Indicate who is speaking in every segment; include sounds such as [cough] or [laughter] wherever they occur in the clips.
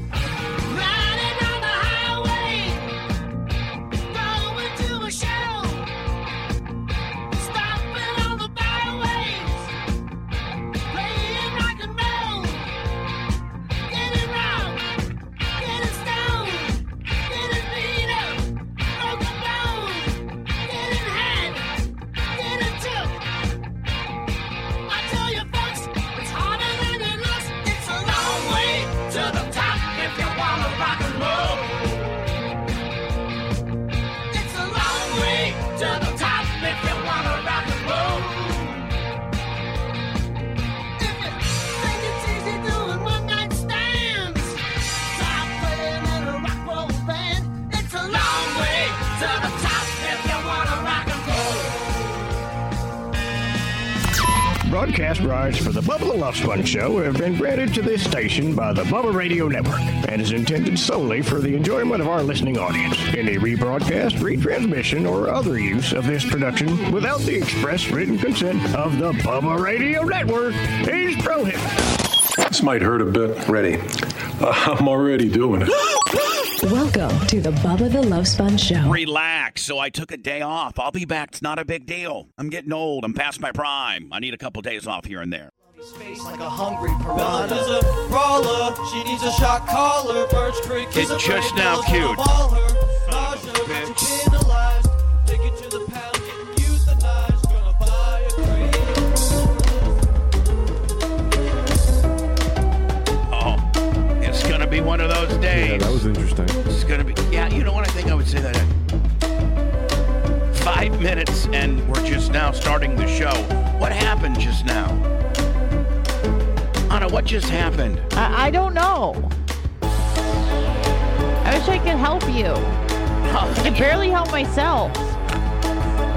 Speaker 1: Riding on the highway, going to a show. Stopping on the byways, playing rock and roll. Getting round, getting stoned, getting beat up, broken bones, getting had, getting took. I tell you, folks, it's harder than it looks. It's a long way to the top if you wanna rock and roll. It's a long way to the top if you wanna rock and roll. If you think it's easy doing one night stands, try playing in a rock roll band. It's a long way to the top if you wanna rock and roll.
Speaker 2: Broadcast rights for the Bubba the Love Sponge Show have been granted to this station by the Bubba Radio Network and is intended solely for the enjoyment of our listening audience. Any rebroadcast, retransmission, or other use of this production without the express written consent of the Bubba Radio Network is prohibited.
Speaker 3: This might hurt a bit. Ready. [laughs] I'm already doing it.
Speaker 4: Welcome to the Bubba the Love Sponge Show.
Speaker 5: Relax. So I took a day off. I'll be back. It's not a big deal. I'm getting old. I'm past my prime. I need a couple days off here and there.
Speaker 6: face like a hungry piranha. Bella's a brawler. She needs a shot caller. Birch Creek is
Speaker 5: It's
Speaker 6: a
Speaker 5: just
Speaker 6: brave
Speaker 5: now
Speaker 6: girl, gonna
Speaker 5: cute.
Speaker 6: maul her. Nausea, she's penalized. Take it to the pound, get euthanized. Gonna buy a grave.
Speaker 5: Oh, it's gonna be one of those days.
Speaker 7: Yeah, that was interesting.
Speaker 5: It's gonna be. Yeah, you know what? I think I would say that. at Five minutes, and we're just now starting the show. What happened just now? Anna, what just happened?
Speaker 8: I, I don't know. I wish I could help you. I can barely help myself.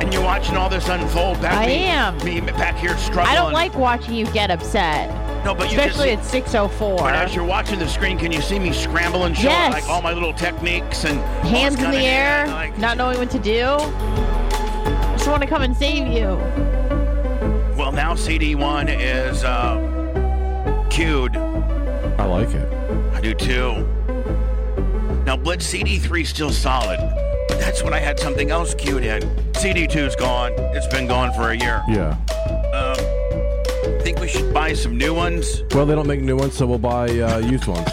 Speaker 5: And you're watching all this unfold back.
Speaker 8: I
Speaker 5: me-
Speaker 8: am.
Speaker 5: Me back here struggling.
Speaker 8: I don't like watching you get upset,
Speaker 5: No, but you just.
Speaker 8: especially at
Speaker 5: But as
Speaker 8: 6:04.
Speaker 5: you're watching the screen, can you see me scramble and show
Speaker 8: Yes.
Speaker 5: like all my little techniques and all
Speaker 8: Hands in
Speaker 5: kinda-
Speaker 8: the air,
Speaker 5: like-
Speaker 8: not knowing what to do. I just want to come and save you.
Speaker 5: well, now CD1 is uh, cued.
Speaker 7: I like it.
Speaker 5: I do too. Now, Blitz CD3 still solid, but that's when I had something else queued in. CD2's gone. It's been gone for a year.
Speaker 7: Yeah.
Speaker 5: Um, think we should buy some new ones.
Speaker 7: Well, they don't make new ones, so we'll buy uh, used ones.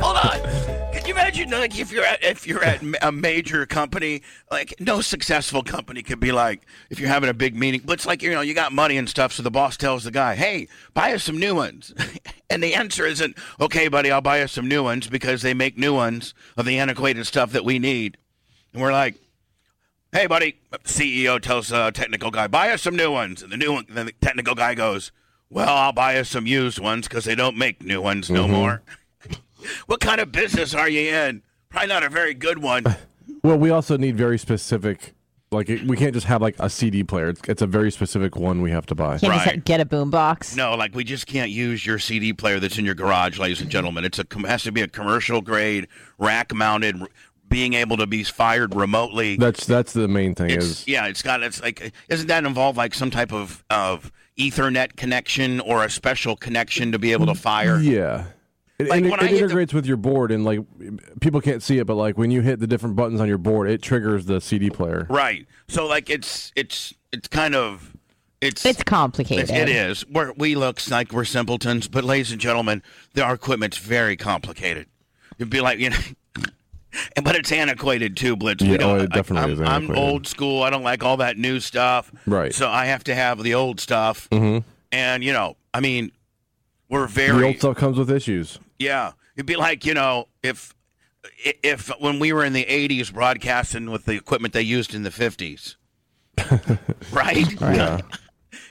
Speaker 5: Hold on. Can you imagine, like, if you're at if you're at a major company, like no successful company could be like, if you're having a big meeting, but it's like you know you got money and stuff, so the boss tells the guy, "Hey, buy us some new ones," [laughs] and the answer isn't, "Okay, buddy, I'll buy us some new ones because they make new ones of the antiquated stuff that we need," and we're like. Hey, buddy. CEO tells uh, technical guy, buy us some new ones. And the new one, then the technical guy goes, well, I'll buy us some used ones because they don't make new ones no more. What kind of business are you in? Probably not a very good one.
Speaker 7: Well, we also need very specific. Like it, we can't just have like a CD player. It's, it's a very specific one we have to buy.
Speaker 8: Can't
Speaker 5: Right.
Speaker 8: just get a boombox.
Speaker 5: No, like we just can't use your CD player that's in your garage, ladies and gentlemen. It's a com- has to be a commercial grade, rack mounted, r- being able to be fired remotely.
Speaker 7: That's that's the main thing.
Speaker 5: It's-
Speaker 7: is
Speaker 5: yeah, it's got it's like isn't that involved like some type of of Ethernet connection or a special connection to be able to fire?
Speaker 7: Yeah. It,
Speaker 5: Like,
Speaker 7: and it,
Speaker 5: when
Speaker 7: it
Speaker 5: I hit the-
Speaker 7: integrates with your board, and like people can't see it, but like when you hit the different buttons on your board, it triggers the CD player.
Speaker 5: Right. So like it's it's it's kind of it's
Speaker 8: It's complicated.
Speaker 5: it's- it is. We're, we looks like we're simpletons, but ladies and gentlemen, the, our equipment's very complicated. It'd be like you know, [laughs] but it's antiquated too, Blitz.
Speaker 7: Yeah,
Speaker 5: we don't,
Speaker 7: oh, it
Speaker 5: I-
Speaker 7: definitely
Speaker 5: I'm,
Speaker 7: is
Speaker 5: I'm
Speaker 7: antiquated.
Speaker 5: old school. I don't like all that new stuff.
Speaker 7: Right.
Speaker 5: So I have to have the old stuff. And you know, I mean, we're very
Speaker 7: Mm-hmm. The old stuff comes with issues.
Speaker 5: yeah, it'd be like you know if if when we were in the '80s broadcasting with the equipment they used in the '50s,
Speaker 7: [laughs]
Speaker 5: right?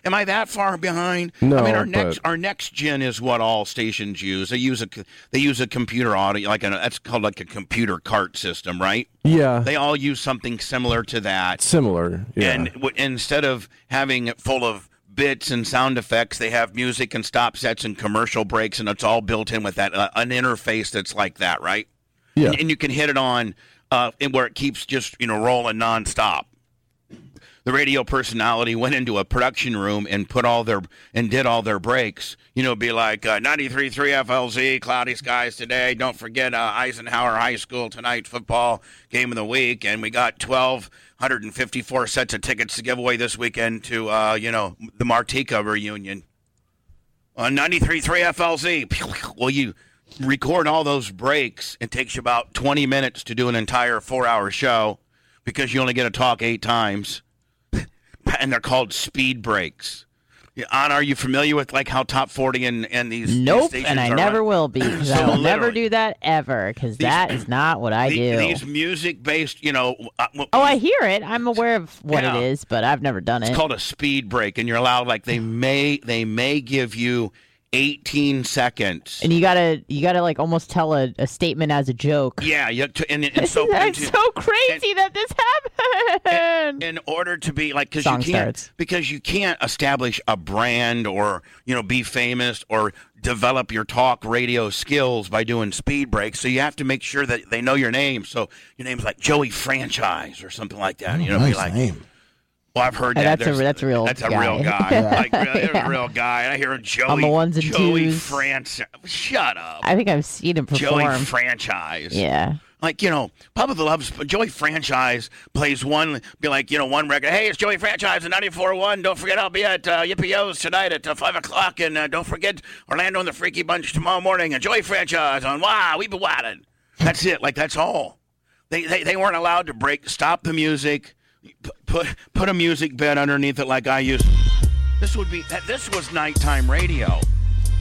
Speaker 5: Am I that far behind? I
Speaker 7: No,
Speaker 5: mean, our
Speaker 7: but-
Speaker 5: next our next gen is what all stations use. They use a c- they use a computer audio like an that's called like a computer cart system, right?
Speaker 7: Yeah,
Speaker 5: They all use something similar to that.
Speaker 7: similar. Yeah,
Speaker 5: And w- instead of having it full of bits and sound effects, they have music and stop sets and commercial breaks, and it's all built in with that uh, an interface that's like that, right?
Speaker 7: yeah.
Speaker 5: And, and you can hit it on uh, and where it keeps just you know rolling nonstop. The radio personality went into a production room and put all their and did all their breaks. You know, it'd be like uh, 93.3 FLZ, cloudy skies today. Don't forget uh, Eisenhower High School tonight, football game of the week, and we got 1,254 sets of tickets to give away this weekend to uh, you know the Martica reunion on 93.3 FLZ. Pew, pew. Well, you record all those breaks. It takes you about 20 minutes to do an entire four hour show because you only get to talk eight times. [laughs] and they're called speed breaks. Yeah, Anna, are you familiar with like how top 40 and, and these these
Speaker 8: Nope,
Speaker 5: stations
Speaker 8: and I
Speaker 5: are
Speaker 8: never
Speaker 5: run?
Speaker 8: will be.
Speaker 5: [coughs]
Speaker 8: 'cause I will never
Speaker 5: literally-
Speaker 8: do that ever because that is not what I
Speaker 5: The-
Speaker 8: do.
Speaker 5: These music based, you know, uh, w-
Speaker 8: oh, I hear it. I'm aware of what
Speaker 5: Yeah.
Speaker 8: it is, but I've never done it.
Speaker 5: It's called a speed break, and you're allowed like they may they may give you 18 seconds.
Speaker 8: and you gotta, you gotta like almost tell a, a statement as a joke.
Speaker 5: yeah, you, to, and,
Speaker 8: [laughs]
Speaker 5: and so
Speaker 8: That's
Speaker 5: and-
Speaker 8: so crazy that this happened.
Speaker 5: in order to be like because you
Speaker 8: Song
Speaker 5: can't
Speaker 8: starts.
Speaker 5: because you can't establish a brand or you know be famous or develop your talk radio skills by doing speed breaks so you have to make sure that they know your name so your name's like joey franchise or something like that you know be like well i've heard
Speaker 8: Uh,
Speaker 5: that
Speaker 8: that's a-
Speaker 5: There's-
Speaker 8: that's a real
Speaker 5: that's a
Speaker 8: guy.
Speaker 5: real guy
Speaker 8: [laughs]
Speaker 5: like really,
Speaker 8: Yeah.
Speaker 5: a real guy and i hear joey
Speaker 8: the ones and
Speaker 5: joey
Speaker 8: twos.
Speaker 5: franchise shut up
Speaker 8: I think I've seen him perform.
Speaker 5: joey franchise
Speaker 8: yeah.
Speaker 5: like you know, Papa the Loves Joey Franchise plays one, be like you know one record. Hey, it's Joey Franchise in '94.1. Don't forget, I'll be at uh, Yippee O's tonight at uh, five o'clock, and uh, don't forget Orlando and the Freaky Bunch tomorrow morning. And Joey Franchise on Wow, we've been wildin'. That's it. Like that's all. They, they they weren't allowed to break, stop the music, p- put put a music bed underneath it like I used. This would be that- this was nighttime radio.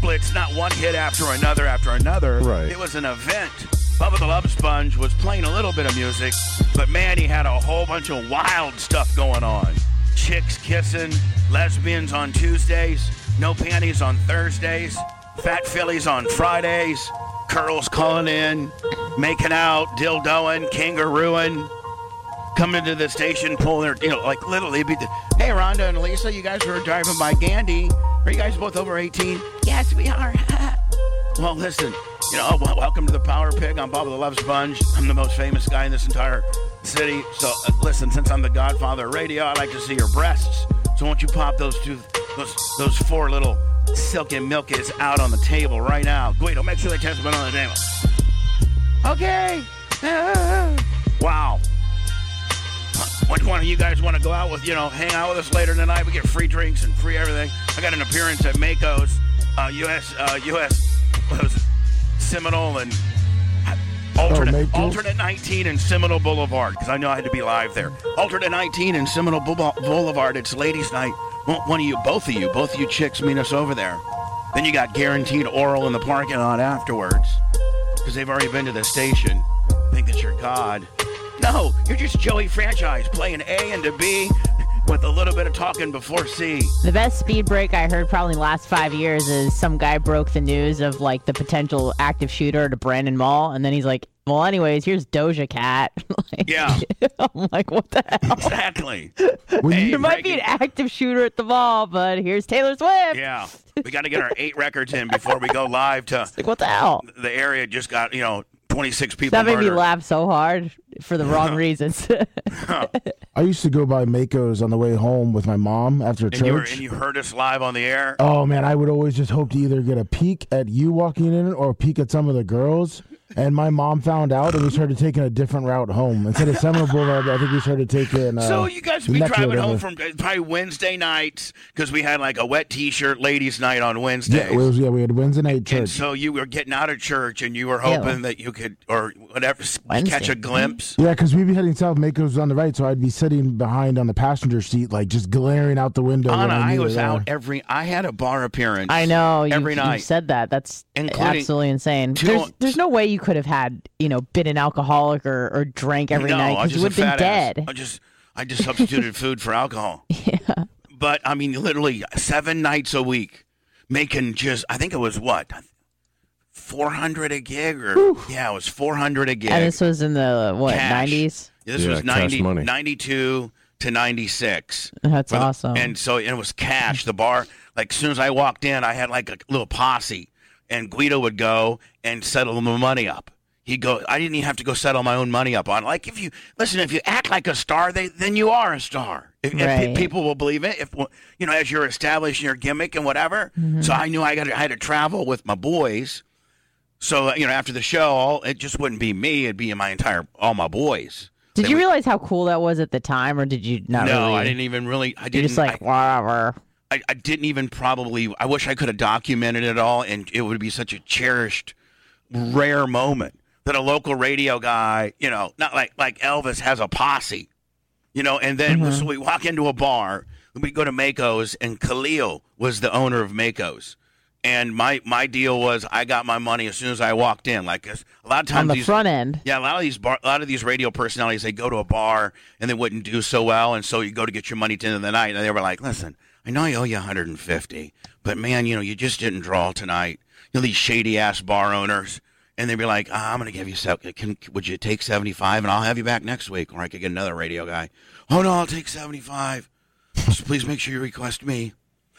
Speaker 5: Blitz, not one hit after another after another.
Speaker 7: Right.
Speaker 5: It was an event. Bubba the Love Sponge was playing a little bit of music, but man, he had a whole bunch of wild stuff going on. Chicks kissing, lesbians on Tuesdays, no panties on Thursdays, fat fillies on Fridays, curls calling in, making out, dildoing, kangarooing coming to the station, pulling their, you know, like literally be the, hey, Rhonda and Lisa, you guys were driving by Gandhi. Are you guys both over 18? Yes, we are. [laughs] well, listen, you know, w- welcome to the Power Pig. I'm Bob the Love Sponge. I'm the most famous guy in this entire city. So, uh, listen, since I'm the godfather of radio, I like to see your breasts. So, won't you pop those two, those, those four little silk and milk is out on the table right now. Guido, make sure they test them on the table. Okay. [laughs] wow. Which one of you guys want to go out with, you know, hang out with us later tonight? We get free drinks and free everything. I got an appearance at Mako's, uh, U.S., uh, U.S., what was it? Seminole and alternate, alternate 19 and Seminole Boulevard, because I know I had to be live there. Alternate 19 and Seminole Bou- Boulevard, it's ladies' night. Won't One of you, both of you, both of you chicks meet us over there. Then you got guaranteed oral in the parking lot afterwards because they've already been to the station. Think that you're God. No, you're just Joey Franchise playing A into B with a little bit of talking before C.
Speaker 8: The best speed break I heard probably in the last five years is some guy broke the news of like the potential active shooter to Brandon Mall, and then he's like, "Well, anyways, here's Doja Cat." [laughs] like,
Speaker 5: Yeah.
Speaker 8: I'm like, "What the hell?"
Speaker 5: Exactly.
Speaker 8: there might be an active shooter at the mall, but here's Taylor Swift.
Speaker 5: Yeah, we got to get our eight records in before we go live to
Speaker 8: Like, what the hell?
Speaker 5: the area. Just got you know 26 people.
Speaker 8: That made me
Speaker 5: murdered.
Speaker 8: laugh so hard. for the
Speaker 5: [laughs]
Speaker 8: wrong reasons. [laughs]
Speaker 9: I used to go by Mako's on the way home with my mom after
Speaker 5: And you, were,
Speaker 9: church.
Speaker 5: and you heard us live on the air.
Speaker 9: Oh man, I would always just hope to either get a peek at you walking in or a peek at some of the girls. And my mom found out, and we started taking a different route home. Instead
Speaker 5: [laughs]
Speaker 9: of Seminole Boulevard, I think we started taking. Uh,
Speaker 5: So you guys would be
Speaker 9: Neck Road
Speaker 5: driving home
Speaker 9: over.
Speaker 5: from uh, probably Wednesday nights because we had like a wet T-shirt ladies' night on Wednesday.
Speaker 9: Yeah, it was, yeah, we had Wednesday night
Speaker 5: and
Speaker 9: church.
Speaker 5: so you were getting out of church and you were hoping that you could or whatever s- catch
Speaker 8: Wednesday. Hmm.
Speaker 5: a glimpse.
Speaker 9: Yeah, because we'd be heading south. Mako's was on the right, so I'd be sitting behind on the passenger seat, like just glaring out the window. when
Speaker 5: Anna,
Speaker 9: knew
Speaker 5: I
Speaker 9: they
Speaker 5: was
Speaker 9: were
Speaker 5: out
Speaker 9: there.
Speaker 5: every. I had a bar appearance.
Speaker 8: I know you,
Speaker 5: every
Speaker 8: you
Speaker 5: night.
Speaker 8: said that. That's
Speaker 5: Including
Speaker 8: absolutely insane.
Speaker 5: two-
Speaker 8: There's, there's no way you could have had you know been an alcoholic or, or drank every
Speaker 5: no,
Speaker 8: night
Speaker 5: I'm
Speaker 8: because
Speaker 5: just
Speaker 8: you would
Speaker 5: a
Speaker 8: have been
Speaker 5: fat ass.
Speaker 8: dead.
Speaker 5: I just I just
Speaker 8: [laughs]
Speaker 5: substituted food for alcohol. Yeah. But I mean, literally seven nights a week, making just I think it was what four hundred a gig or yeah, it was four hundred a gig.
Speaker 8: And this was in the what
Speaker 5: Cash.
Speaker 8: 90s.
Speaker 5: This
Speaker 7: Yeah,
Speaker 5: was
Speaker 7: cash
Speaker 5: 90,
Speaker 7: money.
Speaker 5: 92 to 96.
Speaker 8: That's
Speaker 5: For the-
Speaker 8: awesome.
Speaker 5: And so and it was cash. The bar, like, as soon as I walked in, I had like a little posse, and Guido would go and settle the money up. He'd go, I didn't even have to go settle my own money up on. Like, if you listen, if you act like a star, they, then you are a star. If, if pe-
Speaker 8: Right.
Speaker 5: people will believe it, if you know, as you're establishing your gimmick and whatever.
Speaker 8: Mm-hmm.
Speaker 5: So I knew I got, to, I had to travel with my boys. So you know, after the show, all it just wouldn't be me; it'd be my entire, all my boys.
Speaker 8: did
Speaker 5: they
Speaker 8: you
Speaker 5: would-
Speaker 8: realize how cool that was at the time, or did you not?
Speaker 5: no,
Speaker 8: really?
Speaker 5: I didn't even really. I
Speaker 8: You're
Speaker 5: didn't.
Speaker 8: just like whatever.
Speaker 5: I, I, I didn't even probably. I wish I could have documented it all, and it would be such a cherished, rare moment that a local radio guy, you know, not like like Elvis has a posse, you know. And then
Speaker 8: Mm-hmm.
Speaker 5: so we walk into a bar, we go to Mako's, and Khalil was the owner of Mako's. And my, my deal was I got my money as soon as I walked in. Like a lot of times
Speaker 8: On the
Speaker 5: these-
Speaker 8: front end,
Speaker 5: yeah, a lot of these bar, a lot of these radio personalities, they go to a bar and they wouldn't do so well, and so you go to get your money at the end of the night, and they were like, "Listen, I know I owe you 150, but man, you know, you just didn't draw tonight." You know these shady ass bar owners, and they'd be like, Ah, "I'm gonna give you seven. Can, would you take 75, and I'll have you back next week, or I could get another radio guy." Oh no, I'll take 75. Just please make sure you request me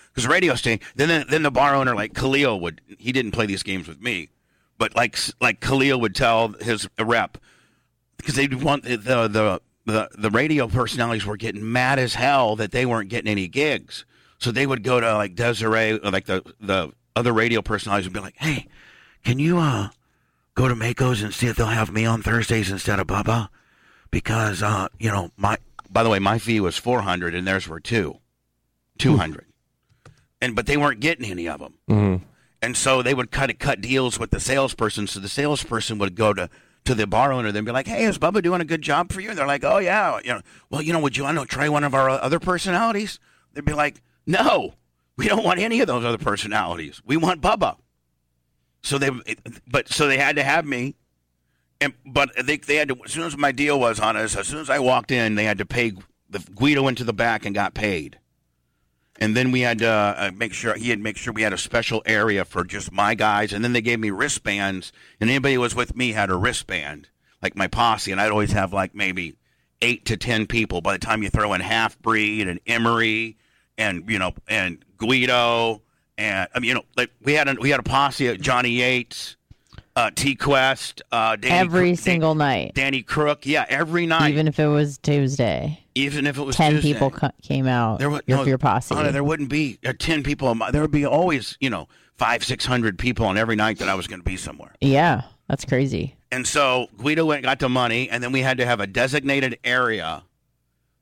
Speaker 5: because radio station. Then then the bar owner like Khalil would he didn't play these games with me, but like like Khalil would tell his rep because they want the the the the radio personalities were getting mad as hell that they weren't getting any gigs, so they would go to like Desiree or like the the other radio personalities would be like, hey, can you uh go to Mako's and see if they'll have me on Thursdays instead of Bubba because uh you know my by the way my fee was four hundred and theirs were two two hundred and but they weren't getting any of them.
Speaker 7: Mm-hmm.
Speaker 5: And so they would kind of cut deals with the salesperson. So the salesperson would go to to the bar owner and be like, "Hey, is Bubba doing a good job for you?" And they're like, "Oh yeah, you know, well, you know, would you want to try one of our other personalities?" They'd be like, "No, we don't want any of those other personalities. We want Bubba." So they, but so they had to have me, and but they they had to. As soon as my deal was on us, as soon as I walked in, they had to pay. The Guido went to the back and got paid and then we had to uh, make sure he had make sure we had a special area for just my guys, and then they gave me wristbands, and anybody who was with me had a wristband, like my posse, and I'd always have like maybe eight to ten people. By the time you throw in half breed and Emery, and you know, and Guido, and I mean, you know, like we had a, we had a posse of Johnny Yates, uh, T Quest, uh, Danny,
Speaker 8: every
Speaker 5: Dan-
Speaker 8: single night,
Speaker 5: Danny Crook, yeah, every night, even,
Speaker 8: even if it was Tuesday.
Speaker 5: if it was
Speaker 8: Ten
Speaker 5: Tuesday.
Speaker 8: people co- came out.
Speaker 5: There would
Speaker 8: your,
Speaker 5: no,
Speaker 8: your posse.
Speaker 5: Anna, there wouldn't be uh, ten people. A month. There would be always, you know, five, six hundred people on every night that I was going to be somewhere.
Speaker 8: yeah, that's crazy.
Speaker 5: And so Guido went and got the money, and then we had to have a designated area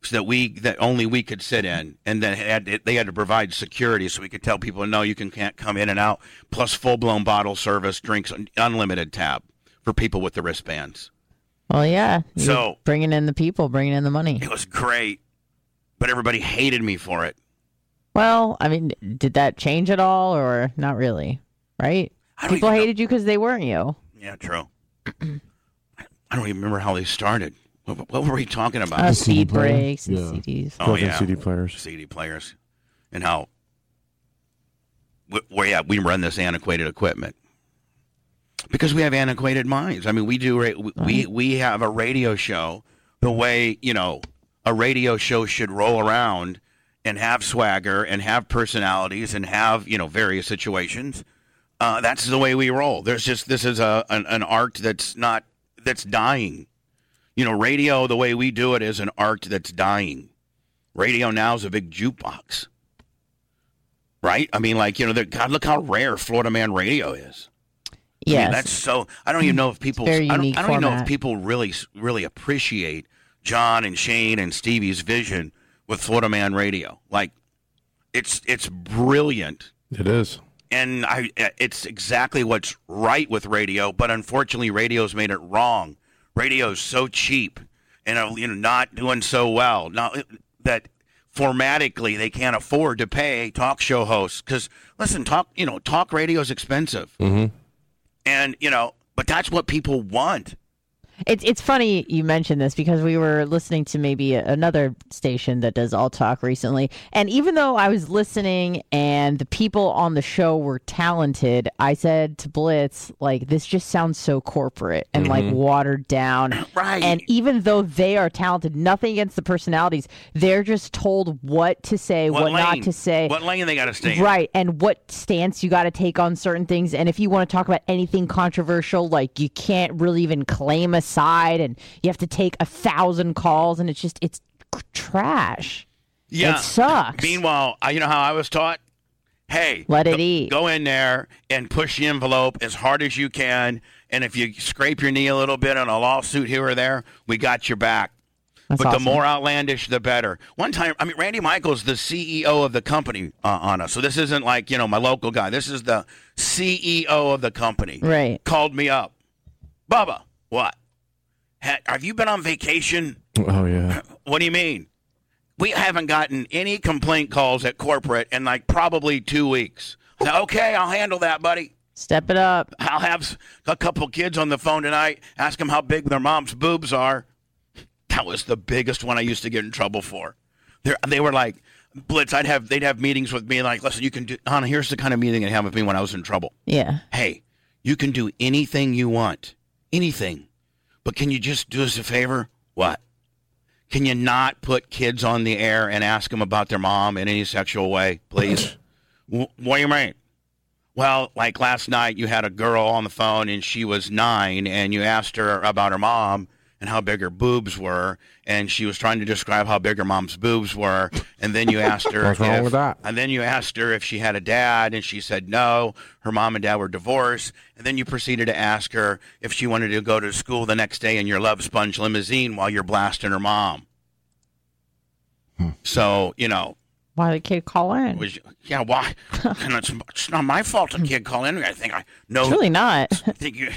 Speaker 5: so that we that only we could sit in, and then had to, they had to provide security so we could tell people no, you can can't come in and out. Plus full blown bottle service, drinks, un- unlimited tab for people with the wristbands.
Speaker 8: Well, yeah. you're
Speaker 5: So-
Speaker 8: bringing in the people, bringing in the money.
Speaker 5: It was great, but everybody hated me for it.
Speaker 8: Well, I mean, did that change at all, or not really? Right?
Speaker 5: I don't
Speaker 8: People
Speaker 5: even know-
Speaker 8: hated you because they weren't you.
Speaker 5: Yeah, true. [clears throat] I don't even remember how they started. What, what were we talking about?
Speaker 8: Uh,
Speaker 9: CD
Speaker 8: speed
Speaker 9: player?
Speaker 8: breaks and
Speaker 7: Yeah.
Speaker 8: CDs.
Speaker 5: oh
Speaker 7: Built-in
Speaker 5: yeah,
Speaker 7: CD players.
Speaker 5: CD players, and how. wh- Where yeah, we run this antiquated equipment because we have antiquated minds. I mean, we do. ra- we- We we have a radio show the way you know a radio show should roll around and have swagger and have personalities and have you know various situations. Uh, that's the way we roll. There's just this is a an, an art that's not that's dying. you know, radio the way we do it is an art that's dying. Radio now is a big jukebox, right? I mean, like you know, the- God, look how rare Florida Man Radio is. I mean,
Speaker 8: Yes.
Speaker 5: that's so. I don't even know if people.
Speaker 8: very
Speaker 5: I don't,
Speaker 8: unique
Speaker 5: I don't even know if
Speaker 8: format.
Speaker 5: people really, really appreciate John and Shane and Stevie's vision with Florida Man Radio. Like, it's it's brilliant,
Speaker 7: It is.
Speaker 5: and I it's exactly what's right with radio. But unfortunately, radio's made it wrong. Radio's so cheap, and uh, you know, not doing so well. Now that formatically they can't afford to pay talk show hosts because listen, talk you know, talk radio is expensive.
Speaker 7: Mm-hmm.
Speaker 5: And you know, but that's what people want.
Speaker 8: It's it's funny you mentioned this because we were listening to maybe another station that does all talk recently, and even though I was listening and the people on the show were talented, I said to Blitz like this just sounds so corporate and like
Speaker 5: Mm-hmm.
Speaker 10: Mhm.
Speaker 8: watered down.
Speaker 5: [clears throat]
Speaker 10: Right.
Speaker 8: And even though they are talented, nothing against the personalities, they're just told what to say, what, not
Speaker 5: lane-
Speaker 8: to say.
Speaker 5: What lane they got to stay in?
Speaker 8: Right, and what stance you got to take on certain things, and if you want to talk about anything controversial, like you can't really even claim a side, and you have to take a thousand calls, and it's just it's trash.
Speaker 5: Yeah.
Speaker 8: it sucks.
Speaker 5: Meanwhile, I, you know how I was taught? Hey,
Speaker 8: Let it
Speaker 5: go,
Speaker 8: eat.
Speaker 5: Go in there and push the envelope as hard as you can. And if you scrape your knee a little bit on a lawsuit here or there, we got your back.
Speaker 8: That's
Speaker 5: but
Speaker 8: awesome.
Speaker 5: the more outlandish, the better. One time, I mean, Randy Michaels, the CEO of the company, uh, on us. So this isn't like you know my local guy. This is the CEO of the company.
Speaker 8: Right.
Speaker 5: Called me up, Bubba. What? Ha- have you been on vacation?
Speaker 7: Oh yeah.
Speaker 5: What do you mean? We haven't gotten any complaint calls at corporate in like probably two weeks. I said, okay, I'll handle that, buddy.
Speaker 8: Step it up.
Speaker 5: I'll have s- a couple kids on the phone tonight. Ask them how big their mom's boobs are. That was the biggest one I used to get in trouble for. they they were like, Blitz. I'd have they'd have meetings with me like, listen, you can do. Hannah, here's the kind of meeting I had with me when I was in trouble.
Speaker 8: Yeah.
Speaker 5: Hey, you can do anything you want, anything, but can you just do us a favor? What? Can you not put kids on the air and ask them about their mom in any sexual way, please? "Wh- what do you mean? Well, like last night, you had a girl on the phone and she was nine, and you asked her about her mom and how big her boobs were, and she was trying to describe how big her mom's boobs were, and then you asked her
Speaker 7: [laughs] What's wrong
Speaker 5: if-
Speaker 7: with that?
Speaker 5: and then you asked her if she had a dad, and she said no. Her mom and dad were divorced. And then you proceeded to ask her if she wanted to go to school the next day in your Love Sponge limousine while you're blasting her mom.
Speaker 7: Hmm.
Speaker 5: So, you know,
Speaker 8: Why did the kid call in?
Speaker 5: was,
Speaker 8: [laughs]
Speaker 5: yeah, why? and it's, it's not my fault a kid called in. I think I know.
Speaker 8: It's really not.
Speaker 5: [laughs] I think you.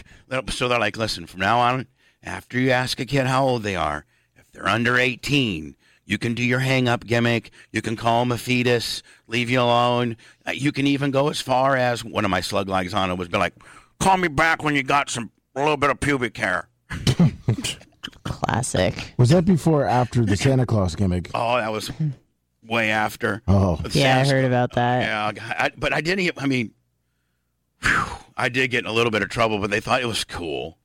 Speaker 5: So they're like, listen, from now on, after you ask a kid how old they are, if they're under 18, you can do your hang up gimmick. You can call them a fetus, leave you alone. Uh, You can even go as far as one of my slug legs on it was be like, call me back when you got some a little bit of pubic hair.
Speaker 8: Classic.
Speaker 9: Was that before or after the Santa Claus gimmick?
Speaker 5: Oh, that
Speaker 8: [laughs]
Speaker 5: was way after.
Speaker 9: Oh.
Speaker 5: But
Speaker 8: Yeah, I
Speaker 5: Sam's-
Speaker 8: heard about that.
Speaker 5: Yeah, I, but I didn't. I mean, whew, I did get in a little bit of trouble, but they thought it was cool.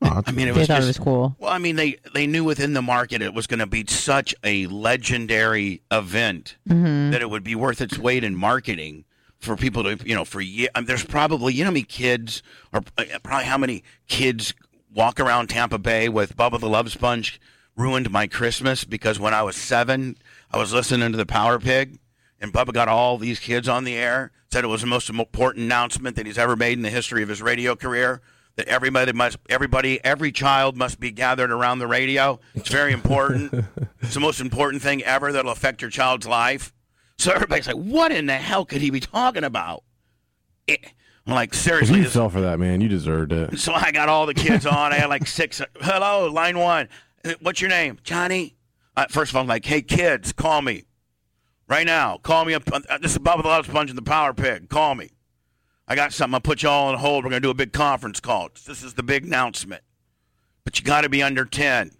Speaker 5: I mean, it
Speaker 8: they
Speaker 5: was
Speaker 8: thought
Speaker 5: just,
Speaker 8: it was cool.
Speaker 5: Well, I mean, they they knew within the market it was going to be such a legendary event
Speaker 8: Mhm.
Speaker 5: that it would be worth its weight in marketing for people to, you know, for ye- I mean, there's probably you know how many kids or uh, probably how many kids walk around Tampa Bay with Bubba the Love Sponge ruined my Christmas because when I was seven, I was listening to the Power Pig. And Bubba got all these kids on the air. Said it was the most important announcement that he's ever made in the history of his radio career. That everybody must, everybody, every child must be gathered around the radio. It's very important. it's the most important thing ever that'll affect your child's life. So everybody's like, "What in the hell could he be talking about?" It, I'm like,
Speaker 7: If
Speaker 5: seriously.
Speaker 7: you
Speaker 5: this-
Speaker 7: fell for that, man, you deserved it.
Speaker 5: so I got all the kids on. I had like
Speaker 7: [laughs]
Speaker 5: six. Hello, line one. Uh, What's your name, Johnny? Uh, first of all, I'm like, hey kids, call me right now. Call me up. uh, This is Bubba the Love Sponge and the Power Pig. Call me. I got something. I'll put you all on hold. We're gonna do a big conference call. This is the big announcement. But you got to be under
Speaker 7: [laughs]
Speaker 5: ten.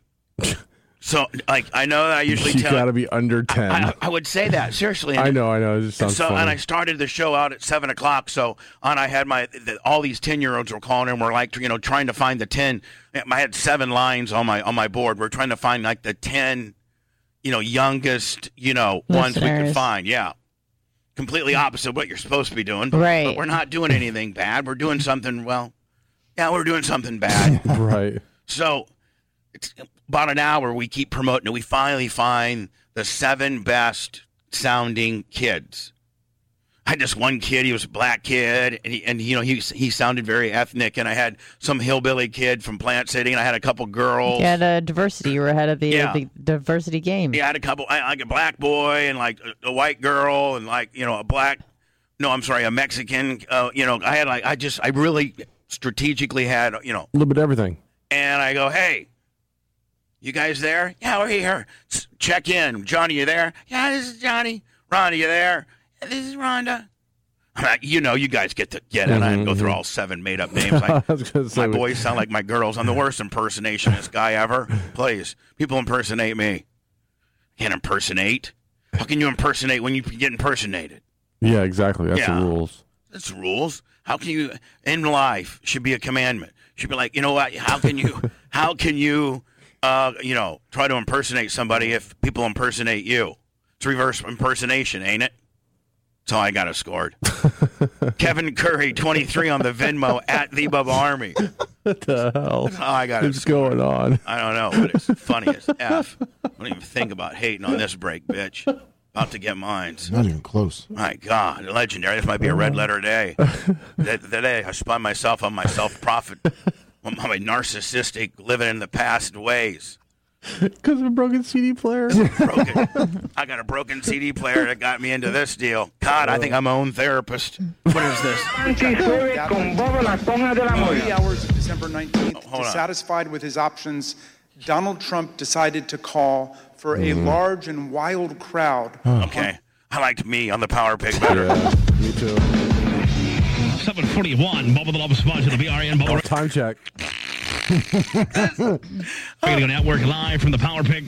Speaker 5: So, like, I know that I usually
Speaker 7: you
Speaker 5: tell.
Speaker 7: gotta be under ten.
Speaker 5: I, I would say that seriously. and
Speaker 7: I know, I know. It just
Speaker 5: and
Speaker 7: sounds
Speaker 5: so,
Speaker 7: funny.
Speaker 5: and I started the show out at seven o'clock. So, and I had my the, all these ten year olds were calling and were like, you know, trying to find the ten. I had seven lines on my on my board. We're trying to find like the ten, you know, youngest, you know, ones we could
Speaker 8: Listeners.
Speaker 5: find. Yeah, completely opposite what you're supposed to be doing. But,
Speaker 8: Right.
Speaker 5: But we're not doing anything bad. We're doing something. Well, yeah, we're doing something bad.
Speaker 7: right.
Speaker 5: So it's about an hour we keep promoting it. We finally find the seven best sounding kids. I had this one kid. He was a black kid, and, he, and you know he he sounded very ethnic. And I had some hillbilly kid from Plant City, and I had a couple girls.
Speaker 8: You had uh, diversity. You were ahead of the,
Speaker 5: Yeah.
Speaker 8: the diversity game.
Speaker 5: Yeah, I had a couple, I, like a black boy and like a, a white girl and like you know a black, no, I'm sorry, a Mexican. Uh, you know, I had like I just I really strategically had you know,
Speaker 7: A little bit of everything.
Speaker 5: and I go, hey, you guys there? Yeah, we're here. S- Check in, Johnny. You there? Yeah, this is Johnny. Ron, you there? Yeah, This is Rhonda. I'm like, You know, you guys get to get it. I go through all seven made up
Speaker 7: [laughs]
Speaker 5: names. I, my boys sound like my girls. I'm the worst impersonationist guy ever. Please, people impersonate me. Can't impersonate. How can you impersonate when you get impersonated?
Speaker 7: Yeah, exactly. That's
Speaker 5: Yeah.
Speaker 7: the rules.
Speaker 5: That's rules. How can you in life should be a commandment? Should be like you know what? How can you? how can you? Uh, you know, try to impersonate somebody if people impersonate you. It's reverse impersonation, ain't it? That's how I got it scored. Kevin Curry, twenty three on the Venmo at the Bubba Army.
Speaker 7: What the hell
Speaker 5: Oh, [laughs] I got it
Speaker 7: is going on? [laughs]
Speaker 5: I don't know, but it's funny as F. I don't even think about hating on this break, bitch. About to get mines.
Speaker 9: Not even close.
Speaker 5: My God, legendary. This might be a red letter
Speaker 7: [laughs]
Speaker 5: day. Th- Today, I spun myself on my self profit, on my narcissistic, living in the past ways.
Speaker 7: Because of a broken
Speaker 5: [laughs]
Speaker 7: CD player. [laughs]
Speaker 5: Broken. I got a broken CD player that got me into this deal. God, I think I'm my own therapist. What is
Speaker 7: [laughs]
Speaker 5: this?
Speaker 10: Three hours of December 19th,
Speaker 5: hold on.
Speaker 10: dissatisfied with his options, Donald Trump decided to call for a large and wild crowd.
Speaker 5: Okay. I liked me on the power pick better.
Speaker 7: Me too.
Speaker 11: 741, Bubba the Love Sponge on the BRN Bubba
Speaker 7: Oh, Time check.
Speaker 11: [laughs] Radio Network live from the Power Pick.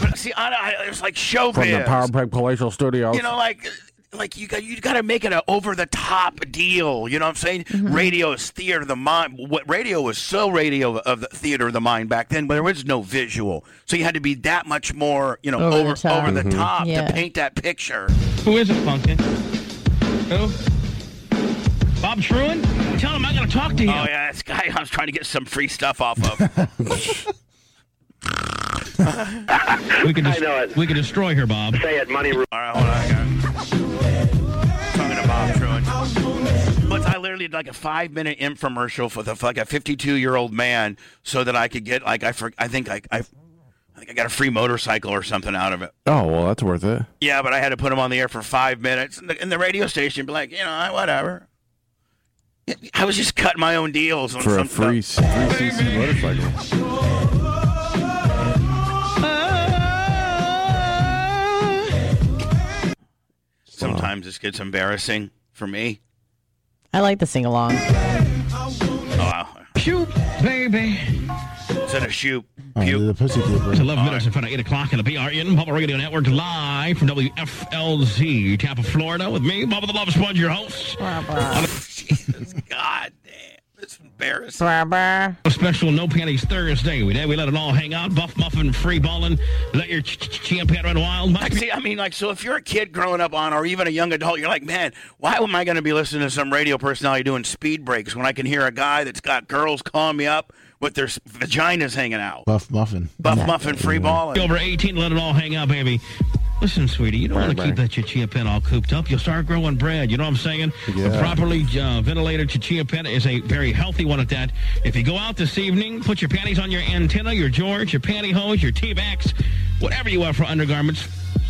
Speaker 5: But see, I, I, it was like showbiz.
Speaker 7: From the Power Peg Palatial Studios.
Speaker 5: Oh, You know, like like you got you got to make it an over the top deal. You know what I'm saying?
Speaker 11: Mm-hmm.
Speaker 5: Radio is theater of the mind. What radio was so radio of the theater of the mind back then, but there was no visual, so you had to be that much more you know
Speaker 11: Over
Speaker 5: over
Speaker 11: the
Speaker 5: over the
Speaker 11: top.
Speaker 5: top,
Speaker 11: Mhm. Yeah.
Speaker 5: to paint that picture.
Speaker 11: Who is it, Funkin? Who? Bob Truin? Tell him I gotta talk to him.
Speaker 5: Oh yeah, this guy I was trying to get some free stuff off of.
Speaker 11: We could, des- we could destroy her, Bob.
Speaker 5: Say it, money. All right, hold on. I got it. Talking to Bob Truitt. But I literally did like a five minute infomercial for the like a 52 year old man so that I could get like I for, I think I, I I think I got a free motorcycle or something out of it.
Speaker 7: Oh, well, that's worth it.
Speaker 5: Yeah, but I had to put him on the air for five minutes, and the, and the radio station be like, you know, whatever. I was just cutting my own deals on
Speaker 7: For a
Speaker 5: some stuff.
Speaker 7: free, free CC motorcycle.
Speaker 5: Sometimes this gets embarrassing for me.
Speaker 8: I like the sing along.
Speaker 5: Oh, wow.
Speaker 11: Shoot, baby.
Speaker 5: Is it a Oh, shoot?
Speaker 9: the pussy keeper.
Speaker 11: It's 11 minutes in front of 8 o'clock on the BRN Bubba Radio Network live from WFLZ, Tampa, Florida, with me, Bubba the Love Sponge, your host.
Speaker 5: Jesus, God damn. It's embarrassing.
Speaker 11: A special No Panties Thursday. We, we let it all hang out. Buff Muffin, free ballin', let your ch- ch- champagne run wild.
Speaker 5: Like, see, I mean, like, so if you're a kid growing up on, or even a young adult, you're like, man, why am I going to be listening to some radio personality doing speed breaks when I can hear a guy that's got girls calling me up with their s- vaginas hanging out?
Speaker 9: Buff muffin.
Speaker 5: Buff muffin, free ball.
Speaker 11: Over 18, let it all hang out, baby. Listen, sweetie, you don't want to keep that chia pet all cooped up. You'll start growing bread. You know what I'm saying? A properly uh, ventilated chia pet is a very healthy one at that. If you go out this evening, put your panties on your antenna, your George, your pantyhose, your T-backs, whatever you have for undergarments.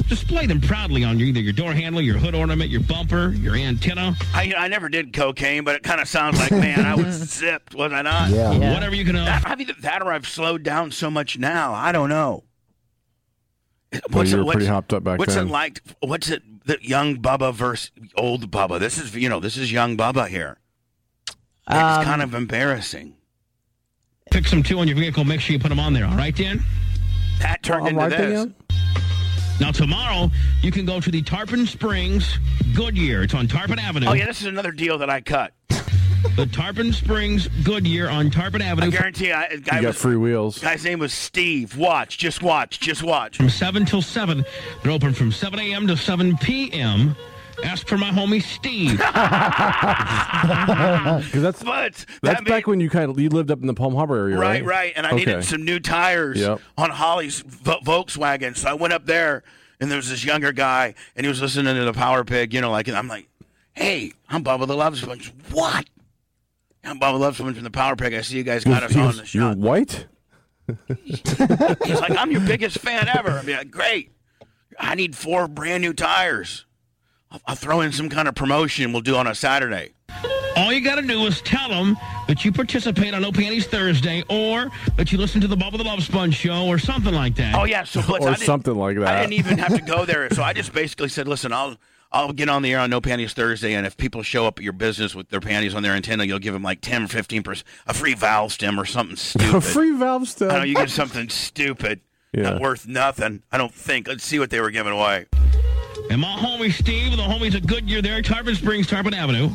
Speaker 11: Display them proudly on your, either your door handle, your hood ornament, your bumper, your antenna.
Speaker 5: I, I never did cocaine, but it kind of sounds like, man, I was zipped, was I not?
Speaker 11: Yeah. Yeah. Whatever you can.
Speaker 5: That, I've either that or I've slowed down so much now. I don't know.
Speaker 7: Well, you
Speaker 5: it-
Speaker 7: were pretty hopped up back
Speaker 5: What's
Speaker 7: then.
Speaker 5: it like? What's it? The young Bubba versus old Bubba. This is you know this is young Bubba here. It's kind of embarrassing.
Speaker 11: Pick some two on your vehicle. Make sure you put them on there. All right, Dan?
Speaker 5: That turned into this.
Speaker 11: Now, tomorrow, you can go to the Tarpon Springs Goodyear. It's on Tarpon Avenue.
Speaker 5: Oh yeah, this is another deal that I cut.
Speaker 11: The Tarpon Springs Goodyear on Tarpon Avenue.
Speaker 5: I guarantee I, a guy
Speaker 7: You got
Speaker 5: was,
Speaker 7: free wheels.
Speaker 5: guy's name was Steve. Watch, just watch, just watch.
Speaker 11: From 7 till 7. They're open from 7 a.m. to 7 p.m. Ask for my homie
Speaker 5: [laughs]
Speaker 11: Steve.
Speaker 7: Because that's
Speaker 5: But
Speaker 7: that's back when you kind of you lived up in the Palm Harbor area,
Speaker 5: Right,
Speaker 7: right?
Speaker 5: right. And I
Speaker 7: Okay.
Speaker 5: needed some new tires
Speaker 7: Yep.
Speaker 5: on Holly's v- Volkswagen. So I went up there, and there was this younger guy, and he was listening to the Power Pig, you know, like, and I'm like, hey, I'm Bubba the Love Sponge. What? I'm Bubba the Love Sponge from the Power Pig. I see you guys got us on
Speaker 7: [laughs]
Speaker 5: the
Speaker 7: You're white.
Speaker 5: He's
Speaker 7: [laughs]
Speaker 5: like, I'm your biggest fan ever. I'm like, great. I need four brand new tires. I'll, I'll throw in some kind of promotion we'll do on a Saturday.
Speaker 11: All you got to do is tell them that you participate on No Panties Thursday or that you listen to the Bubba the Love Sponge show or something like that.
Speaker 5: Oh yeah, so
Speaker 7: [laughs]
Speaker 5: Blitz, I
Speaker 11: Or
Speaker 5: didn't-
Speaker 11: something like that.
Speaker 5: I didn't even have to go there, so I just basically said, "Listen, I'll I'll get on the air on No Panties Thursday, and if people show up at your business with their panties on their antenna, you'll give them like ten or fifteen percent a free valve stem or something stupid.
Speaker 7: [laughs] A free valve
Speaker 5: I
Speaker 7: stem.
Speaker 5: know you give something stupid,
Speaker 7: Yeah.
Speaker 5: not worth nothing. I don't think. Let's see what they were giving away.
Speaker 11: And my homie Steve, the homies at Goodyear there, Tarpon Springs, Tarpon Avenue.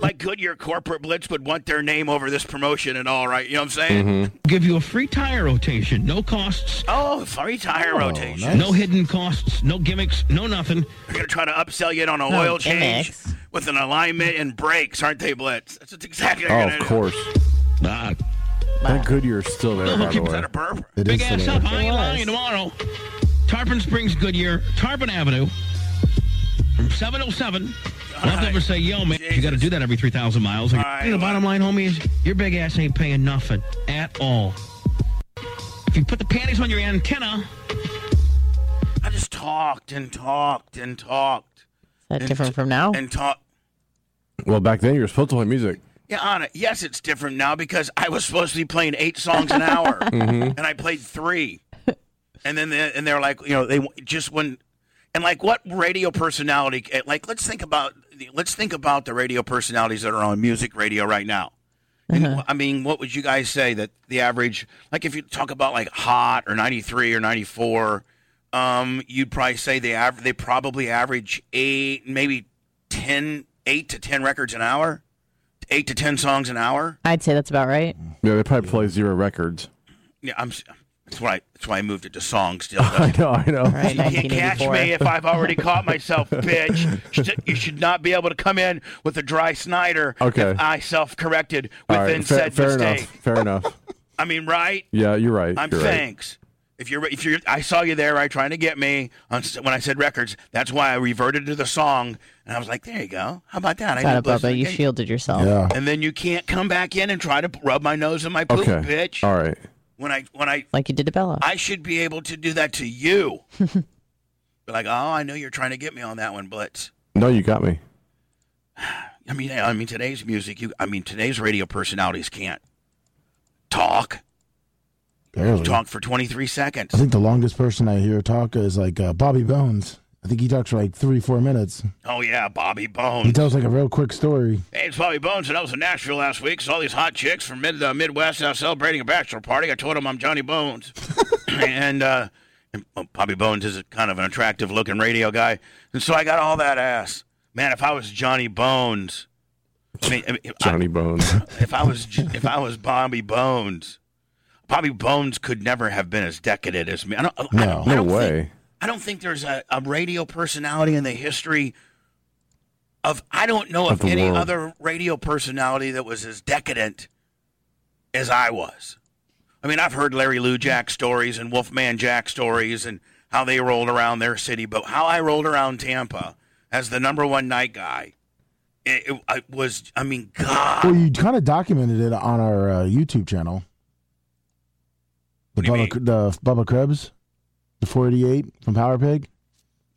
Speaker 5: Like Goodyear Corporate Blitz would want their name over this promotion and all, right? You know what I'm
Speaker 7: Mm.
Speaker 5: saying?
Speaker 7: Mm-hmm.
Speaker 11: Give you a free tire rotation, no costs.
Speaker 5: Oh, free tire rotation.
Speaker 11: No hidden costs, no gimmicks, no nothing.
Speaker 5: They're gonna try to upsell you on an
Speaker 11: No
Speaker 5: oil change
Speaker 11: gimmicks.
Speaker 5: with an alignment and brakes, aren't they, Blitz? That's what exactly. they're
Speaker 7: [laughs] Oh,
Speaker 5: gonna
Speaker 7: of
Speaker 5: do.
Speaker 7: course. That Goodyear's still there, by the way.
Speaker 11: Big ass up, I ain't lying tomorrow. Tarpon Springs, Goodyear, Tarpon Avenue. From 707. I'll never say, yo, man, you got to do that every 3,000 miles. the bottom line, homie, is your big ass ain't paying nothing at all. If you put the panties on your antenna,
Speaker 5: I just talked and talked and talked.
Speaker 8: that different from
Speaker 7: Oh.
Speaker 8: now?
Speaker 5: And talk.
Speaker 7: Well, back then you were supposed to play music.
Speaker 5: Yeah, Anna. Yes, it's different now because I was supposed to be playing eight songs an hour,
Speaker 7: Mhm.
Speaker 5: and I played three. And then they, and they're like, you know, they w- just when, and like what radio personality? eh, Like let's think about the- let's think about the radio personalities that are on music radio right now. And,
Speaker 12: Uh-huh.
Speaker 5: I mean, what would you guys say that the average, like if you talk about like hot or 93 or 94, um, you'd probably say they aver- they probably average eight, maybe 10, eight to 10 records an hour, eight to 10 songs an hour.
Speaker 8: I'd say that's about right.
Speaker 7: Yeah, they probably play zero records.
Speaker 5: Yeah, I'm, s- that's why, that's why I moved it to songs still.
Speaker 7: [laughs] I know, I know.
Speaker 5: you can't catch me if I've already caught myself, bitch. Sh- You should not be able to come in with a dry Snyder.
Speaker 7: Okay.
Speaker 5: If I self corrected
Speaker 7: All
Speaker 5: within
Speaker 7: right, fair,
Speaker 5: said
Speaker 7: fair
Speaker 5: mistake.
Speaker 7: enough. Fair enough.
Speaker 5: I mean, right?
Speaker 7: Yeah, you're right.
Speaker 5: I'm
Speaker 7: you're right.
Speaker 5: thanks. If you're, if you're, I saw you there, right, trying to get me on s- when I said records. That's why I reverted to the song, and I was like, there you go. How about that? I
Speaker 8: Shut
Speaker 5: knew
Speaker 8: up,
Speaker 5: Bliss
Speaker 8: Bubba.
Speaker 5: was
Speaker 8: You
Speaker 5: gay.
Speaker 8: shielded yourself.
Speaker 5: And then you can't come back in and try to rub my nose in my poop,
Speaker 8: Okay.
Speaker 5: bitch.
Speaker 7: All right.
Speaker 5: When I, when I,
Speaker 8: Like you did to Bella.
Speaker 5: I should be able to do that to [laughs] you. Be like, oh, I know you're trying to get me on that one, Blitz.
Speaker 7: No, you got me.
Speaker 5: I mean, I mean, today's music. You, I mean, today's radio personalities can't talk.
Speaker 9: Barely.
Speaker 5: Talk for 23 seconds.
Speaker 9: I think the longest person I hear talk is like uh, Bobby Bones. I think he talks for like three, four minutes.
Speaker 5: Oh yeah, Bobby Bones.
Speaker 9: He tells like a real quick story.
Speaker 5: Hey, it's Bobby Bones, and I was in Nashville last week. Saw these hot chicks [clears throat] from mid uh, Midwest uh, celebrating a bachelor party. I told them I'm Johnny Bones, and, uh, and well, Bobby Bones is a, kind of an attractive looking radio guy, and so I got all that ass. Man, if I was Johnny Bones, I mean, I mean, if,
Speaker 7: Johnny Bones.
Speaker 5: [laughs] if I was J- if I was Bobby Bones, Bobby Bones could never have been as decadent as me. I don't, I don't- I
Speaker 7: No,
Speaker 5: don't
Speaker 7: no
Speaker 5: think-
Speaker 7: way.
Speaker 5: I don't think there's a, a radio personality in the history of I don't know
Speaker 7: Of
Speaker 5: of
Speaker 7: the
Speaker 5: any
Speaker 7: world.
Speaker 5: other radio personality that was as decadent as I was. I mean, I've heard Larry Lou Jack stories and Wolfman Jack stories and how they rolled around their city, but how I rolled around Tampa as the number one night guy, it, it, it was. I mean, God.
Speaker 9: Well, you kind of documented it on our uh, YouTube channel. The Bubba, the Bubba Krebs, the 488 from Power Pig,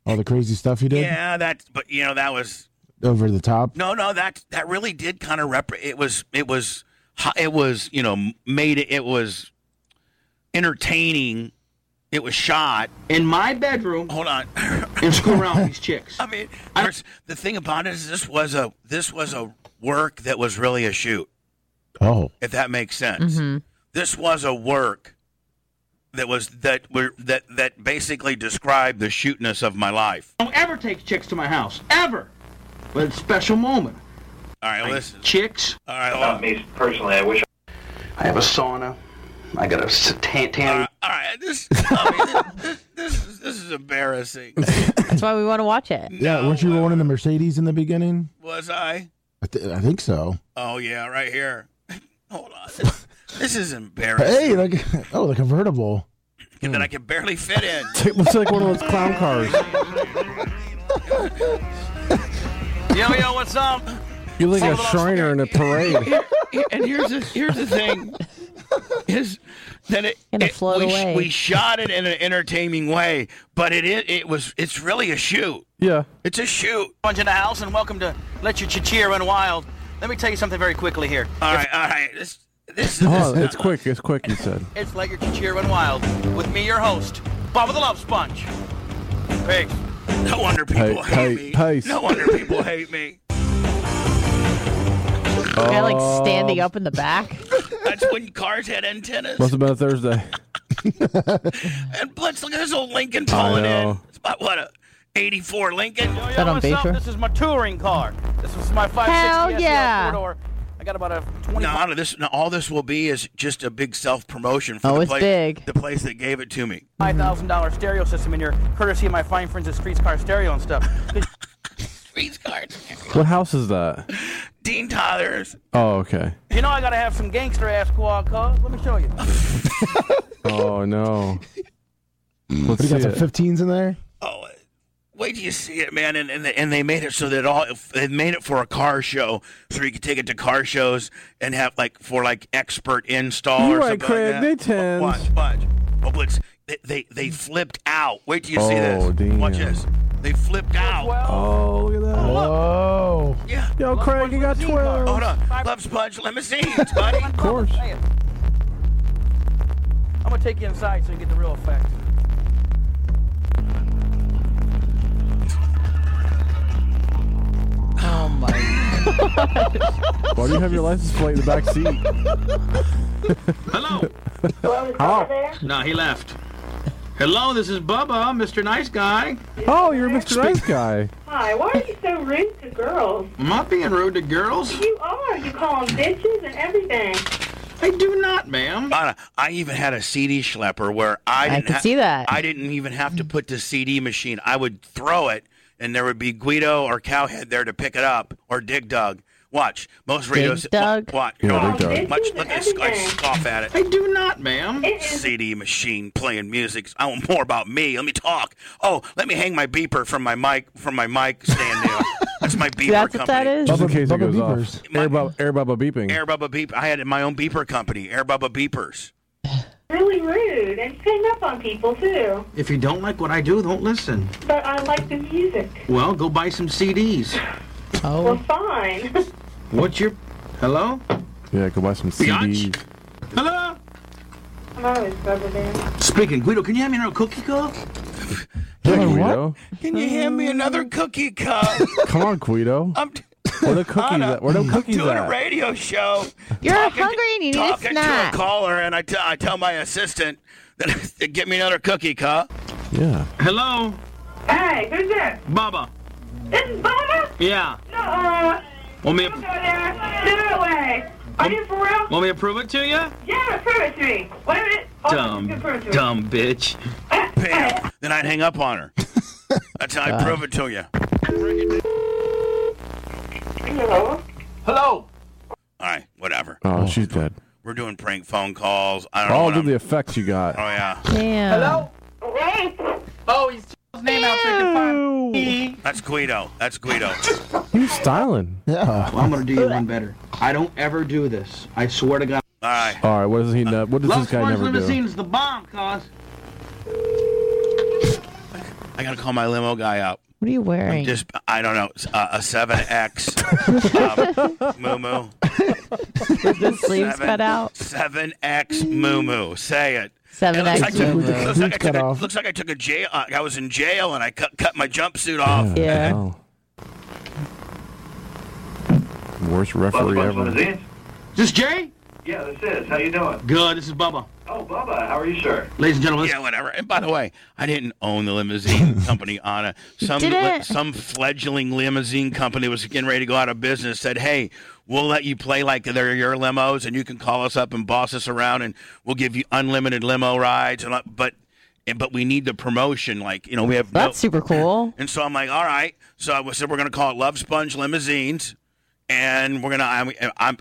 Speaker 9: all the crazy stuff he did
Speaker 5: Yeah, that. But you know, that was
Speaker 9: over the top.
Speaker 5: no, no. That that really did kind of rep. It was. It was. hi- It was. You know, made it. It was entertaining. It was shot in my bedroom. Hold on, and screw [laughs] around with these chicks. I mean, there's- the thing about it is, this was a this was a work that was really a shoot.
Speaker 9: Oh,
Speaker 5: If that makes sense.
Speaker 8: Mm-hmm.
Speaker 5: [laughs] This was a work that was that were that that basically described the shootness of my life.
Speaker 13: Don't ever take chicks to my house. Ever. But it's a special moment.
Speaker 5: All right, listen.
Speaker 13: Chicks.
Speaker 5: All right,
Speaker 13: Not me personally. I wish. I have a sauna. I got a satan. tan.
Speaker 5: All right, this, I mean, this, this, this, This is embarrassing.
Speaker 8: That's why we want to watch it.
Speaker 9: Yeah, weren't you rolling in the Mercedes in the beginning?
Speaker 5: Was I?
Speaker 9: I, th- I think so.
Speaker 5: Oh yeah, right here. Hold on. This, this is embarrassing.
Speaker 9: Hey, like, oh, the convertible.
Speaker 5: And that I can barely fit
Speaker 9: [laughs]
Speaker 5: in.
Speaker 9: It looks like one of those clown
Speaker 5: [laughs]
Speaker 9: cars.
Speaker 5: yo, yo, what's up?
Speaker 7: You look like a Shriner in a parade.
Speaker 5: and here's the here's the thing is that it, it-
Speaker 8: float
Speaker 5: we, sh-
Speaker 8: away.
Speaker 5: we shot it in an entertaining way, but it i- it was it's really a shoot.
Speaker 7: Yeah.
Speaker 5: It's a shoot.
Speaker 11: Sponge in the house, and welcome to Let Your Chichir Run Wild. Let me tell you something very quickly here.
Speaker 5: All right, all right. This, this,
Speaker 7: Oh, it's quick. It's quick. You said.
Speaker 11: It's Let Your Chichir Run Wild with me, your host, Bob of the Love Sponge. Hey.
Speaker 5: No wonder
Speaker 7: Hey,
Speaker 5: people hate
Speaker 7: hey,
Speaker 5: me.
Speaker 7: pace.
Speaker 5: No wonder people hate me.
Speaker 8: Guy
Speaker 7: Oh. Um,
Speaker 8: like standing up in the back.
Speaker 5: That's when cars had antennas.
Speaker 7: Must have been
Speaker 5: [laughs]
Speaker 7: a Thursday.
Speaker 5: And Blitz, look at this old Lincoln
Speaker 7: I
Speaker 5: pulling in.
Speaker 7: know.
Speaker 5: It's about what a '84 Lincoln.
Speaker 11: Yo, what's up? This is my touring car. This was my 560
Speaker 8: yeah.
Speaker 11: four-door. I got about a 20.
Speaker 5: No, all of this, no, all this will be is just a big self promotion for
Speaker 11: Oh,
Speaker 5: the
Speaker 11: it's
Speaker 5: place,
Speaker 11: big.
Speaker 5: the place that gave it to me.
Speaker 11: Five thousand dollar stereo system in here, courtesy of my fine friends at Streets Car Stereo and
Speaker 5: [laughs]
Speaker 11: stuff.
Speaker 5: Streets Car.
Speaker 7: What house is that?
Speaker 5: Dean Tyler's. [laughs]
Speaker 7: Oh, okay.
Speaker 11: You know I gotta have some gangster ass squad cars. Let me show
Speaker 7: [laughs]
Speaker 11: you.
Speaker 7: Oh no.
Speaker 9: What,
Speaker 7: Let's
Speaker 9: you
Speaker 7: see
Speaker 9: got some
Speaker 7: it.
Speaker 9: 15s in there?
Speaker 5: Wait till you see it, man. And and they, and they made it so that all they made it for a car show, so you could take it to car shows and have like for like expert install
Speaker 7: You're
Speaker 5: or
Speaker 7: right,
Speaker 5: something
Speaker 7: Craig,
Speaker 5: like
Speaker 7: they
Speaker 5: that.
Speaker 7: tend.
Speaker 5: Watch, watch. Oh, Blitz, they, they they flipped out. Wait till you see this.
Speaker 7: Oh, damn.
Speaker 5: Watch this. They flipped out.
Speaker 7: Oh, look at that. Oh.
Speaker 5: Yeah.
Speaker 7: Yo, Craig, you got 12.
Speaker 5: Hold on. Love sponge, limousines, buddy.
Speaker 11: Of
Speaker 7: course.
Speaker 11: I'm gonna take you inside so you get the real effect.
Speaker 8: Oh my!
Speaker 7: Why do you have your license plate in the back seat?
Speaker 14: Hello.
Speaker 7: [laughs] Hello.
Speaker 14: No, he left. Hello, this is Bubba, Mr. Nice Guy.
Speaker 7: Oh, you're Mr. Nice Guy.
Speaker 1: Hi, why are you so rude to girls?
Speaker 14: Am I being rude to girls?
Speaker 1: You are. You call them bitches and everything.
Speaker 14: I do not, ma'am.
Speaker 5: Anna, I even had a CD schlepper where I didn't
Speaker 8: could
Speaker 5: ha-
Speaker 8: see that.
Speaker 5: I didn't even have to put the CD machine. I would throw it, and there would be Guido or Cowhead there to pick it up or Dig Dug. Watch most radios.
Speaker 8: Dig Dug?
Speaker 5: Wa- watch.
Speaker 7: Yeah,
Speaker 5: watch.
Speaker 7: Dig Dug.
Speaker 5: Much. Look, I, sc- I scoff at it.
Speaker 14: I do not, ma'am.
Speaker 5: CD machine playing music. I want more about me. Let me talk. Oh, let me hang my beeper from my mic from my mic
Speaker 8: [laughs]
Speaker 5: stand. there. That's my beeper
Speaker 8: That's what
Speaker 5: company.
Speaker 8: that is.
Speaker 7: Just in case it
Speaker 9: Bubba
Speaker 7: goes off.
Speaker 9: beepers.
Speaker 7: Air, bub- air Bubba beeping.
Speaker 5: Air Bubba Beep. I had my own beeper company. Air Bubba Beepers.
Speaker 1: Really rude and picking up on people too.
Speaker 14: If you don't like what I do, don't listen.
Speaker 1: But I like the music.
Speaker 14: Well, go buy some CDs.
Speaker 1: Well, fine.
Speaker 14: What's your... Hello?
Speaker 7: Yeah, go buy some
Speaker 14: Biatch?
Speaker 7: CDs.
Speaker 14: [laughs] Hello?
Speaker 1: Hello, it's Bubba Dan.
Speaker 14: Speaking, Guido, can you hand me another cookie
Speaker 7: [laughs]
Speaker 14: cup?
Speaker 7: Come on, Guido.
Speaker 5: Can you hand me another cookie cup?
Speaker 7: Come on, Guido.
Speaker 5: [laughs] I'm t-
Speaker 7: Where the cookies
Speaker 5: Anna,
Speaker 7: at? Where the cookies
Speaker 5: doing a
Speaker 7: at?
Speaker 5: radio show.
Speaker 8: You're
Speaker 5: talking-
Speaker 8: hungry and you need a
Speaker 5: talking
Speaker 8: snack.
Speaker 5: to a caller, and I te- I tell my assistant that [laughs] to get me another cookie cup.
Speaker 7: Yeah.
Speaker 14: Hello?
Speaker 1: Hey, who's this?
Speaker 14: Bubba.
Speaker 1: This is Bubba?
Speaker 14: Yeah.
Speaker 1: Uh,
Speaker 14: Want me,
Speaker 1: don't go there. Do it away. Are you for real?
Speaker 14: want me to prove it to you?
Speaker 1: Yeah, prove it to me. Wait a minute. Oh,
Speaker 14: Dumb,
Speaker 1: you prove it to me.
Speaker 14: dumb bitch.
Speaker 5: Bam. then I'd hang up on her. That's how I prove it to you. All
Speaker 1: Hello?
Speaker 14: Hello?
Speaker 5: right, whatever.
Speaker 7: Oh, she's dead.
Speaker 5: We're doing prank phone calls. I don't know.
Speaker 7: Oh,
Speaker 5: what
Speaker 7: look
Speaker 5: I'm-
Speaker 7: at the effects you got.
Speaker 5: oh yeah,
Speaker 8: Damn.
Speaker 14: Hello?
Speaker 1: Wait.
Speaker 14: Oh, he's his name out so you can find me.
Speaker 5: that's Guido.
Speaker 1: [laughs]
Speaker 5: That's Guido.
Speaker 7: You styling.
Speaker 9: Yeah.
Speaker 14: Well, I'm going to do you one better. I don't ever do this. I swear to God.
Speaker 5: All right.
Speaker 7: All right, what does he? Ne- what does
Speaker 14: Love
Speaker 7: this guy
Speaker 14: Sponge
Speaker 7: never do?
Speaker 14: Limousine is the bomb, cause.
Speaker 5: I gotta call my limo guy up.
Speaker 8: What are you wearing?
Speaker 5: Just I don't know uh, a seven X,
Speaker 8: [laughs]
Speaker 5: um, moo moo.
Speaker 8: With the sleeves
Speaker 5: Seven-
Speaker 8: cut out.
Speaker 5: Seven X Moo Moo. Say it.
Speaker 8: Seven
Speaker 5: It looks
Speaker 8: X
Speaker 5: like I-
Speaker 8: Moo Moo.
Speaker 5: Looks like I took
Speaker 9: Cut
Speaker 5: a-
Speaker 9: off.
Speaker 5: looks like I took a jail. uh, I was in jail and I cut, cut my jumpsuit off.
Speaker 8: Yeah.
Speaker 7: Oh. Worst referee ever.
Speaker 14: Is this Jay?
Speaker 15: Yeah, this is. How you doing?
Speaker 14: Good, this is Bubba.
Speaker 15: Oh, Bubba, how are you, sir?
Speaker 14: Ladies and gentlemen,
Speaker 5: Yeah, whatever. And by the way, I didn't own the limousine company, Anna. Some
Speaker 8: did it.
Speaker 5: some fledgling limousine company was getting ready to go out of business. Said, "Hey, we'll let you play like they're your limos, and you can call us up and boss us around, and we'll give you unlimited limo rides." And all- but and, but we need the promotion. Like, you know, we have no-
Speaker 8: That's super cool.
Speaker 5: And so I'm like, all right. So I said, we're going to call it Love Sponge Limousines, and we're gonna. I'm, I'm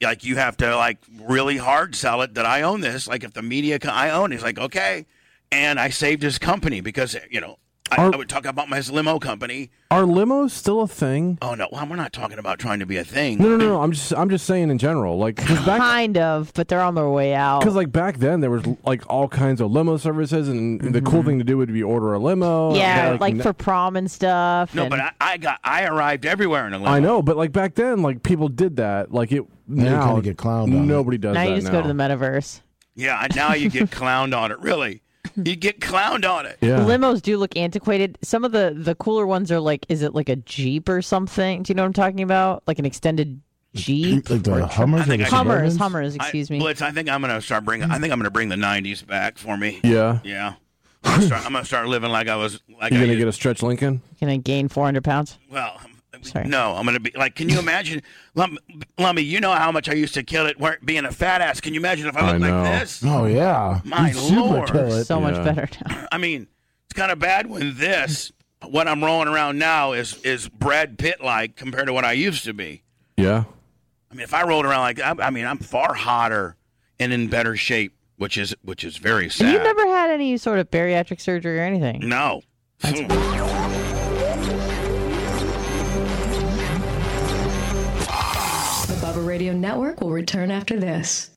Speaker 5: like, you have to like really hard sell it that I own this. Like, if the media, co- I own. it. He's like, okay. And I saved his company because you know I, I would talk about my limo company.
Speaker 7: Are limos still a thing?
Speaker 5: Oh no, well, we're not talking about trying to be a thing.
Speaker 7: No, no, no. I'm just, I'm just saying in general, like 'cause
Speaker 8: [laughs]
Speaker 7: back,
Speaker 8: kind of, but they're on their way out.
Speaker 7: Because like back then, there was like all kinds of limo services, and the cool thing to do would be order a limo.
Speaker 8: Mm-hmm. yeah,
Speaker 7: and,
Speaker 8: like, for prom and stuff.
Speaker 5: No,
Speaker 8: and-
Speaker 5: but I, I got I arrived everywhere in a limo.
Speaker 7: I know, but like back then, like people did that. Like it
Speaker 5: you
Speaker 7: now,
Speaker 5: kinda get clowned on it.
Speaker 7: Nobody does.
Speaker 8: now
Speaker 7: that
Speaker 8: you just go to the metaverse.
Speaker 5: Yeah, and now you get clowned on it. Really, you get clowned on
Speaker 7: [laughs]
Speaker 5: it.
Speaker 8: Limos do look antiquated. Some of the the cooler ones are like, is it like a jeep or something? Do you know what I'm talking about? Like an extended jeep,
Speaker 9: Like the Hummers, like the
Speaker 8: Hummers,
Speaker 9: Suburbans?
Speaker 8: Hummers. Excuse me.
Speaker 5: Blitz, I think I'm gonna start bringing. I think I'm gonna bring the '90s back for me.
Speaker 7: Yeah.
Speaker 5: yeah. I'm gonna start, I'm gonna start living like I was. Like
Speaker 7: You're
Speaker 5: I
Speaker 7: gonna
Speaker 5: used-
Speaker 7: get a stretch Lincoln.
Speaker 8: Can I gain 400 pounds?
Speaker 5: well. No, I'm gonna be like. Can you imagine, Lum- Lummy? You know how much I used to kill it wear- being a fat ass. Can you imagine if I
Speaker 7: I
Speaker 5: looked
Speaker 7: know.
Speaker 5: like this?
Speaker 9: Oh yeah,
Speaker 5: My
Speaker 9: You'd super
Speaker 5: lord.
Speaker 9: kill it.
Speaker 8: So much better now.
Speaker 5: [laughs] I mean, it's kind of bad when this, what I'm rolling around now, is is Brad Pitt like compared to what I used to be.
Speaker 7: Yeah.
Speaker 5: I mean, if I rolled around like, I, I mean, I'm far hotter and in better shape, which is which is very
Speaker 8: And
Speaker 5: sad. Mm.
Speaker 8: You've never had any sort of bariatric surgery or anything.
Speaker 5: No. Hmm.
Speaker 16: The Bubba Radio Network will return after this.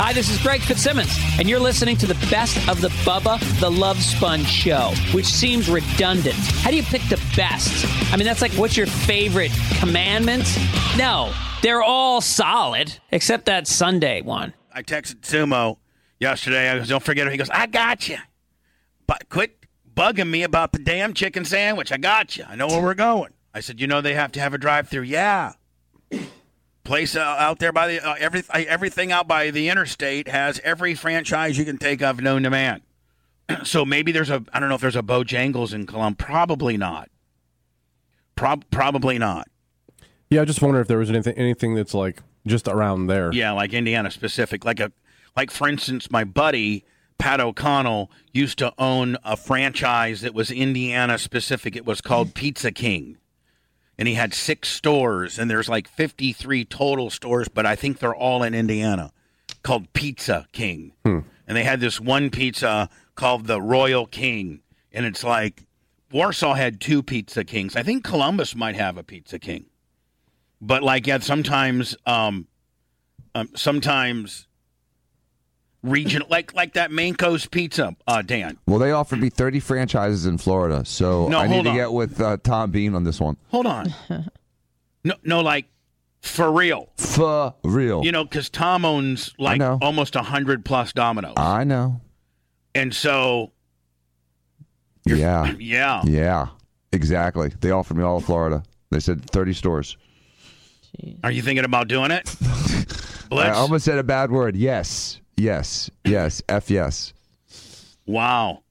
Speaker 17: Hi, this is Greg Fitzsimmons, and you're listening to the best of the Bubba the Love Sponge show, which seems redundant. How do you pick the best? I mean, that's like, what's your favorite commandment? No, they're all solid, except that Sunday one.
Speaker 5: I texted Sumo yesterday. I goes, "Don't forget it." He goes, "I got you, but quit bugging me about the damn chicken sandwich. I got you. I know where we're going." I said, "You know they have to have a drive-through." Yeah. Place uh, out there by the uh, every, uh, everything out by the interstate has every franchise you can take of known to man. [clears throat] so maybe there's a I don't know if there's a Bojangles in Columbus. Probably not. Prob- probably not.
Speaker 7: Yeah, I just wonder if there was anything, anything that's like just around there.
Speaker 5: Yeah, like Indiana specific. Like a like for instance, my buddy Pat O'Connell used to own a franchise that was Indiana specific. It was called Pizza King. And he had six stores and there's like 53 total stores, but I think they're all in Indiana called Pizza King. And they had this one pizza called the Royal King and it's like Warsaw had two Pizza Kings. I think Columbus might have a Pizza King. But like yeah, sometimes um um, sometimes regional, like like that Manco's Pizza, uh, Dan.
Speaker 18: Well, they offered me 30 franchises in Florida, so
Speaker 5: No,
Speaker 18: I need
Speaker 5: hold
Speaker 18: to
Speaker 5: on.
Speaker 18: get with uh, Tom Bean on this one. [laughs]
Speaker 5: Hold on, no, no, like for real,
Speaker 18: For real.
Speaker 5: you know, because Tom owns like almost a hundred plus Domino's,
Speaker 18: I know.
Speaker 5: and so
Speaker 18: Yeah.
Speaker 5: [laughs] yeah,
Speaker 18: Yeah. Exactly. They offered me all of Florida. They said 30 stores.
Speaker 5: are you thinking about
Speaker 18: [laughs]
Speaker 5: doing it?
Speaker 18: I
Speaker 5: Blitz?
Speaker 18: almost said a bad word. Yes. Yes. Yes. F yes.
Speaker 5: wow,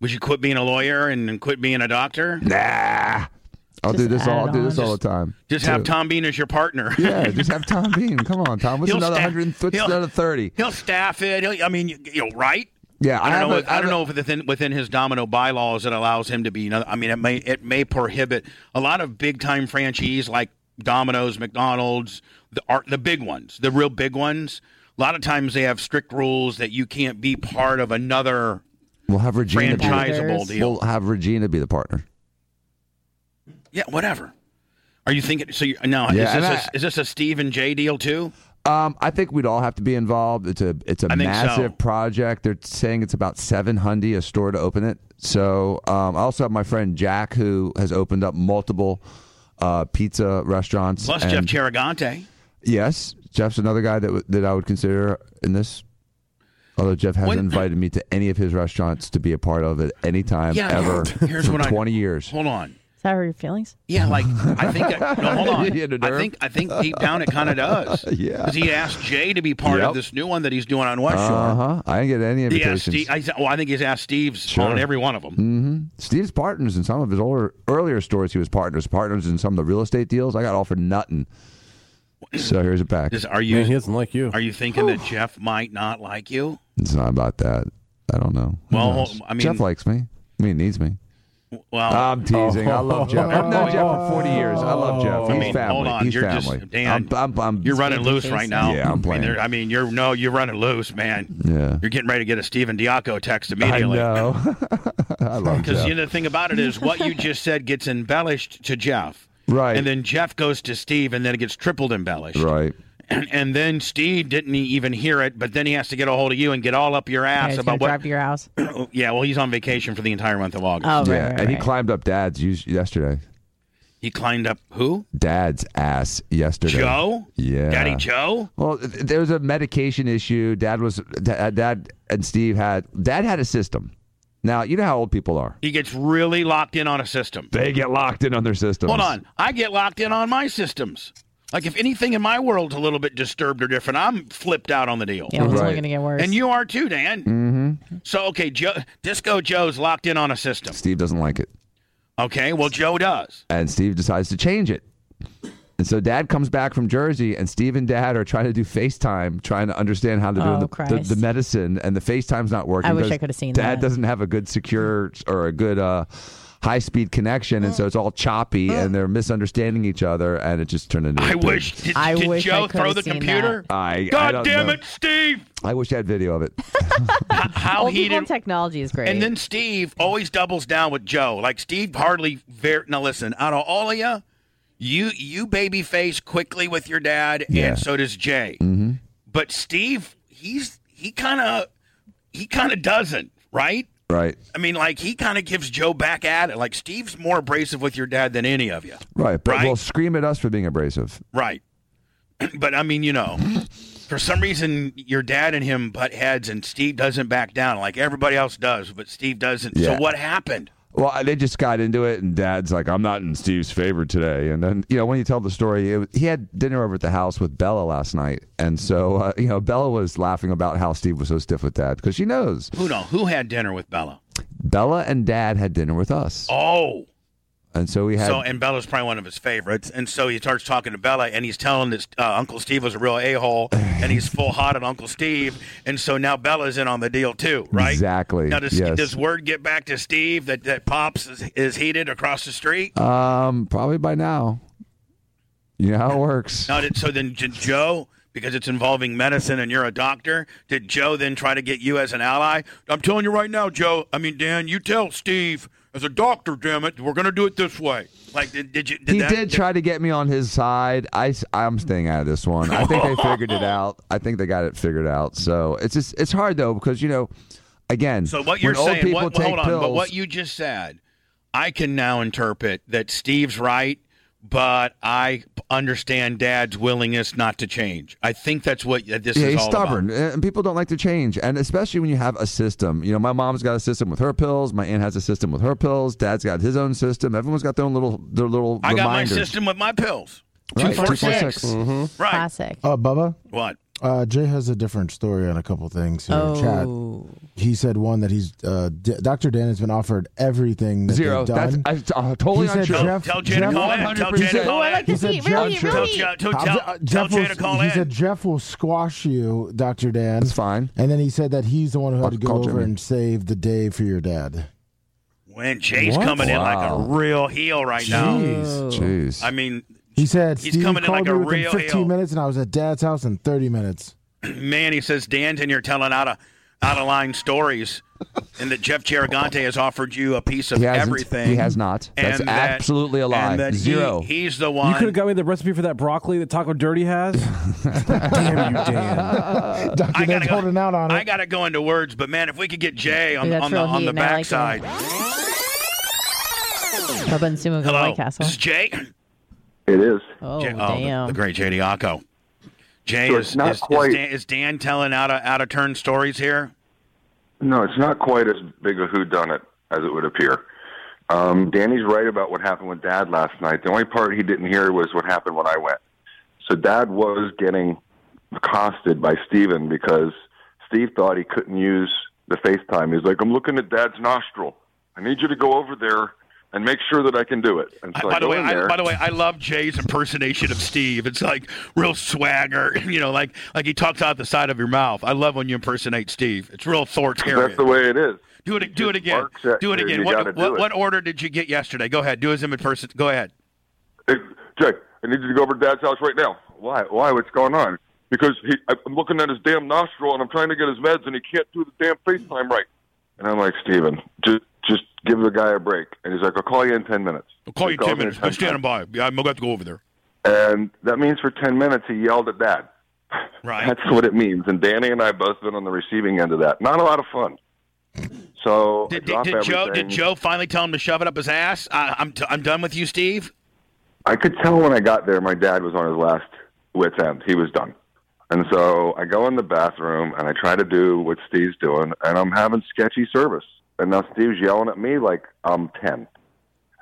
Speaker 5: would you quit being a lawyer and, and quit being a doctor?
Speaker 18: Nah, I'll do this all. I'll do this all the time.
Speaker 5: Just have
Speaker 18: too.
Speaker 5: Tom Bean as your partner.
Speaker 18: [laughs] Yeah,
Speaker 5: [laughs]
Speaker 18: just have Tom Bean. Come on, Tom. What's
Speaker 5: He'll
Speaker 18: another
Speaker 5: sta-
Speaker 18: hundred? What's
Speaker 5: he'll-
Speaker 18: another thirty?
Speaker 5: He'll staff it. He'll, I mean, you, you know, right?
Speaker 18: Yeah,
Speaker 5: I
Speaker 18: I
Speaker 5: don't know.
Speaker 18: have
Speaker 5: if,
Speaker 18: a-
Speaker 5: I
Speaker 18: I
Speaker 5: don't
Speaker 18: have
Speaker 5: know if within within his domino bylaws it allows him to be. another- I mean, it may it may prohibit a lot of big time franchisees like Domino's, McDonald's, the art, the big ones, the real big ones. A lot of times they have strict rules that you can't be part of another.
Speaker 18: We'll have Regina. Be
Speaker 5: Franchisable deal.
Speaker 18: We'll have Regina be the partner.
Speaker 5: Yeah, whatever. Are you thinking? So you, now
Speaker 18: Yeah,
Speaker 5: is,
Speaker 18: and
Speaker 5: this
Speaker 18: I-
Speaker 5: a, is this a Steve and Jay deal too?
Speaker 18: Um, I think we'd all have to be involved. It's a it's a
Speaker 5: I think so.
Speaker 18: massive project. They're saying it's about seven hundred a store to open it. So um, I also have my friend Jack who has opened up multiple uh, pizza restaurants.
Speaker 5: Plus
Speaker 18: and-
Speaker 5: Jeff Charagante.
Speaker 18: Yes, Jeff's another guy that w- that I would consider in this. Although Jeff hasn't
Speaker 5: When-
Speaker 18: invited me to any of his restaurants to be a part of at any time
Speaker 5: Yeah,
Speaker 18: ever
Speaker 5: here's
Speaker 18: for
Speaker 5: what I-
Speaker 18: twenty years.
Speaker 5: Hold on.
Speaker 8: that hurt your feelings?
Speaker 5: Yeah, like I think. That,
Speaker 18: [laughs]
Speaker 5: no, hold
Speaker 8: [laughs]
Speaker 5: on.
Speaker 18: You had a
Speaker 5: I
Speaker 18: nerve.
Speaker 5: think. I think deep down it kind of does.
Speaker 18: [laughs] Yeah.
Speaker 5: Because he asked Jay to be part
Speaker 18: Yep.
Speaker 5: of this new one that he's doing on West Shore.
Speaker 18: Uh huh. I didn't get any
Speaker 5: He asked
Speaker 18: invitations.
Speaker 5: Steve, I, well, I think he's asked Steve's
Speaker 18: Sure.
Speaker 5: on every one of them.
Speaker 18: hmm Steve's partners in some of his older, earlier stories. He was partners, partners in some of the real estate deals. I got offered nothing. So here's it back.
Speaker 5: Is- are you?
Speaker 18: Man, he
Speaker 5: doesn't like you. Are you thinking that Jeff might not like you?
Speaker 18: It's not about that. I don't know. Who
Speaker 5: Well,
Speaker 18: knows?
Speaker 5: I mean-
Speaker 18: Jeff likes me. I mean, he needs me.
Speaker 5: Well,
Speaker 18: I'm teasing. I love Jeff. I've known Jeff for 40 years. I love Jeff. He's
Speaker 5: I mean,
Speaker 18: family.
Speaker 5: Hold on,
Speaker 18: He's
Speaker 5: you're
Speaker 18: family.
Speaker 5: just Dan.
Speaker 18: I'm, I'm, I'm-
Speaker 5: you're running loose right now.
Speaker 18: Yeah, I'm
Speaker 5: I mean,
Speaker 18: playing.
Speaker 5: there- I mean, you're no, you're running loose, man.
Speaker 18: Yeah. [laughs]
Speaker 5: You're getting ready to get a Steven Diaco text
Speaker 18: I
Speaker 5: immediately. [laughs]
Speaker 18: know. [laughs] I love
Speaker 5: Because
Speaker 18: Jeff.
Speaker 5: you know, the thing about it is, what you just said gets embellished to Jeff,
Speaker 18: Right.
Speaker 5: And then Jeff goes to Steve, and then it gets tripled embellished,
Speaker 18: right.
Speaker 5: And, and then Steve didn't e, even hear it, but then he has to get a hold of you and get all up your
Speaker 8: Yeah,
Speaker 5: ass
Speaker 8: he's gonna
Speaker 5: about what.
Speaker 8: drive to your house.
Speaker 5: [coughs] yeah, well, he's on vacation for the entire month of August.
Speaker 8: Oh, right,
Speaker 18: yeah, and he climbed up Dad's us- yesterday.
Speaker 5: He climbed up who?
Speaker 18: Dad's ass yesterday.
Speaker 5: Joe?
Speaker 18: Yeah.
Speaker 5: Daddy Joe?
Speaker 18: Well, th- there was a medication issue. Dad was da- uh, Dad and Steve had Dad had a system. Now you know how old people are.
Speaker 5: He gets really locked in on a system.
Speaker 18: They get locked in on their systems.
Speaker 5: Hold on. I get locked in on my systems. Like if anything in my world's a little bit disturbed or different, I'm flipped out on the deal.
Speaker 8: Yeah, well, it's only Right. gonna get worse.
Speaker 5: And you are too, Dan. Mm-hmm. So okay, Joe, Disco Joe's locked in on a system.
Speaker 18: Steve doesn't like it,
Speaker 5: Okay, well Joe does.
Speaker 18: and Steve decides to change it. And so Dad comes back from Jersey, and Steve and Dad are trying to do FaceTime, trying to understand how to
Speaker 8: Oh,
Speaker 18: do the,
Speaker 8: Christ.
Speaker 18: the, the medicine, and the FaceTime's not working.
Speaker 8: I wish
Speaker 18: because
Speaker 8: I could've seen
Speaker 18: Dad
Speaker 8: that.
Speaker 18: doesn't have a good secure or a good uh, high speed connection, and so it's all choppy,
Speaker 8: Mm.
Speaker 18: and they're misunderstanding each other, and it just turned into. a
Speaker 5: I
Speaker 18: big-
Speaker 5: wish did,
Speaker 8: I
Speaker 5: did
Speaker 8: wish I
Speaker 5: Joe
Speaker 8: could've
Speaker 5: throw the
Speaker 8: seen
Speaker 5: computer?
Speaker 18: I I
Speaker 5: God
Speaker 18: don't
Speaker 5: damn
Speaker 18: know.
Speaker 5: it, Steve!
Speaker 18: I wish I had video of it. [laughs]
Speaker 5: How
Speaker 8: Old
Speaker 5: he
Speaker 8: people
Speaker 5: did
Speaker 8: and technology is great.
Speaker 5: And then Steve always doubles down with Joe. Like Steve hardly ver- now listen, out of all of you, you you babyface quickly with your dad,
Speaker 18: Yeah.
Speaker 5: and so does Jay.
Speaker 18: Mm-hmm.
Speaker 5: But Steve, he's he kind of he kind of doesn't, right?
Speaker 18: Right,
Speaker 5: I mean, like he kind of gives Joe back at it. Like Steve's more abrasive with your dad than any of you,
Speaker 18: right. But
Speaker 5: Right.
Speaker 18: well, scream at us for being abrasive.
Speaker 5: right? [clears throat] But I mean, you know, for some reason your dad and him butt heads, and Steve doesn't back down like everybody else does, but Steve doesn't.
Speaker 18: Yeah.
Speaker 5: So what happened?
Speaker 18: Well, they just got into it, and Dad's like, "I'm not in Steve's favor today." And then, you know, when you tell the story, it, was- he had dinner over at the house with Bella last night, and so uh, you know, Bella was laughing about how Steve was so stiff with Dad because she knows
Speaker 5: Who know? Who had dinner with Bella?
Speaker 18: Bella and Dad had dinner with us,
Speaker 5: Oh.
Speaker 18: and so we had
Speaker 5: So and Bella's probably one of his favorites, and so he starts talking to Bella, and he's telling that uh, Uncle Steve was a real
Speaker 18: [sighs]
Speaker 5: a hole, and he's full hot on Uncle Steve, and so now Bella's in on the deal too, right?
Speaker 18: exactly.
Speaker 5: Now does,
Speaker 18: yes.
Speaker 5: does word get back to Steve that that pops is, is heated across the street?
Speaker 18: um, probably by now, you know how it works.
Speaker 5: Now did so then did Joe because it's involving medicine and you're a doctor. Did Joe then try to get you as an ally? I'm telling you right now, Joe. I mean Dan, you tell Steve as a doctor, damn it, we're gonna do it this way. Like did, did you? Did
Speaker 18: he
Speaker 5: that,
Speaker 18: did try to get me on his side. I, am staying out of this one. I think they figured
Speaker 5: [laughs]
Speaker 18: it out. I think they got it figured out. So it's just it's hard though because you know, again,
Speaker 5: So what you're
Speaker 18: when old
Speaker 5: saying?
Speaker 18: people
Speaker 5: What,
Speaker 18: take
Speaker 5: hold on,
Speaker 18: pills,
Speaker 5: but what you just said, I can now interpret that Steve's right, but I p- understand Dad's willingness not to change. I think that's what that this
Speaker 18: yeah,
Speaker 5: is
Speaker 18: he's
Speaker 5: all
Speaker 18: stubborn, and people don't like to change, and especially when you have a system. You know, my mom's got a system with her pills. My aunt has a system with her pills. Dad's got his own system. Everyone's got their own little their little.
Speaker 5: about. I got my
Speaker 18: reminders.
Speaker 5: system with my pills.
Speaker 18: Right,
Speaker 5: Two four
Speaker 18: 246.
Speaker 5: six. Right.
Speaker 8: Classic.
Speaker 9: Uh, Bubba?
Speaker 5: What?
Speaker 9: Uh, Jay has a different story on a couple things here in
Speaker 8: Oh.
Speaker 9: chat. He said one that he's uh, D- Dr. Dan has been offered everything that
Speaker 18: Zero.
Speaker 9: they've
Speaker 18: That's
Speaker 9: done.
Speaker 18: I, uh, totally
Speaker 9: He said
Speaker 18: untrue.
Speaker 9: Jeff-
Speaker 5: Tell Jay to call in. Tell Jay to call in.
Speaker 9: He said Jeff-
Speaker 5: Tell, tell,
Speaker 9: Uh,
Speaker 5: tell,
Speaker 9: uh,
Speaker 5: tell
Speaker 9: Jeff
Speaker 5: Jay
Speaker 9: will-
Speaker 5: to call
Speaker 9: he
Speaker 5: in.
Speaker 9: said Jeff will squash you, Dr. Dan. That's
Speaker 18: fine.
Speaker 9: And then he said that he's the one who had to go
Speaker 18: call
Speaker 9: over
Speaker 18: Jimmy.
Speaker 9: and save the day for your dad.
Speaker 5: when Jay's
Speaker 9: What?
Speaker 5: coming in like a
Speaker 9: Wow.
Speaker 5: real heel right now.
Speaker 9: Jeez. Jeez.
Speaker 5: I mean,
Speaker 9: He said
Speaker 5: He's
Speaker 9: Steve
Speaker 5: coming in
Speaker 9: called
Speaker 5: like a
Speaker 9: me
Speaker 5: real
Speaker 9: within 15
Speaker 5: AO.
Speaker 9: minutes, and I was at Dad's house in 30 minutes.
Speaker 5: man, he says, Dan's in here telling out of out of line stories, and that Jeff Chiragante has offered you a piece of
Speaker 18: He hasn't.
Speaker 5: everything.
Speaker 18: He has not. That's
Speaker 5: And that-
Speaker 18: absolutely a lie.
Speaker 5: and that he-
Speaker 18: Zero.
Speaker 5: he's the
Speaker 7: You could
Speaker 5: one.
Speaker 7: have got me the recipe for that broccoli that Taco
Speaker 9: [laughs]
Speaker 7: Dirty has. Damn you, Dan.
Speaker 9: Dr. Dan's holding out on
Speaker 5: [laughs]
Speaker 9: it.
Speaker 5: I gotta go into words, but man, if we could get Jay on,
Speaker 9: Dude, that's
Speaker 5: on the
Speaker 9: real
Speaker 5: on
Speaker 9: heat,
Speaker 5: the
Speaker 9: and I like
Speaker 5: backside.
Speaker 8: Bubba and Sue go to
Speaker 5: Hello.
Speaker 8: White Castle.
Speaker 5: This is Jay.
Speaker 19: It is.
Speaker 8: Oh,
Speaker 5: Jay, oh, the-
Speaker 8: damn.
Speaker 5: The, great Jay Diaco. Jay
Speaker 19: So
Speaker 5: is,
Speaker 19: it's not
Speaker 5: is, is
Speaker 19: quite-
Speaker 5: Dan, is Dan telling out of out of turn stories here?
Speaker 19: No, it's not quite as big a whodunit as it would appear. Um, Danny's right about what happened with Dad last night. The only part he didn't hear was what happened when I went. So Dad was getting accosted by Steven because Steve thought he couldn't use the FaceTime. He's like, I'm looking at Dad's nostril. I need you to go over there and make sure that I can do it. And so I,
Speaker 5: by the
Speaker 19: go
Speaker 5: way,
Speaker 19: in
Speaker 5: I,
Speaker 19: there.
Speaker 5: by the way, I love Jay's impersonation of Steve. It's like real swagger, [laughs] you know, like like he talks out the side of your mouth. I love when you impersonate Steve. It's real authoritarian.
Speaker 19: That's the way it is.
Speaker 5: Do it. Do it again.
Speaker 19: barks at
Speaker 5: Do it
Speaker 19: you,
Speaker 5: again.
Speaker 19: you
Speaker 5: What,
Speaker 19: gotta do
Speaker 5: what,
Speaker 19: it.
Speaker 5: what order did you get yesterday? Go ahead. Do his impersonation. Go ahead.
Speaker 19: Hey, Jay, I need you to go over to Dad's house right now. Why? Why? What's going on? Because he, I- I'm looking at his damn nostril and I'm trying to get his meds and he can't do the damn FaceTime right. And I'm like, Steven, just just give the guy a break. And he's like, I'll call you in ten minutes.
Speaker 5: I'll call
Speaker 19: He
Speaker 5: you in
Speaker 19: calls
Speaker 5: ten
Speaker 19: me
Speaker 5: minutes. But stand by. Yeah, I'm gonna have to go over there.
Speaker 19: And that means for ten minutes he yelled at Dad.
Speaker 5: Right.
Speaker 19: That's what it means. And Danny and I both been on the receiving end of that. Not a lot of fun. So I
Speaker 5: Did, did,
Speaker 19: drop
Speaker 5: did Joe?
Speaker 19: everything.
Speaker 5: Did Joe finally tell him to shove it up his ass? I, I'm t- I'm done with you, Steve.
Speaker 19: I could tell when I got there, my dad was on his last wit's end. He was done. And so I go in the bathroom and I try to do what Steve's doing, and I'm having sketchy service. And now Steve's yelling at me like I'm 10.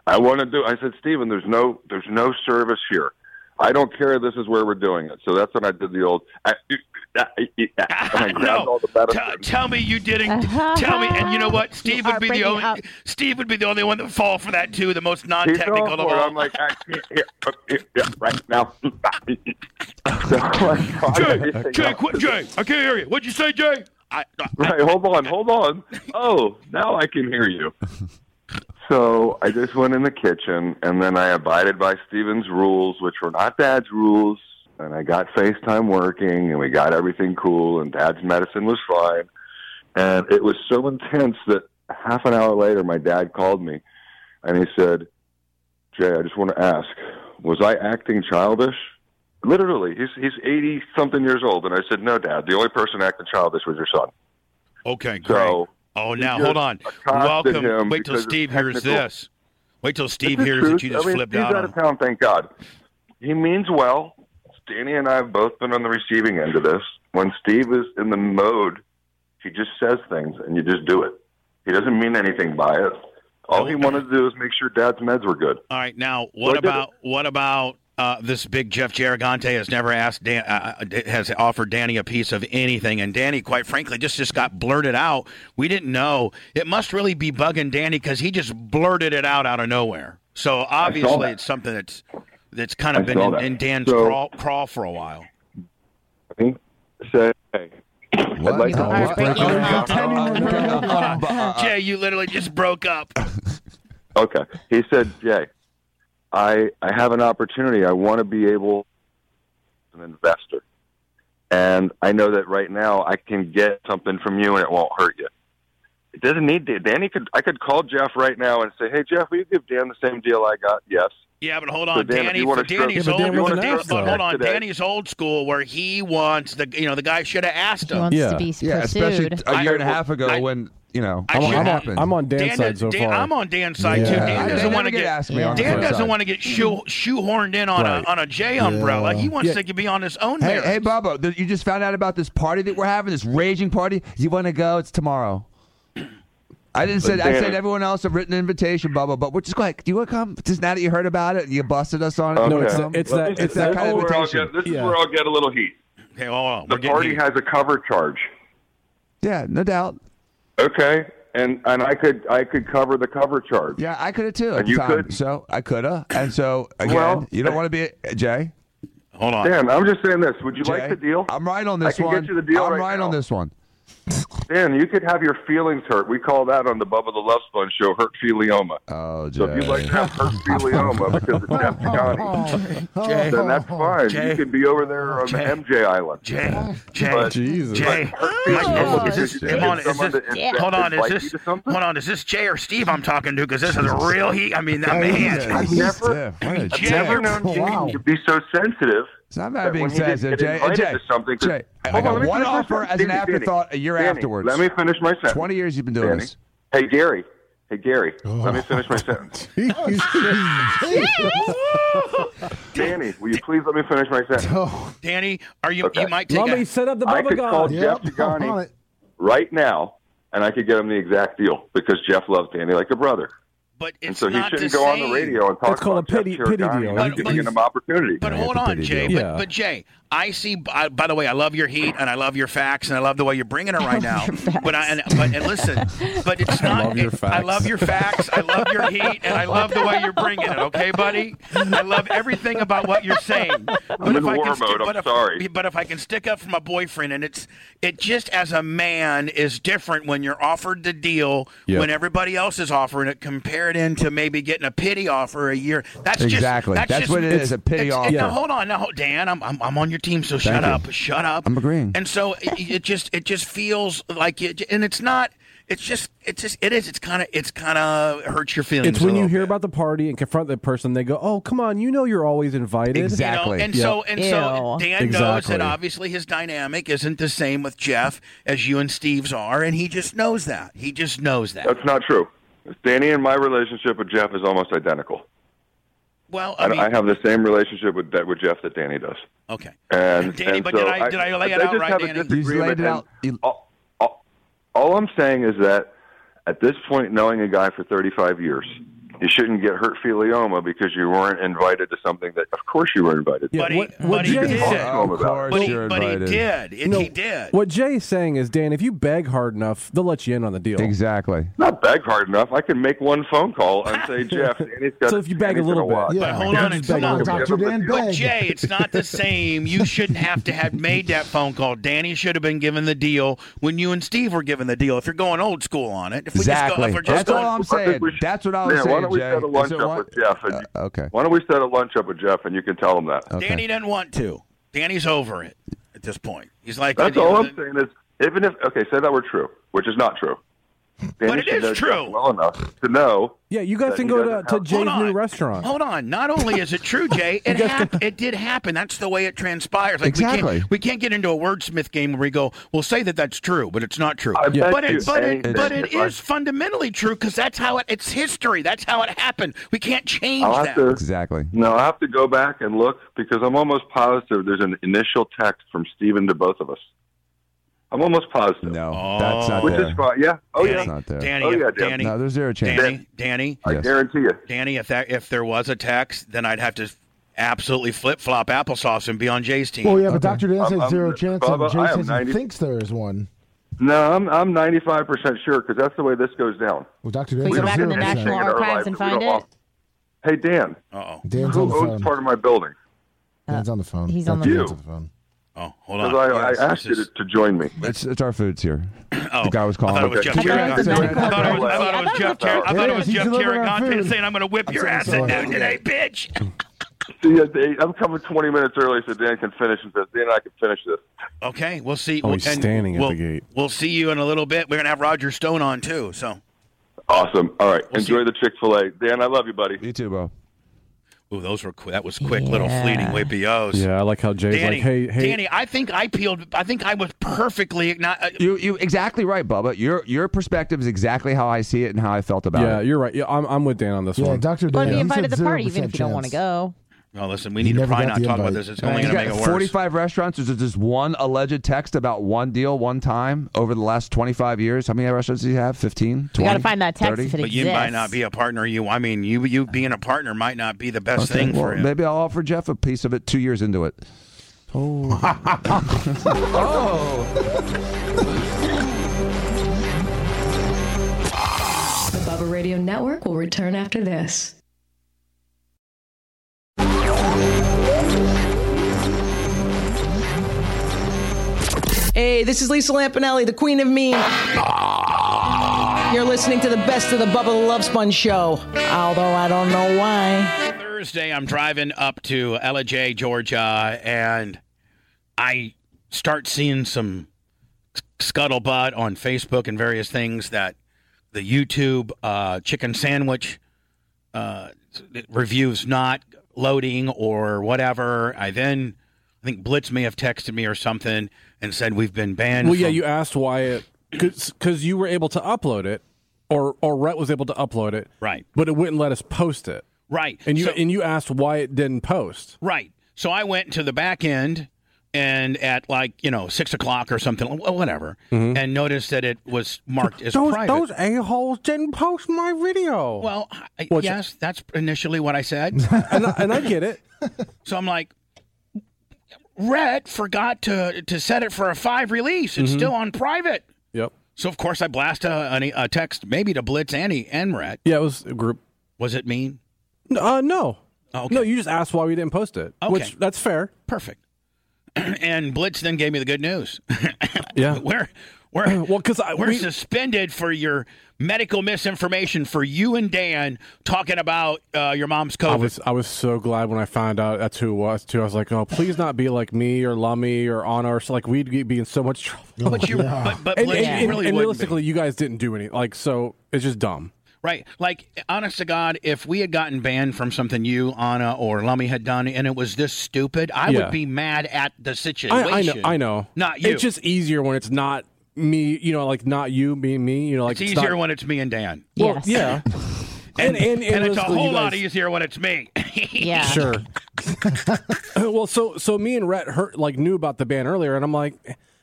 Speaker 19: I want to do. I said, Steven, there's no, there's no service here. I don't care. This is where we're doing it. So that's when I did the old. I, [laughs] I,
Speaker 5: [laughs]
Speaker 19: I, I grabbed all the medicine.
Speaker 5: Tell me you didn't. tell me. And you know what? Steve would be the only. Steve would be the only one that fall for that too. The most
Speaker 19: He's going
Speaker 5: non-technical of
Speaker 19: for it.
Speaker 5: all.
Speaker 19: I'm like, I, here, here, here, right now. [laughs] so I,
Speaker 5: Jay, Jay, quit, Jay, I can't hear you. What'd you say, Jay? I,
Speaker 19: right, hold on, hold on. Oh, now I can hear you. So I just went in the kitchen, and then I abided by Steven's rules, which were not Dad's rules. And I got FaceTime working, and we got everything cool, and Dad's medicine was fine. And it was so intense that half an hour later, my dad called me, and he said, "Jay, I just want to ask, was I acting childish?" Literally, he's he's eighty something years old, and I said, "No, Dad. The only person acting childish was your son."
Speaker 5: Okay, great.
Speaker 19: So
Speaker 5: oh, now
Speaker 19: just
Speaker 5: hold on.
Speaker 19: accosted
Speaker 5: Welcome.
Speaker 19: him
Speaker 5: Wait till
Speaker 19: because it's
Speaker 5: Steve hears
Speaker 19: technical.
Speaker 5: this. Wait till Steve
Speaker 19: It's the
Speaker 5: hears that
Speaker 19: truth.
Speaker 5: you just
Speaker 19: I mean,
Speaker 5: flipped
Speaker 19: Steve's
Speaker 5: out.
Speaker 19: out
Speaker 5: on
Speaker 19: of town, thank God. He means well. Danny and I have both been on the receiving end of this. When Steve is in the mode, he just says things and you just do it. He doesn't mean anything by it. All he wanted to do is make sure Dad's meds were good.
Speaker 5: All right, now what
Speaker 19: I did it.
Speaker 5: about what about uh, this big Jeff Jaragante has never asked Dan, uh, uh, has offered Danny a piece of anything, and Danny, quite frankly, just just got blurted out. We didn't know. It must really be bugging Danny because he just blurted it out out of nowhere. So obviously,
Speaker 19: that.
Speaker 5: it's something that's that's kind of
Speaker 19: I
Speaker 5: been
Speaker 19: saw
Speaker 5: in,
Speaker 19: that.
Speaker 5: in Dan's
Speaker 19: So-
Speaker 5: crawl, crawl for a while.
Speaker 19: He said, hey, I'd like to
Speaker 5: [laughs] Jay, you literally just broke up.
Speaker 19: Okay. He said, Jay, I I have an opportunity. I want to be able an investor. And I know that right now I can get something from you and it won't hurt you. It doesn't need to. Danny could I could call Jeff right now and say, Hey Jeff, will you give Dan the same deal I got? Yes.
Speaker 5: Yeah, but hold
Speaker 19: So,
Speaker 5: on,
Speaker 19: Dan, if
Speaker 5: Danny.
Speaker 19: you wanna
Speaker 5: for Danny's
Speaker 19: stroke- if you
Speaker 5: old,
Speaker 19: wanna
Speaker 5: but Dan-
Speaker 19: stroke
Speaker 5: but hold on,
Speaker 19: today-
Speaker 5: Danny's old school, where he wants the you know the guy should have asked him.
Speaker 18: yeah, especially t- a year and a half ago
Speaker 5: I-
Speaker 18: when you know
Speaker 5: I I'm on- should- I'm on-
Speaker 7: I'm on Dan's
Speaker 5: Dan
Speaker 7: side
Speaker 5: is-
Speaker 7: so
Speaker 5: Dan-
Speaker 7: far.
Speaker 5: I'm on Dan's side too.
Speaker 7: Yeah.
Speaker 5: Dan
Speaker 7: They
Speaker 5: doesn't
Speaker 7: never
Speaker 5: want to
Speaker 7: get
Speaker 5: get
Speaker 7: asked me on
Speaker 5: Dan
Speaker 7: the
Speaker 5: doesn't
Speaker 7: side.
Speaker 5: want to get shoe, shoehorned in on
Speaker 18: Right.
Speaker 5: a on a J umbrella. He wants
Speaker 18: Yeah.
Speaker 5: to be on his own.
Speaker 18: Hey,
Speaker 5: merit.
Speaker 18: hey, Bobo, th- you just found out about this party that we're having, this raging party. You want to go? It's
Speaker 5: [clears throat]
Speaker 18: tomorrow. I didn't say. I
Speaker 19: Dan-
Speaker 18: said everyone else a written invitation, Bubba. But we're just like, do you want to come? Just now that you heard about it, you busted us on it.
Speaker 19: Okay. Well,
Speaker 18: it's, that kind of
Speaker 19: this is where I'll
Speaker 18: invitation.
Speaker 19: get- This is where I'll get a little heat.
Speaker 5: Okay, hold on.
Speaker 19: The party has a cover charge.
Speaker 18: Yeah, no doubt.
Speaker 19: Okay. And and I could I could cover the cover charge.
Speaker 18: Yeah, I could have too. At
Speaker 19: And
Speaker 18: the
Speaker 19: you
Speaker 18: time.
Speaker 19: could.
Speaker 18: So I could have. And so again,
Speaker 19: Well,
Speaker 18: you don't want to be Jay.
Speaker 5: Hold
Speaker 19: Dan, I'm just saying this. Would you like the deal?
Speaker 18: I'm right on
Speaker 19: I
Speaker 18: this
Speaker 19: can
Speaker 18: one.
Speaker 19: get you the deal
Speaker 18: I'm
Speaker 19: right
Speaker 18: right on this one.
Speaker 19: Dan, you could have your feelings hurt. We call that on the Bubba the Love Sponge show hurt filioma.
Speaker 18: Oh,
Speaker 19: So if you'd like to have hurt
Speaker 18: [laughs]
Speaker 19: filioma
Speaker 5: [laughs]
Speaker 19: because it's Jeff County,
Speaker 5: Jay.
Speaker 19: then that's
Speaker 18: Oh,
Speaker 19: fine.
Speaker 5: Jay.
Speaker 19: You could be over there on
Speaker 5: Jay.
Speaker 19: MJ Island.
Speaker 5: Jay, Jay,
Speaker 19: But-
Speaker 5: Jesus.
Speaker 19: but
Speaker 5: Jay.
Speaker 19: hurt filioma
Speaker 5: Is
Speaker 19: because
Speaker 5: this-
Speaker 19: you
Speaker 5: Come
Speaker 19: can
Speaker 5: on,
Speaker 19: get
Speaker 5: is this-
Speaker 19: someone to infect-
Speaker 5: hold on, is
Speaker 19: invite you
Speaker 5: this
Speaker 19: to
Speaker 5: hold on, is this Jay or Steve I'm talking to? Because this is a real heat. I mean, that
Speaker 19: something?
Speaker 5: man.
Speaker 19: I've never, I've
Speaker 5: Jay.
Speaker 19: never known Jay to be so sensitive.
Speaker 18: It's not
Speaker 19: that
Speaker 18: about being
Speaker 19: when he didn't
Speaker 18: sensitive,
Speaker 19: get
Speaker 18: Jay.
Speaker 19: invited
Speaker 18: Jay,
Speaker 19: to something, 'cause-
Speaker 18: Jay, I- I
Speaker 19: Hold
Speaker 18: got
Speaker 19: on, let me
Speaker 18: one
Speaker 19: finish my
Speaker 18: offer as
Speaker 19: sentence.
Speaker 18: an
Speaker 19: Danny, Danny,
Speaker 18: afterthought a year
Speaker 19: Danny,
Speaker 18: afterwards.
Speaker 19: Let me finish my sentence.
Speaker 18: 20 years you've been doing
Speaker 19: Danny.
Speaker 18: this. Oh.
Speaker 19: Hey, Gary. Hey, Gary. Let me finish my sentence. Danny, will you please let me finish my sentence?
Speaker 5: Danny, are you you might take
Speaker 19: Let
Speaker 5: a-
Speaker 19: me set up the I bubble could gum. call Jeff Degani. right now, and I could get him the exact deal because Jeff loves Danny like a brother.
Speaker 5: But
Speaker 19: and
Speaker 5: it's
Speaker 19: so he
Speaker 5: not
Speaker 19: shouldn't
Speaker 5: the
Speaker 19: go on
Speaker 5: same.
Speaker 19: the radio and talk
Speaker 7: It's called
Speaker 19: about
Speaker 7: a pity-
Speaker 19: Jeff
Speaker 7: pity
Speaker 19: Teregani
Speaker 7: deal.
Speaker 19: not
Speaker 7: But-
Speaker 19: giving him opportunity.
Speaker 5: But hold on, Jay. But, but Jay, I see. I, by the way, I love your heat and I love your facts and I love the way you're bringing it right now. But I and, but and listen, but it's not.
Speaker 7: love your
Speaker 5: I
Speaker 7: facts.
Speaker 5: love your facts. I love your heat and I love the way you're bringing it. Okay, buddy. I love everything about what you're saying.
Speaker 19: I'm in
Speaker 5: I
Speaker 19: war
Speaker 5: can stick-
Speaker 19: mode. I'm
Speaker 5: but if-
Speaker 19: sorry.
Speaker 5: But if I can stick up for my boyfriend, and it's it just as a man is different when you're offered the deal
Speaker 18: Yep.
Speaker 5: when everybody else is offering it. Compared into maybe getting a pity offer a year. That's
Speaker 18: Exactly.
Speaker 5: Just, that's
Speaker 18: That's
Speaker 5: just,
Speaker 18: what it is, a pity
Speaker 5: it's-
Speaker 18: offer.
Speaker 5: Now, hold on, now hold- Dan, I'm, I'm I'm on your team, so shut
Speaker 18: Thank you.
Speaker 5: up, shut up.
Speaker 18: I'm agreeing.
Speaker 5: And
Speaker 18: [laughs]
Speaker 5: so it, it just it just feels like it, and it's not. It's just it's just it is. It's kind of it's kind of hurts your feelings.
Speaker 7: It's when
Speaker 5: a
Speaker 7: you
Speaker 5: little.
Speaker 7: hear about the party and confront the person, they go, "Oh, come on, you know you're always invited."
Speaker 5: You know, and so and so Dan knows that obviously his dynamic isn't the same with Jeff as you and Steve's are, and he just knows that. He just knows that.
Speaker 19: That's not true. Danny and my relationship with Jeff is almost identical.
Speaker 5: Well,
Speaker 19: I,
Speaker 5: I mean,
Speaker 19: I have the same relationship with that with Jeff that Danny does.
Speaker 5: Okay.
Speaker 19: And,
Speaker 5: Danny,
Speaker 19: and
Speaker 5: but
Speaker 19: so
Speaker 5: did I- did I lay it out
Speaker 19: just
Speaker 5: right,
Speaker 19: have a
Speaker 5: Danny? You
Speaker 19: disagreement,
Speaker 5: laid it
Speaker 19: and
Speaker 5: out-
Speaker 19: All, all- all I'm saying is that at this point, knowing a guy for 35 years, you shouldn't get hurt filioma because you weren't invited to something that, of course, you were invited.
Speaker 7: Yeah,
Speaker 19: to.
Speaker 7: what- what
Speaker 19: You
Speaker 7: Jay
Speaker 19: can talk
Speaker 7: did.
Speaker 19: to him about
Speaker 7: Of
Speaker 19: it.
Speaker 7: course But he- you're but he invited.
Speaker 5: did. It- he did.
Speaker 7: What Jay's saying is, Dan, if you beg hard enough, they'll let you in on the deal.
Speaker 18: Exactly.
Speaker 19: Not beg hard enough. I can make one phone call and
Speaker 5: [laughs]
Speaker 19: say, Jeff, Danny's got.
Speaker 7: So if you bag a
Speaker 19: Danny's
Speaker 7: little
Speaker 19: gonna
Speaker 7: bit,
Speaker 19: watch.
Speaker 5: But hold on, it's not.
Speaker 19: Dan
Speaker 5: But Jay, it's not the same. You shouldn't have to have made that phone call. Danny should have been given the deal when you and Steve were given the deal. If you're going old school on it, if
Speaker 18: Exactly.
Speaker 5: We just go, if we're just
Speaker 18: That's
Speaker 5: going,
Speaker 18: all I'm
Speaker 19: I think
Speaker 18: saying.
Speaker 19: we should-
Speaker 18: That's what I was
Speaker 19: Dan,
Speaker 18: saying.
Speaker 19: Why don't we
Speaker 18: Jay.
Speaker 19: set a
Speaker 18: Is
Speaker 19: lunch
Speaker 18: it
Speaker 19: up
Speaker 18: one-
Speaker 19: with Jeff? And
Speaker 7: Uh,
Speaker 18: okay.
Speaker 19: Why don't we set a lunch up with Jeff and you can tell him that?
Speaker 5: Danny doesn't want to. Danny's over it at this point. He's like,
Speaker 19: That's all I'm saying is even if okay, say that were true, which is not true. Danny
Speaker 5: it
Speaker 19: should
Speaker 5: is
Speaker 19: know Jeff
Speaker 5: true.
Speaker 19: well enough to know.
Speaker 7: Yeah, you guys
Speaker 19: that
Speaker 7: can
Speaker 19: he
Speaker 7: go to,
Speaker 19: doesn't
Speaker 7: to
Speaker 19: have-
Speaker 7: Jay's
Speaker 5: Hold on.
Speaker 7: new restaurant.
Speaker 5: Hold on. Not only is it true, Jay,
Speaker 7: [laughs]
Speaker 5: it hap- it did happen. That's the way it transpires. Like we
Speaker 18: Exactly.
Speaker 5: can't we can't get into a wordsmith game where we go, we'll say that that's true, but it's not true.
Speaker 19: I bet
Speaker 5: But
Speaker 19: you
Speaker 5: it but it,
Speaker 19: anything
Speaker 5: but it
Speaker 19: if I-
Speaker 5: is fundamentally true because that's how it, it's history. That's how it happened. We can't change
Speaker 19: I'll
Speaker 5: that.
Speaker 19: have to,
Speaker 18: exactly.
Speaker 19: No, I have to go back and look because I'm almost positive there's an initial text from Steven to both of us. I'm almost positive.
Speaker 18: No,
Speaker 20: Oh.
Speaker 18: that's not
Speaker 19: Which
Speaker 18: there.
Speaker 19: is fine. Yeah. Oh
Speaker 5: Danny,
Speaker 19: yeah.
Speaker 18: It's not there.
Speaker 5: Danny,
Speaker 19: Oh,
Speaker 5: if-
Speaker 19: yeah, Dan.
Speaker 5: Danny,
Speaker 18: No, there's zero chance.
Speaker 5: Danny, Danny,
Speaker 19: I
Speaker 18: Yes.
Speaker 19: guarantee you.
Speaker 5: Danny, if that if there was a text, then I'd have to absolutely flip flop applesauce and be on Jay's team.
Speaker 9: Well, yeah, but Dr. Dan
Speaker 19: I'm-
Speaker 9: says
Speaker 19: I'm-
Speaker 9: zero chance, and
Speaker 19: Bubba, I
Speaker 9: Jay
Speaker 19: am
Speaker 9: says he
Speaker 19: 90
Speaker 9: thinks there is one.
Speaker 19: No, I'm I'm 95 percent sure because that's the way this goes down.
Speaker 9: Well, Dr.
Speaker 20: Can
Speaker 9: Dan
Speaker 20: we go
Speaker 9: says
Speaker 20: back in
Speaker 9: zero
Speaker 20: the National
Speaker 9: percent.
Speaker 19: our
Speaker 20: Archives
Speaker 19: lives,
Speaker 20: and
Speaker 19: we
Speaker 20: find
Speaker 19: don't
Speaker 20: it?
Speaker 19: all- Hey Dan,
Speaker 5: Uh oh.
Speaker 9: Dan's on
Speaker 19: who
Speaker 9: the
Speaker 19: owns
Speaker 9: phone.
Speaker 19: part of my building?
Speaker 9: Dan's on the phone.
Speaker 20: He's on
Speaker 9: Dr.
Speaker 19: the
Speaker 9: Dan's
Speaker 19: phone.
Speaker 9: on the phone.
Speaker 5: Oh, hold on.
Speaker 19: Because I,
Speaker 5: Yes,
Speaker 19: I asked
Speaker 5: this
Speaker 19: you
Speaker 5: is-
Speaker 19: to, to join me.
Speaker 18: It's it's our foods here.
Speaker 5: Oh,
Speaker 18: the guy was
Speaker 5: I
Speaker 18: calling.
Speaker 5: thought it was Jeff
Speaker 18: Can you
Speaker 5: Terragante.
Speaker 18: guys say
Speaker 5: I
Speaker 18: that?
Speaker 5: thought it was, I thought it was Jeff Terragante. I thought it was
Speaker 9: He's
Speaker 5: Jeff
Speaker 9: delivering our
Speaker 5: Terragante
Speaker 9: food.
Speaker 5: saying, "I'm going to whip your
Speaker 9: so
Speaker 5: ass at
Speaker 9: sorry.
Speaker 5: noon today, bitch."
Speaker 19: See, uh, they- I'm coming 20 minutes early so Dan can finish this. Dan and I can finish this.
Speaker 5: Okay, we'll see.
Speaker 7: Oh,
Speaker 5: we'll,
Speaker 7: he's
Speaker 5: and
Speaker 7: standing at
Speaker 5: we'll,
Speaker 7: the gate.
Speaker 5: We'll see you in a little bit. We're going to have Roger Stone on too. So,
Speaker 19: Awesome. All right.
Speaker 5: We'll
Speaker 19: Enjoy
Speaker 5: see.
Speaker 19: the Chick fil A. Dan, I love you, buddy.
Speaker 18: You too, bro.
Speaker 5: ooh, those were qu- that was quick, little fleeting whippios.
Speaker 7: Yeah, I like how Jay's
Speaker 5: Danny,
Speaker 7: like, "Hey, hey,
Speaker 5: Danny, I think I peeled. I think I was perfectly not. Uh,
Speaker 18: You you exactly right, Bubba. Your your perspective is exactly how I see it and how I felt about
Speaker 7: yeah,
Speaker 18: it.
Speaker 7: you're right. Yeah, I'm I'm with Dan on this
Speaker 9: Yeah,
Speaker 7: one."
Speaker 9: Dr.
Speaker 20: Well,
Speaker 9: Dan.
Speaker 20: be
Speaker 9: he
Speaker 20: invited
Speaker 9: said
Speaker 20: to the party
Speaker 9: 0%
Speaker 20: even if you don't want to
Speaker 9: chance.
Speaker 20: go.
Speaker 5: oh, listen, we need to
Speaker 9: never
Speaker 5: probably
Speaker 9: got
Speaker 5: not
Speaker 9: the
Speaker 5: talk about
Speaker 9: invite.
Speaker 5: this. It's only
Speaker 18: He's
Speaker 5: going to
Speaker 18: got
Speaker 5: make it worse.
Speaker 18: 45 restaurants. There's just one alleged text about one deal, one time over the last 25 years. How many restaurants do you have? 15? 20?
Speaker 20: We got to find that text
Speaker 18: 30?
Speaker 20: if it
Speaker 18: But
Speaker 5: But
Speaker 20: exists.
Speaker 5: you might not be a partner. You, I mean, you you being a partner might not be the best
Speaker 18: Okay,
Speaker 5: thing
Speaker 18: well,
Speaker 5: for him.
Speaker 18: Maybe I'll offer Jeff a piece of it two years into it.
Speaker 5: Oh.
Speaker 10: [laughs]
Speaker 4: The Bubba Radio Network will return after this.
Speaker 1: Hey, this is Lisa Lampanelli, the queen of mean. You're listening to the best of the Bubba the Love Sponge show, although I don't know why.
Speaker 5: Thursday, I'm driving up to LJ, Georgia, and I start seeing some scuttlebutt on Facebook and various things that the YouTube uh, chicken sandwich uh, reviews not loading or whatever. I then, I think Blitz may have texted me or something and said we've been banned.
Speaker 7: Well, yeah,
Speaker 5: from-
Speaker 7: you asked why it because you were able to upload it, or or Rhett was able to upload it,
Speaker 5: Right.
Speaker 7: But it wouldn't let us post it,
Speaker 5: right.
Speaker 7: and you
Speaker 5: So-
Speaker 7: and you asked why it didn't post.
Speaker 5: Right. So I went to the back end and at like you know six o'clock or something, wh- whatever, and noticed that it was marked as
Speaker 7: Mm-hmm. those
Speaker 5: private.
Speaker 7: those a holes didn't post my video.
Speaker 5: Well, I-
Speaker 7: What's-
Speaker 5: yes, that's initially what I said,
Speaker 7: [laughs] and, I, and I get it.
Speaker 5: So I'm like, Rhett forgot to to set it for a five release. It's
Speaker 7: Mhm.
Speaker 5: still on private.
Speaker 7: Yep.
Speaker 5: So of course I blast a, an e- a text, maybe to Blitz Annie and Rhett.
Speaker 7: Yeah, it was a group.
Speaker 5: Was it mean?
Speaker 7: N- Uh, no.
Speaker 5: Oh, Okay.
Speaker 7: No, you just asked why we didn't post it.
Speaker 5: Okay.
Speaker 7: Which that's fair.
Speaker 5: Perfect. and Blitz then gave me the good news.
Speaker 7: [laughs]
Speaker 5: [laughs]
Speaker 7: Yeah.
Speaker 5: we're we're
Speaker 7: [clears throat] well because
Speaker 5: we're suspended for your medical misinformation for you and Dan talking about uh, your mom's
Speaker 7: I
Speaker 5: COVID.
Speaker 7: was I was so glad when I found out that's who it was too. I was like, oh, please not be like me or Lummy or Honor. So like we'd be in so much trouble.
Speaker 5: But you- Yeah. but- but
Speaker 7: and,
Speaker 5: Blitz,
Speaker 7: and-
Speaker 5: you
Speaker 7: and-
Speaker 5: really
Speaker 7: and
Speaker 5: wouldn't
Speaker 7: realistically, you guys didn't do any. Like so, it's just dumb.
Speaker 5: Right. Like, honest to God, if we had gotten banned from something you, Anna, or Lummy had done and it was this stupid, I
Speaker 7: Yeah.
Speaker 5: would be mad at the situation.
Speaker 7: I, I know. I know.
Speaker 5: Not you.
Speaker 7: It's just easier when it's not me. You know, like not you being me. You know, like
Speaker 5: it's easier
Speaker 7: not,
Speaker 5: when it's me and Dan.
Speaker 7: Well, Yeah. [laughs]
Speaker 5: And,
Speaker 7: and- and
Speaker 5: it's a
Speaker 7: realistically, you
Speaker 5: whole lot
Speaker 7: guys-
Speaker 5: easier when it's me. [laughs] yeah.
Speaker 7: Sure. [laughs] well, so so me and Rhett hurt like knew about the ban earlier, and I'm like,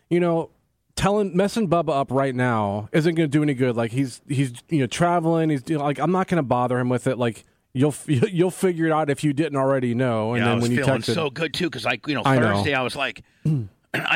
Speaker 7: you know, telling messing Bubba up right now isn't going to do any good. Like he's he's you know traveling. He's you know, like I'm not going to bother him with it. Like you'll [laughs] f- you'll figure it out if you didn't already know. And
Speaker 5: Yeah, I
Speaker 7: then
Speaker 5: was
Speaker 7: when you
Speaker 5: feeling
Speaker 7: texted,
Speaker 5: so good too, because like you know
Speaker 7: I know.
Speaker 5: Thursday, I was like, [clears throat] I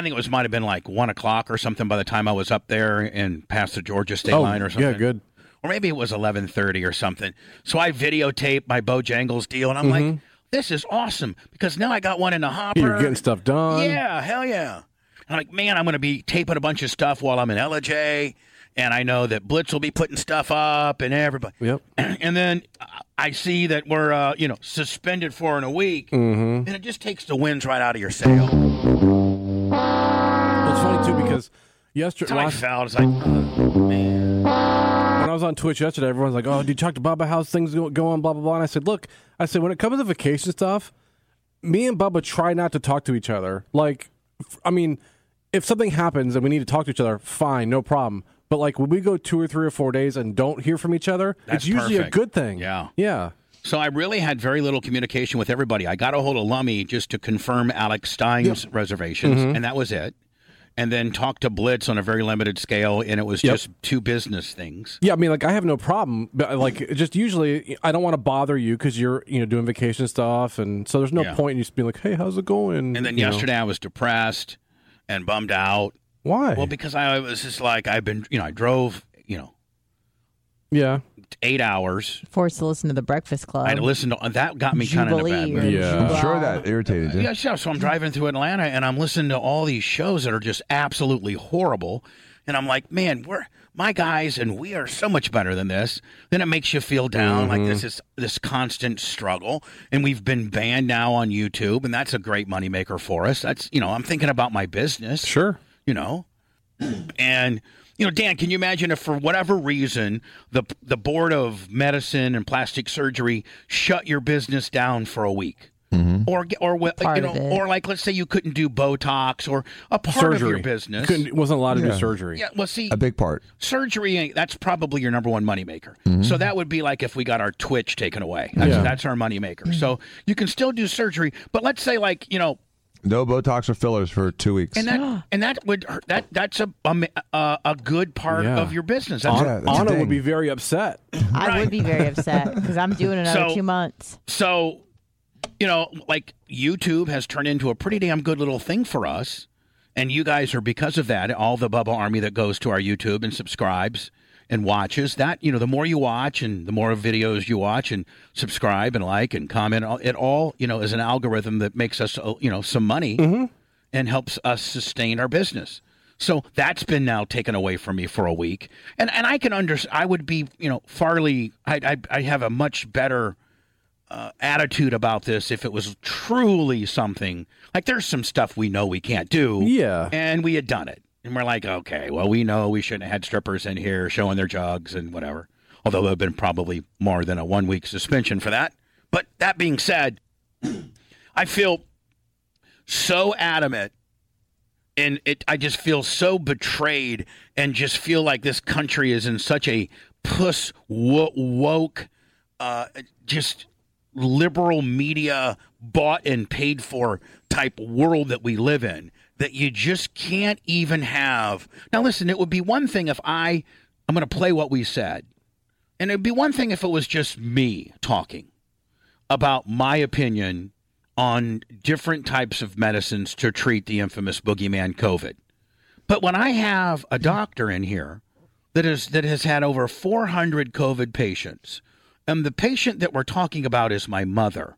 Speaker 5: think it was might have been like one o'clock or something by the time I was up there and past the Georgia state
Speaker 7: Oh,
Speaker 5: line or something.
Speaker 7: yeah, good.
Speaker 5: Or maybe it was eleven thirty or something. So I videotaped my Bojangles deal, and I'm like,
Speaker 7: Mhm.
Speaker 5: this is awesome because now I got one in the hopper.
Speaker 7: you're getting stuff done.
Speaker 5: Yeah, hell yeah. I'm like, man, I'm going to be taping a bunch of stuff while I'm in LJ, and I know that Blitz will be putting stuff up and everybody.
Speaker 7: Yep.
Speaker 5: [clears throat] And then uh, I see that we're, uh, you know, suspended for in a week,
Speaker 7: Mm-hmm.
Speaker 5: and it just takes the winds right out of your sail.
Speaker 7: Well, it's funny too because
Speaker 5: That's
Speaker 7: yesterday
Speaker 5: how I
Speaker 7: last-
Speaker 5: felt. It's like,
Speaker 7: When I was on Twitch yesterday, everyone's like, "Oh, did you talk to Bubba? How's things go- going?" Blah blah blah. And I said, "Look, I said when it comes to vacation stuff, me and Bubba try not to talk to each other. Like, f- I mean, if something happens and we need to talk to each other, fine, no problem. But like when we go two or three or four days and don't hear from each other,
Speaker 5: That's
Speaker 7: it's usually
Speaker 5: perfect.
Speaker 7: a good thing.
Speaker 5: Yeah.
Speaker 7: yeah.
Speaker 5: So I really had very little communication with everybody. I got a hold of Lummy just to confirm Alex Stein's reservations,
Speaker 7: Mhm.
Speaker 5: and that was it. And then talked to Blitz on a very limited scale, and it was just two business things.
Speaker 7: Yeah, I mean, like I have no problem, but like it just usually I don't want to bother you because you're you know doing vacation stuff, and so there's no
Speaker 5: Yeah.
Speaker 7: point in just being like, "Hey, how's it going?"
Speaker 5: And then
Speaker 7: You know.
Speaker 5: yesterday I was depressed and bummed out.
Speaker 7: Why?
Speaker 5: Well, because I was just like I've been, you know, I drove, you know,
Speaker 7: yeah,
Speaker 5: eight hours.
Speaker 8: Forced to listen to the Breakfast Club.
Speaker 5: I
Speaker 7: Um,
Speaker 5: had to listen to that. Got me kind of in a bad
Speaker 8: Jubilee or
Speaker 5: mood.
Speaker 8: Yeah.
Speaker 18: [laughs] I'm sure that irritated you.
Speaker 5: Yeah, sure. So I'm driving through Atlanta and I'm listening to all these shows that are just absolutely horrible. And I'm like, man, we're my guys and we are so much better than this. Then it makes you feel down like this is this constant struggle. And we've been banned now on YouTube, and that's a great moneymaker for us. That's you know, I'm thinking about my business.
Speaker 7: Sure.
Speaker 5: You know? and you know, Dan, can you imagine if for whatever reason the the board of medicine and plastic surgery shut your business down for a week?
Speaker 7: Mm-hmm.
Speaker 5: or get- or what-
Speaker 7: Part
Speaker 5: you
Speaker 7: of
Speaker 5: know,
Speaker 7: it.
Speaker 5: or like let's say you couldn't do Botox or a part of your
Speaker 7: Surgery.
Speaker 5: business
Speaker 7: Couldn't- wasn't allowed to do Yeah. surgery.
Speaker 5: Yeah, well, see,
Speaker 18: A big part.
Speaker 5: surgery ain't- that's probably your number one moneymaker.
Speaker 7: Mm-hmm.
Speaker 18: Mhm.
Speaker 5: So that would be like if we got our Twitch taken away. That's,
Speaker 18: Yeah.
Speaker 5: that's our moneymaker. So you can still do surgery, but let's say like you know,
Speaker 18: No Botox or fillers for two weeks.
Speaker 5: and that and that would hurt, that that's a a, ma- a- a good part
Speaker 18: Yeah.
Speaker 5: of your business. That's-
Speaker 7: Anna, Anna would be very upset.
Speaker 8: I would be very
Speaker 5: [laughs]
Speaker 8: upset because I'm doing another
Speaker 5: So-
Speaker 8: two months.
Speaker 5: So, you know, like YouTube has turned into a pretty damn good little thing for us. And you guys are, because of that, all the Bubba Army that goes to our YouTube and subscribes and watches that, you know, the more you watch and the more videos you watch and subscribe and like and comment, it all, you know, is an algorithm that makes us, uh, you know, some money and helps us sustain our business. So that's been now taken away from me for a week, and and I can under I would be you know farly I I, I have a much better uh, attitude about this if it was truly something like there's some stuff we know we can't do
Speaker 7: yeah
Speaker 5: and we had done it and we're like okay well we know we shouldn't have had strippers in here showing their jugs and whatever although there have been probably more than a one week suspension for that but that being said [clears throat] I feel so adamant and it I just feel so betrayed and just feel like this country is in such a puss wo- woke uh just liberal media bought and paid for type world that we live in that you just can't even have. Now, listen, it would be one thing if I, I'm going to play what we said, and it'd be one thing if it was just me talking about my opinion on different types of medicines to treat the infamous boogeyman COVID. But when I have a doctor in here that is that has had over 400 COVID patients, and the patient that we're talking about is my mother,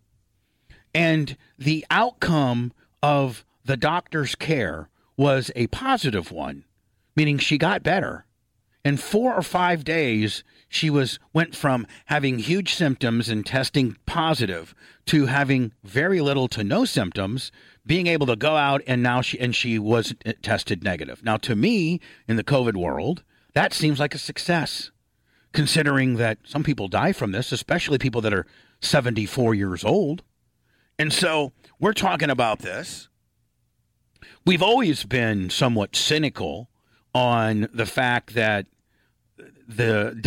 Speaker 5: and the outcome of the doctor's care was a positive one, meaning she got better. In four or five days, she was went from having huge symptoms and testing positive to having very little to no symptoms, being able to go out and now she and she was uh, tested negative. Now, to me, in the COVID world, that seems like a success considering that some people die from this, especially people that are 74 years old. And so we're talking about this. We've always been somewhat cynical on the fact that the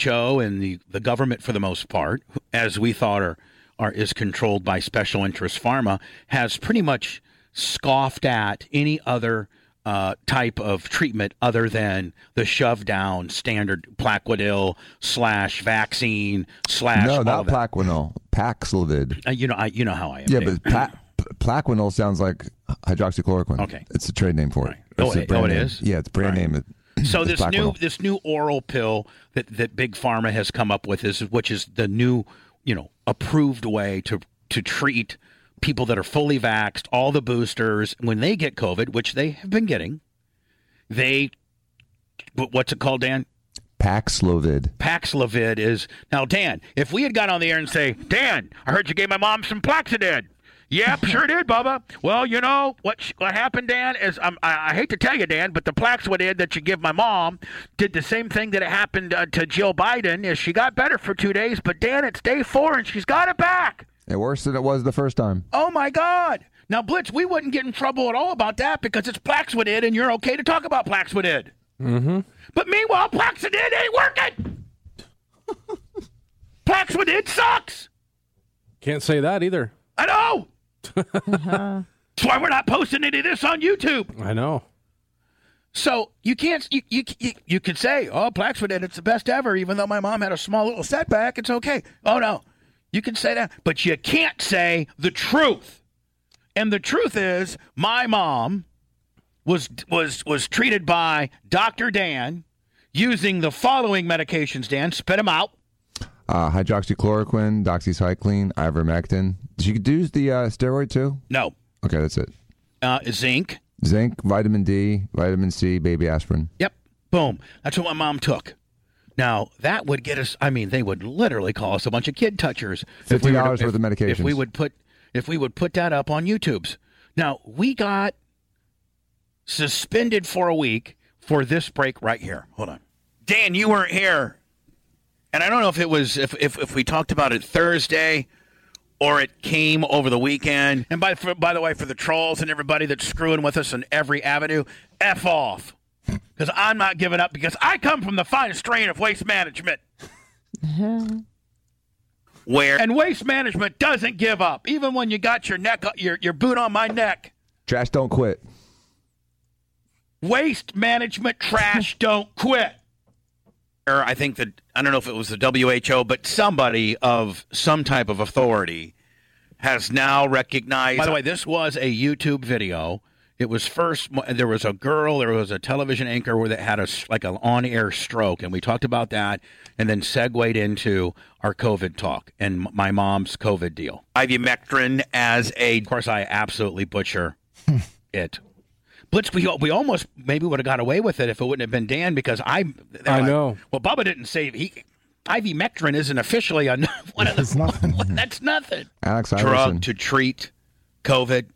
Speaker 5: WHO and the, the government, for the most part, as we thought are, are is controlled by special interest pharma, has pretty much scoffed at any other uh, type of treatment other than the shove down standard Plaquenil slash vaccine slash
Speaker 18: no,
Speaker 5: all
Speaker 18: not
Speaker 5: that.
Speaker 18: Plaquenil, Paxlovid.
Speaker 5: Uh, you know, I you know how I am.
Speaker 18: Yeah,
Speaker 5: Dave.
Speaker 18: but pla- Plaquenil sounds like hydroxychloroquine. Okay, it's a trade name for it.
Speaker 5: Oh,
Speaker 18: It's a
Speaker 5: it-
Speaker 18: brand
Speaker 5: oh, it
Speaker 18: name.
Speaker 5: is?
Speaker 18: Yeah, it's a brand name. It-
Speaker 5: so
Speaker 18: it's
Speaker 5: this new
Speaker 18: Plaquenil.
Speaker 5: this new oral pill that that big pharma has come up with is which is the new you know approved way to to treat people that are fully vaxxed all the boosters when they get covid which they have been getting they wh- what's it called dan
Speaker 18: Paxlovid.
Speaker 5: Paxlovid is now Dan. If we had got on the air and say, Dan, I heard you gave my mom some Plaxidid. Yep, sure did, Bubba. Well, you know what sh- what happened, Dan, is um, I, I hate to tell you, Dan, but the Plaxidid that you give my mom did the same thing that it happened uh, to Jill Biden. Is she got better for two days, but Dan, it's day four and she's got it back.
Speaker 18: Yeah, worse than it was the first time.
Speaker 5: Oh my God! Now Blitz, we wouldn't get in trouble at all about that because it's Plaxidid, and you're okay to talk about Plaxidid.
Speaker 7: Mm-hmm.
Speaker 5: But meanwhile, Plaxidid ain't working. Plaxidid sucks.
Speaker 7: Can't say that either.
Speaker 5: I know. That's why we're not posting any of this on YouTube.
Speaker 7: I know.
Speaker 5: So you can't you you you, you could say, oh, Plaxidid, it's the best ever. Even though my mom had a small little setback, it's okay. Oh no, you can say that, but you can't say the truth. And the truth is, my mom was was was treated by Doctor Dan using the following medications. Dan, spit them out.
Speaker 18: Uh, hydroxychloroquine, doxycycline, ivermectin. Did you do the uh, steroid too?
Speaker 5: No,
Speaker 18: Okay, that's it.
Speaker 5: uh, zinc.
Speaker 18: Zinc, vitamin D, vitamin C, baby aspirin.
Speaker 5: Yep. Boom. That's what my mom took. Now that would get us. I mean, they would literally call us a bunch of kid touchers. if
Speaker 18: Fifty
Speaker 5: we were to-
Speaker 18: dollars
Speaker 5: if-
Speaker 18: worth of medications.
Speaker 5: If we would put, if we would put that up on YouTube's. Now we got suspended for a week for this break right here. Hold on, Dan, you weren't here, and I don't know if it was if if, if we talked about it Thursday. Or it came over the weekend. And by for, by the way, for the trolls and everybody that's screwing with us on every avenue, f off because I'm not giving up because I come from the finest strain of waste management. [laughs] Where and waste management doesn't give up, even when you got your neck, your your boot on my neck.
Speaker 18: Trash don't quit.
Speaker 5: Waste management [laughs] trash don't quit. Or I think that I don't know if it was the WHO, but somebody of some type of authority has now recognized. By the way, this was a YouTube video. It was first there was a girl, there was a television anchor where that had a s- like an on-air stroke, and we talked about that, and then segued into our COVID talk and m- my mom's COVID deal. Ivermectin as a, of course, I absolutely [laughs] butcher it. Blitz, we, we almost maybe would have got away with it if it wouldn't have been Dan because I I know. Well, Bubba didn't say he. Ivermectin isn't officially a [laughs] one of the. [laughs] That's nothing.
Speaker 18: Alex
Speaker 5: Drug
Speaker 18: Iverson.
Speaker 5: to treat COVID.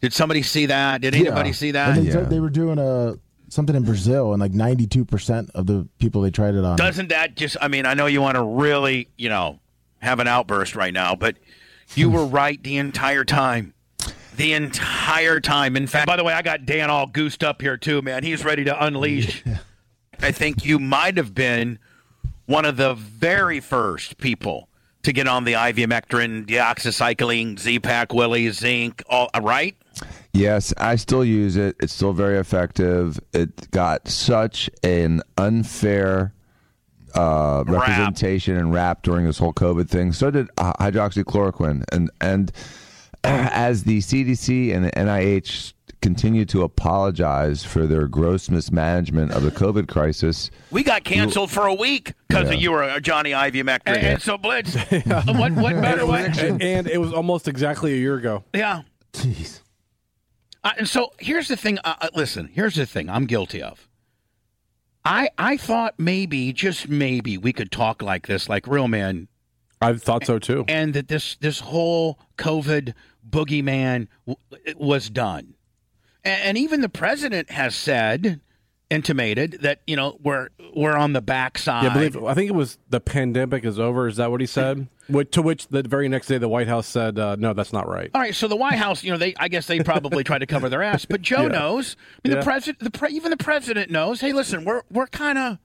Speaker 5: Did somebody see that? Did anybody see that?
Speaker 9: And they, said they were doing a something in Brazil, and like ninety-two percent of the people they tried it on.
Speaker 5: Doesn't that just? I mean, I know you want to really, you know, have an outburst right now, but you were right the entire time. The entire time. In fact, by the way, I got Dan all goosed up here too, man. He's ready to unleash. I think you might have been one of the very first people to get on the ivermectin, deoxycycline, Z-Pack, Willie, zinc, all uh, right?
Speaker 18: Yes, I still use it. It's still very effective. It got such an unfair uh, representation and rap during this whole COVID thing. So did uh, hydroxychloroquine, and and [clears throat] as the CDC and the NIH continue to apologize for their gross mismanagement of the COVID crisis,
Speaker 5: We got canceled for a week because
Speaker 18: Yeah.
Speaker 5: you were Johnny ivermectin. And so Blitz, what what better
Speaker 7: And,
Speaker 5: way?
Speaker 7: and- and it was almost exactly a year ago.
Speaker 5: Yeah. Uh, and so here's the thing. Uh, uh, listen, here's the thing. I'm guilty of. I I thought maybe just maybe we could talk like this, like real men.
Speaker 7: I thought so too.
Speaker 5: And that this this whole COVID boogeyman w- it was done, and, and even the president has said, intimated that you know we're we're on the backside.
Speaker 7: Yeah, I believe I think it was the pandemic is over. Is that what he said? Which, to which the very next day the White House said, uh, "No, that's not right."
Speaker 5: All right, so the White House, you know, they I guess they probably try to cover their ass, but Joe
Speaker 7: [laughs] Yeah.
Speaker 5: knows. I mean,
Speaker 7: Yeah.
Speaker 5: the president, the pre- even the president knows. Hey, listen, we're we're kind of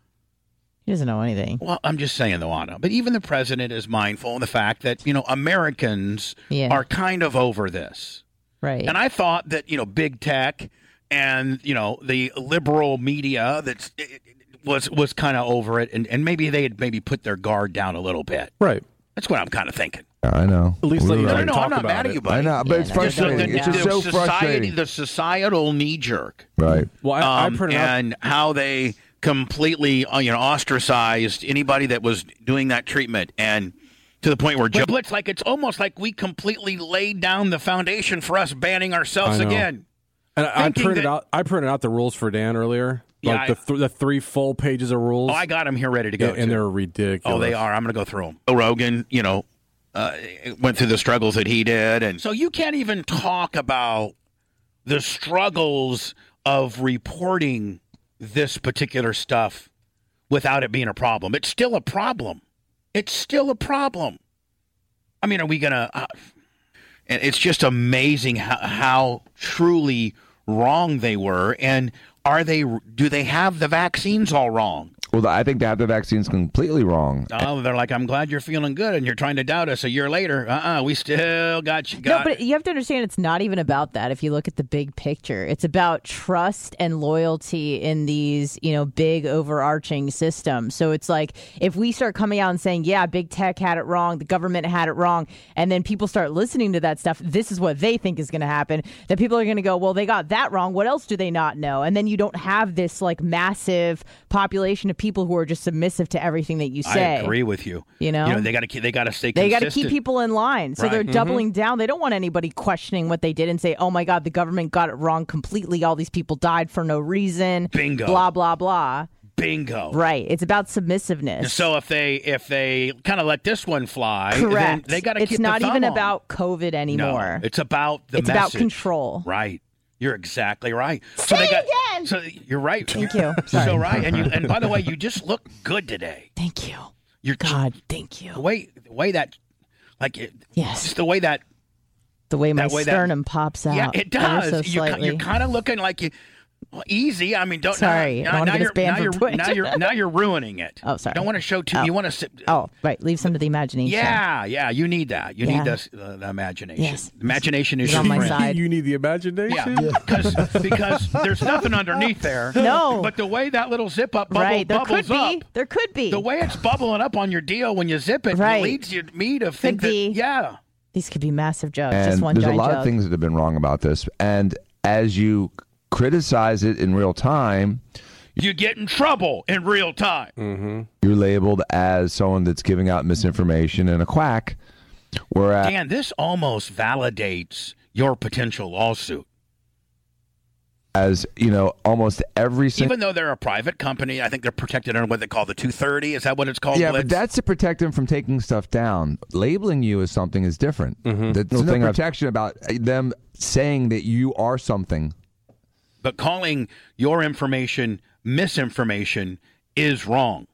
Speaker 11: He doesn't know anything.
Speaker 5: well. I'm just saying though, Anna, but even the president is mindful of the fact that you know Americans
Speaker 11: Yeah.
Speaker 5: are kind of over this,
Speaker 11: right?
Speaker 5: And I thought that you know big tech and you know the liberal media that's it- it- it was was kind of over it, and and maybe they had maybe put their guard down a little bit.
Speaker 7: Right.
Speaker 5: That's what I'm kind of thinking.
Speaker 18: I know. At
Speaker 7: least
Speaker 5: No, no, no, I'm not mad at you, buddy.
Speaker 18: I know, but it's frustrating.
Speaker 5: The,
Speaker 18: it's just
Speaker 5: the
Speaker 18: so
Speaker 5: society,
Speaker 18: frustrating.
Speaker 5: The societal knee jerk.
Speaker 18: Right.
Speaker 7: Well,
Speaker 5: I, and how they completely uh, you know ostracized anybody that was doing that treatment, and to the point where Joe Blitz, like it's almost like we completely laid down the foundation for us banning ourselves
Speaker 7: I know.
Speaker 5: again.
Speaker 7: And I, I
Speaker 5: Thinking
Speaker 7: printed
Speaker 5: that-
Speaker 7: out. I printed out the rules for Dan earlier.
Speaker 5: Yeah,
Speaker 7: like the,
Speaker 5: I-
Speaker 7: th- the three full pages of rules.
Speaker 5: Oh, I got them here ready to go.
Speaker 7: Yeah, and
Speaker 5: too.
Speaker 7: they're ridiculous.
Speaker 5: oh, they are. I'm going to go through them. Rogan, you know, uh, went through the struggles that he did, and so you can't even talk about the struggles of reporting this particular stuff without it being a problem. It's still a problem. It's still a problem. I mean, are we going to. Uh, and it's just amazing how, how truly wrong they were. And are they. Do they have the vaccines all wrong?
Speaker 18: Well, I think they have the vaccines completely wrong.
Speaker 5: Oh, they're like, I'm glad you're feeling good and you're trying to doubt us a year later. Uh uh we still got you.
Speaker 8: No,
Speaker 5: Got
Speaker 8: but you have to understand it's not even about that if you look at the big picture. It's about trust and loyalty in these, you know, big overarching systems. So it's like if we start coming out and saying, yeah, big tech had it wrong, the government had it wrong, and then people start listening to that stuff, this is what they think is going to happen, that people are going to go, well, they got that wrong. What else do they not know? And then you don't have this like massive population of people who are just submissive to everything that you
Speaker 5: I
Speaker 8: say.
Speaker 5: agree with you.
Speaker 8: You know?
Speaker 5: they got to they got to stay.
Speaker 8: They got
Speaker 5: got
Speaker 8: to keep people in line. So they're
Speaker 5: Right. Mhm.
Speaker 8: doubling down. They don't want anybody questioning what they did and say, oh my God, the government got it wrong completely. All these people died for no reason.
Speaker 5: Bingo.
Speaker 8: Blah, blah, blah.
Speaker 5: Bingo.
Speaker 8: Right. It's about
Speaker 5: And
Speaker 8: submissiveness.
Speaker 5: so if they if they kind of let this one fly, then
Speaker 8: Correct.
Speaker 5: they got to
Speaker 8: It's
Speaker 5: keep. the
Speaker 8: not
Speaker 5: thumb
Speaker 8: even
Speaker 5: on.
Speaker 8: about COVID anymore.
Speaker 5: No, it's about the.
Speaker 8: It's about
Speaker 5: message.
Speaker 8: control.
Speaker 5: Right. You're exactly right. so they got, again. So you're right.
Speaker 8: Thank you.
Speaker 5: so right, and you and by the way, you just look good today.
Speaker 8: Thank you.
Speaker 5: You're
Speaker 8: God. Thank you.
Speaker 5: The way the way that, like it, yes, just the way that
Speaker 8: the way my
Speaker 5: that way that-
Speaker 8: sternum pops out.
Speaker 5: Yeah, it
Speaker 8: ever
Speaker 5: does.
Speaker 8: So
Speaker 5: You ki-
Speaker 8: slightly.
Speaker 5: you're kind of looking like you well, easy. I mean, don't.
Speaker 8: Sorry, I
Speaker 5: now,
Speaker 8: don't wanna get
Speaker 5: now,
Speaker 8: us
Speaker 5: you're, now,
Speaker 8: banned
Speaker 5: you're,
Speaker 8: from Twitch.
Speaker 5: now you're now you're ruining it.
Speaker 8: Oh, sorry.
Speaker 5: Don't want to show too.
Speaker 8: Oh.
Speaker 5: You want to sit. uh,
Speaker 8: Oh, right. Leave some to the imagination.
Speaker 5: Yeah, yeah. You need that. You
Speaker 8: Yeah.
Speaker 5: need this, uh, the imagination.
Speaker 8: Yes.
Speaker 5: Imagination is
Speaker 8: It's on
Speaker 5: your
Speaker 8: my
Speaker 5: friend.
Speaker 8: side.
Speaker 7: [laughs] You need the imagination.
Speaker 5: Yeah, because [laughs] because there's nothing
Speaker 8: [laughs]
Speaker 5: underneath there.
Speaker 7: No.
Speaker 5: but the way that little zip up bubble
Speaker 8: Right. There
Speaker 5: bubbles
Speaker 8: could be.
Speaker 5: up,
Speaker 8: There could be.
Speaker 5: the way it's bubbling up on your deal when you zip it,
Speaker 8: Right.
Speaker 5: leads you, me to think that yeah,
Speaker 8: These could be massive jokes.
Speaker 18: and
Speaker 8: just one
Speaker 18: there's a
Speaker 8: giant
Speaker 18: lot
Speaker 8: joke.
Speaker 18: of things that have been wrong about this. And as you criticize it in real time,
Speaker 5: you get in trouble in real time.
Speaker 18: you're labeled as someone that's giving out misinformation and a quack. Whereas,
Speaker 5: Dan, this almost validates your potential lawsuit.
Speaker 18: as you know, almost every single
Speaker 5: Even though they're a private company, I think they're protected under what they call the 230. Is that what it's called?
Speaker 18: yeah,
Speaker 5: Blitz?
Speaker 18: but that's to protect them from taking stuff down. Labeling you as something is different. That's
Speaker 5: There's no
Speaker 18: no protection about uh, them saying that you are something.
Speaker 5: but calling your information misinformation is wrong.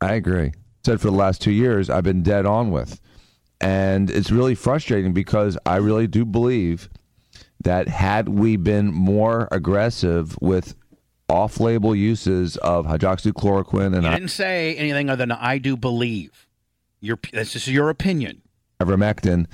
Speaker 18: I agree. Said for the last two years, I've been dead on with. And it's really frustrating because I really do believe that had we been more aggressive with off label uses of hydroxychloroquine and
Speaker 5: You didn't say anything other than I do believe. Your that's just your opinion.
Speaker 18: ivermectin,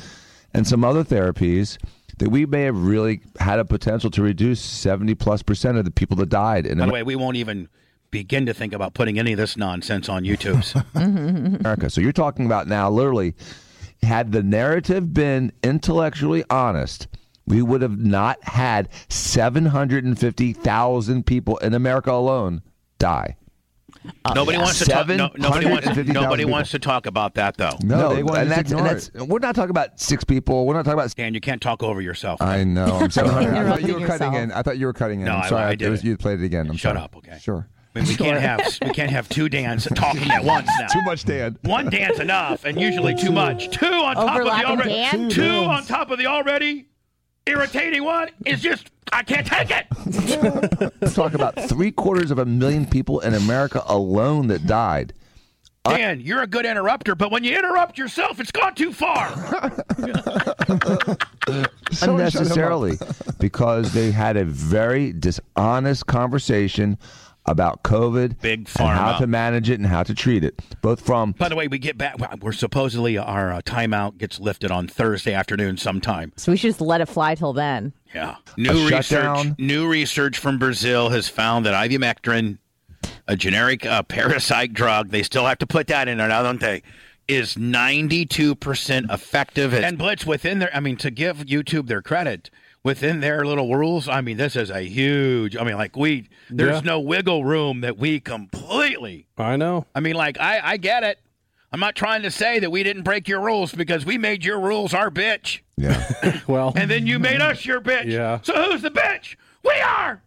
Speaker 18: and some other therapies that we may have really had a potential to reduce 70 plus percent of the people that died in
Speaker 5: By the way, we won't even begin to think about putting any of this nonsense
Speaker 18: [laughs]
Speaker 5: on YouTube's.
Speaker 18: America. So you're talking about now, literally, had the narrative been intellectually honest, we would have not had 750,000 people in America alone die.
Speaker 5: Uh, nobody wants to talk. No, nobody wants.
Speaker 18: 750,000
Speaker 5: Nobody
Speaker 18: people.
Speaker 5: wants to talk about that though.
Speaker 18: No, and that's, and that's, we're not talking about six people. We're not talking about.
Speaker 5: And you can't talk over yourself.
Speaker 18: I know. Oh, I'm
Speaker 5: [laughs]
Speaker 18: sorry. [laughs] I thought you were
Speaker 5: Interrupting
Speaker 18: cutting in.
Speaker 5: yourself.
Speaker 18: I thought you were cutting in.
Speaker 5: No,
Speaker 18: I'm
Speaker 5: I-
Speaker 18: sorry.
Speaker 5: I
Speaker 18: it
Speaker 5: did
Speaker 18: was,
Speaker 5: it.
Speaker 18: you played it again. I'm
Speaker 5: Shut
Speaker 18: sorry.
Speaker 5: up, okay?
Speaker 18: Sure.
Speaker 5: I mean, we can't have we can't have two Dans talking at once now. Too
Speaker 18: much Dan.
Speaker 5: One Dan's enough, and usually too much. Two on top
Speaker 1: Overlapping
Speaker 5: of the already.
Speaker 1: Dan?
Speaker 5: Two
Speaker 1: Two
Speaker 5: on top of the already irritating one is just I can't take it.
Speaker 18: Let's talk about three quarters of a million people in America alone that died.
Speaker 5: Dan, you're a good interrupter, but when you interrupt yourself, it's gone too
Speaker 18: [laughs]
Speaker 5: far.
Speaker 18: unnecessarily because they had a very dishonest conversation about COVID,
Speaker 5: Big
Speaker 18: and how
Speaker 5: pharma.
Speaker 18: to manage it and how to treat it, both from
Speaker 5: By the way, we get back. We're supposedly our uh, timeout gets lifted on Thursday afternoon sometime.
Speaker 16: So we should just let it fly till then.
Speaker 5: Yeah.
Speaker 18: A
Speaker 5: New research.
Speaker 18: shutdown.
Speaker 5: New research from Brazil has found that ivermectin, a generic uh, parasite drug, they still have to put that in there now, don't they? Is ninety-two percent effective. And Blitz within their. I mean, to give YouTube their credit. Within their little rules, I mean, this is a huge. I mean, like we, there's
Speaker 7: Yeah.
Speaker 5: no wiggle room that we completely
Speaker 7: I know.
Speaker 5: I mean, like, I, I get it. I'm not trying to say that we didn't break your rules because we made your rules our bitch.
Speaker 18: Yeah.
Speaker 7: [laughs] [laughs] well,
Speaker 5: And then you made us your bitch.
Speaker 7: Yeah.
Speaker 5: So who's the bitch? We are.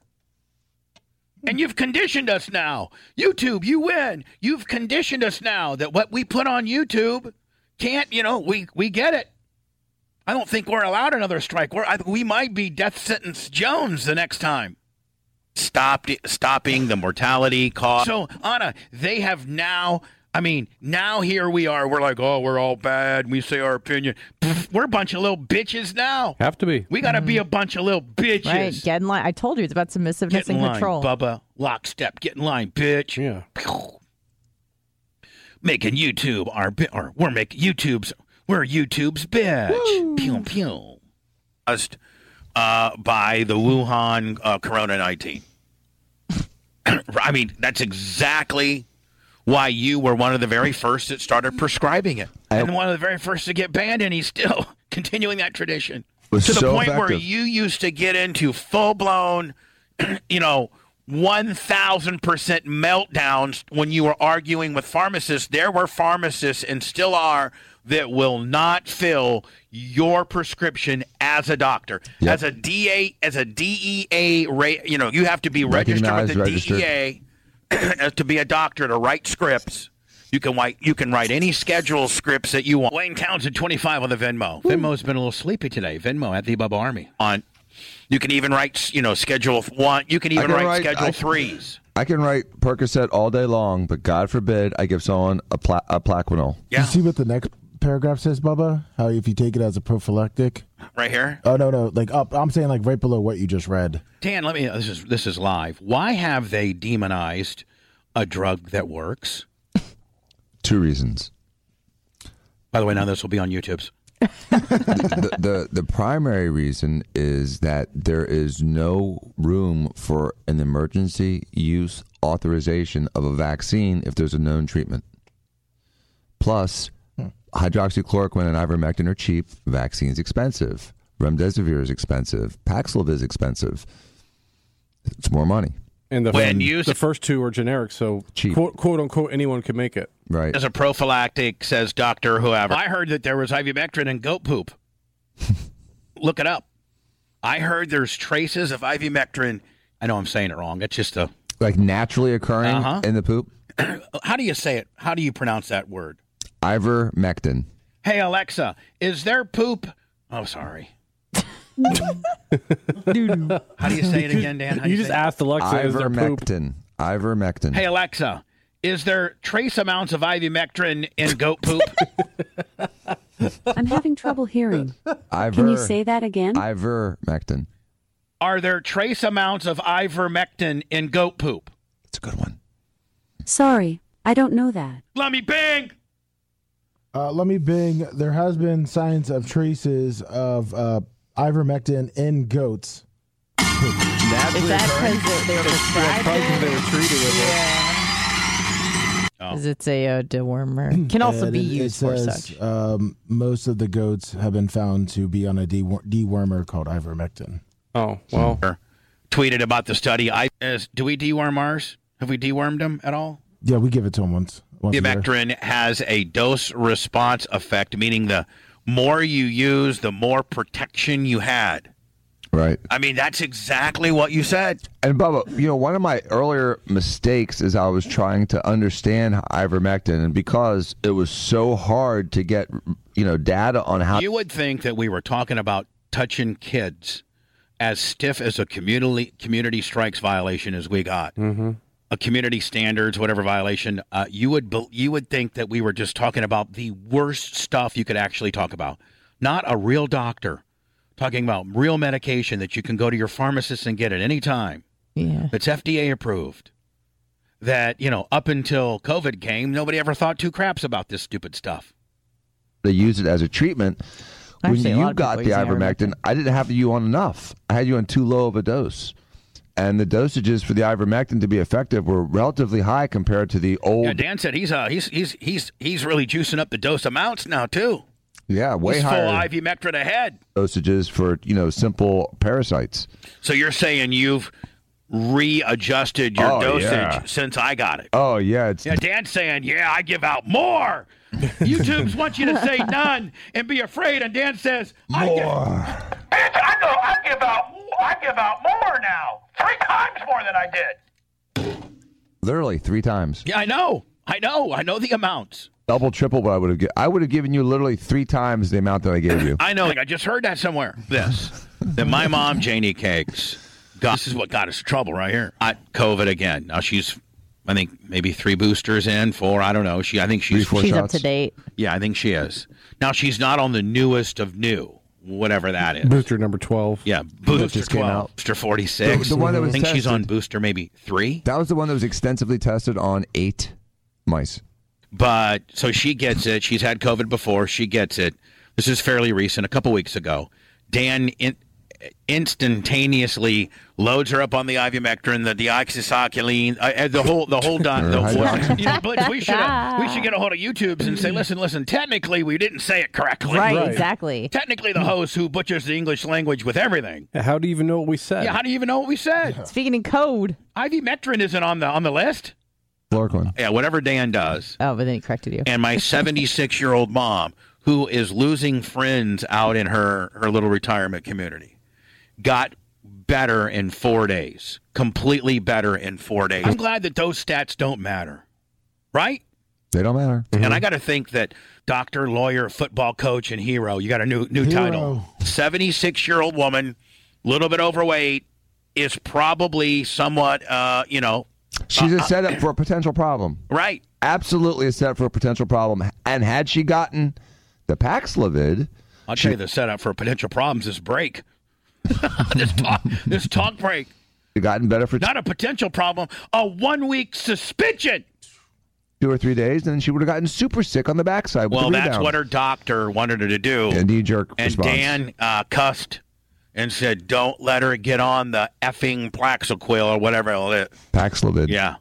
Speaker 5: And you've conditioned us now. YouTube, you win. You've conditioned us now that what we put on YouTube can't, you know, we, we get it. I don't think we're allowed another strike. We're, I, we might be death sentence Jones the next time. Stop, stopping the mortality cause. So, uh, Anna, they have now. I mean, now here we are. We're like, oh, we're all bad. We say our opinion. Pfft, we're a bunch of little bitches now.
Speaker 7: Have to be.
Speaker 5: We got to be a bunch of little bitches.
Speaker 16: Mm-hmm. Right, get in line. I told you it's about submissiveness
Speaker 5: Get in
Speaker 16: and
Speaker 5: line,
Speaker 16: control.
Speaker 5: Bubba. Lockstep. Get in line, bitch.
Speaker 7: Yeah.
Speaker 5: Making YouTube our bi- or we're making YouTube's we're YouTube's bitch. Pew pew. Caused uh, by the Wuhan uh, Corona nineteen. [coughs] I mean, that's exactly why you were one of the very first that started prescribing it, and one of the very first to get banned, and he's still [laughs] continuing that tradition
Speaker 1: was
Speaker 5: to the
Speaker 1: so
Speaker 5: point where
Speaker 1: effective.
Speaker 5: you used to get into full blown, [clears throat] you know, one thousand percent meltdowns when you were arguing with pharmacists. There were pharmacists and still are that will not fill your prescription as a doctor, as a DA, as a DEA. Ra- you know, you have to be registered with the
Speaker 18: Recognized, registered.
Speaker 5: DEA as to be a [clears throat] doctor to write scripts. You can write. You can write any schedule scripts that you want. Wayne Townsend, twenty five on the Venmo. Venmo's been a little sleepy today. Venmo at the Bubba Army. On. You can even write. You know, schedule one. You can
Speaker 18: I
Speaker 5: even
Speaker 18: can
Speaker 5: write,
Speaker 18: write-
Speaker 5: schedule
Speaker 18: I-
Speaker 5: threes.
Speaker 18: I can write Percocet all day long, but God forbid I give someone a, pla- a Plaquenil.
Speaker 5: Yeah.
Speaker 9: You see what the next paragraph says, Bubba? How if you take it as a prophylactic?
Speaker 5: Right here.
Speaker 9: Oh no, no, like up. I'm saying like right below what you just read.
Speaker 5: Dan, let me. This is this is live. Why have they demonized a drug that works?
Speaker 18: Two reasons.
Speaker 5: By the way, now this will be on YouTube's.
Speaker 18: the, the the primary reason is that there is no room for an emergency use authorization of a vaccine if there's a known treatment. Plus, hydroxychloroquine and ivermectin are cheap. Vaccine's expensive. Remdesivir is expensive. Paxlovid is expensive. It's more money,
Speaker 7: And the,
Speaker 5: When you-
Speaker 7: the first two are generic, so quote, quote unquote anyone can make it.
Speaker 18: right?
Speaker 5: As a prophylactic, says Doctor Whoever. I heard that there was ivermectin in goat poop. Look it up. I heard there's traces of ivermectin. I know I'm saying it wrong. It's just a.
Speaker 18: Like naturally occurring
Speaker 5: Uh-huh.
Speaker 18: in the poop.
Speaker 5: How do you say it? How do you pronounce that word?
Speaker 18: Ivermectin.
Speaker 5: Hey Alexa, is there poop? Oh, sorry. How do you say it again, Dan? How do
Speaker 7: you
Speaker 5: you
Speaker 7: just
Speaker 5: say it?
Speaker 7: asked Alexa, is there poop?
Speaker 18: Ivermectin. Ivermectin.
Speaker 5: Hey Alexa, is there trace amounts of ivermectin in goat poop?
Speaker 21: I'm having trouble hearing.
Speaker 18: Iver,
Speaker 21: Can you say that again?
Speaker 18: Ivermectin.
Speaker 5: Are there trace amounts of ivermectin in goat poop?
Speaker 21: Sorry, I don't know that.
Speaker 5: Let me bang.
Speaker 9: Uh, let me bing. There has been signs of traces of uh, ivermectin in goats.
Speaker 18: That's
Speaker 16: Is that because they were prescribed
Speaker 18: they were treated with it.
Speaker 5: Oh.
Speaker 16: Is it's a uh,
Speaker 9: [clears throat]
Speaker 16: dewormer?
Speaker 9: [laughs]
Speaker 16: Can also
Speaker 9: And
Speaker 16: be
Speaker 9: it-
Speaker 16: used
Speaker 9: it
Speaker 16: for
Speaker 9: says,
Speaker 16: such.
Speaker 9: Um, most of the goats have been found to be on a dewor- dewormer called ivermectin.
Speaker 7: Oh well.
Speaker 5: Tweeted about the study. I is, do we deworm ours? Have we dewormed them at all?
Speaker 9: Yeah, we give it to them once. once a year.
Speaker 5: Ivermectin has a dose response effect, meaning the more you use, the more protection you had.
Speaker 18: Right.
Speaker 5: I mean, that's exactly what you said.
Speaker 18: And Bubba, you know, one of my earlier mistakes is I was trying to understand ivermectin, and because it was so hard to get, you know, data on how.
Speaker 5: You would think that we were talking about touching kids as stiff as a community community strikes violation as we got.
Speaker 7: Mm-hmm.
Speaker 5: A community standards, whatever violation, uh, you would bel- you would think that we were just talking about the worst stuff you could actually talk about, not a real doctor talking about real medication that you can go to your pharmacist and get at any time.
Speaker 16: Yeah.
Speaker 5: That's FDA approved. That you know, up until COVID came, nobody ever thought two craps about this stupid stuff.
Speaker 18: they use it as a treatment. When
Speaker 5: Actually, a lot
Speaker 18: you
Speaker 5: of
Speaker 18: got the
Speaker 5: people use
Speaker 18: ivermectin, I didn't have you on enough. I had you on too low of a dose. And the dosages for the ivermectin to be effective were relatively high compared to the old.
Speaker 5: Yeah, Dan said he's uh, he's he's he's he's really juicing up the dose amounts now too.
Speaker 18: Yeah, way
Speaker 5: he's
Speaker 18: higher
Speaker 5: full ivermectin ahead.
Speaker 18: dosages for, you know, simple parasites.
Speaker 5: So you're saying you've readjusted your
Speaker 18: Oh,
Speaker 5: dosage
Speaker 18: yeah.
Speaker 5: since I got it.
Speaker 18: Oh, yeah. It's,
Speaker 5: Yeah, Dan's saying, yeah, I give out more. YouTube's wants you to say none and be afraid, and Dan says, I give, [laughs]
Speaker 1: I go, I give out, I give out more now, three times more than I did.
Speaker 18: literally three times.
Speaker 5: yeah, I know, I know, I know the amounts.
Speaker 18: Double, triple what I would have given. I would have given you literally three times the amount that I gave you.
Speaker 5: [clears throat] I know. I just heard that somewhere. This that my mom, Janie Cakes, got, this is what got us in trouble right here. I COVID again. Now she's, I think maybe three boosters in, four. I don't know. She, I think she's
Speaker 16: She's up to date.
Speaker 5: Yeah, I think she is. Now she's not on the newest of new, whatever that is.
Speaker 7: Booster number twelve.
Speaker 5: Yeah, booster
Speaker 18: just came
Speaker 5: twelve,
Speaker 18: out.
Speaker 5: booster forty six.
Speaker 18: The- the one that
Speaker 5: I
Speaker 18: was
Speaker 5: think she's
Speaker 18: tested.
Speaker 5: on booster maybe three.
Speaker 18: That was the one that was extensively tested on eight mice.
Speaker 5: But so she gets it. She's had COVID before. She gets it. This is fairly recent, a couple weeks ago. Dan in, instantaneously loads her up on the ivermectin, the deoxycycline, uh, uh, the whole the whole done. The,
Speaker 1: Hydroxy.
Speaker 5: you know, but we should uh, we should get a hold of
Speaker 1: [laughs]
Speaker 5: YouTube's and say, listen, listen. Technically, we didn't say it correctly.
Speaker 16: Right, Right. exactly.
Speaker 5: Technically, the host who butchers the English language with everything.
Speaker 7: How do you even know what we said?
Speaker 5: Yeah, how do you even know what we
Speaker 16: [laughs]
Speaker 5: said?
Speaker 16: Speaking in code,
Speaker 5: ivermectin isn't on the on the list.
Speaker 18: Chloroquine.
Speaker 5: Yeah, whatever Dan does.
Speaker 16: Oh, but then he corrected you.
Speaker 5: And
Speaker 16: [laughs]
Speaker 5: my 76 year old mom, who is losing friends out in her, her little retirement community, got better in four days. Completely better in four days. I'm glad that those stats don't matter, right?
Speaker 18: They don't matter.
Speaker 5: And
Speaker 16: Mm-hmm.
Speaker 5: I got to think that doctor, lawyer, football coach, and hero, you got a new, new
Speaker 18: Hero.
Speaker 5: title. 76 year old woman, little bit overweight, is probably somewhat, uh, you know,
Speaker 18: She's
Speaker 22: Uh,
Speaker 18: a setup for a potential problem.
Speaker 5: right.
Speaker 18: Absolutely a setup for a potential problem. And had she gotten the Paxlovid,
Speaker 5: I'll tell you the setup for potential problems is break. [laughs] this talk, this talk break,
Speaker 18: she'd gotten better for
Speaker 5: not a potential problem, a one week suspension.
Speaker 18: two or three days, then she would have gotten super sick on the backside. with
Speaker 5: Well,
Speaker 18: the
Speaker 5: that's
Speaker 18: rebound.
Speaker 5: what her doctor wanted her to do.
Speaker 18: a knee jerk
Speaker 5: and
Speaker 18: response.
Speaker 5: Dan uh, cussed and said, "Don't let her get on the effing Plaxoquil or whatever it is."
Speaker 18: Paxlovid.
Speaker 5: Yeah.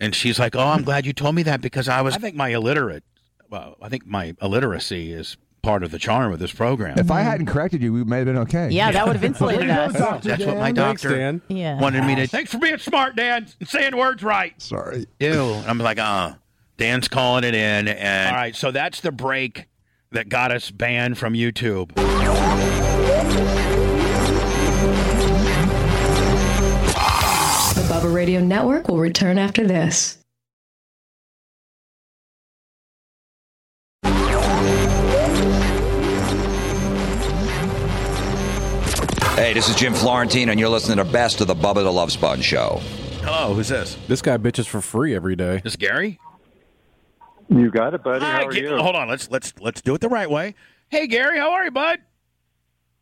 Speaker 5: And she's like, "Oh, I'm glad you told me that because I was." I think my illiterate, well, I think my illiteracy is part of the charm of this program.
Speaker 18: If I hadn't corrected you, we may have been okay. Mm-hmm.
Speaker 5: That's what my doctor wanted me to. Thanks for being smart, Dan, and saying words right.
Speaker 18: Sorry.
Speaker 5: Ew. And I'm like, uh, Dan's calling it in. And all right, so that's the break that got us banned from YouTube.
Speaker 4: The Bubba Radio Network will return after this.
Speaker 22: [laughs] Hey, this is Jim Florentine, and you're listening to Best of the Bubba the Love Sponge
Speaker 18: [laughs]
Speaker 22: Show.
Speaker 5: Hello, Oh, who's this?
Speaker 7: This guy bitches for free every day.
Speaker 5: This Gary?
Speaker 22: You got it, buddy.
Speaker 5: Hi, Ga- Hold on, let's let's let's do it the right way. Hey, Gary, how are you, bud?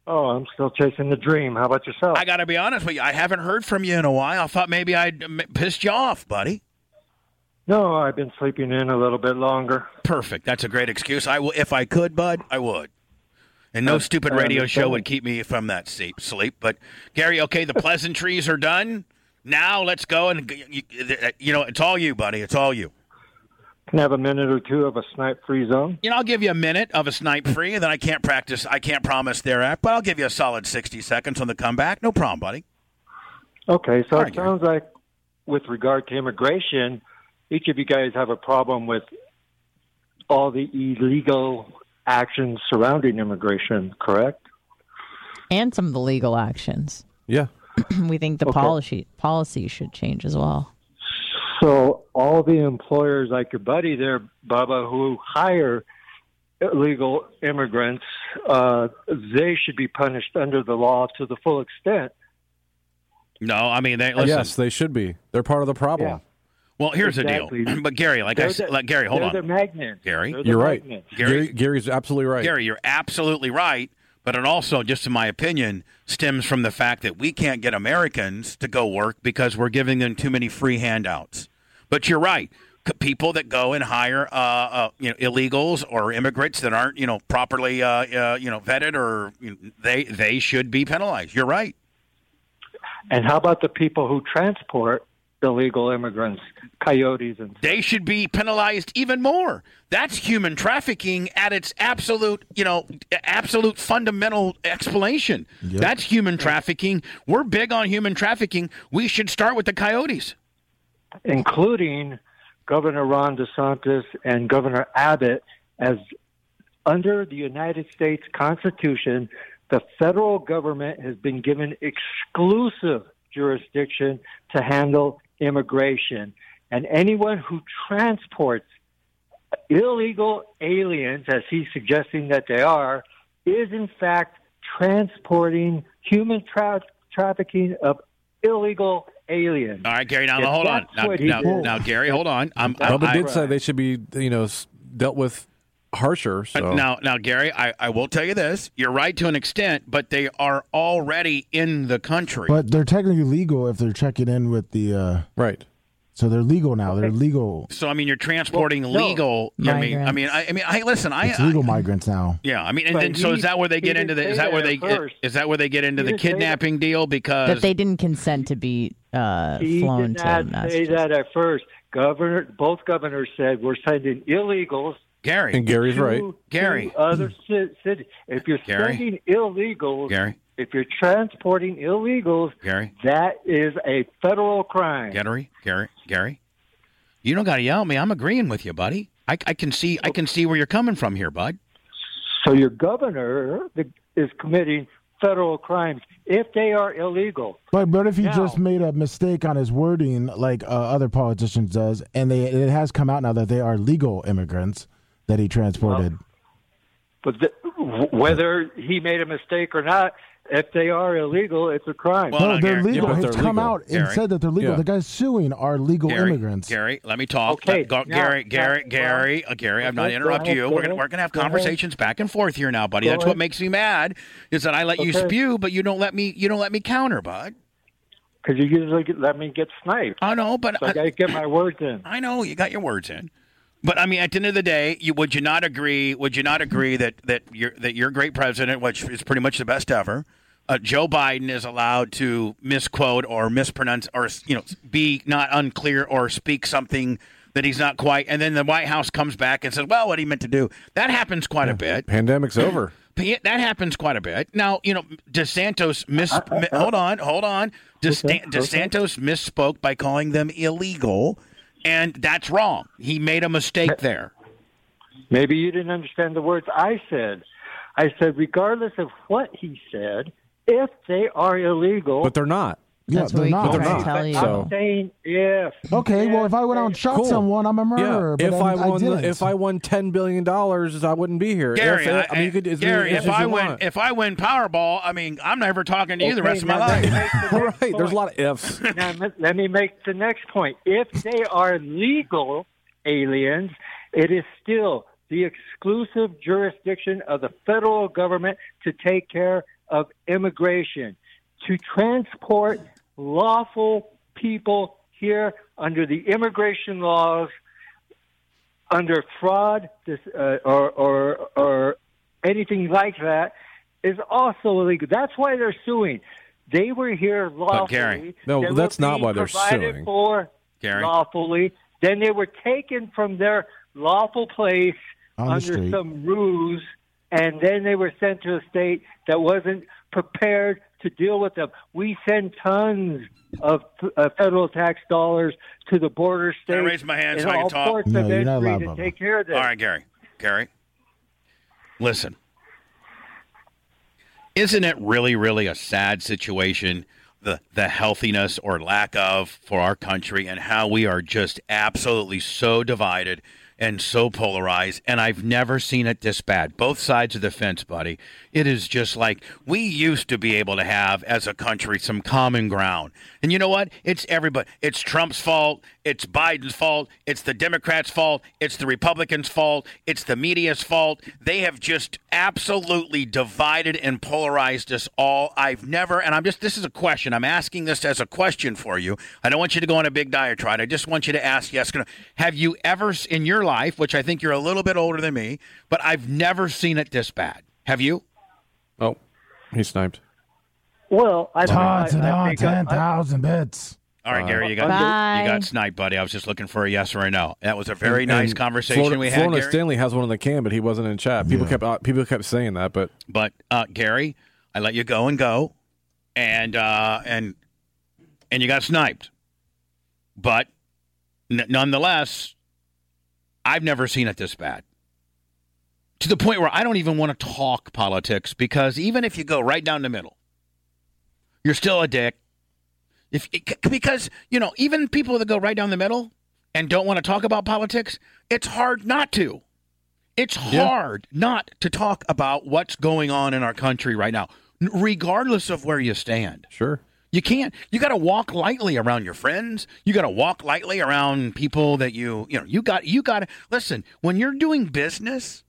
Speaker 6: Oh, I'm still chasing the dream. How about yourself?
Speaker 5: I got to be honest with you. I haven't heard from you in a while. I thought maybe I pissed you off, buddy.
Speaker 6: No, I've been sleeping in a little bit longer.
Speaker 5: Perfect. That's a great excuse. I will, if I could, bud, I would. And no stupid radio show would keep me from that sleep. Sleep, but Gary, okay, the pleasantries are done. Now let's go and g- you, you know it's all you, buddy. It's all you.
Speaker 6: Can I have a minute or two of a snipe free zone?
Speaker 5: You know, I'll give you a minute of a snipe free, and then I can't practice. I can't promise thereafter, but I'll give you a solid sixty seconds on the comeback. No problem, buddy.
Speaker 6: Okay, so it sounds like with regard to immigration, each of you guys have a problem with all the illegal actions surrounding immigration, correct?
Speaker 16: and some of the legal actions. [clears throat]
Speaker 7: Yeah.
Speaker 16: we think the policy policy should change as well.
Speaker 6: So all the employers like your buddy there, Bubba, who hire illegal immigrants, uh, they should be punished under the law to the full extent.
Speaker 5: No, Oh, I mean they. Listen.
Speaker 7: Yes, they should be. They're part of the problem.
Speaker 5: Yeah. Well, here's
Speaker 7: Exactly.
Speaker 5: the deal. [clears throat] But Gary, like I
Speaker 7: They're
Speaker 5: said,
Speaker 7: the-
Speaker 5: like, Gary, hold
Speaker 7: they're
Speaker 5: on.
Speaker 7: the
Speaker 6: magnets.
Speaker 5: Gary,
Speaker 7: You're right. Gary, Gary's absolutely right.
Speaker 5: Gary, you're absolutely right. But it also, just in my opinion, stems from the fact that we can't get Americans to go work because we're giving them too many free handouts. But you're right. C- People that go and hire uh, uh, you know, illegals or immigrants that aren't you know properly uh, uh, you know vetted or you know, they they should be penalized. You're right.
Speaker 6: And how about the people who transport illegal immigrants, coyotes and
Speaker 5: They should be penalized even more. That's human trafficking at its absolute, you know, absolute fundamental explanation. That's human trafficking. We're big on human trafficking. We should start with the coyotes.
Speaker 6: including Governor Ron DeSantis and Governor Abbott, as under the United States Constitution, the federal government has been given exclusive jurisdiction to handle immigration. And anyone who transports illegal aliens, as he's suggesting that they are, is in fact transporting human tra- trafficking of illegal aliens.
Speaker 5: All right, Gary. Now,
Speaker 6: If
Speaker 5: hold on.
Speaker 6: that's
Speaker 5: Now,
Speaker 6: what he
Speaker 5: now,
Speaker 6: did-
Speaker 5: now, Gary, hold on. I'm, I-
Speaker 7: Bubba
Speaker 5: I-
Speaker 7: did say they should be, you know, s- dealt with harsher. So
Speaker 5: Now, now, Gary, I, I will tell you this: you're right to an extent, but they are already in the country.
Speaker 9: But they're technically legal if they're checking in with the uh,
Speaker 7: right.
Speaker 9: So they're legal now. They're legal.
Speaker 5: so, I mean, you're transporting
Speaker 9: Well, no.
Speaker 5: legal. I mean, I mean, I, I mean, I listen. I,
Speaker 9: It's legal migrants now.
Speaker 5: Yeah, I mean, and
Speaker 9: But
Speaker 5: then so
Speaker 9: he-
Speaker 5: is that where they
Speaker 9: he
Speaker 5: get
Speaker 9: didn't
Speaker 5: into the
Speaker 9: say
Speaker 5: is that where
Speaker 9: that
Speaker 5: they
Speaker 9: at first.
Speaker 5: is that where they get into
Speaker 6: He
Speaker 5: the
Speaker 6: didn't say that.
Speaker 5: kidnapping deal because
Speaker 16: that they didn't consent to be uh,
Speaker 6: He
Speaker 16: flown
Speaker 6: did
Speaker 16: to
Speaker 6: not say
Speaker 16: Massachusetts.
Speaker 6: that at first. Governor, both governors said we're sending illegals.
Speaker 5: Gary
Speaker 7: And Gary's
Speaker 6: to-
Speaker 7: right.
Speaker 6: to
Speaker 5: Gary.
Speaker 6: other ci- cities. If you're
Speaker 5: Gary.
Speaker 6: sending illegals,
Speaker 5: Gary.
Speaker 6: if you're transporting illegals,
Speaker 5: Gary
Speaker 6: that is a federal crime.
Speaker 5: Gary Gary Gary, you don't got to yell at me. I'm agreeing with you, buddy. I, I can see I can see where you're coming from here, bud.
Speaker 6: So your governor the- is committing federal crimes if they are illegal.
Speaker 9: But but if he just made a mistake on his wording, like uh, other politicians does, and they it has come out now that they are legal immigrants that he transported.
Speaker 6: But the, w- whether he made a mistake or not, if they are illegal, it's a crime.
Speaker 9: no, they're legal. It's come out and
Speaker 6: Gary.
Speaker 9: said that they're legal.
Speaker 6: Yeah.
Speaker 9: The guys suing are legal
Speaker 5: Gary,
Speaker 9: immigrants.
Speaker 5: Gary, let me talk.
Speaker 6: Okay,
Speaker 5: Let- go-
Speaker 6: now-
Speaker 5: Gary,
Speaker 6: now-
Speaker 5: Gary, Gary, uh, Gary. I'm not
Speaker 6: Okay, go
Speaker 5: interrupting
Speaker 6: ahead,
Speaker 5: you.
Speaker 6: go
Speaker 5: We're gonna
Speaker 6: ahead,
Speaker 5: we're gonna have
Speaker 6: go ahead.
Speaker 5: conversations back and forth here now, buddy.
Speaker 6: Go
Speaker 5: That's what
Speaker 6: ahead.
Speaker 5: makes me mad is that I let you
Speaker 6: Okay.
Speaker 5: spew, but you don't let me you don't let me counter, bud.
Speaker 6: Because you usually get, let me get sniped.
Speaker 5: I know, but
Speaker 6: so I, got to get my words in.
Speaker 5: I know you got your words in, but I mean, at the end of the day, you, would you not agree? Would you not agree that that your that your great president, which is pretty much the best ever, uh, Joe Biden, is allowed to misquote or mispronounce or you know be not unclear or speak something that he's not quite, and then the White House comes back and says, "Well, what he meant to do." That happens quite a bit. [laughs]
Speaker 7: Pandemic's over.
Speaker 5: Yeah, That happens quite a bit. Now, you know, DeSantos mis. mi- hold on, hold on. DeSta- DeSantos misspoke by calling them illegal, and that's wrong. He made a mistake there.
Speaker 6: Maybe you didn't understand the words I said. I said, regardless of what he said, if they are illegal.
Speaker 7: But they're not.
Speaker 9: Yeah, That's what they're we not.
Speaker 7: But
Speaker 9: keep
Speaker 7: they're
Speaker 9: trying
Speaker 7: not.
Speaker 9: to tell you.
Speaker 7: So-
Speaker 6: I'm saying if.
Speaker 9: Okay, well, if I went out and shot
Speaker 7: Cool.
Speaker 9: someone, I'm a murderer.
Speaker 7: Yeah.
Speaker 9: But
Speaker 7: If
Speaker 9: I,
Speaker 7: I, won, the-
Speaker 9: didn't.
Speaker 7: if I won ten billion dollars, I wouldn't be here.
Speaker 5: Gary,
Speaker 7: If-
Speaker 5: I,
Speaker 7: I mean, you could, as many
Speaker 5: Gary, if
Speaker 7: answers
Speaker 5: I
Speaker 7: you
Speaker 5: win,
Speaker 7: want.
Speaker 5: if I win Powerball, I mean, I'm never talking to you the
Speaker 6: Okay,
Speaker 5: rest of my
Speaker 6: now
Speaker 5: life.
Speaker 7: right, there's a lot of ifs.
Speaker 6: now, let- let me make the next point. If they are legal aliens, it is still the exclusive jurisdiction of the federal government to take care of immigration. To transport lawful people here under the immigration laws, under fraud this, uh, or, or, or anything like that is also illegal. That's why they're suing. They were here lawfully.
Speaker 7: Gary- No,
Speaker 6: They were
Speaker 7: that's not
Speaker 6: being
Speaker 7: why they're
Speaker 6: provided
Speaker 7: suing.
Speaker 6: For
Speaker 7: Gary?
Speaker 6: lawfully. Then they were taken from their lawful place
Speaker 9: On the
Speaker 6: under
Speaker 9: street.
Speaker 6: some ruse, and then they were sent to a state that wasn't prepared to deal with them. We send tons of uh, federal tax dollars to the border states.
Speaker 5: Can I raise my hand
Speaker 6: and
Speaker 5: so I can
Speaker 6: all
Speaker 5: talk?
Speaker 6: ports of entry to take care of this.
Speaker 5: All right, Gary. Gary, listen. Isn't it really, really a sad situation? The the healthiness or lack of for our country and how we are just absolutely so divided and so polarized. And I've never seen it this bad. Both sides of the fence, buddy. It is just like we used to be able to have as a country some common ground. And you know what? It's everybody. It's Trump's fault. It's Biden's fault. It's the Democrats' fault. It's the Republicans' fault. It's the media's fault. They have just absolutely divided and polarized us all. I've never, and I'm just, this is a question. I'm asking this as a question for you. I don't want you to go on a big diatribe. I just want you to ask yes. no. Have you ever s- in your life, which I think you're a little bit older than me, but I've never seen it this bad. Have you?
Speaker 7: Oh, he sniped.
Speaker 6: Well, I,
Speaker 9: Tons and
Speaker 6: I, I
Speaker 9: on
Speaker 6: think I-
Speaker 9: ten thousand bits.
Speaker 5: All
Speaker 7: Uh,
Speaker 5: right, Gary, you got
Speaker 6: Bye.
Speaker 5: you got sniped, buddy. I was just looking for a yes or a no. That was a very
Speaker 7: And-
Speaker 5: nice
Speaker 7: and
Speaker 5: conversation
Speaker 7: Florida,
Speaker 5: we had.
Speaker 7: Florida
Speaker 5: Gary.
Speaker 7: Stanley has one in the can, but he wasn't in chat. People kept uh, people kept saying that, but
Speaker 5: But uh, Gary, I let you go and go, and uh, and and you got sniped. But n- nonetheless, I've never seen it this bad. To the point where I don't even want to talk politics because even if you go right down the middle, you're still a dick. If because you know even people that go right down the middle and don't want to talk about politics, it's hard not to. It's
Speaker 1: Yeah.
Speaker 5: hard not to talk about what's going on in our country right now, n- regardless of where you stand.
Speaker 7: Sure.
Speaker 5: You can't. You got to walk lightly around your friends. You got to walk lightly around people that you, you know, you got you got to listen, when you're doing business,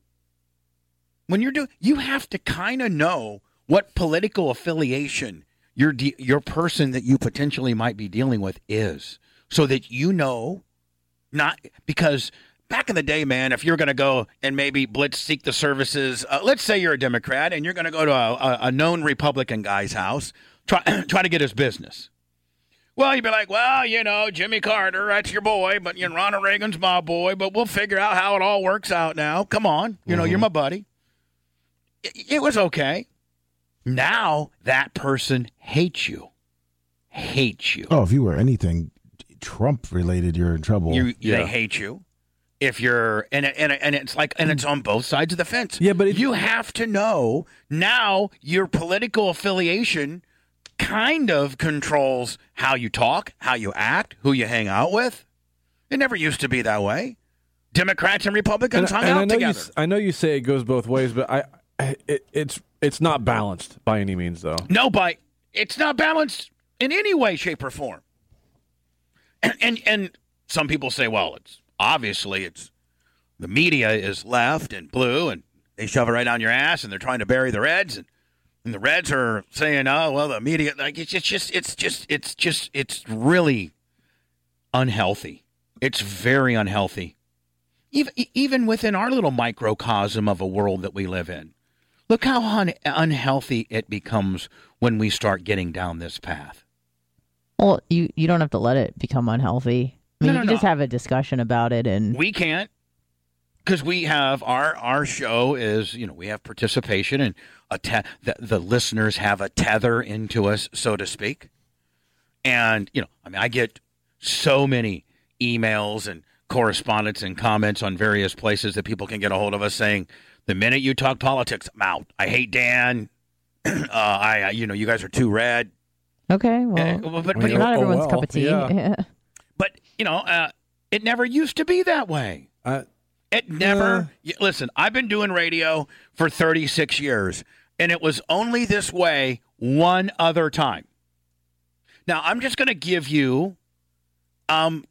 Speaker 5: when you're doing you have to kind of know what political affiliation your de- your person that you potentially might be dealing with is so that you know not because back in the day man if you're going to go and maybe blitz seek the services uh, let's say you're a democrat and you're going to go to a, a, a known republican guy's house try [clears throat] try to get his business well, you'd be like, well, you know, Jimmy Carter, that's your boy, but you know, Ronald Reagan's my boy, but we'll figure out how it all works out now. Come on. You know, you're my buddy. I- It was okay. Now that person hates you. Hates you.
Speaker 9: Oh, if you were anything Trump related, you're in trouble.
Speaker 5: You, They hate you. If you're and it- and it- and it's like and it's on both sides of the fence.
Speaker 7: Yeah, but it-
Speaker 5: you have to know now your political affiliation kind of controls how you talk, how you act, who you hang out with. It never used to be that way. Democrats and Republicans hung out
Speaker 7: I know
Speaker 5: together.
Speaker 7: You, s- I know you say it goes both ways, but I, I it, it's it's not balanced by any means, though.
Speaker 5: No, by it's not balanced in any way, shape, or form. And and, and some people say, well, it's obviously it's the media is left and blue, and they shove it right down your ass, and they're trying to bury the Reds, and, and the Reds are saying, oh, well, the media, like it's just, just, it's just, it's just, it's really unhealthy. It's very unhealthy. Even e, even within our little microcosm of a world that we live in. Look how un- unhealthy it becomes when we start getting down this path.
Speaker 8: Well, you you don't have to let it become unhealthy. I mean,
Speaker 5: No, no,
Speaker 8: you can
Speaker 5: no.
Speaker 8: just have a discussion about it and
Speaker 5: We can't because we have our our show is you know we have participation and a te- the, the listeners have a tether into us so to speak and you know i mean i get so many emails and correspondence and comments on various places that people can get a hold of us saying the minute you talk politics i'm out i hate dan [clears throat] uh, i I- you know you guys are too red
Speaker 8: okay. Well,
Speaker 5: Eh, well, but- but you-
Speaker 8: not
Speaker 5: oh,
Speaker 8: everyone's
Speaker 5: well,
Speaker 8: cup of tea.
Speaker 5: yeah. but you know uh, it never used to be that way It never. y listen, I've been doing radio for 36 years, and it was only this way one other time. Now, I'm just going to give you um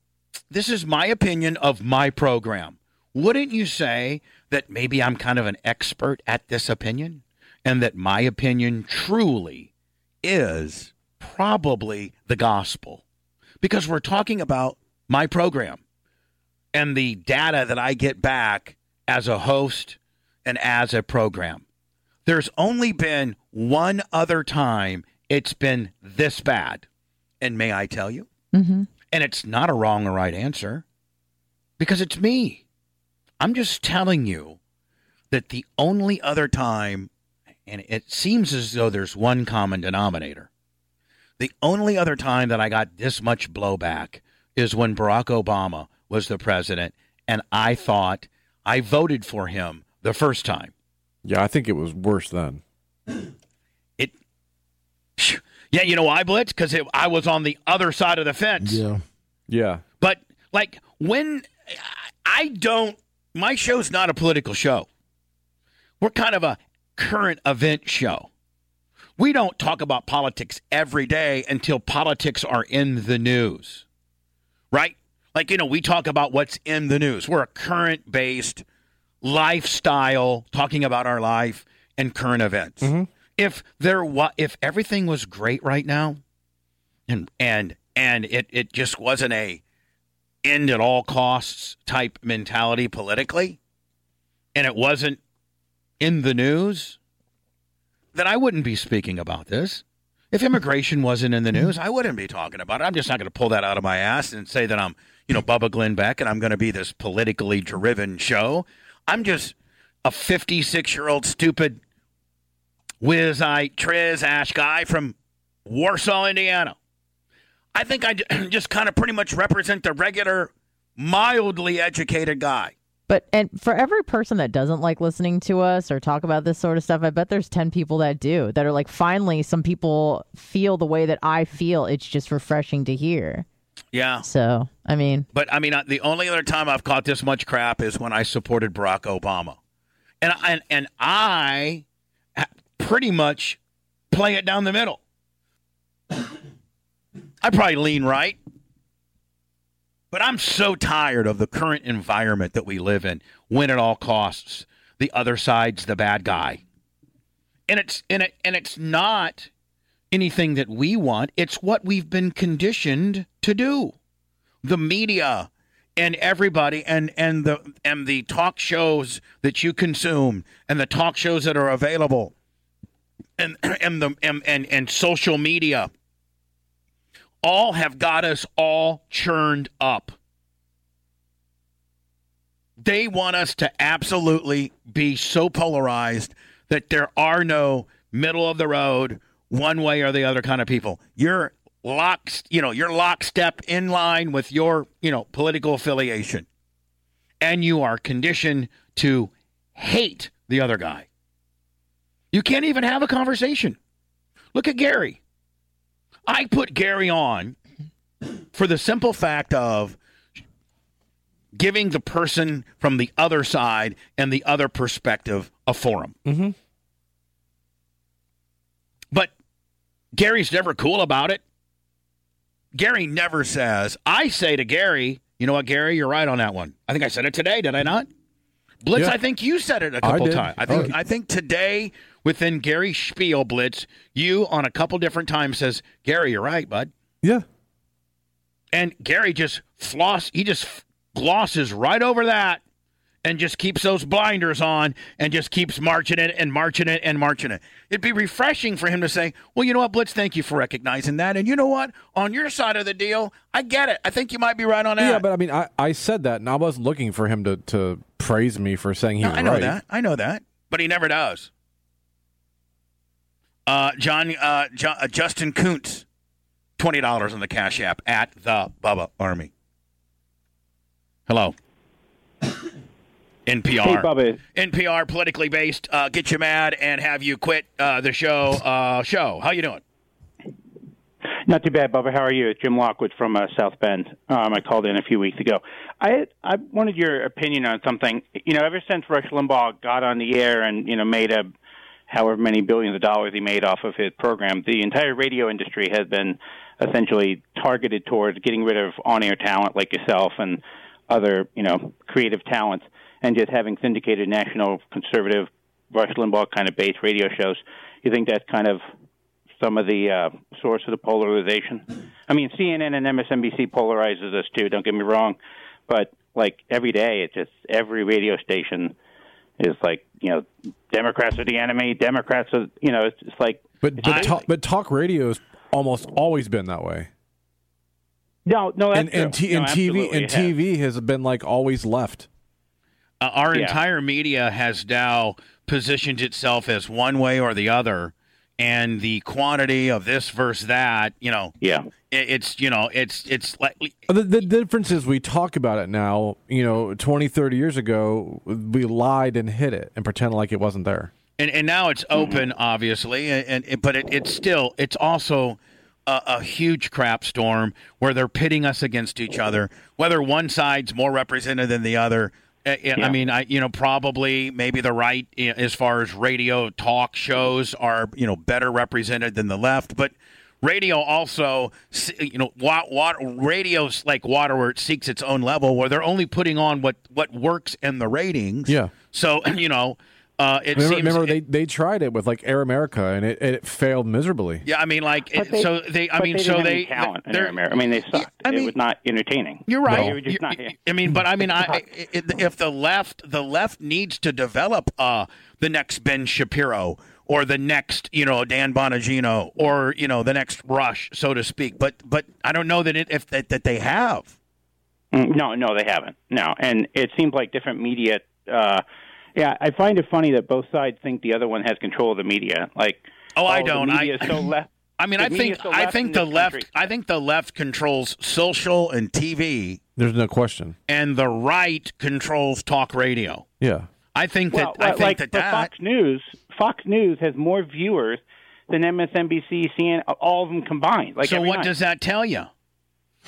Speaker 5: this is my opinion of my program. Wouldn't you say that maybe I'm kind of an expert at this opinion and that my opinion truly is probably the gospel? Because we're talking about my program and the data that I get back as a host and as a program. There's only been one other time it's been this bad. And may I tell you?
Speaker 1: Mm-hmm.
Speaker 5: And it's not a wrong or right answer because it's me. I'm just telling you that the only other time, and it seems as though there's one common denominator, the only other time that I got this much blowback is when Barack Obama was the president, and I thought I voted for him the first time.
Speaker 7: Yeah, I think it was worse then.
Speaker 5: Yeah, you know why, Blitz? Because I was on the other side of the fence.
Speaker 7: Yeah. Yeah.
Speaker 5: But like when I don't, my show's not a political show. We're kind of a current event show. We don't talk about politics every day until politics are in the news, right? Like, you know, we talk about what's in the news. We're a current based lifestyle talking about our life and current events. If there wa- if everything was great right now and and and it, it just wasn't a end at all costs type mentality politically, and it wasn't in the news, then I wouldn't be speaking about this. If immigration wasn't in the news, I wouldn't be talking about it. I'm just not going to pull that out of my ass and say that I'm, you know, Bubba Glenn Beck and I'm going to be this politically driven show. I'm just a 56 year old stupid whizite Trez Ash guy from Warsaw, Indiana. I think I [clears throat] j- just kind of pretty much represent the regular, mildly educated guy.
Speaker 16: But and for every person that doesn't like listening to us or talk about this sort of stuff, I bet there's 10 people that do that are like finally some people feel the way that I feel. It's just refreshing to hear.
Speaker 5: Yeah.
Speaker 16: So, I mean,
Speaker 5: But I mean, uh, the only other time I've caught this much crap is when I supported Barack Obama, and and and I ha- pretty much play it down the middle. I probably lean right, but I'm so tired of the current environment that we live in. Win at all costs. The other side's the bad guy, and it's and it and it's not anything that we want. It's what we've been conditioned to do the media and everybody and and the and the talk shows that you consume and the talk shows that are available and [clears throat] and the and and, and social media all have got us all churned up they want us to absolutely be so polarized that there are no middle of the road one way or the other kind of people you're lock you know you're lockstep in line with your you know political affiliation and you are conditioned to hate the other guy you can't even have a conversation look at gary i put gary on for the simple fact of giving the person from the other side and the other perspective a forum. Mm-hmm. But Gary's never cool about it. Gary never says, I say to Gary, you know what, Gary, you're right on that one. I think I said it today, did I not? Blitz,
Speaker 1: Yeah.
Speaker 5: I think you said it a
Speaker 1: I
Speaker 5: couple
Speaker 1: did.
Speaker 5: times. I think
Speaker 1: Oh.
Speaker 5: I think today within Gary Spiel Blitz, you on a couple different times says, Gary, you're right, bud.
Speaker 7: Yeah.
Speaker 5: And Gary just floss. He just glosses right over that, and just keeps those blinders on, and just keeps marching it and marching it and marching it. It'd be refreshing for him to say, "Well, you know what, Blitz? Thank you for recognizing that. And you know what? On your side of the deal, I get it. I think you might be right on that.
Speaker 7: Yeah, but I mean, I, I said that, and I wasn't looking for him to, to praise me for saying he
Speaker 5: No,
Speaker 7: was
Speaker 5: I know
Speaker 7: right.
Speaker 5: that. I know that. But he never does. Uh, John, uh, Jo- uh, Justin Kuntz, twenty dollars on the Cash App at the Bubba Army.
Speaker 23: [coughs]
Speaker 5: Hello. NPR.
Speaker 23: Hey, Bubba.
Speaker 5: NPR, politically based, uh, get you mad and have you quit uh, the show. Uh, show. How you doing?
Speaker 23: Not too bad, Bubba. How are you? It's Jim Lockwood from uh, South Bend. Um, I called in a few weeks ago. I I wanted your opinion on something. You know, ever since Rush Limbaugh got on the air and you know made a however many billions of dollars he made off of his program, the entire radio industry has been essentially targeted towards getting rid of on-air talent like yourself and other you know creative talents, and just having syndicated national conservative Rush Limbaugh kind of based radio shows. You think that's kind of some of the uh, source of the polarization. I mean, CNN and MSNBC polarizes us too. Don't get me wrong, but like every day, it just every radio station is like you know, Democrats are the enemy. Democrats are you know, it's, it's like
Speaker 7: But but, talk, but talk radio's almost always been that way.
Speaker 23: no, no, that's
Speaker 7: and and,
Speaker 23: true.
Speaker 7: t-
Speaker 23: No,
Speaker 7: and TV
Speaker 23: absolutely
Speaker 7: and
Speaker 23: it has.
Speaker 7: TV has been like always left.
Speaker 5: Uh, our
Speaker 7: Yeah.
Speaker 5: entire media has now positioned itself as one way or the other, and the quantity of this versus that, you know,
Speaker 23: yeah,
Speaker 5: it's you know, it's it's like
Speaker 7: The, the difference is we talk about it now. You know, 20, 30 years ago, we lied and hid it and pretended like it wasn't there.
Speaker 5: and, and now it's
Speaker 7: Mm-hmm.
Speaker 5: open, obviously, and, and it- but it, it's still it's also a, a huge crap storm where they're pitting us against each other, whether one side's more represented than the other. Uh, yeah, I mean, I you know probably maybe the right you know, as far as radio talk shows are you know better represented than the left, but radio also s- you know wa- wa- radio's like water where it seeks its own level where they're only putting on what what works in the ratings.
Speaker 7: Yeah.
Speaker 5: So [clears throat] you know uh, it
Speaker 7: remember,
Speaker 5: seems
Speaker 7: remember they, they tried it with like Air America and it, and it failed miserably.
Speaker 5: Yeah, I mean, like,
Speaker 23: But
Speaker 5: it-
Speaker 23: they-
Speaker 5: so they. I
Speaker 23: but
Speaker 5: mean,
Speaker 23: they
Speaker 5: so
Speaker 23: didn't have
Speaker 5: they.
Speaker 23: any talent in
Speaker 5: they're-
Speaker 23: America. I mean, they sucked.
Speaker 5: I mean-
Speaker 23: it was not entertaining.
Speaker 5: You're right.
Speaker 23: They were just not.
Speaker 5: You- I mean, but I mean, I, I- it- if the left, the left needs to develop uh, the next Ben Shapiro or the next, you know, Dan Bonagino or you know the next Rush, so to speak. But but I don't know that it if that, that they have.
Speaker 23: Mm, No, no, they haven't. No, and it seems like different media. Uh, yeah, I find it funny that both sides think the other one has control of the media. Like,
Speaker 5: Oh, I
Speaker 23: the
Speaker 5: don't. I-
Speaker 23: media is so left.
Speaker 5: I mean,
Speaker 23: the
Speaker 5: I
Speaker 23: media
Speaker 5: think
Speaker 23: is so
Speaker 5: I
Speaker 23: left in
Speaker 5: think
Speaker 23: this
Speaker 5: the left I think the left controls social and TV,
Speaker 7: There's no question.
Speaker 5: and the right controls talk radio.
Speaker 7: Yeah.
Speaker 5: I think
Speaker 23: Well,
Speaker 5: that I
Speaker 23: well,
Speaker 5: think
Speaker 23: like,
Speaker 5: that
Speaker 23: for
Speaker 5: that
Speaker 23: Fox News, Fox News has more viewers than MSNBC, CNN, all of them combined. Like,
Speaker 5: so
Speaker 23: every
Speaker 5: what
Speaker 23: night.
Speaker 5: does that tell you?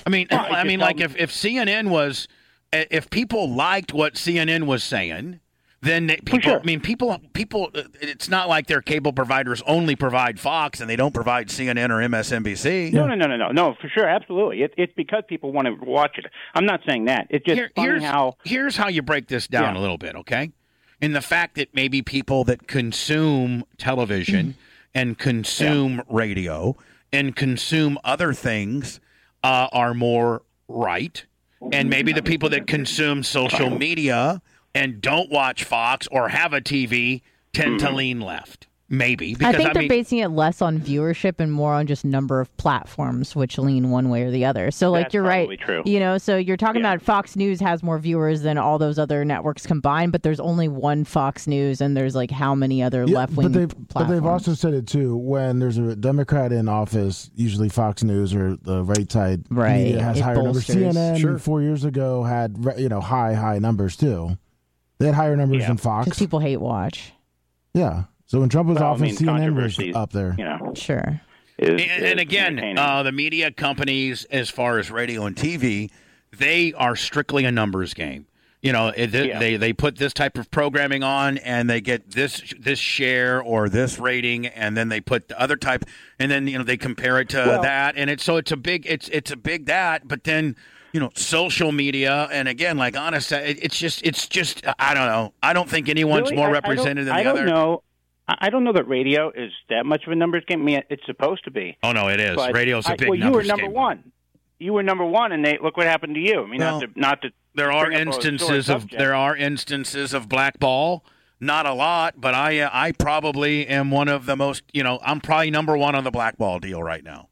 Speaker 5: I mean, [clears throat]
Speaker 23: Well, it
Speaker 5: I
Speaker 23: just
Speaker 5: mean, like if, if CNN was, eh, if people liked what CNN was saying, then they- people. I mean, people, people. eh, It's not like their cable providers only provide Fox and they don't provide CNN or MSNBC.
Speaker 23: No, no, no, no, no, no, for sure, absolutely. It, it's because people want to watch it. I'm not saying that. It's just
Speaker 5: Here-
Speaker 23: funny
Speaker 5: here's
Speaker 23: how
Speaker 5: here's how you break this down
Speaker 23: Yeah.
Speaker 5: a little bit, okay? In the fact that maybe people that consume
Speaker 16: Mm-hmm.
Speaker 5: television and consume radio and consume other things uh, are more right, and maybe the people that consume social media and don't watch Fox or have a TV tend to lean left. Maybe
Speaker 16: Mm-hmm.
Speaker 5: because
Speaker 16: I think
Speaker 5: I
Speaker 16: they're
Speaker 5: mean,
Speaker 16: basing it less on viewership and more on just number of platforms, which lean one way or the other. So, like,
Speaker 8: That's
Speaker 16: you're right.
Speaker 8: probably true.
Speaker 16: You know, so you're talking about Fox News has more viewers than all those other networks combined, but there's only one Fox News, and there's like how many other
Speaker 9: Yeah,
Speaker 16: left wing
Speaker 9: but they've,
Speaker 16: platforms?
Speaker 9: but they've also said it too. When there's a Democrat in office, usually Fox News or the right side
Speaker 16: Right,
Speaker 9: media has
Speaker 16: it
Speaker 9: higher
Speaker 16: bolsters.
Speaker 9: numbers. CNN
Speaker 16: Sure.
Speaker 9: four years ago had re- you know high high numbers too. They had higher numbers than Fox.
Speaker 16: People hate watch.
Speaker 9: Yeah. So when Trump was
Speaker 16: Well, I
Speaker 9: off,
Speaker 16: mean,
Speaker 9: office, CNN was up there.
Speaker 23: You know.
Speaker 16: Sure.
Speaker 5: and, and again, uh, the media companies, as far as radio and TV, they are strictly a numbers game. You know, it, they, they they put this type of programming on, and they get this this share or this rating, and then they put the other type, and then you know they compare it to
Speaker 24: Well-
Speaker 5: that, and it's so it's a big it's it's a big that, but then you know social media, and again, like honest, uh, it, it's just it's just uh, I don't know, I don't think anyone's
Speaker 23: Really?
Speaker 5: more
Speaker 23: I- I don't-
Speaker 5: represented than the
Speaker 23: I don't
Speaker 5: other.
Speaker 23: know. I I don't know that radio is that much of a numbers game. I mean, it's supposed to be.
Speaker 5: Oh no, it is.
Speaker 23: But
Speaker 5: Radio's a
Speaker 23: I-
Speaker 5: big
Speaker 23: Well, you were
Speaker 5: numbers
Speaker 23: number
Speaker 5: game.
Speaker 23: one. You were number one, and they look what happened to you. I mean,
Speaker 5: Well,
Speaker 23: not to, not to.
Speaker 5: there are
Speaker 23: bring up a sore
Speaker 5: instances of
Speaker 23: subject.
Speaker 5: there are instances of blackball. Not a lot, but I uh, I probably am one of the most. You know, I'm probably number one on the blackball deal right now.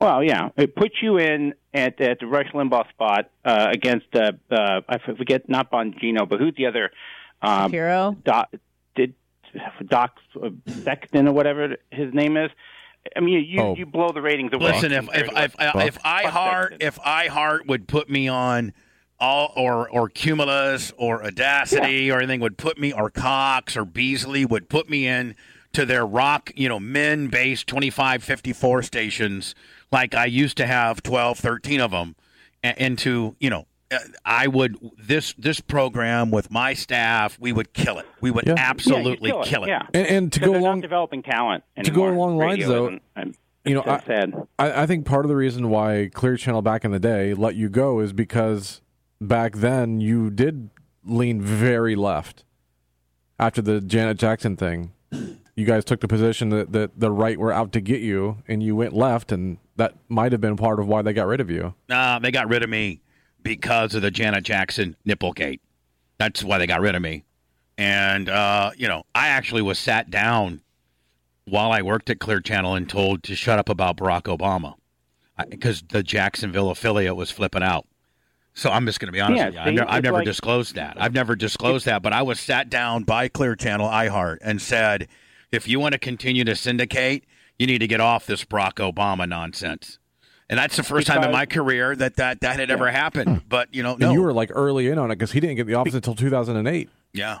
Speaker 23: Well, yeah, it puts you in at, at the Rush Limbaugh spot uh, against uh, uh, I forget not Bongino, but who's the other? Um,
Speaker 16: Shapiro.
Speaker 23: Doc, did Doc uh, Sexton or whatever his name is? I mean, you
Speaker 5: Oh.
Speaker 23: you blow the ratings away.
Speaker 5: Listen, if if if,
Speaker 23: Buck.
Speaker 5: if, if iHeart if iHeart would put me on all or or Cumulus or Audacity or anything would put me or Cox or Beasley would put me in to their rock, you know, men based 2554 stations like I used to have 12 13 of them a- into, you know, uh, I would this this program with my staff, we would kill it. We would
Speaker 7: Yeah.
Speaker 5: absolutely
Speaker 23: kill it,
Speaker 5: kill it.
Speaker 23: yeah.
Speaker 7: And, and to go along
Speaker 23: developing talent
Speaker 7: to go
Speaker 23: anymore.
Speaker 7: along the lines
Speaker 23: Radio
Speaker 7: though,
Speaker 23: isn't- I'm-
Speaker 7: you know,
Speaker 23: so
Speaker 7: I,
Speaker 23: sad.
Speaker 7: I, I think part of the reason why Clear Channel back in the day let you go is because back then you did lean very left after the Janet Jackson thing. you guys took the position that, that the right were out to get you, and you went left, and that might have been part of why they got rid of you.
Speaker 5: Nah, they got rid of me because of the Janet Jackson nipplegate. That's why they got rid of me. And uh, you know, I actually was sat down while I worked at Clear Channel and told to shut up about Barack Obama because the Jacksonville affiliate was flipping out. So I'm just going to be honest
Speaker 23: Yeah,
Speaker 5: with you.
Speaker 23: see,
Speaker 5: I've, ne- I've
Speaker 23: it's
Speaker 5: never
Speaker 23: like-
Speaker 5: disclosed that. I've never disclosed that. But I was sat down by Clear Channel iHeart and said, if you want to continue to syndicate, you need to get off this Barack Obama nonsense. And that's the first time in
Speaker 7: Because-
Speaker 5: my career that that, that had ever happened.
Speaker 23: Hmm.
Speaker 5: But you know, Oh, no,
Speaker 7: And you were like early in on it because he didn't get the office until 2008.
Speaker 5: yeah.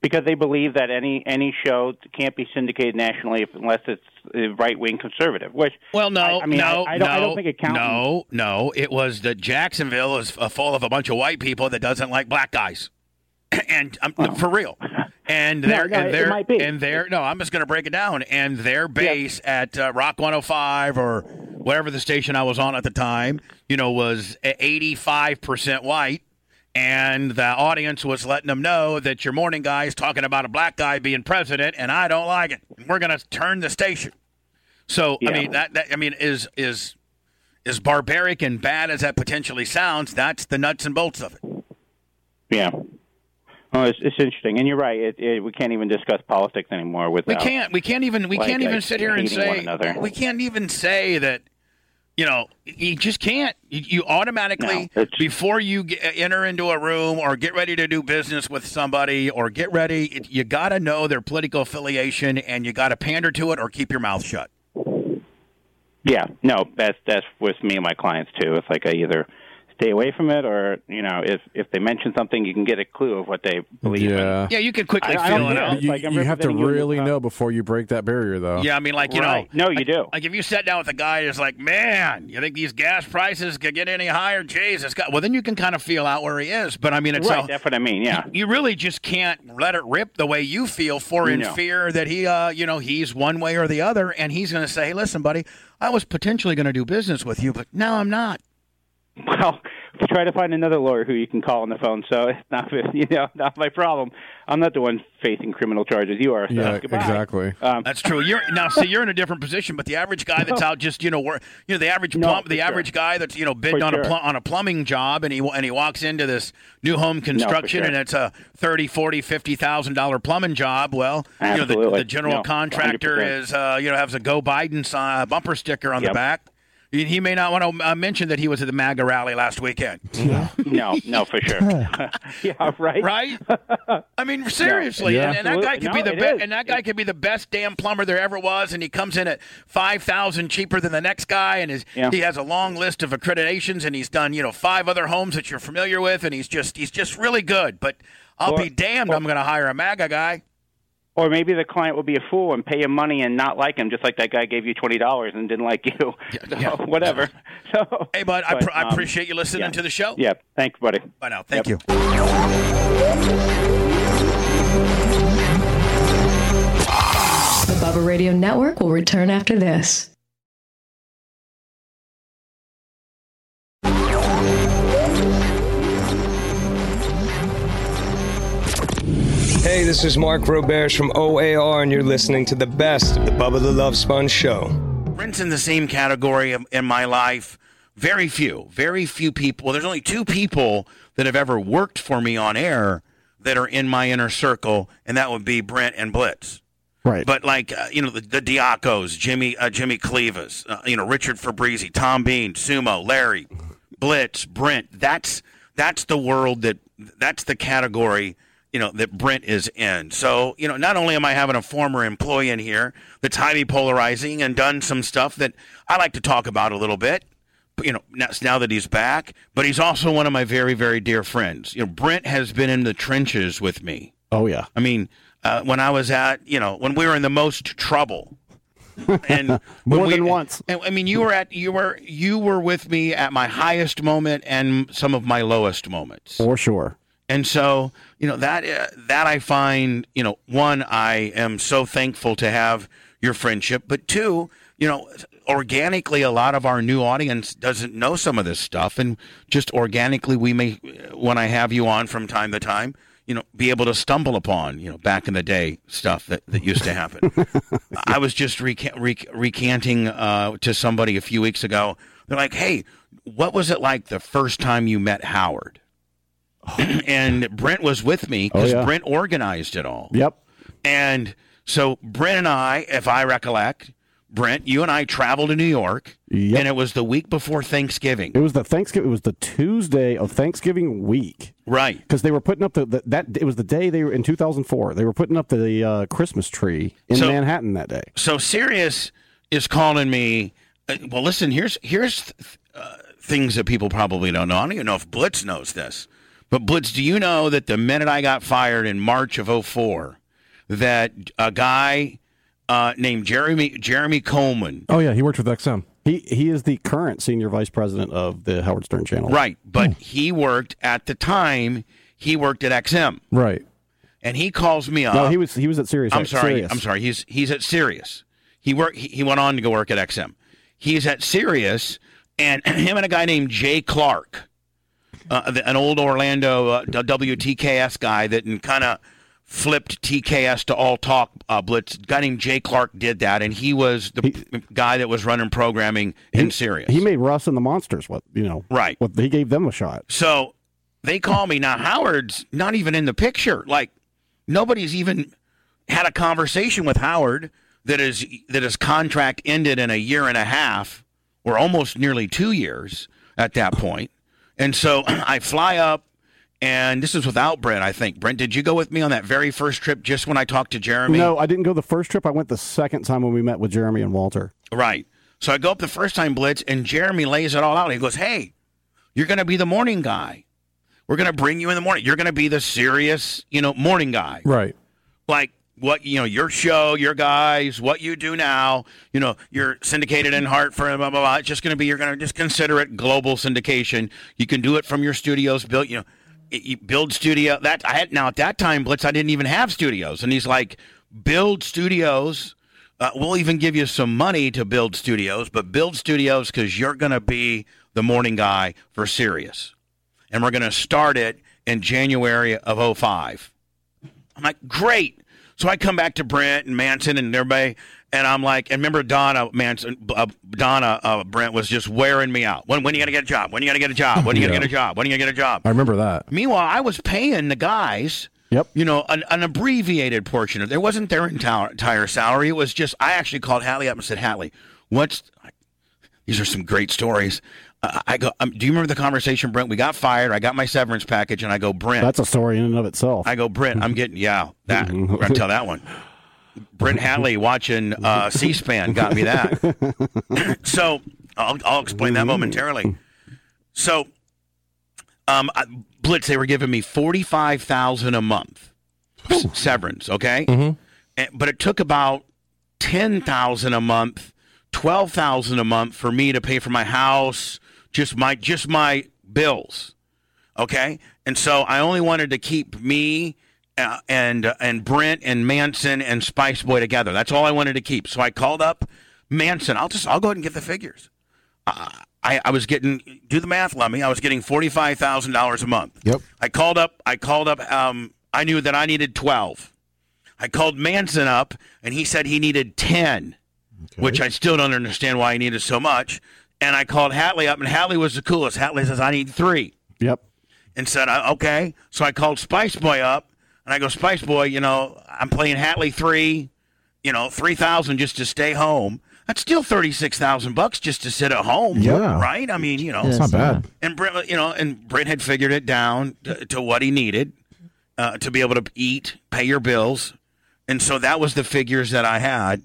Speaker 23: because they believe that any any show can't be syndicated nationally if, unless it's right wing conservative. Which
Speaker 5: well, no,
Speaker 23: I, I mean,
Speaker 5: no,
Speaker 23: I, I, don't,
Speaker 5: no,
Speaker 23: I don't think accountants.
Speaker 5: No, no, it was that Jacksonville is uh, full of a bunch of white people that doesn't like black guys, [coughs] and um, for real. And
Speaker 23: [laughs] No,
Speaker 5: they're
Speaker 23: no, it
Speaker 5: and they're
Speaker 23: might be.
Speaker 5: and they're no, I'm just going to break it down. And their base at uh, Rock 105 or whatever the station I was on at the time, you know, was 85 percent white. And the audience was letting them know that your morning guy is talking about a black guy being president, and I don't like it. We're going to turn the station. So I
Speaker 24: Yeah.
Speaker 5: mean that, that I mean is is as barbaric and bad as that potentially sounds, that's the nuts and bolts of it.
Speaker 23: Yeah. Well, it's, it's interesting, and you're right. It, it, we can't even discuss politics anymore
Speaker 5: We
Speaker 23: without.
Speaker 5: can't we can't even we
Speaker 23: Like,
Speaker 5: can't even
Speaker 23: like,
Speaker 5: sit here and
Speaker 23: hating one
Speaker 5: say
Speaker 23: another.
Speaker 5: we can't even say that you know you just can't you, you automatically before you get, enter into a room or get ready to do business with somebody or get ready it- you got to know their political affiliation and you got to pander to it or keep your mouth shut.
Speaker 23: Yeah, no, that's that's with me and my clients too. It's like I either stay away from it, or you know, if if they mention something, you can get a clue of what they believe.
Speaker 7: Yeah.
Speaker 5: Yeah, you can quickly
Speaker 23: I- I
Speaker 5: feel
Speaker 23: don't
Speaker 5: it
Speaker 23: care.
Speaker 5: out.
Speaker 23: It's
Speaker 7: You,
Speaker 23: like I'm
Speaker 7: you have to
Speaker 23: representing you in
Speaker 7: really know before you break that barrier, though.
Speaker 5: uh, Yeah, I mean, like you
Speaker 23: Oh. Right.
Speaker 5: know,
Speaker 23: no, you
Speaker 5: like,
Speaker 23: do.
Speaker 5: Like if you sat down with a guy that's like, man, you think these gas prices could get any higher? Jesus, God. well, then you can kind of feel out where he is. But I mean, it's
Speaker 23: right.
Speaker 5: all-
Speaker 23: That's what I mean. Yeah.
Speaker 5: you really just can't let it rip the way you feel for in
Speaker 23: No.
Speaker 5: fear that he, uh, you know, he's one way or the other, and he's going to say, hey, listen, buddy, I was potentially going to do business with you, but now I'm not.
Speaker 23: Well, [laughs] try to find another lawyer who you can call on the phone. So [laughs] it's not you know not my problem. I'm not the one facing criminal charges. You are. So
Speaker 7: Yeah,
Speaker 23: goodbye.
Speaker 7: exactly.
Speaker 23: Um,
Speaker 5: That's true. You're now see you're in a different position, but the average guy that's out just you know wor- you know the average plum,
Speaker 23: for
Speaker 5: the
Speaker 23: sure.
Speaker 5: average guy that's you know bidding
Speaker 23: For
Speaker 5: on a
Speaker 23: sure.
Speaker 5: pl- on a plumbing job and he wa- and he walks into this new home construction
Speaker 23: sure.
Speaker 5: and it's a thirty forty fifty thousand dollar plumbing job. Well, you know the,
Speaker 23: Absolutely.
Speaker 5: the general
Speaker 23: No,
Speaker 5: contractor
Speaker 23: 100%.
Speaker 5: is uh, you know has a go Biden sign, bumper sticker on the
Speaker 23: Yep.
Speaker 5: back. He he may not want to uh, mention that he was at the MAGA rally last weekend. [laughs]
Speaker 23: Uh, no, no, for sure. [laughs] yeah, right.
Speaker 5: Right. I mean, [laughs] seriously,
Speaker 23: Yeah.
Speaker 5: and, and that guy could
Speaker 23: Absolutely. No,
Speaker 5: be the
Speaker 23: it
Speaker 5: best,
Speaker 23: is.
Speaker 5: and that guy could be the best damn plumber there ever was, and he comes in at five thousand cheaper than the next guy, and his,
Speaker 23: Yeah.
Speaker 5: he has a long list of accreditations, and he's done you know five other homes that you're familiar with, and he's just he's just really good. But I'll
Speaker 23: Or-
Speaker 5: be damned, I'm going to hire a MAGA guy.
Speaker 23: Or maybe the client will be a fool and pay him money and not like him, just like that guy gave you twenty dollars and didn't like you. [laughs] So, whatever. [laughs] So
Speaker 5: hey, bud, I,
Speaker 23: but,
Speaker 5: pr- I
Speaker 23: um,
Speaker 5: appreciate you listening to the show.
Speaker 23: Yeah, thanks, buddy.
Speaker 5: Oh. Bye now. Thank you.
Speaker 4: The Bubba Radio Network will return after this.
Speaker 10: Hey, this is Mark Roberge from OAR, and you're listening to the best of the Bubba the Love Sponge Show.
Speaker 5: Rents in the same category of, in my life. Very few, very few people. Well, there's only two people that have ever worked for me on air that are in my inner circle, and that would be Brent and Blitz.
Speaker 9: Right.
Speaker 5: But like uh, you know, the, the Diacos, Jimmy, uh, Jimmy Clevis, uh, you know, Richard Fabrizi, Tom Bean, Sumo, Larry, Blitz, Brent. That's that's the world that that's the category you know that Brent is in. So you know, not only am I having a former employee in here that's highly polarizing and done some stuff that I like to talk about a little bit. But, you know, now, now that he's back, but he's also one of my very, very dear friends. You know, Brent has been in the trenches with me.
Speaker 24: Oh yeah.
Speaker 5: I mean, uh, when I was at, you know, when we were in the most trouble, and more than once. And, I mean, you were at, you were, you were with me at my highest moment and some of my lowest moments.
Speaker 24: For sure.
Speaker 5: And so, you know, that uh, that I find, you know, one, I am so thankful to have your friendship, but two, you know, organically, a lot of our new audience doesn't know some of this stuff, and just organically, we may, when I have you on from time to time, you you know, be able to stumble upon, you know, back in the day stuff that, that used to happen.
Speaker 24: [laughs]
Speaker 5: I was just reca- rec- recanting uh, to somebody a few weeks ago. They're like, hey, what was it like the first time you met Howard?
Speaker 24: [gasps]
Speaker 5: and Brent was with me because
Speaker 24: Oh, yeah.
Speaker 5: Brent organized it all.
Speaker 24: Yep.
Speaker 5: And so Brent and I, if I recollect, Brent, you and I traveled to New York, and it was the week before Thanksgiving.
Speaker 24: It was the Thanksgiving. It was the Tuesday of Thanksgiving week.
Speaker 5: Right.
Speaker 24: Because they were putting up the, the that it was the day they were in 2004. They were putting up the uh, Christmas tree in
Speaker 5: So-
Speaker 24: Manhattan that day.
Speaker 5: So Sirius is calling me. uh, Well, listen, here's here's th- uh, things that people probably don't know. I don't even know if Blitz knows this, but Blitz, do you know that the minute I got fired in March of '04, that a guy uh, named Jeremy Jeremy Coleman,
Speaker 24: Oh yeah, he worked with XM. He he is the current senior vice president of the Howard Stern Channel.
Speaker 5: right?
Speaker 24: Oh.
Speaker 5: But he worked at the time. He worked at XM,
Speaker 24: Right.
Speaker 5: and he calls me up.
Speaker 24: no, he was he was at Sirius.
Speaker 5: I'm sorry.
Speaker 24: Sirius.
Speaker 5: I'm sorry. He's he's at Sirius. He work. He, he went on to go work at XM. He's at Sirius, and [clears throat] him and a guy named Jay Clark, uh, the, an old Orlando uh, WTKS guy that kind of flipped TKS to all talk uh, blitz. A guy named Jay Clark did that, and he was the p- guy that was running programming in Sirius.
Speaker 24: He made Russ and the Monsters. What you know?
Speaker 5: Right.
Speaker 24: What he gave them a shot.
Speaker 5: So they call me now. Howard's not even in the picture. Like nobody's even had a conversation with Howard that is that his contract ended in a year and a half, or almost nearly two years at that point. And so [clears throat] I fly up, and this is without Brent. I think Brent, did you go with me on that very first trip? Just when I talked to Jeremy,
Speaker 24: no, I didn't go the first trip. I went the second time when we met with Jeremy and Walter.
Speaker 5: Right. So I go up the first time blitz, and Jeremy lays it all out. He goes, "Hey, you're going to be the morning guy. We're going to bring you in the morning. You're going to be the serious, you know, morning guy.
Speaker 7: Right.
Speaker 5: Like what you know, your show, your guys, what you do now. You know, you're syndicated in Hartford. Blah blah blah. It's just going to be. You're going to just consider it global syndication. You can do it from your studios. Built, you know." it- You build studio that I had now at that time Blitz I didn't even have studios and he's like build studios uh, we'll even give you some money to build studios, but build studios because you're going to be the morning guy for Sirius. And we're going to start it in January of 05. I'm like, great. So I come back to Brent and Manson and everybody, and I'm like, and remember Donna Manson, uh, Donna uh, Brent was just wearing me out. When, when are you going to get a job? When are you going to get a job? When are you going
Speaker 7: Yeah.
Speaker 5: to get a job? When are you going to get a job?
Speaker 7: I remember that.
Speaker 5: Meanwhile, I was paying the guys.
Speaker 24: Yep.
Speaker 5: You know, an, an abbreviated portion of there wasn't their entire, entire salary. It was just I actually called Hatley up and said, Hatley, what's these are some great stories. Uh, I go, um, do you remember the conversation, Brent? We got fired. I got my severance package, and I go, Brent.
Speaker 24: That's a story in and of itself.
Speaker 5: I go, Brent, I'm getting, yeah, that. We're going to tell that one. Brent Hatley watching uh, C SPAN got me
Speaker 7: [laughs]
Speaker 5: that. [laughs] so I'll, I'll explain that momentarily. So, um, I- Blitz, they were giving me 45000 a month s- severance, okay? And, but it took about 10000 a month, 12000 a month for me to pay for my house, just my just my bills okay and so i only wanted to keep me uh, and uh, and brent and manson and spice boy together that's all i wanted to keep so i called up manson i'll just i'll go ahead and get the figures uh, I, I was getting do the math lummy i was getting $45000 a month
Speaker 9: Yep.
Speaker 5: i called up i called up um, i knew that i needed 12 i called manson up and he said he needed 10 which I still don't understand why he needed so much. And I called Hatley up, and Hatley was the coolest. Hatley says, I need three.
Speaker 24: Yep.
Speaker 5: And said, "Uh, okay. So I called Spice Boy up, and I go, Spice Boy, you know, I'm playing Hatley three, you know, 3,000 just to stay home. That's still 36,000 bucks just to sit at home.
Speaker 9: Yeah.
Speaker 5: Right? I mean, you know,
Speaker 9: It's not bad.
Speaker 5: and Brent, you know, and Brent had figured it down to, to what he needed uh, to be able to eat, pay your bills, and so that was the figures that I had,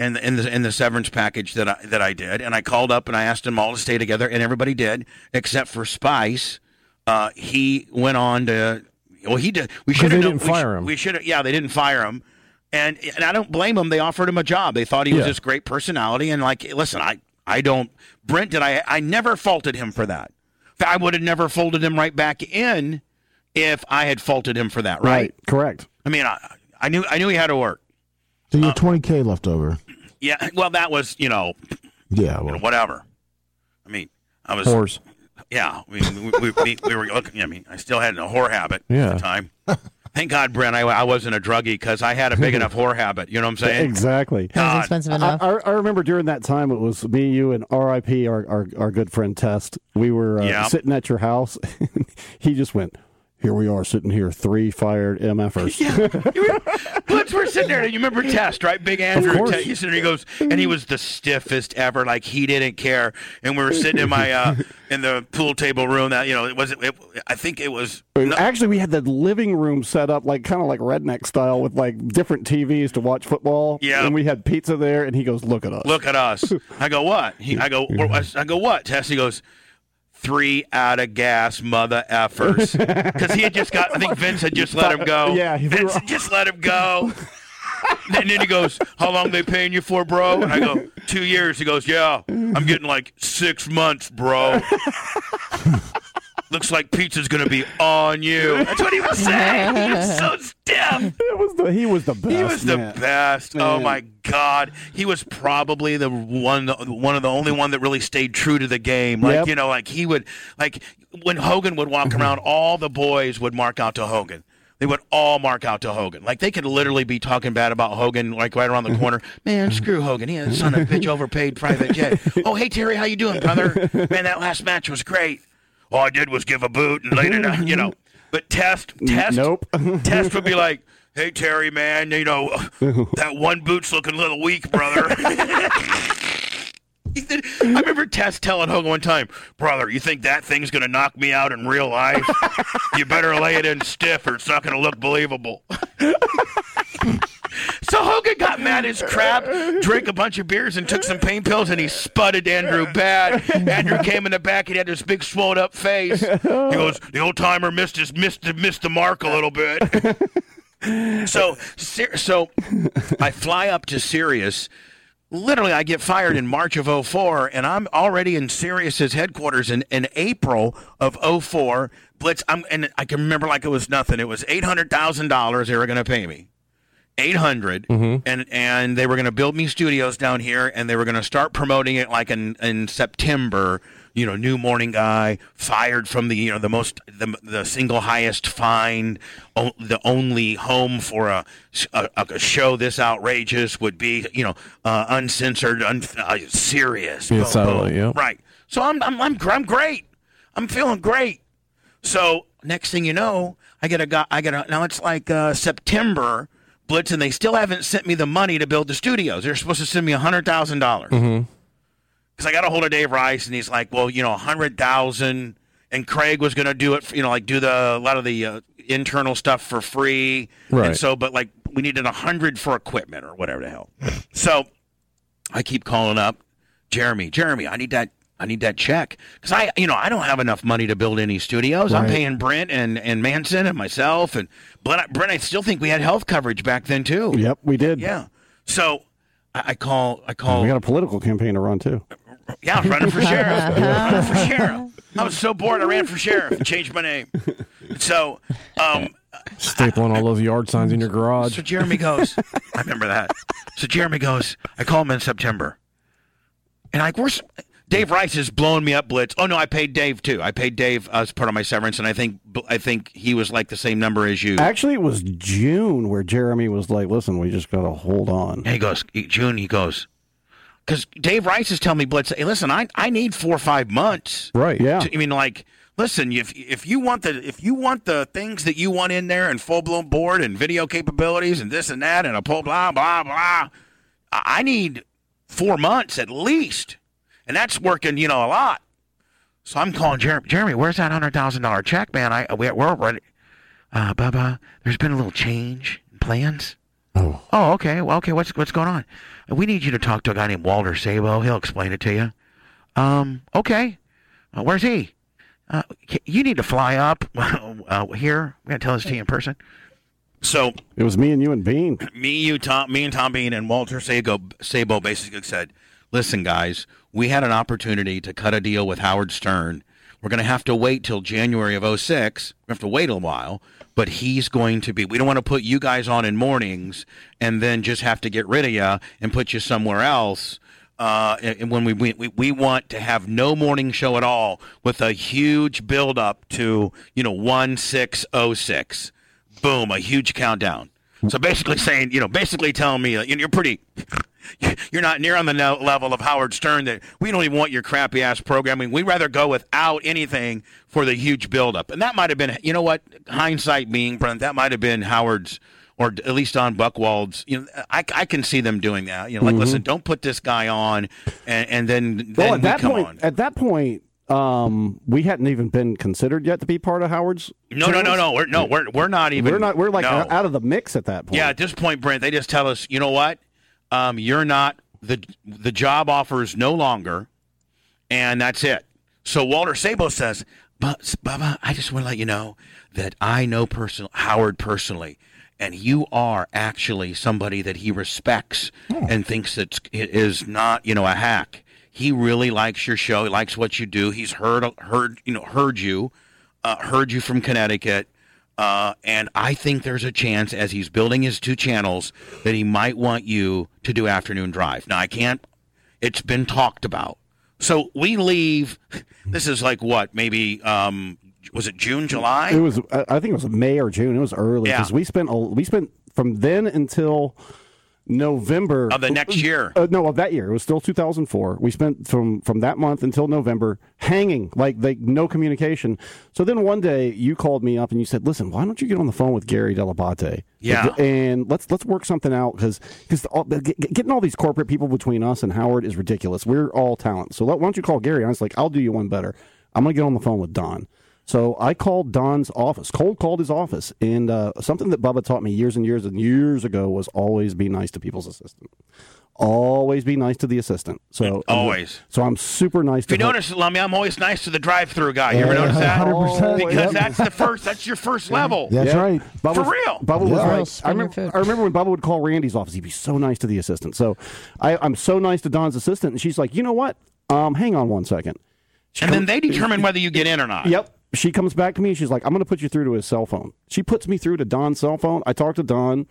Speaker 5: and in the in the severance package that I that I did, and I called up and I asked them all to stay together, and everybody did except for Spice. Uh, he went on to, well, he did. We
Speaker 7: 'Cause
Speaker 5: should
Speaker 7: they
Speaker 5: have
Speaker 7: didn't fire him.
Speaker 5: We should have. Yeah, they didn't fire him. And, and I don't blame him. They offered him a job. They thought he was
Speaker 7: Yeah.
Speaker 5: this great personality. And like, listen, I, I don't. Brent did. I I never faulted him for that. I would have never folded him right back in if I had faulted him for that. Right.
Speaker 24: Correct.
Speaker 5: I mean, I I knew I knew he had to work.
Speaker 9: So you have 20k left over.
Speaker 5: Yeah. Well, that was you know,
Speaker 9: Yeah.
Speaker 5: you know,
Speaker 9: Well,
Speaker 5: whatever. I mean, I was
Speaker 9: Whores.
Speaker 5: Yeah. I mean, we, we, we, we were looking. I mean, I still had a whore habit
Speaker 9: Yeah.
Speaker 5: at the time. Thank God, Brent, I, I wasn't a druggie because I had a big enough whore habit. You know what I'm saying? [laughs]
Speaker 24: Exactly.
Speaker 5: That was God. expensive enough.
Speaker 24: I, I, I remember during that time, it was me, you, and RIP, our, our, our good friend Test. We were uh,
Speaker 5: Yeah.
Speaker 24: sitting at your house. [laughs] he just went, Here we are sitting here, three fired
Speaker 5: [laughs]
Speaker 24: MFers. [laughs]
Speaker 5: Blitz, we're sitting there, and you remember Test, right? Big Andrew. Test, he's sitting there, he goes, and he was the stiffest ever. Like he didn't care. And we were sitting in my uh, in the pool table room. That you know, it wasn't. It, I think it was.
Speaker 24: Actually, we had the living room set up like kind of like redneck style with like different TVs to watch football.
Speaker 5: Yeah.
Speaker 24: And we had pizza there, and he goes, Look at us.
Speaker 5: Look at us. I go what? He, I go. "Wha- I s- I go what? Test. He goes. Three out of gas, mother effers.
Speaker 24: [laughs]
Speaker 5: Because he had just got. I think Vince had just let him go.
Speaker 24: Yeah, we
Speaker 5: Vince
Speaker 24: were-
Speaker 5: had just let him
Speaker 24: [laughs]
Speaker 5: go. and then he goes, "How long they paying you for, bro?" And I go, two years." He goes, "Yeah, I'm getting like six
Speaker 24: [laughs]
Speaker 5: months, bro." Looks like pizza's gonna be on you. That's what he
Speaker 24: [laughs]
Speaker 5: was saying. He
Speaker 16: [laughs]
Speaker 5: was so
Speaker 7: [laughs]
Speaker 5: stiff.
Speaker 24: It was the, he was the best.
Speaker 5: He was the
Speaker 24: man.
Speaker 5: best. Oh
Speaker 24: Oh, Man.
Speaker 5: my god, he was probably the one, one of the only one that really stayed true to the game. Like
Speaker 24: Yep.
Speaker 5: you know, like he would, like when Hogan would walk
Speaker 24: [clears throat]
Speaker 5: around, all the boys would mark out to Hogan. They would all mark out to Hogan. Like they could literally be talking bad about Hogan, like right around
Speaker 24: [laughs]
Speaker 5: the corner. Man, screw Hogan. He had a son of a bitch overpaid private jet. Oh hey Terry, how you doing, brother? Man, that last match was great. All I did was give a boot and laid it out, you
Speaker 24: [laughs]
Speaker 5: know. But test, test,
Speaker 24: Nope. [laughs]
Speaker 5: test would be like, "Hey Terry, man, you know that one boot's looking a little weak, [laughs] brother." He said- I remember Tess telling Hogan one time, "Brother, you think that thing's gonna knock me out in real life? you better lay it in stiff, or it's not gonna look believable." [laughs] so Hogan got mad as crap, drank a bunch of beers, and took some pain pills, and he sputted Andrew bad. Andrew came in the back, and he had this big swollen up face. He goes, "The old timer missed his missed the- missed the mark a little bit." so ser- so I fly up to Sirius. Literally, I get fired in March of 04, and I'm already in Sirius's headquarters in, in April of 04. Blitz, I'm, and I can remember like it was nothing. It was $800,000 they were going to pay me. 800 and and they were going to build me studios down here and they were going to start promoting it like in in September you know new morning guy fired from the you know the most the, the single highest fine o- the only home for a, a a show this outrageous would be you know uh, uncensored un, uh, serious
Speaker 7: Yeah,
Speaker 5: Boom, boom.
Speaker 7: satellite, yeah.
Speaker 5: right so I'm I'm I'm gr- I'm great I'm feeling great so next thing you know, I get a guy. I get a now. It's like uh, September Blitz, and they still haven't sent me the money to build the studios. They're supposed to send me a hundred thousand dollars
Speaker 7: Mm-hmm.
Speaker 5: because I got a hold of Dave Rice, and he's like, "Well, you know, a hundred thousand, and Craig was gonna do it, for, you know, like do the a lot of the uh, internal stuff for free,
Speaker 7: Right.
Speaker 5: and so, but like we needed a hundred for equipment or whatever the hell." so I keep calling up Jeremy. Jeremy, I need that. I need that check because I, you know, I don't have enough money to build any studios. I'm
Speaker 25: Right.
Speaker 5: paying Brent and and Manson and myself and Brent. Brent, I still think we had health coverage back then too.
Speaker 24: Yep, we did.
Speaker 5: Yeah. So I, I call. I call.
Speaker 24: We got a political campaign to run too.
Speaker 5: Yeah, I was running for sheriff. I was running for sheriff. I was so bored, I ran for sheriff and changed my name. So, um,
Speaker 7: Stapling all those yard signs in your garage.
Speaker 5: so Jeremy goes. I remember that. So Jeremy goes. I call him in September, and like we're. s- Dave Rice is blowing me up, Blitz. Oh no, I paid Dave too. I paid Dave as part of my severance, and I think I think he was like the same number as you.
Speaker 24: Actually, it was June where Jeremy was like, "Listen, we just got to hold on."
Speaker 5: And he goes, he- June, he goes, because Dave Rice is telling me, Blitz, hey, listen, I, I need four or five months.
Speaker 24: Right. Yeah.
Speaker 5: To- I mean, like, listen, if if you want the if you want the things that you want in there and full blown board and video capabilities and this and that and a pull blah blah blah, I I need four months at least, and that's working, you know, a lot. So I'm calling Jeremy. Jeremy, where's that hundred thousand dollar check, man? I we, we're ready. Uh, Bubba, there's been a little change in plans. Oh. Oh, okay. Well, okay. What's what's going on? Uh, We need you to talk to a guy named Walter Sabo. He'll explain it to you. Um. Okay. Uh, where's he? Uh, ca- you need to fly up [laughs] uh, here. We're gonna tell this to you in person. So
Speaker 24: It was me and you and Bean.
Speaker 5: me, you, Tom, me and Tom Bean and Walter Sabo, Sabo basically said, "Listen, guys, we had an opportunity to cut a deal with Howard Stern. We're going to have to wait till January of 06. We have to wait a while, but he's going to be. We don't want to put you guys on in mornings and then just have to get rid of you and put you somewhere else." Uh, and and when we, we we- we want to have no morning show at all with a huge build up to you know one six oh six boom, a huge countdown. So basically saying, you know, basically telling me uh, you- you're pretty, [laughs] you're not near on the no- level of Howard Stern that we don't even want your crappy ass programming. We'd rather go without anything for the huge buildup. And that might have been, you know what, hindsight being, Brent, that might have been Howard's or at least Don Buckwald's. You know, I, I can see them doing that. You know, like,
Speaker 24: Mhm.
Speaker 5: listen, don't put this guy on and, and then, then
Speaker 24: well, at
Speaker 5: we
Speaker 24: that
Speaker 5: come
Speaker 24: point,
Speaker 5: on.
Speaker 24: at that point, um, we hadn't even been considered yet to be part of Howard's.
Speaker 5: No, no, no, no. We're, no, we're, we're not even.
Speaker 24: we're not. We're like
Speaker 5: no.
Speaker 24: out of the mix at that point.
Speaker 5: Yeah, at this point, Brent, they just tell us, you know what? Um, you're not the the job offers no longer, and that's it. So Walter Sabo says, "But Bubba, I just want to let you know that I know person Howard personally, and you are actually somebody that he respects
Speaker 24: Hmm.
Speaker 5: and thinks that is not, you know, a hack. He really likes your show. He likes what you do. He's heard heard you know heard you, uh, heard you from Connecticut." Uh, and I think there's a chance as he's building his two channels that he might want you to do afternoon drive. Now I can't. It's been talked about. So we leave. This is like what? Maybe um, was it June, July?
Speaker 24: It was. I I think it was May or June. It was early because we spent. a- We spent from then until November
Speaker 5: Of the next year.
Speaker 24: Uh, no, of that year. It was still 2004. We spent from from that month until November hanging, like like no communication. So then one day you called me up and you said, "Listen, why don't you get on the phone with Gary Delabate?
Speaker 1: Yeah.
Speaker 24: and let's let's work something out because because getting all these corporate people between us and Howard is ridiculous. We're all talent. So let, why don't you call Gary? I was like, I'll do you one better. I'm gonna get on the phone with Don. So I called Don's office, cold called his office, and uh, something that Bubba taught me years and years and years ago was always be nice to people's assistant. Always be nice to the assistant. So I'm-
Speaker 5: Always.
Speaker 24: so I'm super nice
Speaker 5: If you
Speaker 24: to. her.
Speaker 5: notice, Lummy, I'm always nice to the drive-through guy. You ever
Speaker 24: Yeah,
Speaker 5: notice that?
Speaker 24: 100%.
Speaker 5: Because
Speaker 24: Yep.
Speaker 5: that's the first. That's your first level.
Speaker 24: Yeah.
Speaker 5: For
Speaker 24: Bubba was-
Speaker 5: real.
Speaker 24: Bubba
Speaker 5: Yeah.
Speaker 24: was right. I remember, I remember when Bubba would call Randy's office. He'd be so nice to the assistant. So I, I'm so nice to Don's assistant, and she's like, you know what? Um, hang on one second.
Speaker 5: And then
Speaker 24: [laughs]
Speaker 5: they determine whether you get in or not.
Speaker 24: Yep. She comes back to me and she's like, I'm going to put you through to his cell phone. She puts me through to Don's cell phone. I talk to Don,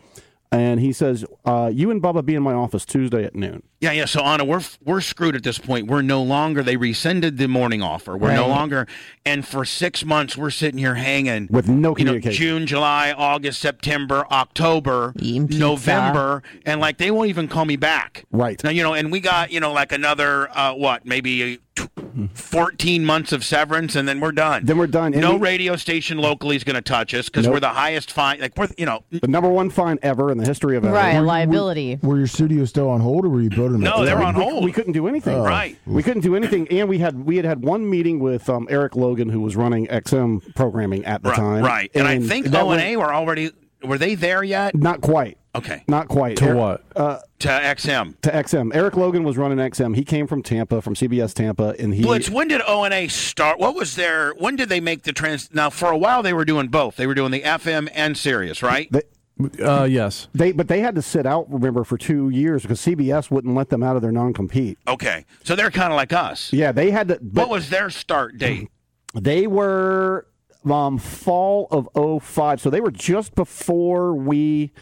Speaker 24: and he says, uh, You and Bubba be in my office Tuesday at noon.
Speaker 5: Yeah, yeah. So Anna, we're we're screwed at this point. We're no longer. They rescinded the morning offer. We're no
Speaker 24: Right.
Speaker 5: longer. And for six months, we're sitting here hanging
Speaker 24: With no
Speaker 5: you know,
Speaker 24: communication.
Speaker 5: June, July, August, September, October, November, and like they won't even call me back.
Speaker 24: Right.
Speaker 5: Now you know, and we got you know like another uh, what maybe. tw- 14 months of severance and then we're done.
Speaker 24: Then we're done. And
Speaker 5: No
Speaker 24: we-
Speaker 5: radio station locally is going to touch us because
Speaker 24: Nope.
Speaker 5: we're the highest fine. Like, we're, you know,
Speaker 24: The number one fine ever in the history of ever.
Speaker 9: Were- Were, were your studios still on hold, or were you building? them?
Speaker 24: We- we- We couldn't do anything.
Speaker 9: Oh. Right.
Speaker 24: We couldn't do anything, and we had we had had one meeting with um, Eric Logan, who was running XM programming at the
Speaker 5: right.
Speaker 24: time.
Speaker 5: right. And, I think
Speaker 24: that
Speaker 5: O
Speaker 24: went-
Speaker 5: and A were already, were they there yet?
Speaker 24: Not quite.
Speaker 5: Okay.
Speaker 24: Not quite.
Speaker 5: To
Speaker 24: Eric-
Speaker 5: what?
Speaker 24: Uh,
Speaker 5: To XM.
Speaker 24: to XM. Eric Logan was running XM. He came from Tampa, from CBS Tampa, and he.
Speaker 5: Blitz, when did O and A start? What was their? When did they make the trans? Now, for a while, they were doing both. They were doing the FM and Sirius, right?
Speaker 24: uh, yes. They but they had to sit out. Remember for two years because CBS wouldn't let them out of their non compete.
Speaker 5: okay, so they're kind of like us.
Speaker 24: Yeah, they had to. But Mm-hmm.
Speaker 5: what was their start date?
Speaker 24: They were um, fall of 05. So they were just before we,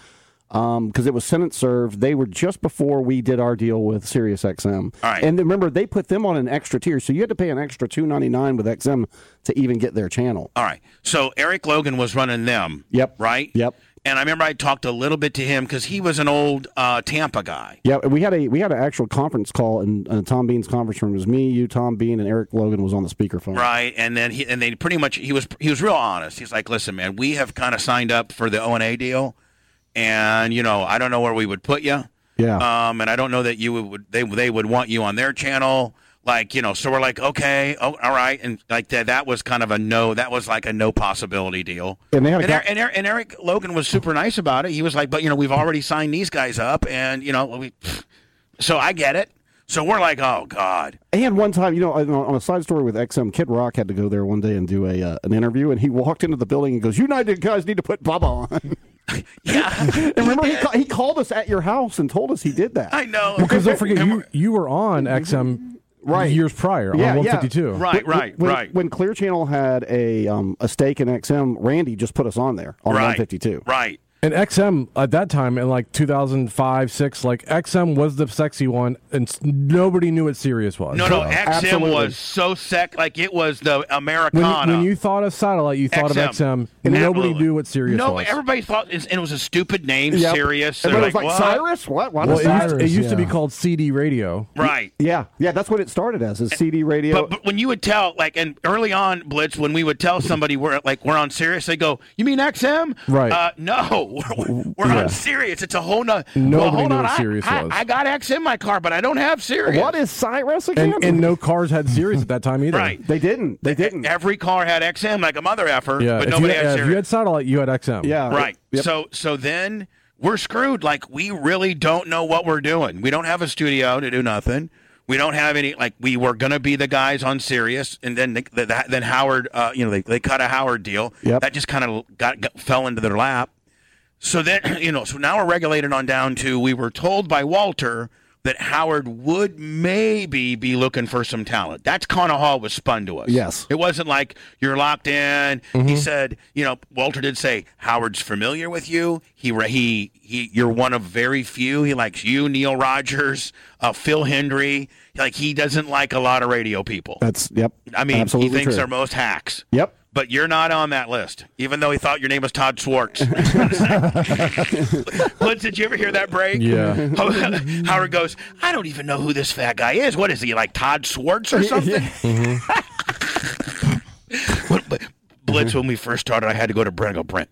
Speaker 24: because it was Senate served, they were just before we did our deal with SiriusXM. All right. And remember, they put them on an extra tier. So you had to pay an extra two ninety nine with XM to even get their channel.
Speaker 5: All right, so Eric Logan was running them.
Speaker 24: Yep.
Speaker 5: Right.
Speaker 24: Yep.
Speaker 5: And I remember I talked a little bit to him because he was an old uh, Tampa guy.
Speaker 24: Yeah, we had a we had an actual conference call in uh, Tom Bean's conference room. It was me, you, Tom Bean, and Eric Logan was on the speakerphone.
Speaker 5: Right, and then he and they pretty much he was he was real honest. He's like, "Listen, man, we have kind of signed up for the O and A deal, and you know, I don't know where we would put you.
Speaker 24: Yeah.
Speaker 5: um, and I don't know that you would they they would want you on their channel, like you know. So we're like, okay, oh, all right, and like that that was kind of a no, that was like a no possibility deal.
Speaker 24: And they had a
Speaker 5: And, Eric, and, Eric, and Eric Logan was super nice about it. He was like, "But you know, we've already signed these guys up, and you know, we." So I get it. So we're like, "Oh God."
Speaker 24: And one time, you know, on on a side story with XM, Kid Rock had to go there one day and do a uh, an interview, and he walked into the building and goes, "You United guys need to put Bubba on."
Speaker 5: [laughs]
Speaker 24: yeah, and remember he, ca- he called us at your house and told us he did that. I
Speaker 5: know Mm-hmm.
Speaker 7: Because don't forget, you, you were on XM
Speaker 24: Right.
Speaker 7: years prior on 152.
Speaker 24: When- when, When Clear Channel had a um, a stake in XM, Randy just put us on there on
Speaker 5: Right.
Speaker 24: 152.
Speaker 5: Right.
Speaker 7: And XM at that time in like 2005, six, like XM was the sexy one, and s- nobody knew what Sirius was.
Speaker 5: No, no, XM was so sec, like it was the
Speaker 7: When you,
Speaker 5: Americana.
Speaker 7: when you thought of satellite, you thought
Speaker 5: XM.
Speaker 7: of XM, and nobody
Speaker 5: Absolutely.
Speaker 7: knew what Sirius
Speaker 5: no,
Speaker 7: was.
Speaker 5: everybody thought it's- it was a stupid name,
Speaker 7: Yep.
Speaker 5: Sirius. They're
Speaker 24: Everybody was like,
Speaker 5: what?
Speaker 24: Cyrus? What? What
Speaker 7: Well,
Speaker 24: is
Speaker 7: it used, it
Speaker 24: Cyrus?
Speaker 7: used to be
Speaker 24: Yeah.
Speaker 7: called CD radio.
Speaker 5: Right.
Speaker 24: Yeah, yeah, that's what it started as is CD radio.
Speaker 5: But, but when you would tell, like, and early on, Blitz, when we would tell somebody we're like we're on Sirius, they go, "You mean XM?"
Speaker 24: Right.
Speaker 5: Uh, no, [laughs] we're, we're- we're
Speaker 24: Yeah.
Speaker 5: on Sirius. It's a whole nother.
Speaker 7: Nobody
Speaker 5: well, hold
Speaker 7: knew
Speaker 5: on,
Speaker 7: what
Speaker 5: I-
Speaker 7: Sirius
Speaker 5: I,
Speaker 7: was.
Speaker 5: I got X in my car, but I don't have Sirius.
Speaker 24: what is Cyrus again?
Speaker 7: And, and no cars had Sirius at that time either.
Speaker 5: Right.
Speaker 24: They didn't. They didn't.
Speaker 5: Every car had XM like a mother effer,
Speaker 7: Yeah.
Speaker 5: but
Speaker 7: if,
Speaker 5: nobody
Speaker 7: you,
Speaker 5: had
Speaker 7: yeah, if
Speaker 5: Sirius.
Speaker 7: you had satellite, you had XM. Yeah.
Speaker 5: Right. So so then we're screwed. Like we really don't know what we're doing. We don't have a studio to do nothing. We don't have any. Like we were gonna be the guys on Sirius, and then the, the, that then Howard. Uh, you know, they, they cut a Howard deal.
Speaker 24: Yep.
Speaker 5: That just kind of got, got fell into their lap. So then [clears throat] you know. So now we're regulated on down to. We were told by Walter that Howard would maybe be looking for some talent. That's kind of how it was spun to us.
Speaker 24: Yes. Mm-hmm.
Speaker 5: It wasn't like you're locked in. He said, you know, Walter did say Howard's familiar with you. He re- he he. You're one of very few. He likes you, Neil Rogers, uh, Phil Hendry. Like he doesn't like a lot of radio people.
Speaker 24: That's yep.
Speaker 5: I mean,
Speaker 24: absolutely
Speaker 5: he thinks
Speaker 24: true.
Speaker 5: they're most hacks.
Speaker 24: Yep.
Speaker 5: But you're not on that list, even though he thought your name was
Speaker 24: [laughs]
Speaker 5: Todd Schwartz. Blitz, did you ever hear that break?
Speaker 1: Yeah.
Speaker 5: [laughs] Howard goes, I don't even know who this fat guy is. What is he, like Todd Schwartz
Speaker 24: [laughs]
Speaker 5: or something? Blitz, when we first started, I had to go to Brent. I go, Brent,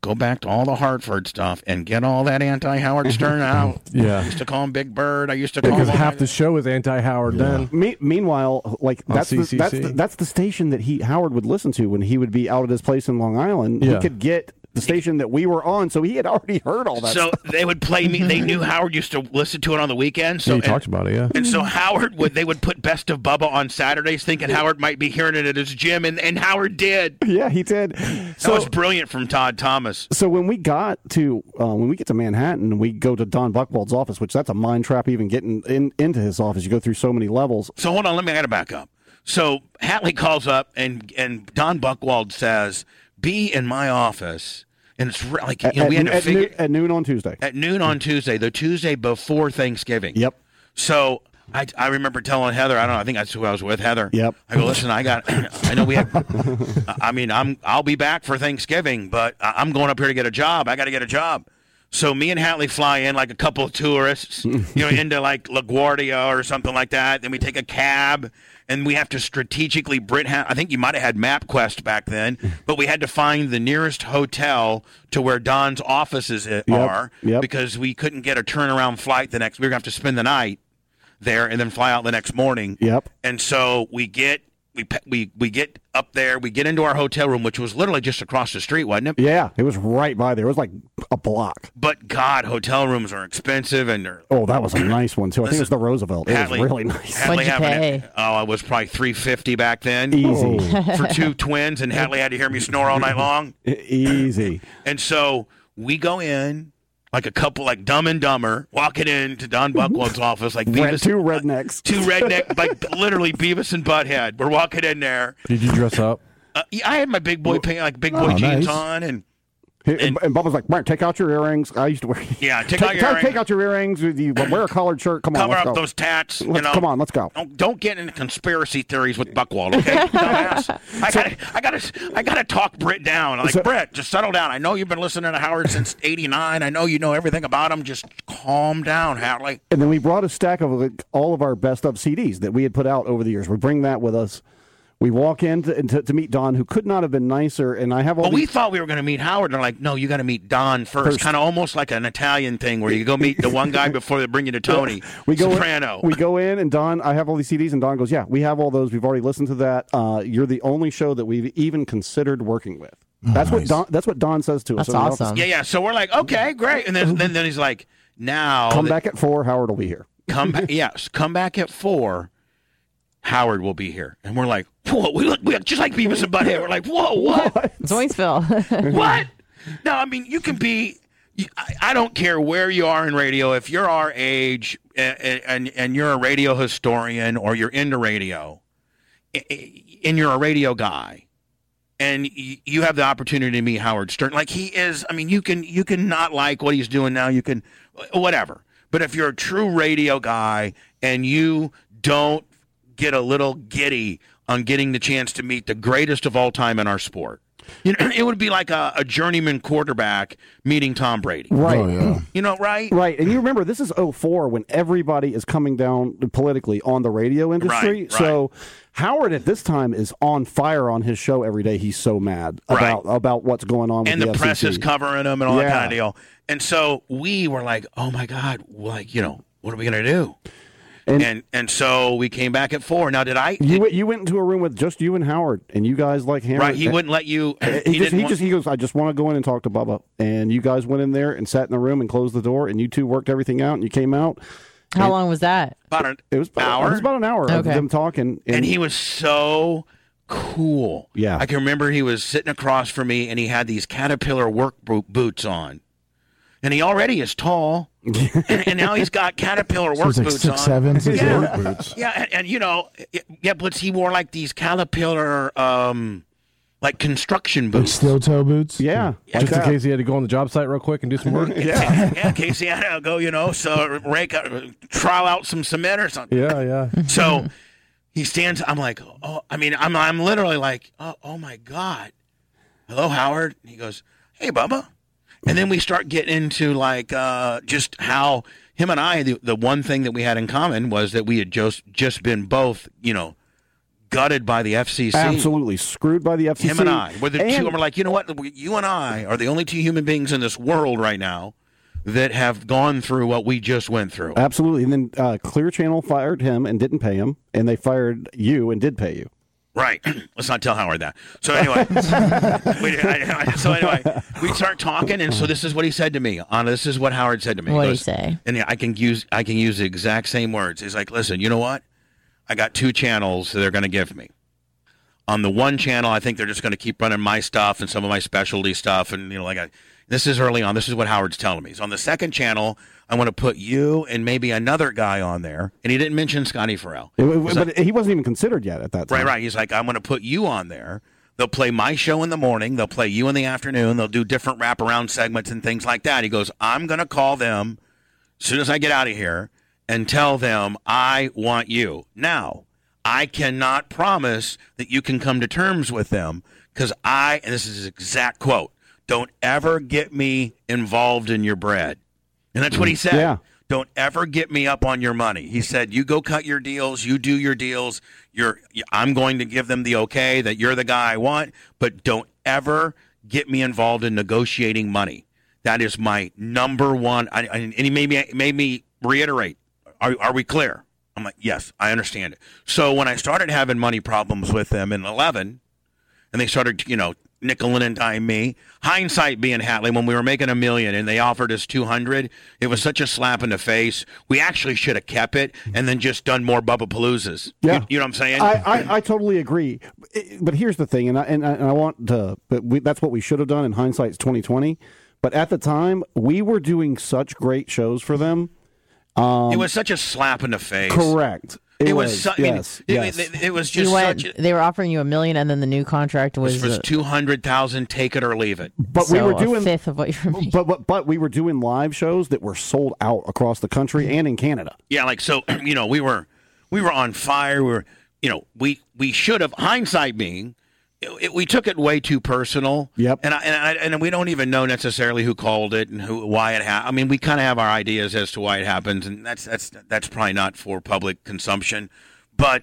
Speaker 5: go back to all the Hartford stuff and get all that anti Howard Stern out.
Speaker 7: Yeah.
Speaker 5: I used to call him Big Bird. I used to call
Speaker 7: Because
Speaker 5: him.
Speaker 7: half the show is anti-Howard then.
Speaker 24: Me- meanwhile, like
Speaker 7: On
Speaker 24: that's the, that's
Speaker 7: CCC.
Speaker 24: the, that's the station that he Howard would listen to when he would be out at his place in Long Island.
Speaker 7: Yeah.
Speaker 24: He could get the station that we were on, so he had already heard all that.
Speaker 5: so
Speaker 24: stuff.
Speaker 5: they would play me. They knew Howard used to listen to it on the weekends. So
Speaker 7: Yeah, you
Speaker 5: and-
Speaker 7: talked about it, yeah.
Speaker 5: And so Howard would they would put Best of Bubba on Saturdays, thinking Howard might be hearing it at his gym, and, and Howard did.
Speaker 24: Yeah, he did.
Speaker 5: that was brilliant from Todd Thomas.
Speaker 24: So when we got to uh, when we get to Manhattan, we go to Don Buckwald's office, which that's a mind trap. Even getting in, into his office, you go through so many levels.
Speaker 5: So hold on, let me I gotta back up. So Hatley calls up and and Don Buckwald says, "Be in my office." And it's re- like you
Speaker 24: At,
Speaker 5: know, we had to
Speaker 24: at
Speaker 5: figure
Speaker 24: noo- at noon on Tuesday.
Speaker 5: at noon on Tuesday, the Tuesday before Thanksgiving. Yep. So I, I remember telling Heather, I don't know, I think that's who I was with, Heather. Yep. I go, listen, I got, [clears throat] I know we have, I mean, I'm, I'll be back for Thanksgiving, but I- I'm going up here to get a job. I got to get a job. So me and Hatley fly in like a couple of [laughs] tourists, you know, into like LaGuardia or something like that. Then we take a cab and we have to strategically Brit ha- I think you might have had MapQuest back then, but we had to find the nearest hotel to where Don's offices i-
Speaker 24: Yep,
Speaker 5: are
Speaker 24: yep.
Speaker 5: because we couldn't get a turnaround flight the next we were going to have to spend the night there and then fly out the next morning.
Speaker 24: Yep.
Speaker 5: And so we get we pe- we we get up there, we get into our hotel room which was literally just across the street, wasn't it?
Speaker 24: Yeah, it was right by there. It was like a block.
Speaker 5: But god, hotel rooms are expensive and they're
Speaker 24: Oh, that was a nice one too. I think it was the Roosevelt. Oh, It was
Speaker 5: Hadley-
Speaker 24: really [laughs] nice.
Speaker 5: Hadley having it- oh, I was probably three fifty back then.
Speaker 24: Easy.
Speaker 5: for two [laughs] twins, and Hadley had to hear me snore all
Speaker 24: [laughs]
Speaker 5: night long.
Speaker 24: E-, Easy.
Speaker 5: And so we go in like a couple, like Dumb and Dumber, walking into Don Buckwald's office, like
Speaker 24: Red,
Speaker 5: Beavis,
Speaker 24: two rednecks. [laughs]
Speaker 5: two redneck, like literally Beavis and Butthead. We're walking in there.
Speaker 7: Did you dress up?
Speaker 5: Uh, yeah, I had my big boy, pant- like big boy
Speaker 24: Oh, nice.
Speaker 5: jeans on, and
Speaker 24: He- And, and Bob was like, Mark, take out your earrings. I used to wear. [laughs]
Speaker 5: Yeah, take out your
Speaker 24: take,
Speaker 5: earrings.
Speaker 24: out your earrings. With you, but wear a collared shirt. Come on,
Speaker 5: cover
Speaker 24: let's
Speaker 5: up
Speaker 24: go.
Speaker 5: those tats. you
Speaker 24: Let's-
Speaker 5: know.
Speaker 24: Come on, let's go.
Speaker 5: Don't, don't get into conspiracy theories with Buckwall, okay? Dumbass. I gotta, I gotta, I gotta talk Britt down. Like Britt, just settle down. I know you've been listening to
Speaker 24: [laughs]
Speaker 5: Howard since '89. I know you know everything about him. Just calm down, Hatley.
Speaker 24: And then we brought a stack of like, all of our best of CDs that we had put out over the years. We bring that with us. We walk in to, to, to meet Don, who could not have been nicer. And I have all
Speaker 5: But we
Speaker 24: these.
Speaker 5: thought we were going to meet Howard. and They're like, no, you got to meet Don first.
Speaker 24: First.
Speaker 5: Kind of almost like an Italian thing where you go meet the
Speaker 24: [laughs]
Speaker 5: one guy before they bring you to Tony.
Speaker 24: we go
Speaker 5: Soprano.
Speaker 24: In, we go in, and Don, I have all these CDs, and Don goes, "Yeah, we have all those. We've already listened to that. Uh, you're the only show that we've even considered working with." That's what Don. That's what Don says to us. in the office.
Speaker 5: Yeah, yeah. So we're like, okay, great. And then, then, then he's like, now
Speaker 24: Come
Speaker 5: that-
Speaker 24: back at four. Howard will be here.
Speaker 5: come back yes come back at four howard will be here and we're like whoa we look, we look just like beavis and butthead we're like whoa what
Speaker 16: [laughs] Zoinsville.
Speaker 5: what no i mean you can be you- I, I don't care where you are in radio if you're our age and, and and you're a radio historian or you're into radio a- a- and you're a radio guy and y- you have the opportunity to meet Howard Stern. Like he is, I mean, you can you can not like what he's doing now. You can whatever, but if you're a true radio guy and you don't get a little giddy on getting the chance to meet the greatest of all time in our sport, you know, [clears throat] it would be like a, a journeyman quarterback meeting Tom Brady.
Speaker 24: Right.
Speaker 5: You know, right?
Speaker 24: Right. And you remember this is 04 when everybody is coming down politically on the radio industry.
Speaker 5: Right, right.
Speaker 24: So Howard at this time is on fire on his show every day. He's so mad about about what's going on
Speaker 5: and
Speaker 24: with
Speaker 5: the,
Speaker 24: the,
Speaker 5: press
Speaker 24: FCC.
Speaker 5: is covering them and all that
Speaker 24: Yeah.
Speaker 5: kind of deal. And so we were like, "Oh my God!" Like, you know, what are we gonna do? And and, so we came back at four. Now, did I?
Speaker 24: You went, you went into a room with just you and Howard, and you guys like hammered.
Speaker 5: Right, he wouldn't let you.
Speaker 24: He,
Speaker 5: he
Speaker 24: just,
Speaker 5: didn't
Speaker 24: he
Speaker 5: want-
Speaker 24: just he goes. I just want to go in and talk to Bubba. And you guys went in there and sat in the room and closed the door, and you two worked everything out, and you came out.
Speaker 8: How long was that?
Speaker 5: About an
Speaker 24: it was about,
Speaker 5: hour?
Speaker 24: It was about an hour of
Speaker 5: Okay.
Speaker 24: them talking,
Speaker 5: And, he was so cool.
Speaker 24: Yeah.
Speaker 5: I can remember he was sitting across from me, and he had these caterpillar work bo- boots on, and he already is
Speaker 9: [laughs]
Speaker 5: tall, and, and now he's got caterpillar
Speaker 9: So
Speaker 5: work
Speaker 9: he's like
Speaker 5: boots
Speaker 9: six,
Speaker 5: on.
Speaker 9: seven, six,
Speaker 5: [laughs] yeah.
Speaker 9: work boots.
Speaker 5: Yeah, and, and you know, y- yeah, but he wore like these caterpillar, um, like construction
Speaker 9: Like
Speaker 5: boots.
Speaker 9: steel toe boots.
Speaker 24: Yeah.
Speaker 5: Like
Speaker 7: just in
Speaker 5: that.
Speaker 7: case he had to go on the job site real quick and do some
Speaker 5: [laughs]
Speaker 7: work.
Speaker 5: yeah. yeah, Casey, I gotta go, you know, so rake, out- trowel out some cement or something.
Speaker 7: Yeah, yeah.
Speaker 5: [laughs] So he stands. I'm like, oh, I mean, I'm, I'm literally like, oh, oh my God. Hello, Howard. And he goes, hey, Bubba. And then we start getting into like uh, just how him and I, the, the one thing that we had in common was that we had just, just been both, you know, gutted by the FCC.
Speaker 24: absolutely screwed by the FCC.
Speaker 5: Him and I. We're the two.
Speaker 24: And-
Speaker 5: We're like, you know what? We- You and I are the only two human beings in this world right now that have gone through what we just went through.
Speaker 24: Absolutely. And then uh, Clear Channel fired him and didn't pay him, and they fired you and did pay you.
Speaker 5: Right. [clears throat] Let's not tell Howard that. So anyway, we, I, I- so anyway, we start talking, and so this is what he said to me. On this is what Howard said to me.
Speaker 8: What'd he
Speaker 5: goes-
Speaker 8: say?
Speaker 5: And yeah, I can use I can use the exact same words. He's like, listen, you know what? I got two channels that they're going to give me. On the one channel, I think they're just going to keep running my stuff and some of my specialty stuff, and you know, like I, this is early on. This is what Howard's telling me. So on the second channel, I want to put you and maybe another guy on there, and he didn't mention Scotty Farrell.
Speaker 24: It- it-
Speaker 5: He's like-
Speaker 24: but he wasn't even considered yet at that time.
Speaker 5: Right, right. He's like, I'm going to put you on there. They'll play my show in the morning. They'll play you in the afternoon. They'll do different wraparound segments and things like that. He goes, I'm going to call them as soon as I get out of here and tell them I want you. Now, I cannot promise that you can come to terms with them because I, and this is his exact quote, don't ever get me involved in your bread. And that's what he said.
Speaker 24: Yeah.
Speaker 5: Don't ever get me up on your money. He said, "You go cut your deals, you do your deals. You're I'm going to give them the okay that you're the guy I want, but don't ever get me involved in negotiating money. That is my number one." I, I- and he made me made me reiterate, "Are are we clear?" I'm like, "Yes, I understand it." So when I started having money problems with them in 11, and they started, you know, nickeling and diming me. Hindsight being Hatley, when we were making a million and they offered us 200, it was such a slap in the face. We actually should have kept it and then just done more Bubba Paloozas.
Speaker 24: Yeah.
Speaker 5: You, you know what I'm saying?
Speaker 24: I, um, I, I totally agree, It- but here's the thing, and I and I, and I want to, but we, that's what we should have done. In hindsight's twenty twenty, but at the time we were doing such great shows for them. Um,
Speaker 5: it was such a slap in the face.
Speaker 24: correct.
Speaker 5: It, was, su- I mean,
Speaker 24: yes,
Speaker 5: it,
Speaker 24: yes.
Speaker 5: It, it was
Speaker 8: You
Speaker 5: just
Speaker 8: went-
Speaker 5: such a,
Speaker 8: they were offering you a million, and then the new contract was,
Speaker 5: this was
Speaker 8: uh,
Speaker 5: 200,000 take it or leave it.
Speaker 24: but we
Speaker 8: so
Speaker 24: were
Speaker 8: a
Speaker 24: doing
Speaker 8: fifth of what you were
Speaker 24: but, but but we were doing live shows that were sold out across the country
Speaker 8: Mm-hmm.
Speaker 24: and in Canada.
Speaker 5: Yeah, like so, [clears throat] you know, we were we were on fire. We were, you know, we we should have hindsight being, it, it- we took it way too personal. Yep. And I, and I, and we don't even know necessarily who called it and who why it happened. I mean, we kind of have our ideas as to why it happens, and that's that's that's probably not for public consumption, but.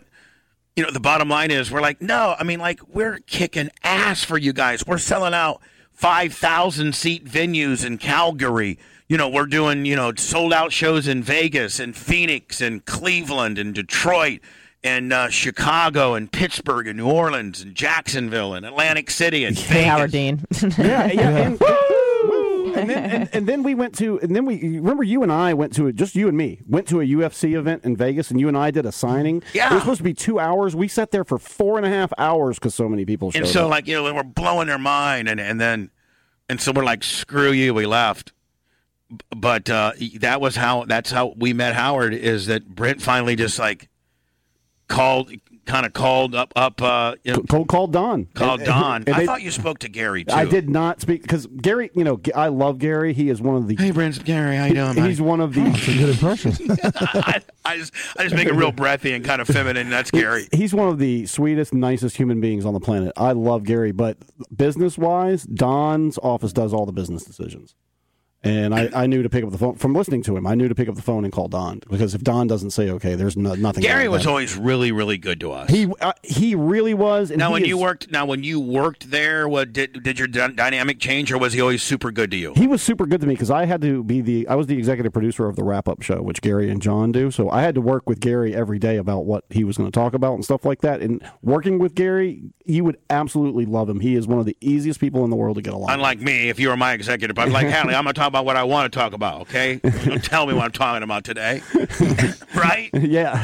Speaker 5: You know, the bottom line is we're like, no, I mean, like, we're kicking ass for you guys. We're selling out 5,000 seat venues in Calgary. You know, we're doing, you know, sold out shows in Vegas and Phoenix and Cleveland and Detroit and uh, Chicago and Pittsburgh and New Orleans and Jacksonville and Atlantic City and
Speaker 8: Hey,
Speaker 5: Vegas.
Speaker 16: [laughs]
Speaker 8: Howard Dean.
Speaker 5: [laughs]
Speaker 24: yeah, yeah. And, Woo! and then and, and then we went to and then we you remember you and I went to a, just you and me went to a UFC event in Vegas and you and I did a signing. Yeah, it was supposed to be two hours. We sat there for four and a half hours because so many people showed
Speaker 5: And so,
Speaker 24: up.
Speaker 5: like, you know, we're blowing their mind, and, and then, and so we're like, screw you, we left. B- But uh, that was how, that's how we met Howard, is that Brent finally just like called, kind of called up up uh,
Speaker 24: Cold called Don.
Speaker 5: called
Speaker 24: And-
Speaker 5: Don.
Speaker 24: and
Speaker 5: I
Speaker 24: they-
Speaker 5: thought you spoke to Gary too.
Speaker 24: I did not speak because Gary. You know, G- I love Gary. He is one of the. Hey,
Speaker 5: Brent, Gary, how you doing?
Speaker 24: He's one of the. That's a good impression. [laughs]
Speaker 5: I, I just I just make it real breathy and kind of feminine. That's Gary.
Speaker 24: He's one of the sweetest, nicest human beings on the planet. I love Gary, but business wise, Don's office does all the business decisions. And I, I knew to pick up the phone from listening to him. I knew to pick up the phone and call Don because if Don doesn't say okay, there's no, nothing.
Speaker 5: Gary
Speaker 24: going
Speaker 5: was
Speaker 24: down.
Speaker 5: always really really good to us.
Speaker 24: He uh, he really was. And
Speaker 5: now
Speaker 24: he
Speaker 5: when
Speaker 24: is-
Speaker 5: you worked now when you worked there, what did did your dy- dynamic change or was he always super good to you?
Speaker 24: He was super good to me because I had to be the I was the executive producer of the wrap up show, which Gary and John do. So I had to work with Gary every day about what he was going to talk about and stuff like that. And working with Gary, you would absolutely love him. He is one of the easiest people in the world to get along.
Speaker 5: Unlike me, if you were my executive, I'm like, Hallie, I'm going to talk about what I want to talk about, okay? Don't tell me what I'm talking about today. right?
Speaker 24: [laughs] yeah.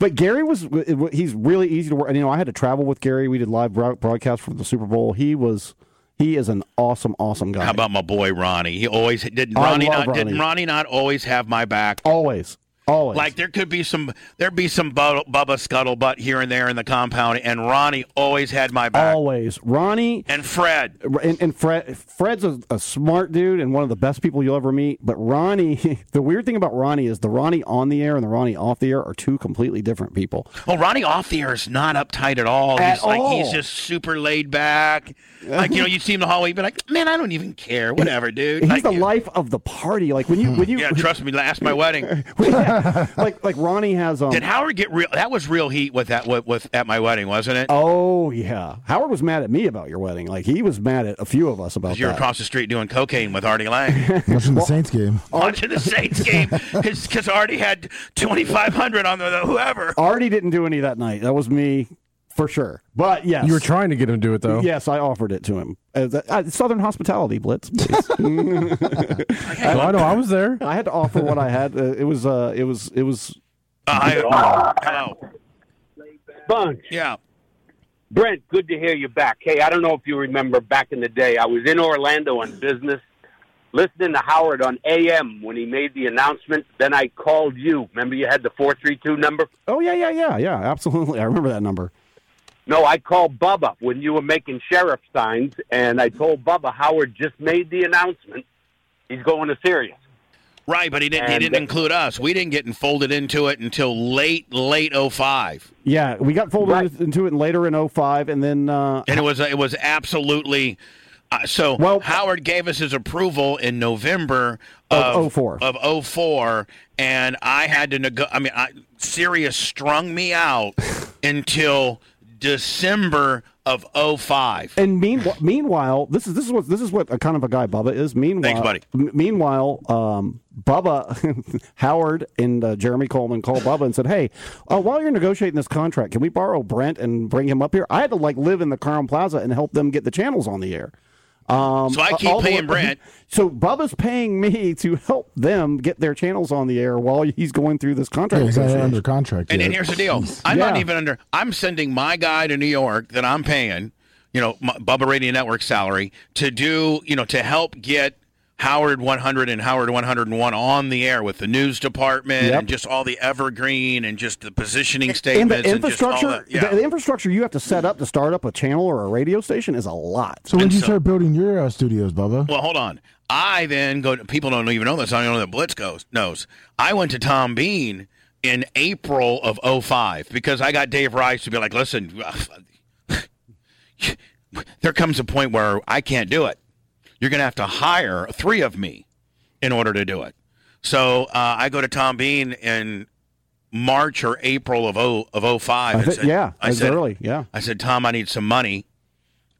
Speaker 24: but Gary was he's really easy to work. And you know, I had to travel with Gary. We did live broad- broadcast from the Super Bowl. He was he is an awesome, awesome guy.
Speaker 5: How about my boy Ronnie? He always did.
Speaker 24: I
Speaker 5: Ronnie
Speaker 24: love
Speaker 5: not did
Speaker 24: Ronnie.
Speaker 5: Ronnie not always have my back?
Speaker 24: Always, always.
Speaker 5: Like there could be some there be some bu- Bubba scuttlebutt here and there in the compound, and Ronnie always had my back.
Speaker 24: Always, Ronnie
Speaker 5: And Fred,
Speaker 24: and, and Fred, Fred's a, a smart dude and one of the best people you'll ever meet. But Ronnie, [laughs] the weird thing about Ronnie is the Ronnie on the air and the Ronnie off the air are two completely different people.
Speaker 5: Well, Ronnie off the air is not uptight at all.
Speaker 24: At
Speaker 5: he's like he's
Speaker 24: all.
Speaker 5: just super laid back. Like you know, you see him in the hallway, you'd be like, "Man, I don't even care. Whatever, dude."
Speaker 24: He's
Speaker 5: Like,
Speaker 24: the life of the party. Like when you when you
Speaker 5: yeah, trust me. Last my wedding,
Speaker 24: [laughs] like like Ronnie has um.
Speaker 5: did Howard get real? That was real heat with that with, with at my wedding, wasn't it?
Speaker 24: Oh yeah, Howard was mad at me about your wedding. Like he was mad at a few of us about
Speaker 5: you were
Speaker 24: that.
Speaker 5: across the street doing cocaine with Artie Lang.
Speaker 9: Watching the Saints game.
Speaker 5: Watching the Saints game because Artie had twenty five hundred on the, the whoever.
Speaker 24: Artie didn't do any that night. That was me for sure. But yes,
Speaker 7: You were trying to get him to do it though.
Speaker 24: Yes, I offered it to him. Uh, that- uh, Southern hospitality blitz.
Speaker 7: [laughs]
Speaker 24: [laughs]
Speaker 7: Oh, I know, I was there.
Speaker 24: I had to offer what I had. Uh, it was. Uh, it was. It was.
Speaker 5: Uh, hello.
Speaker 11: Bunch.
Speaker 5: Yeah.
Speaker 11: Brent, good to hear you back. Hey, I don't know if you remember back in the day, I was in Orlando on business, listening to Howard on AM when he made the announcement. Then I called you. Remember you had the 432 number?
Speaker 24: Oh yeah, yeah, yeah, yeah. Absolutely, I remember that number.
Speaker 11: No, I called Bubba when you were making sheriff signs, and I told Bubba Howard just made the announcement. He's going to Sirius.
Speaker 5: Right, but he didn't. he
Speaker 11: And
Speaker 5: didn't
Speaker 11: that-
Speaker 5: include us. We didn't get folded into it until late, late '05.
Speaker 24: Yeah, we got folded into it later in 05, and then uh,
Speaker 5: and it was it was absolutely uh, so. Howard gave us his approval in November
Speaker 24: Of
Speaker 5: of
Speaker 24: 04.
Speaker 5: of 04, and I had to nego- I mean, I, Sirius strung
Speaker 24: [laughs]
Speaker 5: me out until December of 05.
Speaker 24: And meanwhile, meanwhile, this is this is what this is what a kind of a guy Bubba is. Meanwhile,
Speaker 5: Thanks, buddy.
Speaker 24: m- meanwhile, um, Bubba [laughs] Howard and uh, Jeremy Coleman called Bubba and said, "Hey, uh, while you're negotiating this contract, can we borrow Brent and bring him up here? I had to like live in the Crown Plaza and help them get the channels on the air." Um,
Speaker 5: So I keep
Speaker 24: all the-
Speaker 5: paying Brent.
Speaker 24: [laughs] So Bubba's paying me to help them get their channels on the air while he's going through this
Speaker 9: Yeah,
Speaker 24: contract.
Speaker 9: he's not
Speaker 24: negotiation.
Speaker 9: under contract.
Speaker 5: And
Speaker 9: yet.
Speaker 5: then here's the
Speaker 9: [laughs]
Speaker 5: deal.
Speaker 24: [laughs]
Speaker 5: I'm not
Speaker 24: Yeah.
Speaker 5: even under. I'm sending my guy to New York that I'm paying, you know, my, Bubba Radio Network salary to do, you know, to help get Howard 100 and Howard 101 on the air with the news department
Speaker 24: Yep.
Speaker 5: and just all the evergreen and just the positioning
Speaker 24: and
Speaker 5: statements
Speaker 24: the
Speaker 5: just all
Speaker 24: infrastructure,
Speaker 5: that. Yeah.
Speaker 24: the, the infrastructure you have to set up to start up a channel or a radio station is a lot.
Speaker 9: So when did you start building your uh, studios, Bubba?
Speaker 5: Well, hold on. I then go. To, people don't even know this. I don't know that Blitz goes knows. I went to Tom Bean in April of '05 because I got Dave Rice to be like, listen, [laughs] there comes a point where I can't do it. You're going to have to hire three of me in order to do it. So uh, I go to Tom Bean in March or April of 0, of 05.
Speaker 24: I
Speaker 5: and
Speaker 24: thi-
Speaker 5: said-
Speaker 24: yeah,
Speaker 5: I
Speaker 24: as
Speaker 5: said,
Speaker 24: early, yeah.
Speaker 5: I said, Tom, I need some money.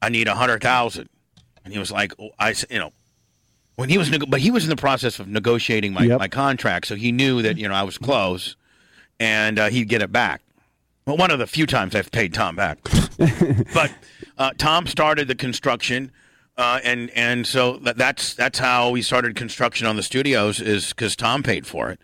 Speaker 5: I need a hundred thousand. And he was like, oh, I, s- you know, when he was, neg- but he was in the process of negotiating my, my contract. So he knew that, you know, I was close and uh, he'd get it back. Well, one of the few times I've paid Tom
Speaker 7: [laughs]
Speaker 5: back. but uh, Tom started the construction, uh, and and so that, that's that's how we started construction on the studios is because Tom paid for it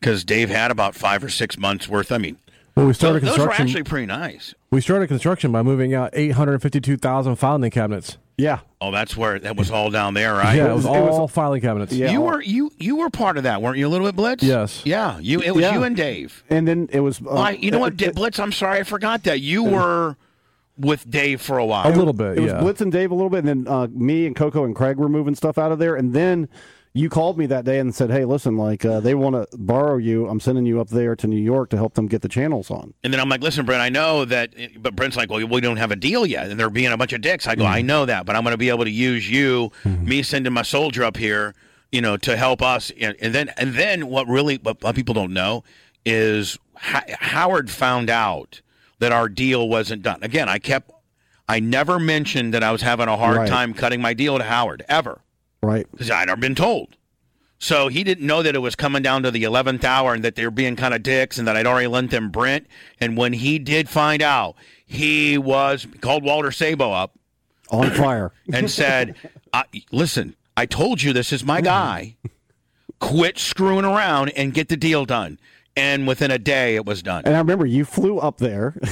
Speaker 5: because Dave had about five or six months worth. I mean,
Speaker 7: Well, we started
Speaker 5: those, those were
Speaker 7: construction.
Speaker 5: actually pretty nice.
Speaker 7: we started construction by moving out 852,000 filing cabinets.
Speaker 24: Yeah.
Speaker 5: Oh, that's where that was all down there, right?
Speaker 7: Yeah, it was all filing cabinets.
Speaker 5: you were you you were part of that, weren't you? A little bit, Blitz.
Speaker 7: Yes.
Speaker 5: Yeah, you. It was
Speaker 7: Yeah.
Speaker 5: you and Dave.
Speaker 24: And then it was. Uh,
Speaker 5: Well, I- you know what,
Speaker 24: it-
Speaker 5: Di- Blitz? I'm sorry, I forgot that you were with Dave for a while.
Speaker 24: It- It was Blitz and Dave a little bit, and then uh, me and Coco and Craig were moving stuff out of there, and then you called me that day and said, "Hey, listen, like uh, they want to borrow you. I'm sending you up there to New York to help them get the channels on."
Speaker 5: And then I'm like, listen, Brent, I know that, but Brent's like, well, we don't have a deal yet, and they're being a bunch of dicks. I go, I know that, but I'm going to be able to use you, me sending my soldier up here, you know, to help us. And, and then, and then, what really, what, what people don't know is Ho- Howard found out that our deal wasn't done. Again, I kept, I never mentioned that I was having a hard
Speaker 24: Right.
Speaker 5: time cutting my deal to Howard ever
Speaker 24: Right.
Speaker 5: because I'd never been told. So he didn't know that it was coming down to the 11th hour and that they were being kind of dicks and that I'd already lent them Brent. And when he did find out, he was he called Walter Sabo up
Speaker 24: on fire
Speaker 5: [laughs] and said, I, Listen, I told you this is my guy. Quit screwing around and get the deal done. And within a day, it was done.
Speaker 24: And I remember you flew up there. [laughs]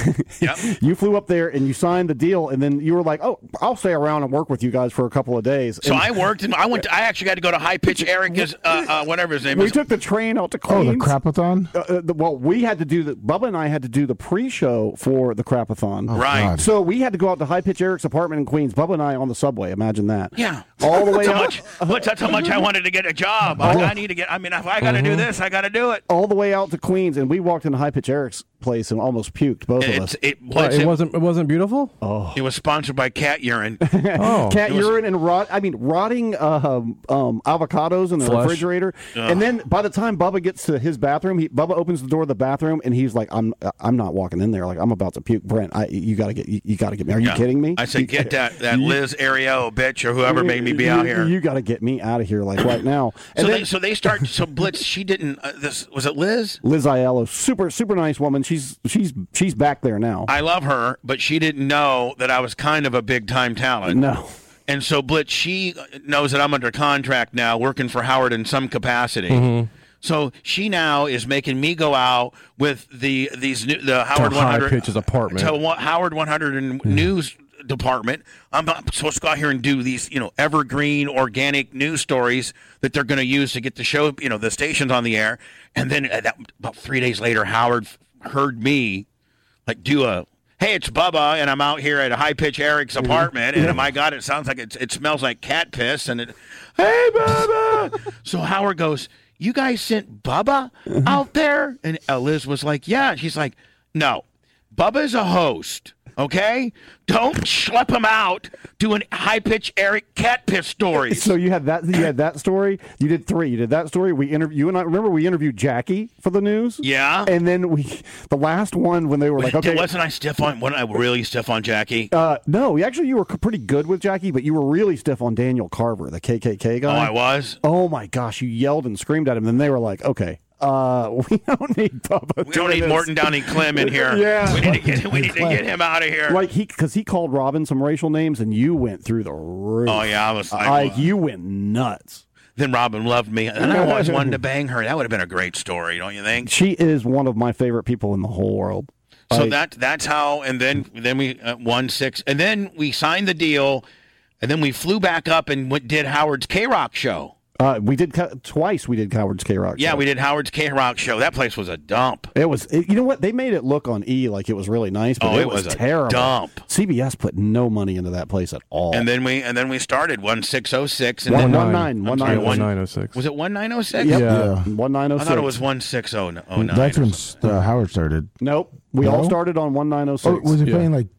Speaker 24: You flew up there and you signed the deal, and then you were like, "Oh, I'll stay around and work with you guys for a couple of days."
Speaker 5: So
Speaker 24: And
Speaker 5: I worked and I went. To, I actually had to go to high pitch Erica's, uh, uh, whatever his name
Speaker 24: we
Speaker 5: is.
Speaker 24: took the train out to Queens.
Speaker 5: the
Speaker 24: crapathon. Uh, uh, the, well, we had to do the Bubba and I had to do the pre-show for the crapathon.
Speaker 5: Right. God.
Speaker 24: So we had to go out to High Pitch Eric's apartment in Queens. Bubba and I on the subway. Imagine that.
Speaker 5: Yeah.
Speaker 24: All
Speaker 5: [laughs]
Speaker 24: the way
Speaker 5: that's how
Speaker 24: out.
Speaker 5: much, but that's how much I wanted to get a job. I, I need to get. I mean, if I got to do
Speaker 24: Mhm.
Speaker 5: this, I got to do it.
Speaker 24: All the way out to Queens, and we walked into High Pitch Eric's place and almost puked both of us.
Speaker 5: it was- It wasn't-
Speaker 24: It wasn't beautiful. Oh,
Speaker 5: It was sponsored by
Speaker 24: [laughs]
Speaker 5: cat urine.
Speaker 24: cat
Speaker 5: Oh, It was-
Speaker 24: urine and rot. I mean, rotting um, um, avocados in the
Speaker 5: Flush.
Speaker 24: refrigerator.
Speaker 5: Ugh.
Speaker 24: And then by the time Bubba gets to his bathroom, he, Bubba opens the door of the bathroom and he's like, "I'm uh, I'm not walking in there. Like I'm about to puke, Brent. I you gotta get you, you gotta get me. Are you
Speaker 5: Yeah.
Speaker 24: kidding me?
Speaker 5: I said, get that that
Speaker 24: You-
Speaker 5: Liz Ario bitch or whoever made me be
Speaker 24: you,
Speaker 5: out here.
Speaker 24: You gotta get me out of here like right now.
Speaker 5: so they so they start. So Blitz, she didn't. Uh, this was it, Liz.
Speaker 24: Liz Aiello, super super nice woman. She's she's she's back there now.
Speaker 5: I love her, but she didn't know that I was kind of a big time talent.
Speaker 24: No.
Speaker 5: And so Blitz, she knows that I'm under contract now, working for Howard in some capacity.
Speaker 7: Mhm.
Speaker 24: Mm-hmm.
Speaker 5: So she now is making me go out with the these new the Howard
Speaker 7: to high
Speaker 5: 100
Speaker 7: pitches apartment. Hmm.
Speaker 5: to one, Howard 100 and news department. I'm not supposed to go out here and do these, you know, evergreen organic news stories that they're going to use to get the show, you know, the stations on the air. And then uh, that, about three days later, Howard f- heard me like do a. Hey, it's Bubba, and I'm out here at high pitch Eric's
Speaker 7: Mm-hmm.
Speaker 5: apartment, and my God, it sounds like it, it smells like cat piss, and it. Hey, Bubba. [laughs] so Howard goes, "You guys sent Bubba out there?" Uh-huh. And uh, Liz was like, "Yeah." She's like, "No, Bubba's a host, okay? Don't schlep him out doing high pitch Eric cat piss stories.
Speaker 24: So you had that you had that story. You did three. You did that story. We interview you and I remember we interviewed Jackie for the news.
Speaker 5: [laughs] Yeah.
Speaker 24: And then we the last one when they were like, okay,
Speaker 5: Ah. Wasn't I stiff on? Wasn't I really stiff on Jackie?
Speaker 24: [laughs] uh, no, you- actually you were c- pretty good with Jackie, but you were really stiff on Daniel Carver, the KKK guy.
Speaker 5: Oh, I was?
Speaker 24: Oh my gosh, you yelled and screamed at him. Then they were like, okay, uh, [laughs] we don't need Bubba.
Speaker 5: We don't need Morton Downey Clem in here.
Speaker 24: Yeah.
Speaker 5: we need to get, we need to get him out of here.
Speaker 24: Like he, because he called Robin some racial names, and you went through the roof.
Speaker 5: Oh yeah, I was. I
Speaker 24: like
Speaker 5: was.
Speaker 24: you went nuts.
Speaker 5: Then Robin loved me, and I always wanted to bang her. That would have been a great story, don't you think?
Speaker 24: She is one of my favorite people in the whole world.
Speaker 5: So
Speaker 24: I-
Speaker 5: that that's how, and then then we uh, won six, and then we signed the deal, and then we flew back up and went, did Howard's K Rock show.
Speaker 24: Uh, we did co- twice. We did Coward's K Rock.
Speaker 5: Yeah, we did Howard's K Rock show. That place was a dump.
Speaker 24: It was. It, you know what? They made it look on E like it was really nice, but
Speaker 5: Oh,
Speaker 24: it,
Speaker 5: it
Speaker 24: was,
Speaker 5: was a
Speaker 24: terrible.
Speaker 5: dump.
Speaker 24: CBS put no money into that place at all.
Speaker 5: And then we and then we started one six oh six and
Speaker 24: Oh. One
Speaker 5: then
Speaker 24: nine,
Speaker 5: I'm
Speaker 24: one
Speaker 5: sorry,
Speaker 24: nine, one nine
Speaker 7: oh six.
Speaker 5: Was it one nine oh six?
Speaker 24: Yep. Yeah. One nine oh
Speaker 5: I thought it
Speaker 24: six.
Speaker 5: was one six oh nine.
Speaker 9: That's when uh, Howard started.
Speaker 24: Nope. We
Speaker 9: No?
Speaker 24: all started on one nine oh
Speaker 9: Oh,
Speaker 24: six.
Speaker 9: was it playing like?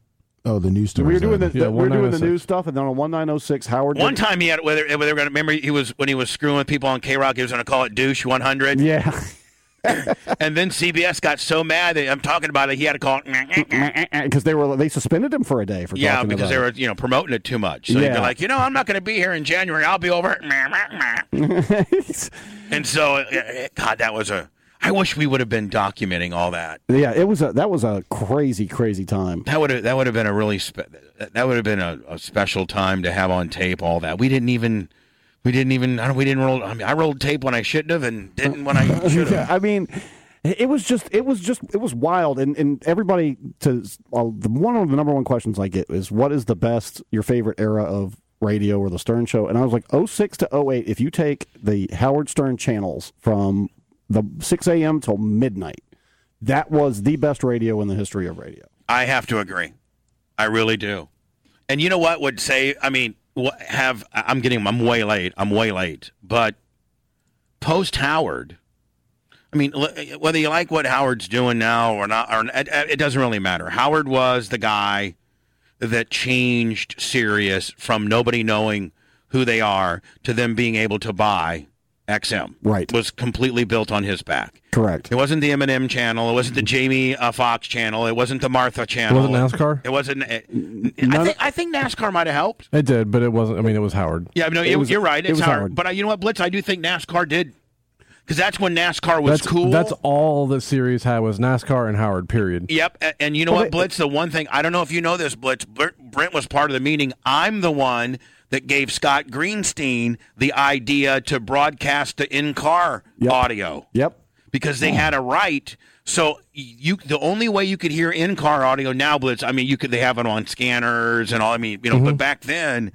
Speaker 5: [laughs]
Speaker 9: Oh, the news story.
Speaker 24: We were doing the, the- we were doing the news stuff, and then on one nine oh six, Howard.
Speaker 5: One
Speaker 24: did-
Speaker 5: time he had whether they were going to remember he was when he was screwing with people on K Rock he was going to call it douche one hundred.
Speaker 24: Yeah.
Speaker 5: [laughs] and then CBS got so mad that I'm talking about it he had to call
Speaker 24: [laughs]
Speaker 5: it
Speaker 24: because they were they suspended him for a day for
Speaker 5: yeah
Speaker 24: talking
Speaker 5: because
Speaker 24: about
Speaker 5: they
Speaker 24: it.
Speaker 5: were you know promoting it too much. So he'd be
Speaker 24: Yeah.
Speaker 5: like you know I'm not going to be here
Speaker 24: [laughs]
Speaker 5: in January I'll be over. [laughs] and so uh, uh, God that was a I wish we would have been documenting all that.
Speaker 24: Yeah, it was a that was a crazy crazy time.
Speaker 5: That would have that would have been a really spe- that that would have been a, a special time to have on tape all that. We didn't even [laughs] we didn't even I don't, we didn't roll. I mean, I rolled tape when I shouldn't have and didn't when I should have.
Speaker 24: I mean, It was just, it was just, it was wild. And and everybody to uh, the one of the number one questions I get is what is the best your favorite era of radio or the Stern Show? And I was like, 06 to 08, If you take the Howard Stern channels from the six a.m. till midnight, that was the best radio in the history of radio.
Speaker 5: I have to agree. I really do. And you know what would say? I mean, what have I- I'm getting? I'm way late. I'm way late. But post Howard, I mean, l- whether you like what Howard's doing now or not, or it, it doesn't really matter. Howard was the guy that changed Sirius from nobody knowing who they are to them being able to buy XM.
Speaker 24: Right.
Speaker 5: Was completely built on his back.
Speaker 24: Correct.
Speaker 5: It wasn't the Eminem channel. It wasn't the Jamie uh, Fox channel. It wasn't the Martha channel.
Speaker 7: wasn't NASCAR?
Speaker 5: It wasn't. It, I, think, I think NASCAR might have helped.
Speaker 7: It did, but it wasn't. I mean, it was Howard.
Speaker 5: Yeah, no, you- you're right. It's Howard. But I, you know what, Blitz? I do think NASCAR did because that's when NASCAR was
Speaker 7: that's
Speaker 5: cool.
Speaker 7: That's all that series had was NASCAR and Howard. Period.
Speaker 5: Yep, a- and
Speaker 24: Oh,
Speaker 5: you know what, Blitz? The one thing I don't know if you know this, Blitz. Br- Brent was part of the meeting. I'm the one that gave Scott Greenstein the idea to broadcast the in-car audio.
Speaker 24: Yep. Oh.
Speaker 5: because they had a right. So you, the only way you could hear in-car audio now, Blitz. I mean, you could they have it on scanners and all. I mean, you know,
Speaker 24: Mm-hmm.
Speaker 5: but back then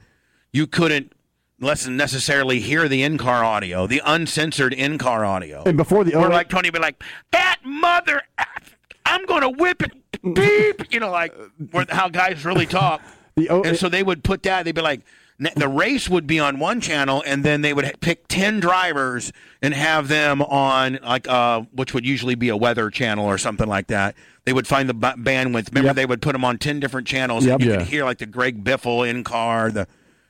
Speaker 5: you couldn't less than necessarily hear the in-car audio, the uncensored in-car audio.
Speaker 24: And before the
Speaker 5: Or
Speaker 24: 08
Speaker 5: like Tony be like, that mother, f- I'm gonna whip it, beep. You know, like where, how guys really talk.
Speaker 24: [laughs] The
Speaker 5: and so they would put that. They'd be like, n- the race would be on one channel, and then they would ha- pick ten drivers and have them on like uh, which would usually be a weather channel or something like that. They would find the b- bandwidth. Remember, they would put them on ten different channels.
Speaker 24: Yep.
Speaker 5: And you
Speaker 24: Yeah.
Speaker 5: could hear like the Greg Biffle in car, the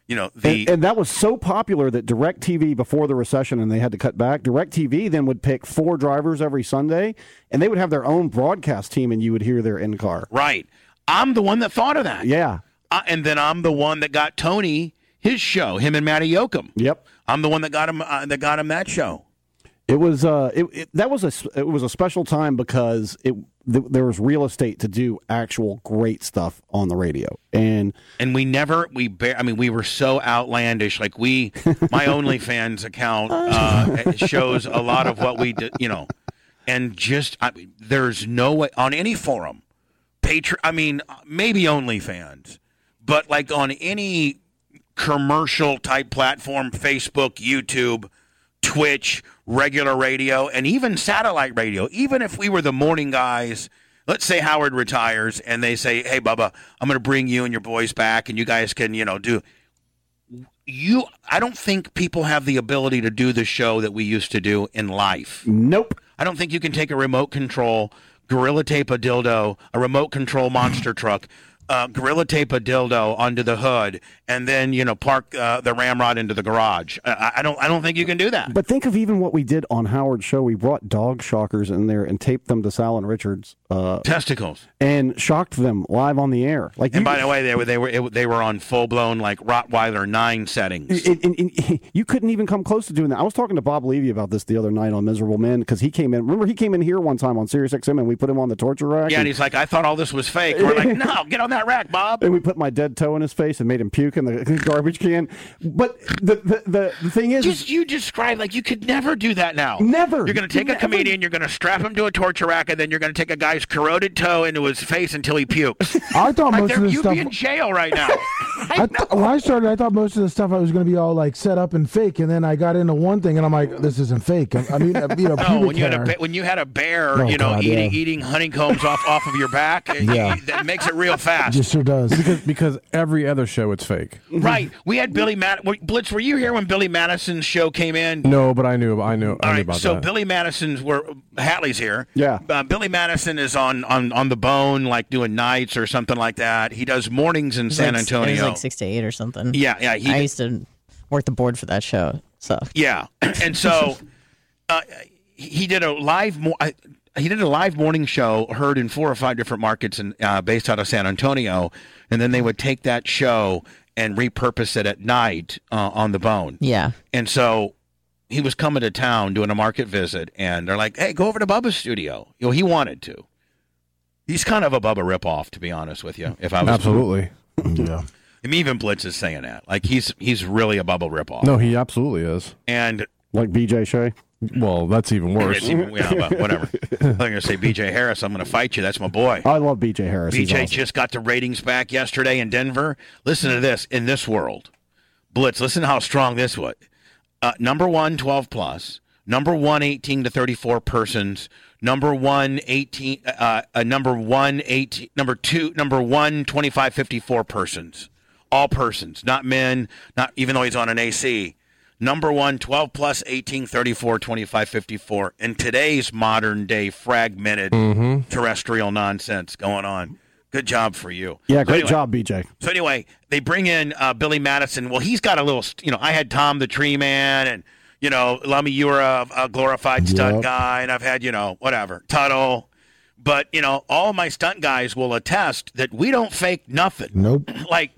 Speaker 5: you know the
Speaker 24: and, and that was so popular that DirecTV before the recession and they had to cut back. DirecTV then would pick four drivers every Sunday and they would have their own broadcast team and you would hear their in car.
Speaker 5: Right. I'm the one that thought of that.
Speaker 24: Yeah.
Speaker 5: I, Uh, and then I'm the one that got Tony his show, him and Matty Yoakum.
Speaker 24: Yep.
Speaker 5: I'm the one that got him uh, that got him that show.
Speaker 24: It was uh it, it that was a s- it was a special time because it th- there was real estate to do actual great stuff on the radio. And
Speaker 5: And we never we bar- I mean we were so outlandish like we my OnlyFans account uh, shows a lot of what we did, you know. And just I mean, there's no way on any forum Patreon I mean maybe OnlyFans, but like on any commercial type platform, Facebook, YouTube, Twitch, regular radio, and even satellite radio. Even if we were the morning guys, let's say Howard retires and they say, "Hey Bubba, I'm going to bring you and your boys back and you guys can, you know, do you I don't think people have the ability to do the show that we used to do in life.
Speaker 24: Nope.
Speaker 5: I don't think you can take a remote control, gorilla tape a dildo, a remote control monster truck, uh, gorilla tape a dildo onto the hood, and then you know park uh, the ramrod into the garage. I, I- I don't. I don't think you can do that.
Speaker 24: but think of even what we did on Howard's show. We brought dog shockers in there and taped them to Sal and Richards uh
Speaker 5: Testicles.
Speaker 24: and shocked them live on the air. Like
Speaker 5: And
Speaker 24: you-
Speaker 5: by the way, they were they were it, they were on full blown like Rottweiler nine settings.
Speaker 24: And, and- and [laughs] you couldn't even come close to doing that. I was talking to Bob Levy about this the other night on Miserable Men because he came in. Remember, he came in here one time on Sirius XM and we put him on the torture rack.
Speaker 5: Yeah, and
Speaker 24: and,
Speaker 5: he's like, I thought all this was fake. We're
Speaker 24: [laughs]
Speaker 5: like, no, get on that rack, Bob.
Speaker 24: and we put my dead toe in his face and made him puke in the [laughs] garbage can. But the the, the, the thing is,
Speaker 5: Just you describe like you could never do that now.
Speaker 24: Never.
Speaker 5: You're going to take a
Speaker 24: Never.
Speaker 5: comedian, you're going to strap him to a torture rack, and then you're going to take a guy's corroded toe into his face until he pukes.
Speaker 9: [laughs] I thought
Speaker 5: like
Speaker 9: most of
Speaker 5: there-
Speaker 9: this
Speaker 5: you'd
Speaker 9: stuff-
Speaker 5: be in jail right
Speaker 9: [laughs]
Speaker 5: now.
Speaker 9: I th- when I started, I thought most of the stuff I was going to be all like set up and fake, and then I got into one thing, and I'm like, this isn't fake. I, I mean, uh, you
Speaker 5: [laughs]
Speaker 9: know,
Speaker 5: no, Oh, when
Speaker 9: pubic
Speaker 5: you had a
Speaker 9: hair.
Speaker 5: ba- when you had a bear,
Speaker 9: Oh,
Speaker 5: you know,
Speaker 9: God,
Speaker 5: eating
Speaker 9: yeah.
Speaker 5: eating honeycombs off off of your back, it-
Speaker 7: Yeah.
Speaker 5: it- that makes it real
Speaker 9: [laughs]
Speaker 5: fast.
Speaker 9: sure does
Speaker 7: [laughs] because because every other show it's fake.
Speaker 5: Right. We had Billy Mad- were- Blitz. Were you here when Billy Madison's show came in?
Speaker 7: No, but I knew I knew I knew
Speaker 5: All right,
Speaker 7: about
Speaker 5: so
Speaker 7: that.
Speaker 5: Billy Madison's where Hatley's here.
Speaker 7: Yeah.
Speaker 5: uh, Billy Madison is on, on on the bone, like doing nights or something like that. He does mornings in
Speaker 16: It was
Speaker 5: San
Speaker 16: like-
Speaker 5: Antonio.
Speaker 16: It was like six to eight or something.
Speaker 5: Yeah, yeah, he
Speaker 16: I
Speaker 5: did-
Speaker 16: used to work the board for that show. So
Speaker 5: Yeah, [clears throat] and so uh, he did a live. Mo- I, he did a live morning show heard in four or five different markets and uh, based out of San Antonio, and then they would take that show and repurpose it at night uh, on the Bone.
Speaker 16: yeah,
Speaker 5: And so he was coming to town doing a market visit, and they're like, "Hey, go over to Bubba's studio." You know, he wanted to. He's kind of a Bubba ripoff, to be honest with you. If I was
Speaker 7: absolutely.
Speaker 9: yeah.
Speaker 5: I mean, even Blitz is saying that. Like he's he's really a Bubba ripoff.
Speaker 7: No, he absolutely is.
Speaker 5: And
Speaker 24: like BJ Shea.
Speaker 7: Well, that's even worse.
Speaker 5: It's even- yeah,
Speaker 7: [laughs]
Speaker 5: well, whatever. I'm going to say BJ Harris. I'm going to fight you. That's my boy.
Speaker 24: I love BJ Harris. He's
Speaker 5: BJ
Speaker 24: awesome.
Speaker 5: just got the ratings back yesterday in Denver. Listen to this in this world. Blitz, listen to how strong this was. Uh, number one, 12 plus. Number one, 18 to 34 persons. Number one, 18, uh, uh, number one, 18, number two, number one, 25, 54 persons. All persons, not men, not even though he's on an AC. Number one, 12 plus, 18, 34, 25, 54. In today's modern day fragmented
Speaker 24: Mhm.
Speaker 5: terrestrial nonsense going on. Good job for you.
Speaker 24: Yeah,
Speaker 5: So
Speaker 24: great
Speaker 5: anyway-
Speaker 24: job, BJ.
Speaker 5: So anyway, they bring in uh, Billy Madison. Well, he's got a little, you know, I had Tom the Tree Man and, you know, Lummy, you were a, a glorified stunt
Speaker 26: Yep.
Speaker 5: guy, and I've had, you know, whatever, Tuttle. But, you know, all my stunt guys will attest that we don't fake nothing.
Speaker 9: Nope.
Speaker 5: [coughs] like,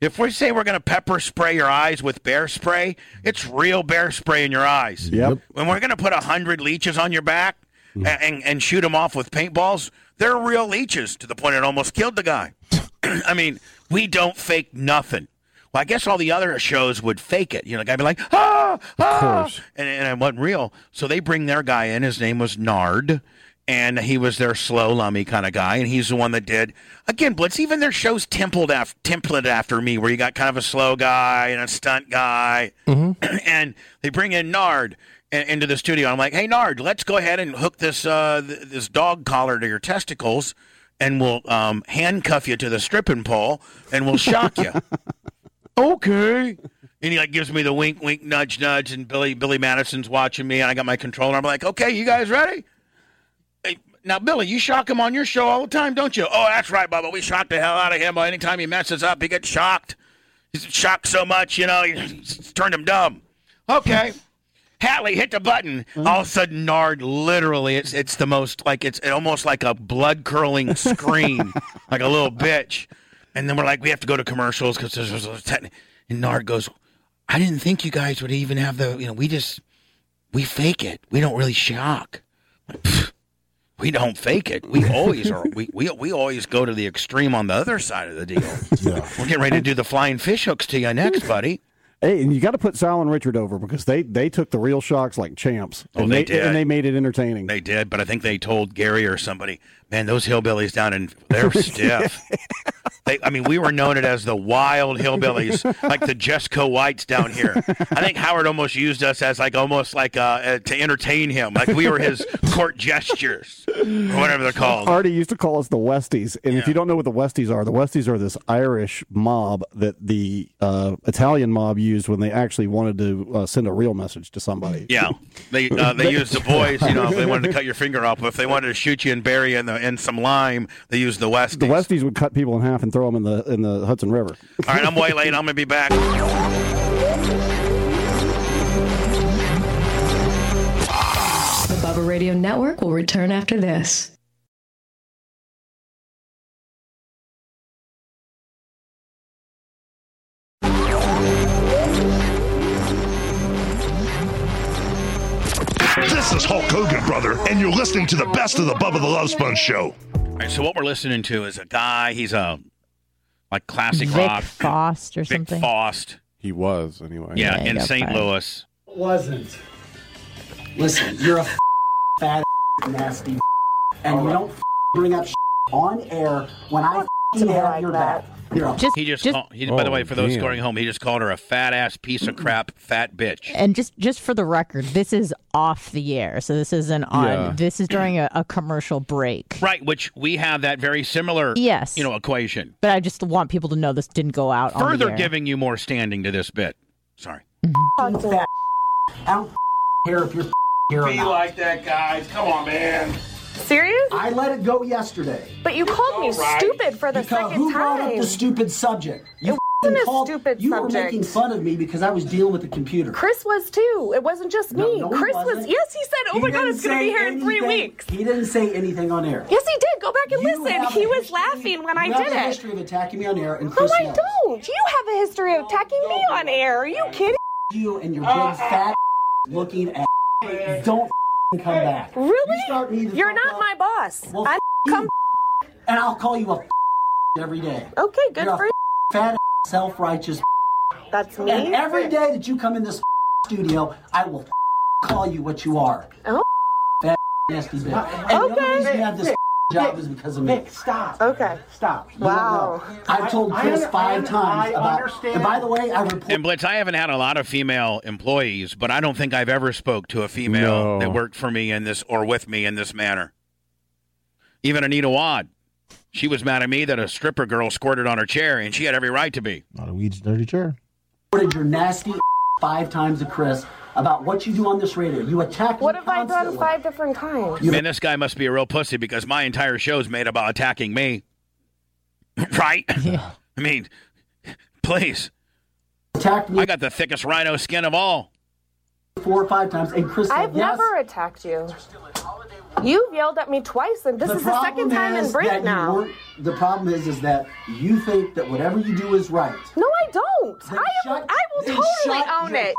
Speaker 5: if we say we're going to pepper spray your eyes with bear spray, it's real bear spray in your eyes.
Speaker 24: Yep.
Speaker 5: When we're going to put a 100 leeches on your back and, and, and shoot them off with paintballs, they're real leeches to the point it almost killed the guy. [coughs] I mean, we don't fake nothing. Well, I guess all the other shows would fake it. You know, the guy be like, ah, ah, and, and it wasn't real. So they bring their guy in. His name was Nard, and he was their slow lummy kind of guy. And he's the one that did again. Blitz. Even their shows templed af- template after me, where you got kind of a slow guy and a stunt guy. [clears throat] and they bring in Nard in- into the studio. I'm like, hey, Nard, let's go ahead and hook this uh, th- this dog collar to your testicles, and we'll um, handcuff you to the stripping pole, and we'll shock you. okay. And he like gives me the wink, wink, nudge, nudge, and Billy Billy Madison's watching me, and I got my controller. I'm like, okay, you guys ready? Hey, Now, Billy, you shock him on your show all the time, don't you? Oh, that's right, Bubba. We shock the hell out of him. Anytime he messes up, he gets shocked. He's shocked so much, you know, it's turned him dumb. Okay. Hatley, hit the button. All of a sudden, Nard literally, it's it's the most like it's almost like a blood curling scream, like a little bitch. And then we're like, we have to go to commercials because there's a techni And Nard goes, I didn't think you [laughs] guys would even have the, you know, we just, we fake it. We don't really shock. Like, pfft, We don't fake it. We always are. We, we, we always go to the extreme on the other side of the deal. We're getting ready to do the flying fish hooks to you next, buddy.
Speaker 24: Hey, and you got to put Sal and Richard over because they they took the real shocks like champs.
Speaker 5: Oh,
Speaker 24: and
Speaker 5: they did.
Speaker 24: and they made it entertaining.
Speaker 5: They did, but I think they told Gary or somebody, man, those hillbillies down in they're stiff. They, I mean, we were known it as the wild hillbillies, like the Jesco Whites down here. I think Howard almost used us as like almost like uh, uh, to entertain him, like we were his court gestures or whatever they're
Speaker 24: [laughs]
Speaker 5: called.
Speaker 24: Artie used to call us the Westies, and if you don't know what the Westies are, the Westies are this Irish mob that the uh, Italian mob used when they actually wanted to uh, send a real message to somebody.
Speaker 5: Yeah, they uh, they used the boys. You know, if they wanted to cut your finger off, but if they wanted to shoot you and bury you in the in some lime, they used the West.
Speaker 24: The Westies would cut people in half and throw them in the in the Hudson River.
Speaker 5: All right, I'm way late. I'm gonna be back.
Speaker 4: The Bubba Radio Network will return after this.
Speaker 27: This is Hulk Hogan, brother, and you're listening to the best of the Bubba the Love Sponge show.
Speaker 5: All right, so what we're listening to is a guy. He's a like classic
Speaker 16: Vic
Speaker 5: rock.
Speaker 16: Fost or
Speaker 5: Vic
Speaker 16: something.
Speaker 5: Fost.
Speaker 7: He was anyway.
Speaker 5: Yeah,
Speaker 16: Yeah,
Speaker 5: in
Speaker 16: yeah,
Speaker 5: St.
Speaker 16: fine.
Speaker 5: Louis.
Speaker 28: wasn't. Listen, you're a [laughs] fat nasty [laughs] and you don't [laughs] bring up on air when I [laughs] tear out your back. [laughs]
Speaker 5: he just, call- he, by the way, for those scoring home, he just called her a fat ass piece of crap, fat bitch.
Speaker 16: And just just for the record, this is off the air, so this isn't on.
Speaker 5: Yeah.
Speaker 16: This is during a, a commercial break.
Speaker 5: Right, which we have that very similar,
Speaker 16: Yes.
Speaker 5: you know, equation.
Speaker 16: But I just want people to know this didn't go out. on the
Speaker 5: Further
Speaker 16: air.
Speaker 5: giving you more standing to this bit. Sorry.
Speaker 28: I don't [laughs] care if you're here or not.
Speaker 13: like that, guys. Come on, man.
Speaker 28: Serious? I let it go yesterday.
Speaker 12: But you called me
Speaker 28: All right.
Speaker 12: stupid for the
Speaker 28: Because
Speaker 12: second
Speaker 28: who brought up
Speaker 12: time.
Speaker 28: the stupid subject? You
Speaker 12: wasn't
Speaker 28: f***ing
Speaker 12: a
Speaker 28: called,
Speaker 12: stupid
Speaker 28: you were
Speaker 12: subject.
Speaker 28: making fun of me because I was dealing with the computer.
Speaker 12: Chris was too. It wasn't just
Speaker 28: No,
Speaker 12: me.
Speaker 28: no, he
Speaker 12: Chris was.
Speaker 28: wasn't.
Speaker 12: Yes, he said, "Oh
Speaker 28: He
Speaker 12: my God,
Speaker 28: didn't
Speaker 12: it's going to
Speaker 28: say
Speaker 12: be here in three
Speaker 28: anything-
Speaker 12: weeks."
Speaker 28: He didn't say anything on air.
Speaker 12: Yes, he did. Go back and listen.
Speaker 28: have
Speaker 12: He
Speaker 28: a
Speaker 12: was laughing when I
Speaker 28: you
Speaker 12: did
Speaker 28: have a
Speaker 12: it.
Speaker 28: history of attacking me on air, and
Speaker 12: No,
Speaker 28: Chris
Speaker 12: I
Speaker 28: knows.
Speaker 12: don't. You have a history of attacking me on air. Are you kidding?
Speaker 28: you and your
Speaker 12: Uh,
Speaker 28: big fat looking
Speaker 12: [laughs]
Speaker 28: ass. Don't f***ing come back.
Speaker 12: Really? You are not my boss. I come.
Speaker 28: And I'll call you a f- every day.
Speaker 12: Okay, good
Speaker 28: You're
Speaker 12: for
Speaker 28: a
Speaker 12: you.
Speaker 28: f- fat, self righteous.
Speaker 12: That's me.
Speaker 28: And every day that you come in this f- studio, I will f- call you what you are.
Speaker 12: Oh.
Speaker 28: Fat nasty bitch. And the only
Speaker 12: Okay.
Speaker 28: reason you have this
Speaker 12: Mick,
Speaker 28: job is because of me. stop. Okay. Stop. You don't
Speaker 12: Wow.
Speaker 28: know. I've told
Speaker 12: I- I
Speaker 28: Chris
Speaker 12: under-
Speaker 28: five
Speaker 12: I-
Speaker 28: times
Speaker 12: I
Speaker 28: about.
Speaker 12: understand.
Speaker 28: And by the way, I report.
Speaker 5: And Blitz, I haven't had a lot of female employees, but I don't think I've ever spoke to a
Speaker 28: No.
Speaker 5: female that worked for me in this or with me in this manner. Even Anita Wad, she was mad at me that a stripper girl squirted on her chair, and she had every right to be.
Speaker 9: Not a weed's dirty chair.
Speaker 28: reported your nasty [laughs] five times to Chris about what you do on this radio. You attack
Speaker 12: What
Speaker 28: me
Speaker 12: have I done
Speaker 28: constantly.
Speaker 12: five different times?
Speaker 5: Man, this guy must be a real pussy because my entire show's made about attacking me. [laughs] right? [laughs] I mean, please.
Speaker 28: Attacked me.
Speaker 5: I got the thickest rhino skin of all.
Speaker 28: four or five times, and Chris said
Speaker 12: I've
Speaker 28: yes.
Speaker 12: never attacked you. You've yelled at me twice, and this
Speaker 28: The
Speaker 12: is the second
Speaker 28: problem
Speaker 12: time in
Speaker 28: is that
Speaker 12: Brink
Speaker 28: you
Speaker 12: now.
Speaker 28: weren't- The problem is, is that you think that whatever you do is right.
Speaker 12: No, I don't. I, am, I will
Speaker 28: then
Speaker 12: totally
Speaker 28: shut
Speaker 12: own
Speaker 28: your
Speaker 12: it.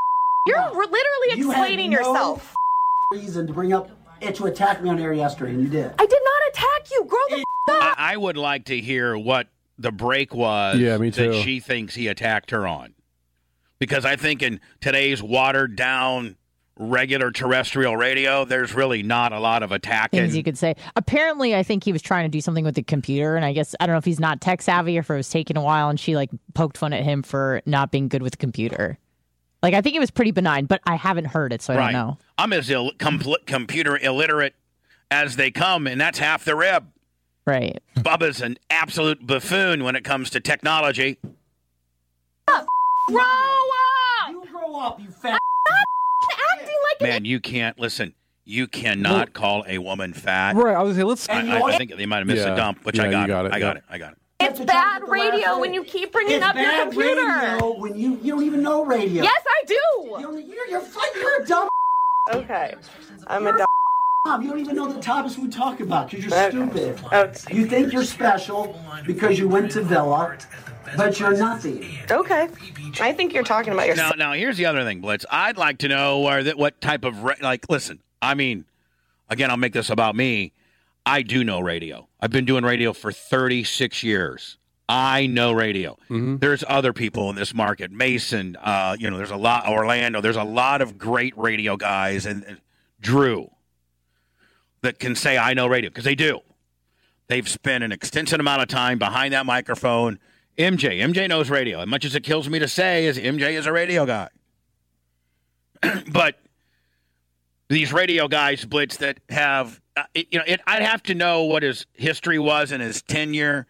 Speaker 12: You're re- literally
Speaker 28: You had
Speaker 12: explaining
Speaker 28: no
Speaker 12: yourself.
Speaker 28: [laughs] Reason to bring up it to attack me on air yesterday, and you did.
Speaker 12: I did not attack you. Grow the
Speaker 5: I, I would like to hear what the break was
Speaker 7: Yeah, me
Speaker 5: that
Speaker 7: too.
Speaker 5: she thinks he attacked her on. Because I think in today's watered down regular terrestrial radio, there's really not a lot of
Speaker 8: things
Speaker 5: attacking.
Speaker 8: you could say. Apparently, I think he was trying to do something with the computer, and I guess I don't know if he's not tech savvy or if it was taking a while. And she like poked fun at him for not being good with the computer. Like I think it was pretty benign, but I haven't heard it, so I
Speaker 5: right.
Speaker 8: don't know.
Speaker 5: I'm as Ill- compl- computer illiterate as they come, and that's half the rib.
Speaker 8: Right.
Speaker 5: Bubba's an absolute buffoon when it comes to technology.
Speaker 12: grow up.
Speaker 28: You grow up, you fat.
Speaker 12: acting like
Speaker 5: Man, you can't listen. You cannot call a woman fat.
Speaker 7: Right. I was gonna say, let's.
Speaker 5: I, I- I think they might have missed
Speaker 7: Yeah.
Speaker 5: a dump, which
Speaker 7: Yeah,
Speaker 5: I
Speaker 7: you
Speaker 5: got.
Speaker 7: got it,
Speaker 5: I got
Speaker 7: yeah.
Speaker 5: it. I got it.
Speaker 12: It's bad radio when you keep bringing
Speaker 28: It's
Speaker 12: up [laughs] your
Speaker 28: bad
Speaker 12: computer.
Speaker 28: radio when you you don't even know radio.
Speaker 12: Yes, I do.
Speaker 28: You're, you're, fu- you're a dumb.
Speaker 12: Okay, I'm
Speaker 28: You're
Speaker 12: a
Speaker 28: a
Speaker 12: dog.
Speaker 28: Mom, you don't even know the topics we talk about because you're stupid. You think you're special because you went to Villa, but you're nothing.
Speaker 12: Okay, I think you're talking about
Speaker 5: Now,
Speaker 12: yourself.
Speaker 5: now here's the other thing, Blitz. I'd like to know where that what type of ra- like. Listen, I mean, again, I'll make this about me. I do know radio. I've been doing radio for 36 years. I know radio. There's other people in this market. Mason, uh, you know, there's a lot. Orlando, there's a lot of great radio guys, and and Drew that can say I know radio because they do. They've spent an extensive amount of time behind that microphone. MJ, MJ knows radio. As much as it kills me to say, is MJ is a radio guy. [clears throat] but these radio guys blitz that have, uh, it- you know, it, I'd have to know what his history was and his tenure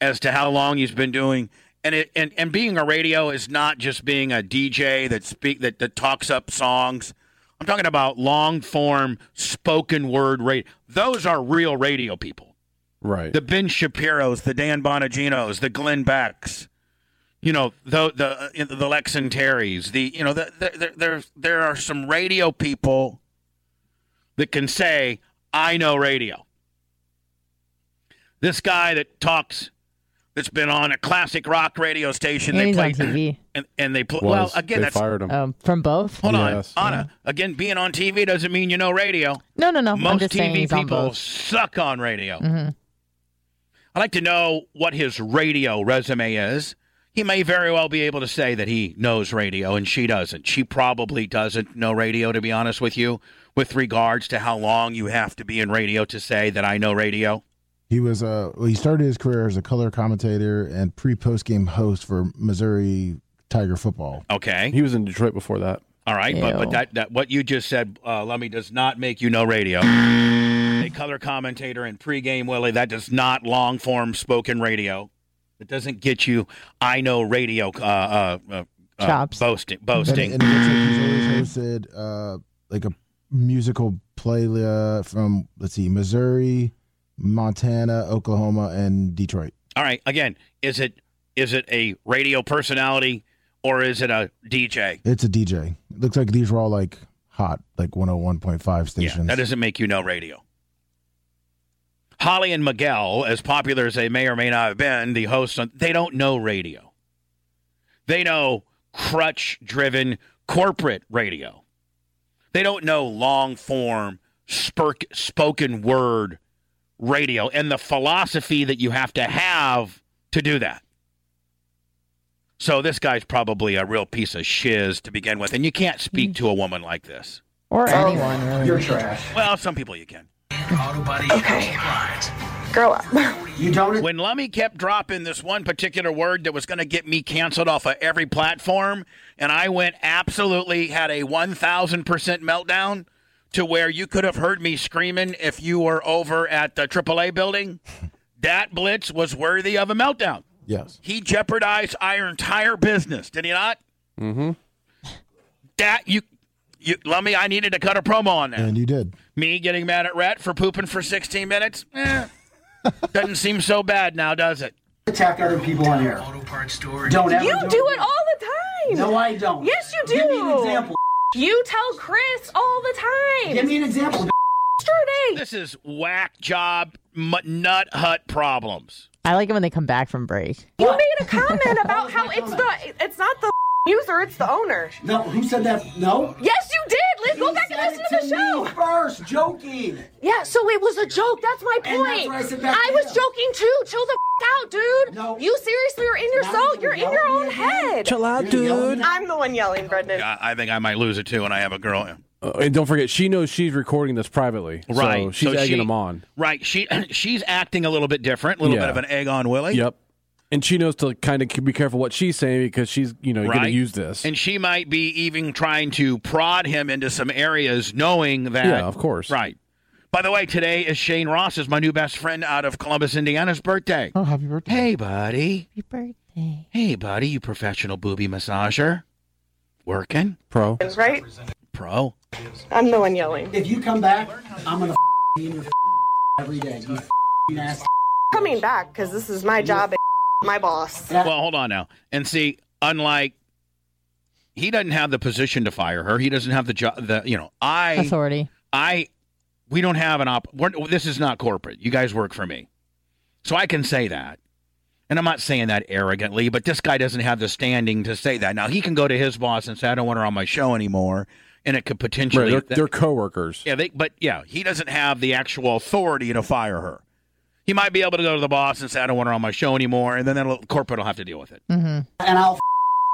Speaker 5: as to how long he's been doing. And it, and and being a radio is not just being a DJ that speak that, that talks up songs. I'm talking about long form spoken word radio. Those are real radio people.
Speaker 7: Right.
Speaker 5: The Ben Shapiro's, the Dan Bonaginos, the Glenn Becks, you know, the the uh, the Lex and Terry's, the you know, the, the, the, there there are some radio people that can say, "I know radio." This guy that talks, that's been on a classic rock radio station,
Speaker 8: And
Speaker 5: they
Speaker 8: he's
Speaker 5: play
Speaker 8: on TV.
Speaker 5: and, and they play.
Speaker 8: Was.
Speaker 5: Well, again,
Speaker 8: They
Speaker 5: that's
Speaker 8: fired him. Um, from both.
Speaker 5: Hold on, Anna. Again, being on TV doesn't mean you know radio.
Speaker 8: No, no, no. I'm
Speaker 5: Most
Speaker 8: just saying
Speaker 5: TV
Speaker 8: he's on
Speaker 5: people
Speaker 8: both.
Speaker 5: suck on radio.
Speaker 8: hmm
Speaker 5: I'd like to know what his radio resume is. He may very well be able to say that he knows radio and she doesn't. She probably doesn't know radio, to be honest with you, with regards to how long you have to be in radio to say that I know radio.
Speaker 9: He was uh well, he started his career as a color commentator and pre post game host for Missouri Tiger football.
Speaker 5: Okay.
Speaker 7: He was in Detroit before that.
Speaker 5: All right, but, but
Speaker 7: Ew.
Speaker 5: that, that what you just said, uh, Lummy, does not make you know radio. A color commentator and pregame Willie, that does not long form spoken radio. It doesn't get you. I know radio uh, uh, uh, uh,
Speaker 9: Chops.
Speaker 5: boasting. Boasting.
Speaker 9: And, and it looks like he's always hosted uh, like a musical play uh, from let's see, Missouri, Montana, Oklahoma, and Detroit.
Speaker 5: All right. Again, is it is it a radio personality or is it a DJ?
Speaker 9: It's a DJ. It looks like these were all like hot, like 101.5
Speaker 5: Yeah,
Speaker 9: stations.
Speaker 5: that doesn't make you know radio. Holly and Miguel, as popular as they may or may not have been, the hosts, on, they don't know radio. They know crutch driven corporate radio. They don't know long form spurk, spoken word radio and the philosophy that you have to have to do that. So this guy's probably a real piece of shiz to begin with, and you can't speak to a woman like this.
Speaker 8: Or
Speaker 6: Oh,
Speaker 8: anyone, really.
Speaker 6: you're trash.
Speaker 5: Well, some people you can.
Speaker 6: Okay.
Speaker 5: Grow up. You don't. e- When Lummy kept dropping this one particular word that was going to get me canceled off of every platform, and I went absolutely had a one thousand percent meltdown to where you could have heard me screaming if you were over at the AAA building. That blitz was worthy of a meltdown.
Speaker 9: Yes.
Speaker 5: He jeopardized our entire business, did he not?
Speaker 9: Mm-hmm.
Speaker 5: That you, you Lummy, I needed to cut a promo on that.
Speaker 9: And you did.
Speaker 5: Me getting mad at Rhett for pooping for 16 minutes?
Speaker 9: [laughs]
Speaker 5: Eh. Doesn't seem so bad now, does it?
Speaker 28: Attack other people on air. Don't ever.
Speaker 12: You do it all the time.
Speaker 28: No, I don't.
Speaker 12: Yes, you do.
Speaker 28: Give me an example.
Speaker 12: You tell Chris all the time.
Speaker 28: Give me an example.
Speaker 12: Yesterday.
Speaker 5: This is whack job mu- nut hut problems.
Speaker 8: I like it when they come back from break.
Speaker 12: You made a comment
Speaker 28: [laughs]
Speaker 12: about how it's the it's not the [laughs] user, it's the owner.
Speaker 28: No, who said that? No.
Speaker 12: Yes, you did. Let's go
Speaker 28: He
Speaker 12: back and
Speaker 28: said
Speaker 12: listen
Speaker 28: it
Speaker 12: to the
Speaker 28: to
Speaker 12: show.
Speaker 28: me first, joking.
Speaker 12: Yeah, so it was a joke. That's my
Speaker 28: And
Speaker 12: point.
Speaker 28: that's what I said back
Speaker 12: I
Speaker 28: to
Speaker 12: was
Speaker 28: him.
Speaker 12: joking too. Chill the f- out, dude. No. You seriously are in your
Speaker 28: Now
Speaker 12: soul.
Speaker 28: you're
Speaker 12: You're in your
Speaker 28: yelling
Speaker 12: own
Speaker 28: at me.
Speaker 12: head.
Speaker 28: Chill out, You're yelling dude. at-
Speaker 12: I'm the one yelling, Brendan.
Speaker 5: I, I think I might lose it too when I have a girl.
Speaker 7: Uh, and don't forget, she knows she's recording this privately. So
Speaker 5: Right,
Speaker 7: she's
Speaker 5: so
Speaker 7: egging
Speaker 5: she-
Speaker 7: him on.
Speaker 5: Right. She [clears throat] she's acting a little bit different, a little
Speaker 7: Yeah.
Speaker 5: bit of an egg on Willie.
Speaker 7: Yep. And she knows to kind of be careful what she's saying because she's, you know, going to
Speaker 5: Right.
Speaker 7: use this.
Speaker 5: And she might be even trying to prod him into some areas knowing that.
Speaker 7: Yeah, of course.
Speaker 5: Right. By the way, today is Shane Ross, is my new best friend out of Columbus, Indiana's birthday.
Speaker 9: Oh, happy birthday.
Speaker 5: Hey, buddy.
Speaker 8: Happy birthday.
Speaker 5: Hey, buddy, you professional booby massager. Working?
Speaker 7: Pro.
Speaker 12: Right?
Speaker 5: Pro.
Speaker 12: I'm the one yelling.
Speaker 28: If you come back, I'm gonna [laughs] be in your every day. You nasty.
Speaker 12: Coming back because this is my job and my boss.
Speaker 5: Well, hold on now. And see, unlike he doesn't have the position to fire her. He doesn't have the job. The you know, I
Speaker 8: Authority.
Speaker 5: I we don't have an op. We're, this is not corporate. You guys work for me, so I can say that. And I'm not saying that arrogantly, but this guy doesn't have the standing to say that. Now he can go to his boss and say, "I don't want her on my show anymore," and it could
Speaker 7: Right,
Speaker 5: potentially
Speaker 7: they're,
Speaker 5: that-
Speaker 7: they're coworkers.
Speaker 5: yeah, they, but yeah, he doesn't have the actual authority to fire her. He might be able to go to the boss and say, "I don't want her on my show anymore," and then that'll, corporate will have to deal with it.
Speaker 28: And I'll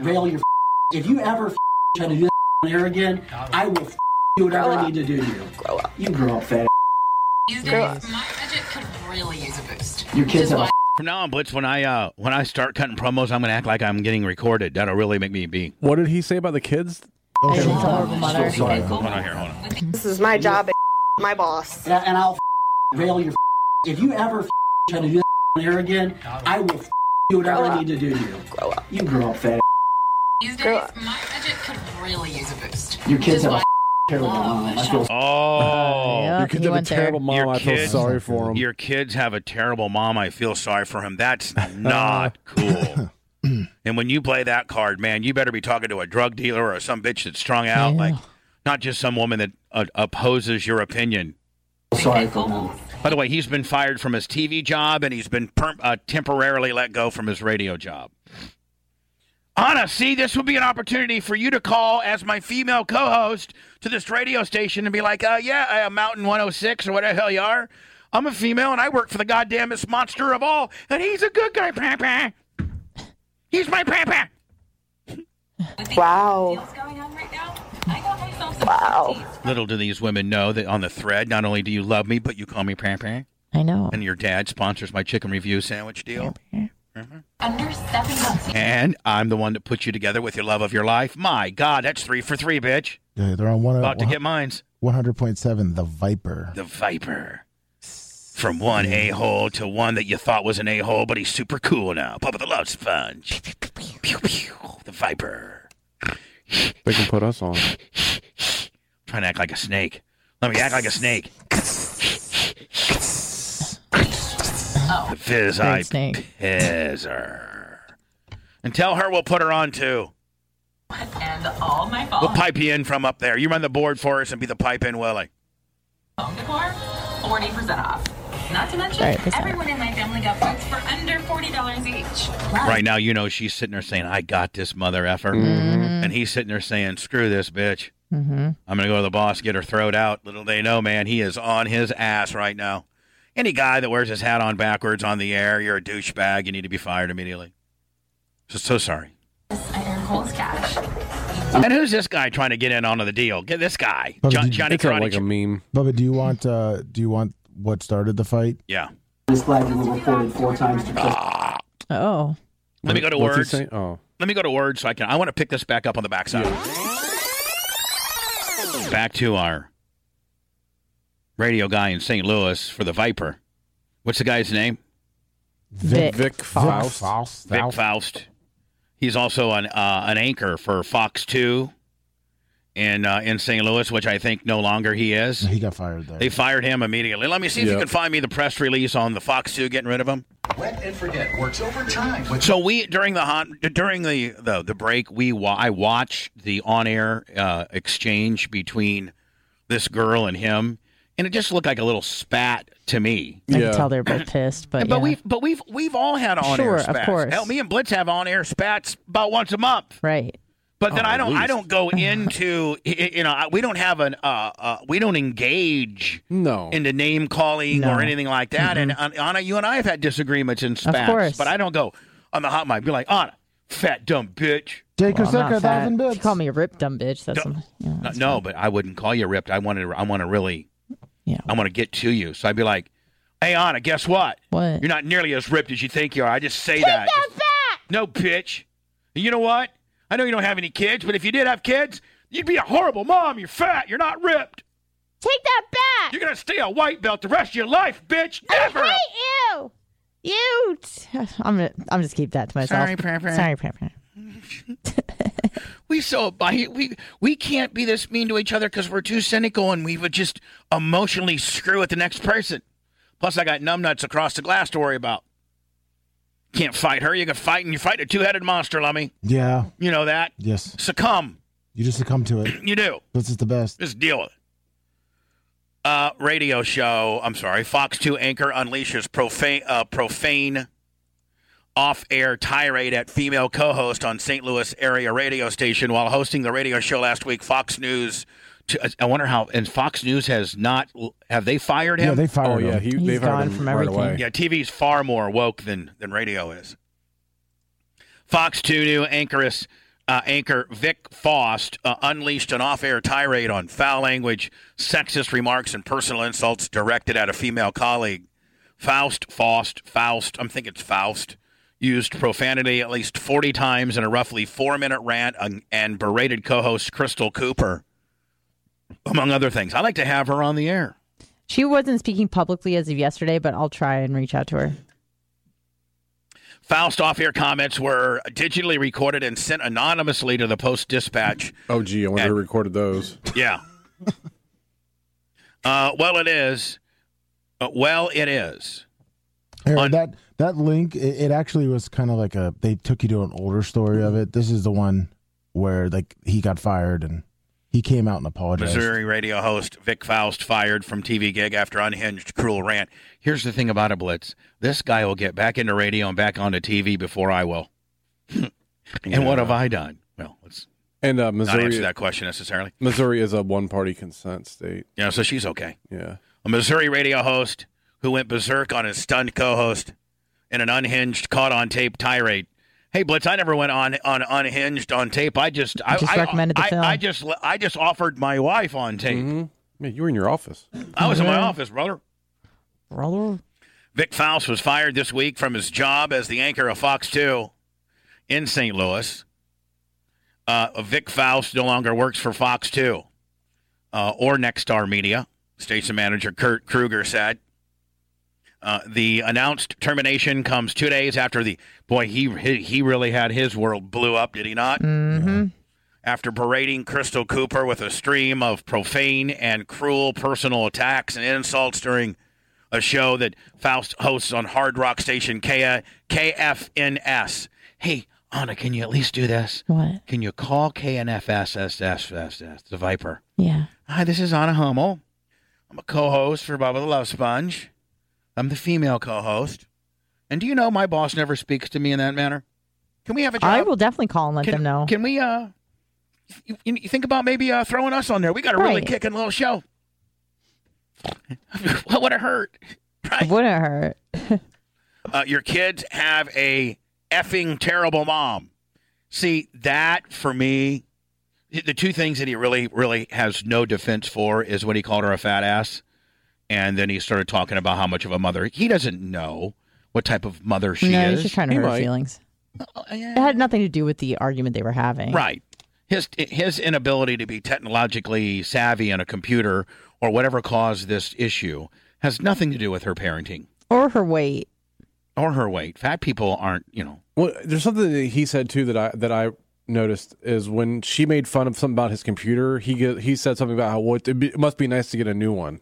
Speaker 28: bail your. If you ever try to do that on air again, I will do whatever I need to do to you. Grow up. You grow up, fat.
Speaker 26: These
Speaker 28: Grow
Speaker 26: days, my budget could really use a boost.
Speaker 28: Your
Speaker 26: Which is
Speaker 28: kids have.
Speaker 26: why
Speaker 28: a
Speaker 5: From now on, Blitz, when I uh, when I start cutting promos, I'm gonna act like I'm getting recorded. That'll really make me be.
Speaker 7: What did he say about the kids?
Speaker 5: [laughs]
Speaker 12: Oh, She's a horrible mother.
Speaker 5: Sorry,
Speaker 26: Oh
Speaker 5: hold on here, hold on.
Speaker 12: This is my job [laughs] and my boss.
Speaker 28: And, and I'll bail your. If you ever try to do that on air again, I will do whatever I need to do to you. Grow up. You grow up, fat.
Speaker 26: These days, my budget could really use a boost.
Speaker 28: Your
Speaker 26: Which
Speaker 28: kids
Speaker 26: is
Speaker 28: have a
Speaker 26: why
Speaker 28: [laughs] terrible mom. I feel.
Speaker 5: [laughs] Oh,
Speaker 7: Your kids have a terrible mom. I feel sorry for him.
Speaker 5: Your kids have a terrible mom. I feel sorry for him.
Speaker 7: [laughs]
Speaker 5: That's not cool. and when you play that card, man, you better be talking to a drug dealer or some bitch that's strung out, like not just some woman that uh, opposes your opinion.
Speaker 28: Sorry for him.
Speaker 5: By the way, he's been fired from his TV job and he's been per- uh, temporarily let go from his radio job. Anna, see, this would be an opportunity for you to call as my female co host to this radio station and be like, uh, yeah, uh, Mountain 106 or whatever the hell you are. I'm a female and I work for the goddamnest monster of all, and he's a good guy, Papa. He's my Papa.
Speaker 12: Wow. Wow.
Speaker 5: Little do these women know that on the thread, not only do you love me, but you call me Papa.
Speaker 8: I know.
Speaker 5: And your dad sponsors my chicken review sandwich deal.
Speaker 26: under seven bucks.
Speaker 5: And I'm the one that put you together with your love of your life. My God, that's three for three, bitch.
Speaker 9: Yeah, they're on one
Speaker 5: About to get mines.
Speaker 9: one hundred point seven. The Viper.
Speaker 5: The Viper. From one a hole to one that you thought was an a hole, but he's super cool now. Bubba the Love Sponge. Pew, pew. The Viper.
Speaker 7: They can put us on.
Speaker 5: Trying to act like a snake. Let me act like a snake. The Fizz
Speaker 1: Big
Speaker 5: Eye
Speaker 1: snake.
Speaker 5: Pizzer. And tell her we'll put her on too.
Speaker 26: And all my
Speaker 5: We'll
Speaker 26: balls
Speaker 5: pipe you in from up there. You run the board for us and be the pipe in Willie.
Speaker 26: home decor, 40% off. Not to mention,
Speaker 5: All right, that's
Speaker 26: everyone in my family got books for under $40 each. Wow.
Speaker 5: Right now, you know, she's sitting there saying, I got this mother effer. And he's sitting there saying, screw this bitch.
Speaker 8: Mm-hmm.
Speaker 5: I'm going to go to the boss, get her throat out. Little they know, man, he is on his ass right now. Any guy that wears his hat on backwards on the air, you're a douchebag. You need to be fired immediately. So, so sorry.
Speaker 26: I earn Kohl's cash.
Speaker 5: And who's this guy trying to get in onto the deal? Get this guy, John, Johnny Karate. Ch-
Speaker 7: meme.
Speaker 9: Bubba, do you want uh, do you want what started the fight?
Speaker 5: yeah. Ah.
Speaker 28: This flag you were reported four times to
Speaker 16: Oh.
Speaker 5: Let me go to
Speaker 7: What's he
Speaker 5: words.
Speaker 7: saying? Oh.
Speaker 5: Let me go to words so I can. I want to pick this back up on the backside. Back to our radio guy in St. Louis for the Viper. What's the guy's name?
Speaker 9: Vic.
Speaker 7: Vic Faust.
Speaker 9: Faust.
Speaker 5: Vic Faust. He's also an uh, an anchor for Fox Two in uh, in St. Louis, which I think no longer he is.
Speaker 9: He got fired there.
Speaker 5: They fired him immediately. Let me see if you
Speaker 9: Yeah.
Speaker 5: can find me the press release on the Fox 2 getting rid of him.
Speaker 17: Wet and forget works overtime with
Speaker 5: So we during the hot during the the, the break we wa- I watched the on air uh, exchange between this girl and him, and it just looked like a little spat to me.
Speaker 16: I can tell they're both pissed, but,
Speaker 5: But
Speaker 16: yeah.
Speaker 5: we've but we've we've all had on
Speaker 16: Sure,
Speaker 5: air
Speaker 16: of
Speaker 5: spats.
Speaker 16: course.
Speaker 5: Hell, me and Blitz have on air spats about once a month.
Speaker 16: Right.
Speaker 5: But then
Speaker 16: Oh,
Speaker 5: I
Speaker 16: at
Speaker 5: don't I
Speaker 16: least. [sighs]
Speaker 5: don't go into y- y- you know I- we don't have an uh, uh we don't engage
Speaker 7: no
Speaker 5: into name calling
Speaker 7: No.
Speaker 5: or anything like that. And uh, Anna, you and I have had disagreements in spats,
Speaker 16: course.
Speaker 5: but I don't go on the hot mic be like Anna, fat dumb bitch.
Speaker 9: Take
Speaker 16: Well, I'm not
Speaker 9: a
Speaker 16: fat.
Speaker 9: thousand
Speaker 16: If you call me a rip dumb bitch. That's something.
Speaker 5: No, no, but I wouldn't call you ripped. I wanted. I want to really.
Speaker 16: Yeah.
Speaker 5: I want to get to you. So I'd be like, "Hey, Anna, guess what?
Speaker 16: What?
Speaker 5: You're not nearly as ripped as you think you are. I just say that. Just- No, bitch. And you know what? I know you don't have any kids, but if you did have kids, you'd be a horrible mom. You're fat. You're not ripped.
Speaker 1: Take that back!
Speaker 5: You're gonna stay a white belt the rest of your life, bitch. Never. a-
Speaker 1: you!
Speaker 16: You. I'm gonna. I'm just keep that to myself.
Speaker 5: Sorry, Pepper.
Speaker 16: Sorry, Pepper.
Speaker 5: we so bi- we we can't be this mean to each other because we're too cynical and we would just emotionally screw at the next person. Plus, I got numbnuts across the glass to worry about. Can't fight her. You can fight, and you fight a two-headed monster, Lummy.
Speaker 9: Yeah.
Speaker 5: You know that.
Speaker 9: Yes.
Speaker 5: Succumb.
Speaker 9: You just succumb to it.
Speaker 5: You do.
Speaker 9: This is the best.
Speaker 5: Just deal with it. Uh, radio show. I'm sorry. Fox Two anchor unleashes profane, uh, profane, off-air tirade at female co-host on St. Louis area radio station while hosting the radio show last week. Fox News. To, I wonder how. And Fox News has not. Have they fired him?
Speaker 9: Yeah, they fired
Speaker 7: Oh, yeah,
Speaker 9: him.
Speaker 7: he- He's they fired gone him from right everything. away.
Speaker 5: Yeah, TV's far more woke than than radio is. Fox 2 new anchoress, uh, anchor Vic Faust uh, unleashed an off air tirade on foul language, sexist remarks, and personal insults directed at a female colleague. Faust, Faust, Faust, I'm thinking it's Faust, used profanity at least 40 times in a roughly four minute rant and, and berated co host Crystal Cooper, among other things. I like to have her on the air.
Speaker 16: She wasn't speaking publicly as of yesterday, but I'll try and reach out to her.
Speaker 5: Faust off air comments were digitally recorded and sent anonymously to the Post Dispatch.
Speaker 7: Oh, gee, I wonder who recorded those.
Speaker 5: Yeah. Uh, well, it is. Uh, well, it is.
Speaker 9: Here, that that link, it, it actually was kind of like a. They took you to an older story of it. This is the one where like he got fired and he came out and apologized.
Speaker 5: Missouri radio host Vic Faust fired from TV gig after unhinged cruel rant. Here's the thing about a blitz: this guy will get back into radio and back onto TV before I will. [laughs] and what have I done? Well, let's
Speaker 7: And uh,
Speaker 5: not
Speaker 7: Missouri,
Speaker 5: answer that question necessarily.
Speaker 7: Missouri is a one-party consent state.
Speaker 5: Yeah, so she's okay.
Speaker 7: Yeah.
Speaker 5: a Missouri radio host who went berserk on his stunned co-host in an unhinged caught on tape tirade. Hey Blitz, I never went on on unhinged on tape. I just I
Speaker 7: Just
Speaker 5: I,
Speaker 7: recommended the
Speaker 5: I,
Speaker 7: film.
Speaker 5: I just I just offered my wife on tape.
Speaker 7: Yeah, Mm-hmm. you were in your office.
Speaker 5: I was in my office, brother.
Speaker 16: Brother.
Speaker 5: Vic Faust was fired this week from his job as the anchor of Fox 2 in St. Louis. Uh, Vic Faust no longer works for Fox 2 uh, or Nextstar Media, station manager Kurt Kruger said. Uh, the announced termination comes two days after the boy he he he really had his world blew up, did he not?
Speaker 16: Mm-hmm.
Speaker 5: after berating Crystal Cooper with a stream of profane and cruel personal attacks and insults during a show that Faust hosts on hard rock station K- KFNS. Hey, Anna, can you at least do this?
Speaker 16: What?
Speaker 5: Can you call KNFSSSSS, the Viper?
Speaker 16: Yeah.
Speaker 5: Hi, this is Anna Hummel. I'm a co-host for Bubba the Love Sponge. I'm the female co-host. And do you know my boss never speaks to me in that manner? Can we have a job?
Speaker 16: I will definitely call and let
Speaker 5: Can-
Speaker 16: them know.
Speaker 5: Can we? Uh, you, you think about maybe uh, throwing us on there? We got a really
Speaker 16: Right.
Speaker 5: kicking little show. [laughs] what would it hurt?
Speaker 16: It wouldn't hurt.
Speaker 5: Uh, your kids have a effing terrible mom. See that for me the two things that he really, really has no defense for is when he called her a fat ass, and then he started talking about how much of a mother he doesn't know what type of mother she
Speaker 16: [laughs] no,
Speaker 5: is.
Speaker 16: he's just trying to
Speaker 5: He
Speaker 16: hurt her
Speaker 5: might.
Speaker 16: feelings.
Speaker 5: Oh,
Speaker 16: It had nothing to do with the argument they were having.
Speaker 5: Right. His his inability to be technologically savvy on a computer or whatever caused this issue has nothing to do with her parenting
Speaker 16: Or her weight.
Speaker 5: or her weight. Fat people aren't, you know.
Speaker 7: Well, there's something that he said too that I that I noticed is when she made fun of something about his computer. He get, he said something about how well, it'd be, it must be nice to get a new one.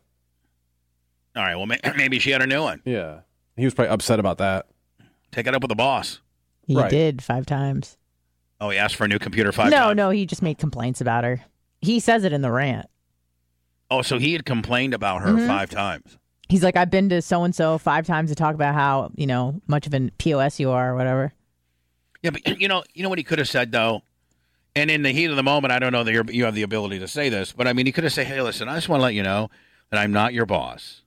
Speaker 5: All right, well may- [clears throat] maybe she had a new one.
Speaker 7: Yeah, he was probably upset about that.
Speaker 5: Take it up with the boss.
Speaker 16: He
Speaker 5: Right.
Speaker 16: did five times.
Speaker 5: Oh, he asked for a new computer five
Speaker 16: no,
Speaker 5: times.
Speaker 16: no, he just made complaints about her. He says it in the rant.
Speaker 5: Oh, so he had complained about her
Speaker 16: Mhm.
Speaker 5: five times.
Speaker 16: He's like, I've been to so and so five times to talk about how, you know, much of a POS you are or whatever.
Speaker 5: Yeah, but you know, you know what he could have said though, and in the heat of the moment, I don't know that you're, you have the ability to say this, but I mean, he could have said, "Hey, listen, I just want to let you know that I'm not your boss,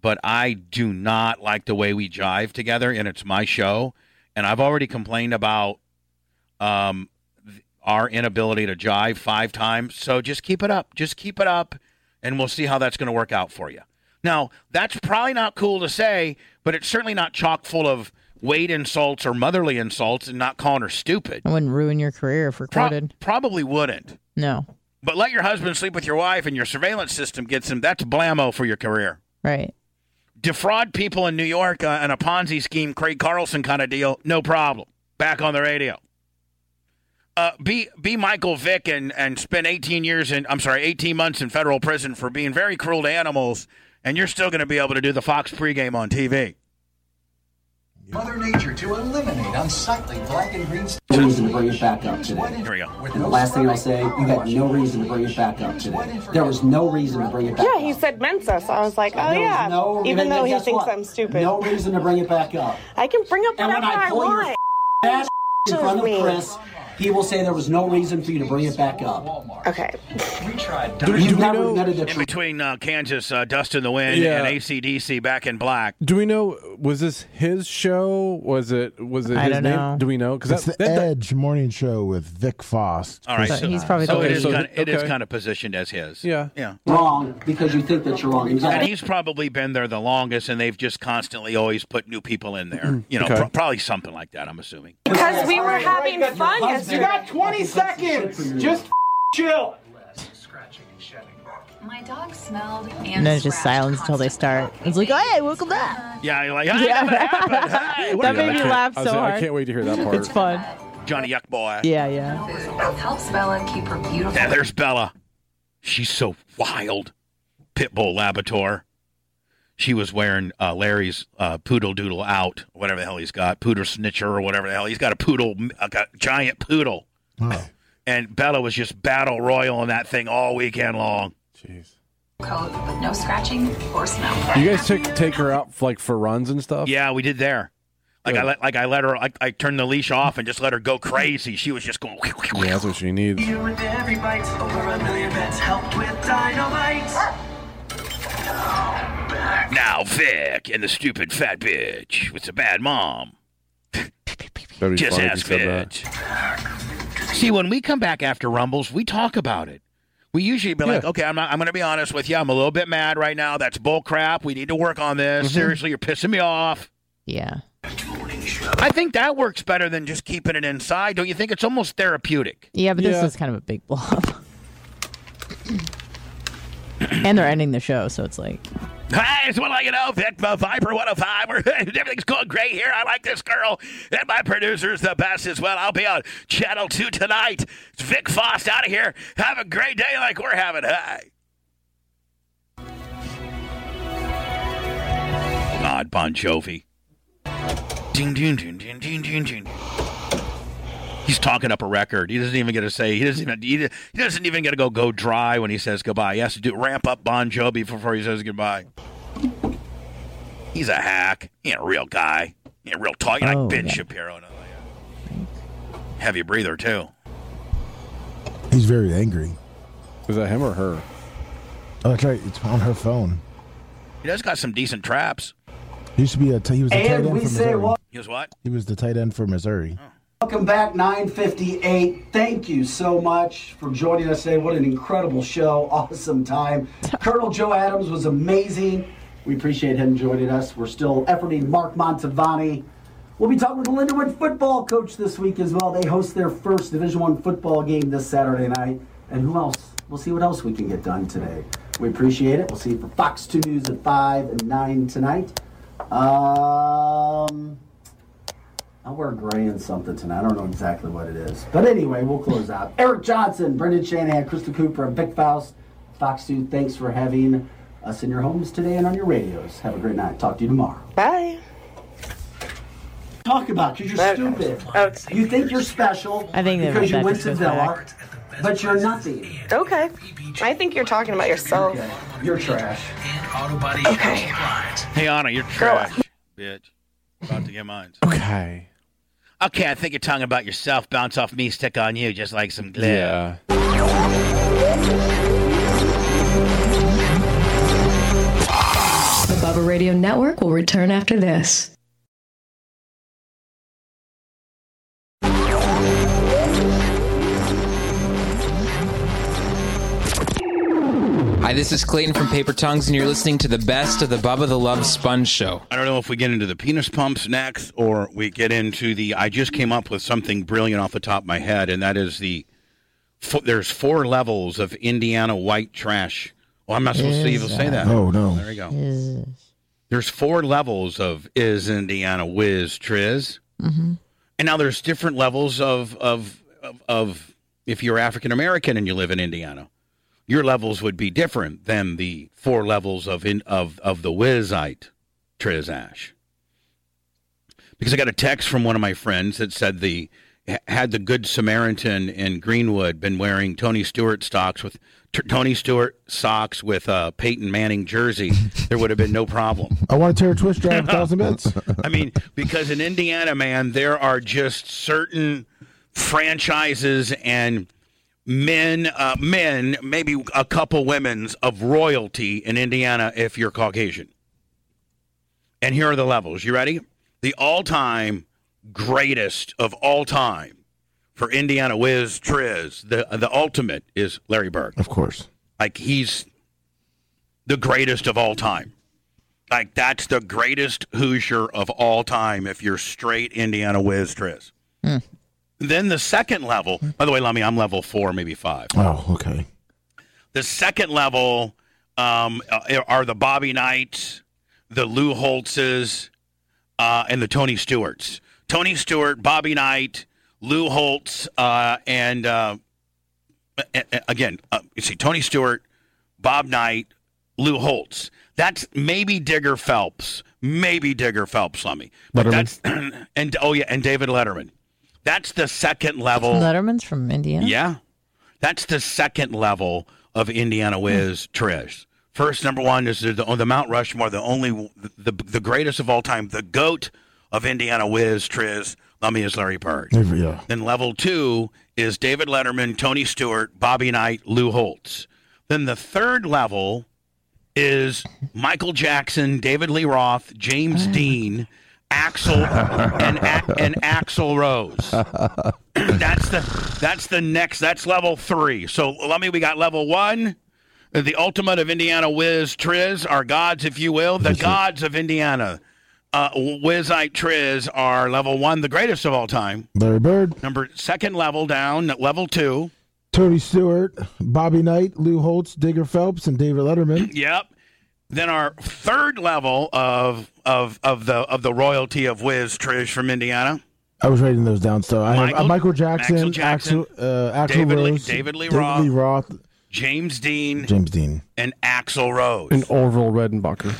Speaker 5: but I do not like the way we jive together, and it's my show, and I've already complained about um, th- our inability to jive five times, so just keep it up, just keep it up, and we'll see how that's going to work out for you." Now, that's probably not cool to say, but it's certainly not chock full of weight insults or motherly insults and not calling her stupid.
Speaker 16: I wouldn't ruin your career if
Speaker 5: Pro-
Speaker 16: recorded.
Speaker 5: probably wouldn't.
Speaker 16: no.
Speaker 5: But let your husband sleep with your wife and your surveillance system gets him. That's blammo for your career.
Speaker 16: Right.
Speaker 5: Defraud people in New York uh, in a Ponzi scheme, Craig Carlson kind of deal, no problem. Back on the radio. Uh, be be Michael Vick and, and spend 18 years in, I'm sorry, 18 months in federal prison for being very cruel to animals, and you're still going to be able to do the Fox pregame on TV.
Speaker 17: Mother Nature to eliminate unsightly black and green.
Speaker 28: No reason to bring it back up today.
Speaker 5: Here we go.
Speaker 28: And the last thing I'll say, you had no reason to bring it back up today. There was no reason to bring it back
Speaker 12: Yeah, he said Mensa, so I was like, oh
Speaker 28: There was
Speaker 12: yeah.
Speaker 28: no-
Speaker 12: Even
Speaker 28: and
Speaker 12: though he
Speaker 28: guess
Speaker 12: thinks
Speaker 28: what?
Speaker 12: I'm stupid.
Speaker 28: No reason to bring it back up.
Speaker 12: I can bring up
Speaker 28: And when
Speaker 12: whatever
Speaker 28: I
Speaker 12: I,
Speaker 28: pull your
Speaker 12: want.
Speaker 28: [laughs] Ass in front of
Speaker 12: me.
Speaker 28: Chris, he will say there was no reason for you to bring it back up.
Speaker 12: Okay.
Speaker 17: We tried.
Speaker 28: You've never admitted that
Speaker 5: in between uh, Kansas, uh, Dust in the Wind,
Speaker 7: Yeah.
Speaker 5: and ACDC Back in Black.
Speaker 7: Do we know was this his show? Was it was it
Speaker 9: I
Speaker 7: his
Speaker 9: don't
Speaker 7: name?
Speaker 9: know.
Speaker 7: Do we know?
Speaker 9: It's the Edge morning show with Vic Foss.
Speaker 5: All right,
Speaker 9: Chris
Speaker 5: so,
Speaker 9: Foss.
Speaker 5: so it is
Speaker 7: so-
Speaker 5: kind of, it is
Speaker 7: okay.
Speaker 5: kind of positioned as his.
Speaker 7: Yeah.
Speaker 5: yeah.
Speaker 28: wrong because you think that you're wrong.
Speaker 5: And
Speaker 28: Exactly.
Speaker 5: he's probably been there the longest, and they've just constantly always put new people in there.
Speaker 28: Mm,
Speaker 5: You know,
Speaker 28: okay.
Speaker 5: pro- probably something like that. I'm assuming.
Speaker 12: Because we were having
Speaker 17: Right,
Speaker 12: fun
Speaker 17: your
Speaker 12: yesterday.
Speaker 17: husband- You got 20 seconds. Just chill.
Speaker 26: My dog smelled
Speaker 16: And
Speaker 26: and
Speaker 16: then it's just silence until they start. It's like, hey,
Speaker 26: [laughs]
Speaker 16: welcome back. [laughs]
Speaker 5: Yeah, you're like, "Hey,
Speaker 16: Yeah.
Speaker 5: that happened. Hey, what
Speaker 16: That
Speaker 5: are
Speaker 16: made
Speaker 5: you
Speaker 16: me
Speaker 5: doing?"
Speaker 16: laugh I was so like, I hard. can't
Speaker 7: wait
Speaker 16: [laughs]
Speaker 7: to hear that
Speaker 16: It's fun.
Speaker 5: [laughs] Johnny Yuck boy.
Speaker 16: Yeah, yeah.
Speaker 26: helps Bella keep her beautiful.
Speaker 5: Yeah, there's Bella. She's so wild. Pitbull Labrador. She was wearing uh, Larry's uh, poodle doodle out, whatever the hell he's got, poodle snitcher or whatever the hell he's got a poodle, a g- giant poodle. And Bella was just battle royal on that thing all weekend long.
Speaker 26: coat, but no scratching or smell.
Speaker 7: You guys take take her out like for runs and stuff.
Speaker 5: Yeah, we did there. Like I let, like I let her, I, I turned the leash off and just let her go crazy. She was just going.
Speaker 7: Yeah, that's what she needs.
Speaker 17: You and every bite. Over a million pets helped with dynamite.
Speaker 5: Now Vic and the stupid fat bitch with the bad mom.
Speaker 7: That'd
Speaker 5: Just
Speaker 7: funny if
Speaker 5: ask
Speaker 7: he said that.
Speaker 5: See, when we come back after Rumbles, we talk about it. We usually be like, okay, I'm not, I'm going to be honest with you. I'm a little bit mad right now. That's bull crap. We need to work on this.
Speaker 7: Mm-hmm.
Speaker 5: Seriously, you're pissing me off.
Speaker 16: Yeah.
Speaker 5: I think that works better than just keeping it inside. Don't you think? It's almost therapeutic.
Speaker 16: Yeah, but this
Speaker 5: Yeah.
Speaker 16: is kind of a big blob. and they're ending the show, so it's like,
Speaker 5: Hi, it's what I you know, Vic the Viper 105. We're, [laughs] everything's going great here. I like this girl, and my producer's the best as well. I'll be on Channel 2 tonight. It's Vic Foss out of here. Have a great day like we're having. Hi. God, Bon Jovi. Ding, ding, ding, ding, ding, ding, ding. He's talking up a record. He doesn't even get to say. He doesn't even. He, he doesn't even get to go go dry when he says goodbye. He has to do ramp up Bon Jovi before he says goodbye. He's a hack. He ain't a real guy. He ain't real talk. He
Speaker 1: Oh,
Speaker 5: like Ben
Speaker 1: yeah.
Speaker 5: Shapiro. and all that. Heavy breather too.
Speaker 9: He's very angry.
Speaker 7: Was that him or her?
Speaker 9: Oh, that's right. It's on her phone.
Speaker 5: He does got some decent traps.
Speaker 9: He used to be a. T- he was the tight end for Missouri.
Speaker 5: He was what?
Speaker 9: He was the tight end for Missouri.
Speaker 28: Welcome back, 958. Thank you so much for joining us today. What an incredible show. [laughs] Awesome time. Colonel Joe Adams was amazing. We appreciate him joining us. We're still efforting Mark Montavani. We'll be talking with the Lindenwood football coach this week as well. They host their first Division One football game this Saturday night. And who else? We'll see what else we can get done today. We appreciate it. We'll see you for Fox 2 News at 5 and 9 tonight. Um, I'll wear gray and something tonight. I don't know exactly what it is. But anyway, we'll close out. [laughs] Eric Johnson, Brendan Shanahan, Crystal Cooper, and Vic Faust. Fox 2, thanks for having us in your homes today and on your radios. Have a great night. Talk to you tomorrow.
Speaker 12: Bye.
Speaker 28: Talk about because you're stupid. You think you're special
Speaker 12: I think that
Speaker 28: because you
Speaker 12: that
Speaker 28: went
Speaker 12: just
Speaker 28: to
Speaker 12: goes
Speaker 28: Villa,
Speaker 12: back.
Speaker 28: but you're nothing.
Speaker 12: Okay. I think you're talking about yourself.
Speaker 28: You're trash.
Speaker 12: Okay.
Speaker 5: Hey, Anna, you're trash, bitch. About to get mine.
Speaker 7: Okay.
Speaker 5: Okay, I think you're talking about yourself. Bounce off me, stick on you, just like some glue.
Speaker 7: Yeah.
Speaker 4: The Bubba Radio Network will return after this.
Speaker 18: Hi, this is Clayton from Paper Tongues, and you're listening to the best of the Bubba the Love Sponge Show.
Speaker 5: I don't know if we get into the penis pumps next or we get into the. I just came up with something brilliant off the top of my head, and that is the. fo- There's four levels of Indiana white trash. Well, I'm not supposed to even say that.
Speaker 9: Oh, no.
Speaker 5: There we go. There's four levels of is Indiana whiz triz.
Speaker 1: Mm-hmm.
Speaker 5: And now there's different levels of of of, of if you're African American and you live in Indiana, your levels would be different than the four levels of in, of of the Wizite Trizash. Because I got a text from one of my friends that said the had the Good Samaritan in Greenwood been wearing Tony Stewart socks with t- Tony Stewart socks with a Peyton Manning jersey, [laughs] there would have been no problem.
Speaker 9: I want to tear a twist drive a thousand bits.
Speaker 5: [laughs] I mean, because in Indiana, man, there are just certain franchises and men, uh, men, maybe a couple women's of royalty in Indiana if you're Caucasian. And here are the levels. You ready? The all time greatest of all time for Indiana Wiz Triz, the, the ultimate is Larry Bird.
Speaker 9: Of course.
Speaker 5: Like, he's the greatest of all time. Like that's the greatest Hoosier of all time if you're straight Indiana whiz Tris. Then the second level, by the way, Lummy, I'm level four, maybe five.
Speaker 9: Oh, okay.
Speaker 5: The second level um, uh, are the Bobby Knights, the Lou Holtzes, uh, and the Tony Stewarts. Tony Stewart, Bobby Knight, Lou Holtz, uh, and uh, a- a- again, uh, you see Tony Stewart, Bob Knight, Lou Holtz. That's maybe Digger Phelps, maybe Digger Phelps, Lummy. But that's [clears throat] and oh yeah, and David Letterman. That's the second level.
Speaker 16: Letterman's from Indiana.
Speaker 5: Yeah. That's the second level of Indiana Whiz Trish. First, number one is the, the Mount Rushmore, the only, the, the greatest of all time, the GOAT of Indiana Whiz Triz. Let me is Larry Bird.
Speaker 9: Yeah.
Speaker 5: Then level two is David Letterman, Tony Stewart, Bobby Knight, Lou Holtz. Then the third level is Michael Jackson, David Lee Roth, James Dean, Axel, and, A- and Axel Rose. that's the that's the next that's level three. So let me we got level one. The ultimate of Indiana Wiz Triz are gods, if you will, the gods of Indiana. Uh, Wizite Triz are level one, the greatest of all time.
Speaker 9: Larry Bird,
Speaker 5: Number second level down, level two.
Speaker 9: Tony Stewart, Bobby Knight, Lou Holtz, Digger Phelps, and David Letterman.
Speaker 5: Yep. Then our third level of of of the of the royalty of Wiz Trish from Indiana.
Speaker 9: I was writing those down. So I have uh,
Speaker 5: Michael-
Speaker 9: Michael Jackson,
Speaker 5: Axel Jackson,
Speaker 9: Axel, uh, Axel
Speaker 5: David Lee-
Speaker 9: Rose,
Speaker 5: David Lee
Speaker 9: David Lee Roth,
Speaker 5: James Dean
Speaker 9: James Dean.
Speaker 5: and Axel Rose.
Speaker 7: And Orville Redenbacher.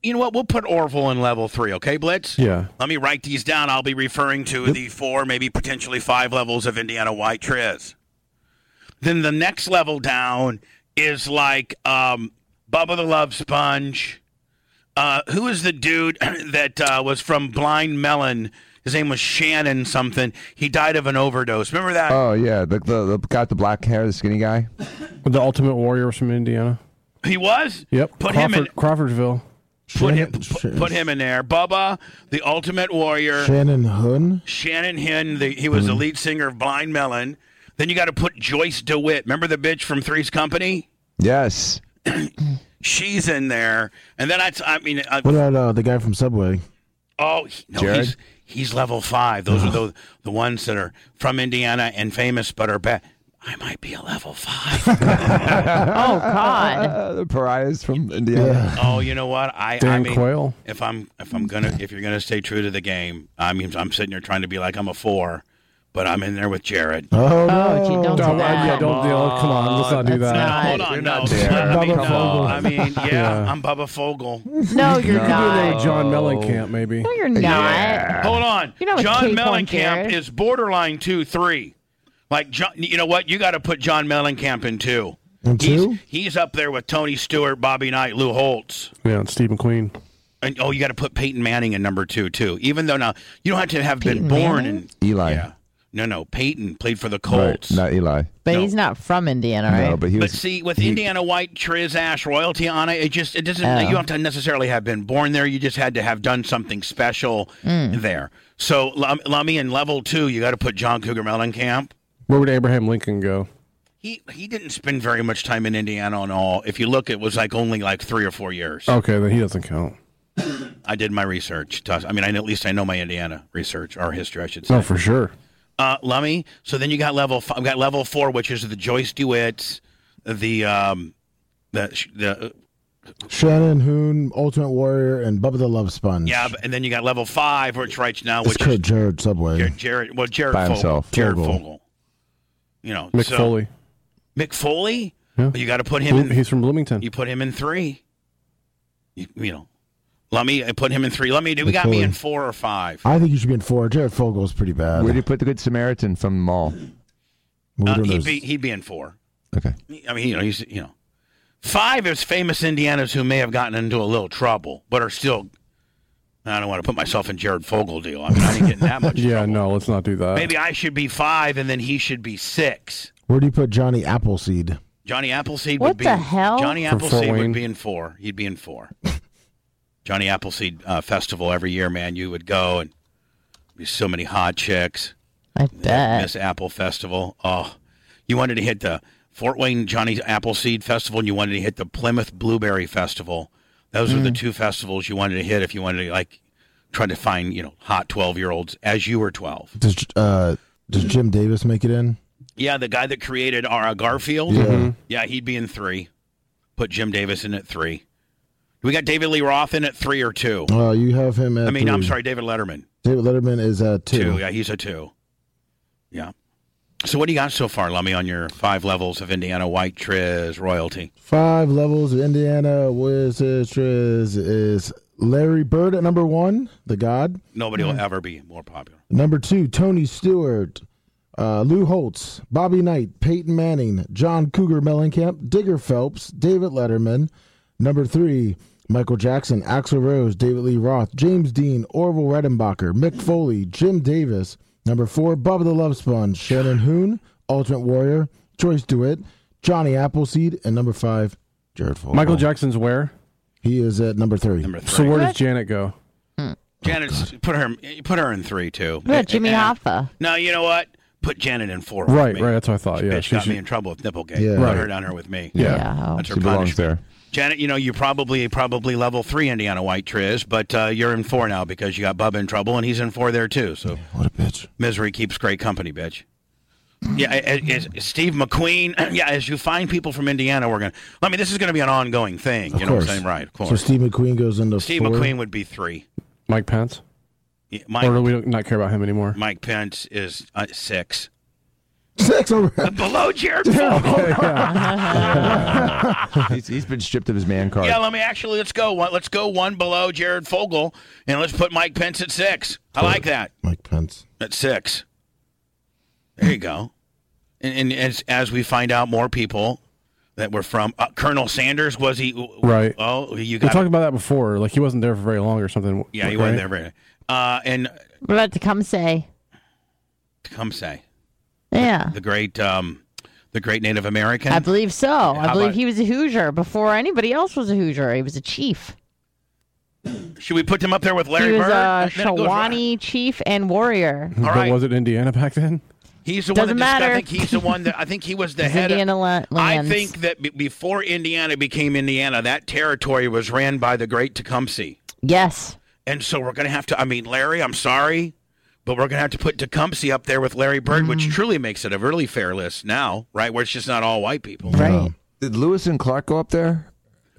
Speaker 5: You know what? We'll put Orville in level three, okay, Blitz?
Speaker 7: Yeah.
Speaker 5: Let me write these down. I'll be referring to the four, maybe potentially five levels of Indiana White Triz. Then the next level down is like um, Bubba the Love Sponge. Uh, who is the dude [clears throat] that uh, was from Blind Melon? His name was Shannon something. He died of an overdose. Remember that?
Speaker 19: Oh yeah, the the, the guy with the black hair, the skinny guy.
Speaker 7: The Ultimate Warrior was from Indiana.
Speaker 5: he was?
Speaker 7: Yep.
Speaker 5: Put him
Speaker 7: Crawford,
Speaker 5: in.
Speaker 7: Crawfordsville.
Speaker 5: Put him, pu- put him in there. Bubba, the Ultimate Warrior.
Speaker 9: Shannon Hoon.
Speaker 5: Shannon Hinn, the, he was the lead singer of Blind Melon. Then you got to put Joyce DeWitt. Remember the bitch from Three's Company?
Speaker 19: Yes.
Speaker 5: She's in there. And then I, t- I mean, I,
Speaker 9: What about uh, the guy from Subway?
Speaker 5: oh, he- no,
Speaker 9: Jared?
Speaker 5: he's he's level five. Those are the the ones that are from Indiana and famous, but are bad. I might be a level five.
Speaker 19: oh
Speaker 18: [laughs]
Speaker 19: God. the pariahs from Indiana.
Speaker 5: Oh, you know what? I, I
Speaker 19: Dan
Speaker 5: mean,
Speaker 19: Quayle.
Speaker 5: If I'm if I'm gonna if you're gonna stay true to the game, I mean, I'm sitting here trying to be like I'm a four, but I'm in there with Jared.
Speaker 9: Oh,
Speaker 7: gee, don't do that. Yeah, don't do- oh, come on, let's not do That's that. not-
Speaker 5: No, hold on,
Speaker 7: You're
Speaker 5: no.
Speaker 7: not Jared.
Speaker 5: I mean,
Speaker 7: Bubba
Speaker 5: no,
Speaker 7: Fogel.
Speaker 5: I mean, yeah,
Speaker 7: Yeah.
Speaker 5: I'm Bubba Fogel.
Speaker 7: You could be in there with John Mellencamp, maybe. No,
Speaker 16: you're
Speaker 5: Yeah. Hold on.
Speaker 16: You're not with
Speaker 5: John
Speaker 16: Cape on
Speaker 5: Mellencamp
Speaker 16: Jared.
Speaker 5: is borderline two three. Like John, you know what? You got to put John Mellencamp in two.
Speaker 9: And two?
Speaker 5: He's up there with Tony Stewart, Bobby Knight, Lou Holtz.
Speaker 7: Yeah, and Steve McQueen.
Speaker 5: And oh, you got to put Peyton Manning in number two too. Even though now you don't have to have been born in.
Speaker 19: Eli.
Speaker 5: No, no, Peyton played for the
Speaker 19: Right,
Speaker 5: Colts.
Speaker 19: not Eli.
Speaker 8: But he's not from Indiana, right?
Speaker 19: No, but he
Speaker 5: But
Speaker 19: was.
Speaker 5: see, with Indiana White Triz Ash royalty on it, it just it doesn't.
Speaker 8: Oh.
Speaker 5: You don't have to necessarily have been born there. You just had to have done something special
Speaker 7: Mm.
Speaker 5: there. So Lum- Lummy in level two, you got to put John Cougar Mellencamp.
Speaker 7: Where would Abraham Lincoln go?
Speaker 5: He he didn't spend very much time in Indiana at all. If you look, it was like only like three or four years.
Speaker 7: Okay, then he doesn't count.
Speaker 5: I did my research. Tuss. I mean, I know, at least I know my Indiana research or history, I should say.
Speaker 7: No, for sure.
Speaker 5: Uh, Lummy. So then you got level. Five, got level four, which is the Joyce DeWitt, the um, the the uh,
Speaker 9: Shannon Hoon, Ultimate Warrior, and Bubba the Love Sponge.
Speaker 5: yeah, and then you got level five, which right now,
Speaker 9: It's
Speaker 5: which
Speaker 9: Kurt
Speaker 5: is
Speaker 9: Jared Subway.
Speaker 5: Jared, Jared well, Jared
Speaker 9: By
Speaker 5: Fogle,
Speaker 9: himself.
Speaker 5: Jared
Speaker 9: Fogle.
Speaker 5: Fogle. You know,
Speaker 7: Mick
Speaker 5: so-
Speaker 7: Foley.
Speaker 5: Mick Foley.
Speaker 7: Yeah.
Speaker 5: You got to put him.
Speaker 7: Bloom-
Speaker 5: in,
Speaker 7: he's from Bloomington.
Speaker 5: You put him in three. You, you know, Lummy. I put him in three. Lummy, do we
Speaker 9: Mick
Speaker 5: got me
Speaker 9: Foley.
Speaker 5: in four or five?
Speaker 9: I think you should be in four. Jared Fogel's pretty bad.
Speaker 19: Where do you put the Good Samaritan from the mall?
Speaker 9: We
Speaker 5: Uh,
Speaker 9: don't know.
Speaker 5: he'd be he'd be in four.
Speaker 19: Okay.
Speaker 5: I mean, you know, he's you know, five is famous Indianas who may have gotten into a little trouble, but are still. I don't want to put myself in Jared Fogle deal. I mean, I ain't
Speaker 9: [laughs]
Speaker 5: getting that much.
Speaker 7: yeah, no, let's not do
Speaker 9: Uh,
Speaker 7: that.
Speaker 5: Maybe I should be five, and then he should be six.
Speaker 9: Where do you put Johnny Appleseed?
Speaker 5: Johnny Appleseed
Speaker 9: What
Speaker 5: would be
Speaker 9: the hell?
Speaker 5: Johnny
Speaker 9: For
Speaker 5: Appleseed
Speaker 9: Fort Wayne.
Speaker 5: would be in four. He'd be in four. Johnny Appleseed uh, festival every year, man. You would go and be so many hot chicks.
Speaker 8: I bet.
Speaker 5: Miss Apple Festival. Oh, you wanted to hit the Fort Wayne Johnny Appleseed Festival, and you wanted to hit the Plymouth Blueberry Festival. Those
Speaker 9: Mm.
Speaker 5: were the two festivals you wanted to hit if you wanted to like try to find you know hot twelve year olds as you were twelve.
Speaker 9: Does uh does Jim Davis make it in?
Speaker 5: Yeah, the guy that created our Garfield.
Speaker 9: Yeah. Mhm.
Speaker 5: Yeah, he'd be in three. Put Jim Davis in at three. We got David Lee Roth in at three or two.
Speaker 9: Uh, you have him at.
Speaker 5: I mean, i I'm
Speaker 9: three.
Speaker 5: sorry, David Letterman.
Speaker 9: David Letterman is at two.
Speaker 5: Yeah, he's a two. Yeah. So what do you got so far, Lummy, on your five levels of Indiana White Triz royalty?
Speaker 9: Five levels of Indiana Wizards is, is Larry Bird at number one, the God.
Speaker 5: Nobody
Speaker 7: Hmm.
Speaker 5: will ever be more popular.
Speaker 9: Number two, Tony Stewart, uh, Lou Holtz, Bobby Knight, Peyton Manning, John Cougar Mellencamp, Digger Phelps, David Letterman. Number three, Michael Jackson, Axl Rose, David Lee Roth, James Dean, Orville Redenbacher, Mick Foley, Jim Davis. Number four, Bubba the Love Sponge, Shannon Hoon, Ultimate Warrior, Joyce DeWitt, Johnny Appleseed, and number five, Jared Fogle.
Speaker 7: Michael Jackson's where?
Speaker 9: He is at number three. Number
Speaker 7: So where does Janet go? Oh,
Speaker 5: Janet, put her in- put her in three too.
Speaker 7: Yeah, Jimmy
Speaker 5: Hoffa. No, you know what? Put Janet in four. with
Speaker 7: Right,
Speaker 5: me.
Speaker 7: right. That's what I thought. Yeah,
Speaker 5: bitch
Speaker 7: she
Speaker 5: got me
Speaker 7: should-
Speaker 5: in trouble with Nipplegate.
Speaker 7: Yeah.
Speaker 5: Put
Speaker 7: Right.
Speaker 5: her down here with me.
Speaker 7: Yeah.
Speaker 5: That's her
Speaker 19: She belongs
Speaker 5: punishment.
Speaker 19: there.
Speaker 5: Janet, you know, you probably probably level three Indiana White Triz, but uh, you're in four now because you got Bubba in trouble, and he's in four there too. So
Speaker 9: what a bitch!
Speaker 5: Misery keeps great company, bitch. Yeah, as, as Steve McQueen. [clears throat] Yeah, as you find people from Indiana, we're gonna. I mean, this is gonna be an ongoing thing. you know what I'm saying, right? Of course.
Speaker 9: So Steve McQueen goes into
Speaker 5: Steve
Speaker 9: four.
Speaker 5: McQueen would be three.
Speaker 7: Mike Pence?
Speaker 5: Yeah, Mike-
Speaker 7: or do we not care about him anymore?
Speaker 5: Mike Pence is uh,
Speaker 9: [laughs]
Speaker 5: six.
Speaker 9: Six over.
Speaker 5: Below Jared Fogle.
Speaker 19: he's, he's been stripped of his man card.
Speaker 5: Yeah, let me actually let's go. One, let's go one below Jared Fogle, and let's put Mike Pence at six. I like that.
Speaker 9: Mike Pence.
Speaker 5: At six. There you go. And, and as, as we find out more people that were from uh, Colonel Sanders, was he?
Speaker 7: Right.
Speaker 5: Oh, you
Speaker 7: we
Speaker 5: got.
Speaker 7: talked about that before. Like he wasn't there for very long or something.
Speaker 5: yeah, he
Speaker 7: right?
Speaker 5: wasn't there very. Uh, and
Speaker 8: What about to come say?
Speaker 5: come say
Speaker 8: Yeah.
Speaker 5: the great, um, the great Native American.
Speaker 8: I believe so.
Speaker 5: How
Speaker 8: I believe
Speaker 5: about-
Speaker 8: he was a Hoosier before anybody else was a Hoosier. He was a chief.
Speaker 5: Should we put them up there with Larry
Speaker 8: he was a
Speaker 5: Bird? That- that goes right-
Speaker 8: Shawnee chief and warrior.
Speaker 7: But was it Indiana [laughs] back then?
Speaker 5: He's the
Speaker 8: Doesn't
Speaker 5: one that just-
Speaker 8: matter.
Speaker 5: I think he's the one that I think he was the
Speaker 8: It's
Speaker 5: head.
Speaker 8: Indiana la-
Speaker 5: of, I
Speaker 8: lands.
Speaker 5: think that b- before Indiana became Indiana, that territory was ran by the Great Tecumseh.
Speaker 8: Yes.
Speaker 5: And so we're going to have to. I mean, Larry, I'm sorry, but we're going to have to put Tecumseh up there with Larry Bird, which truly makes it a really fair list now, right? Where it's just not all white people.
Speaker 19: Right. Did Lewis and Clark go up there?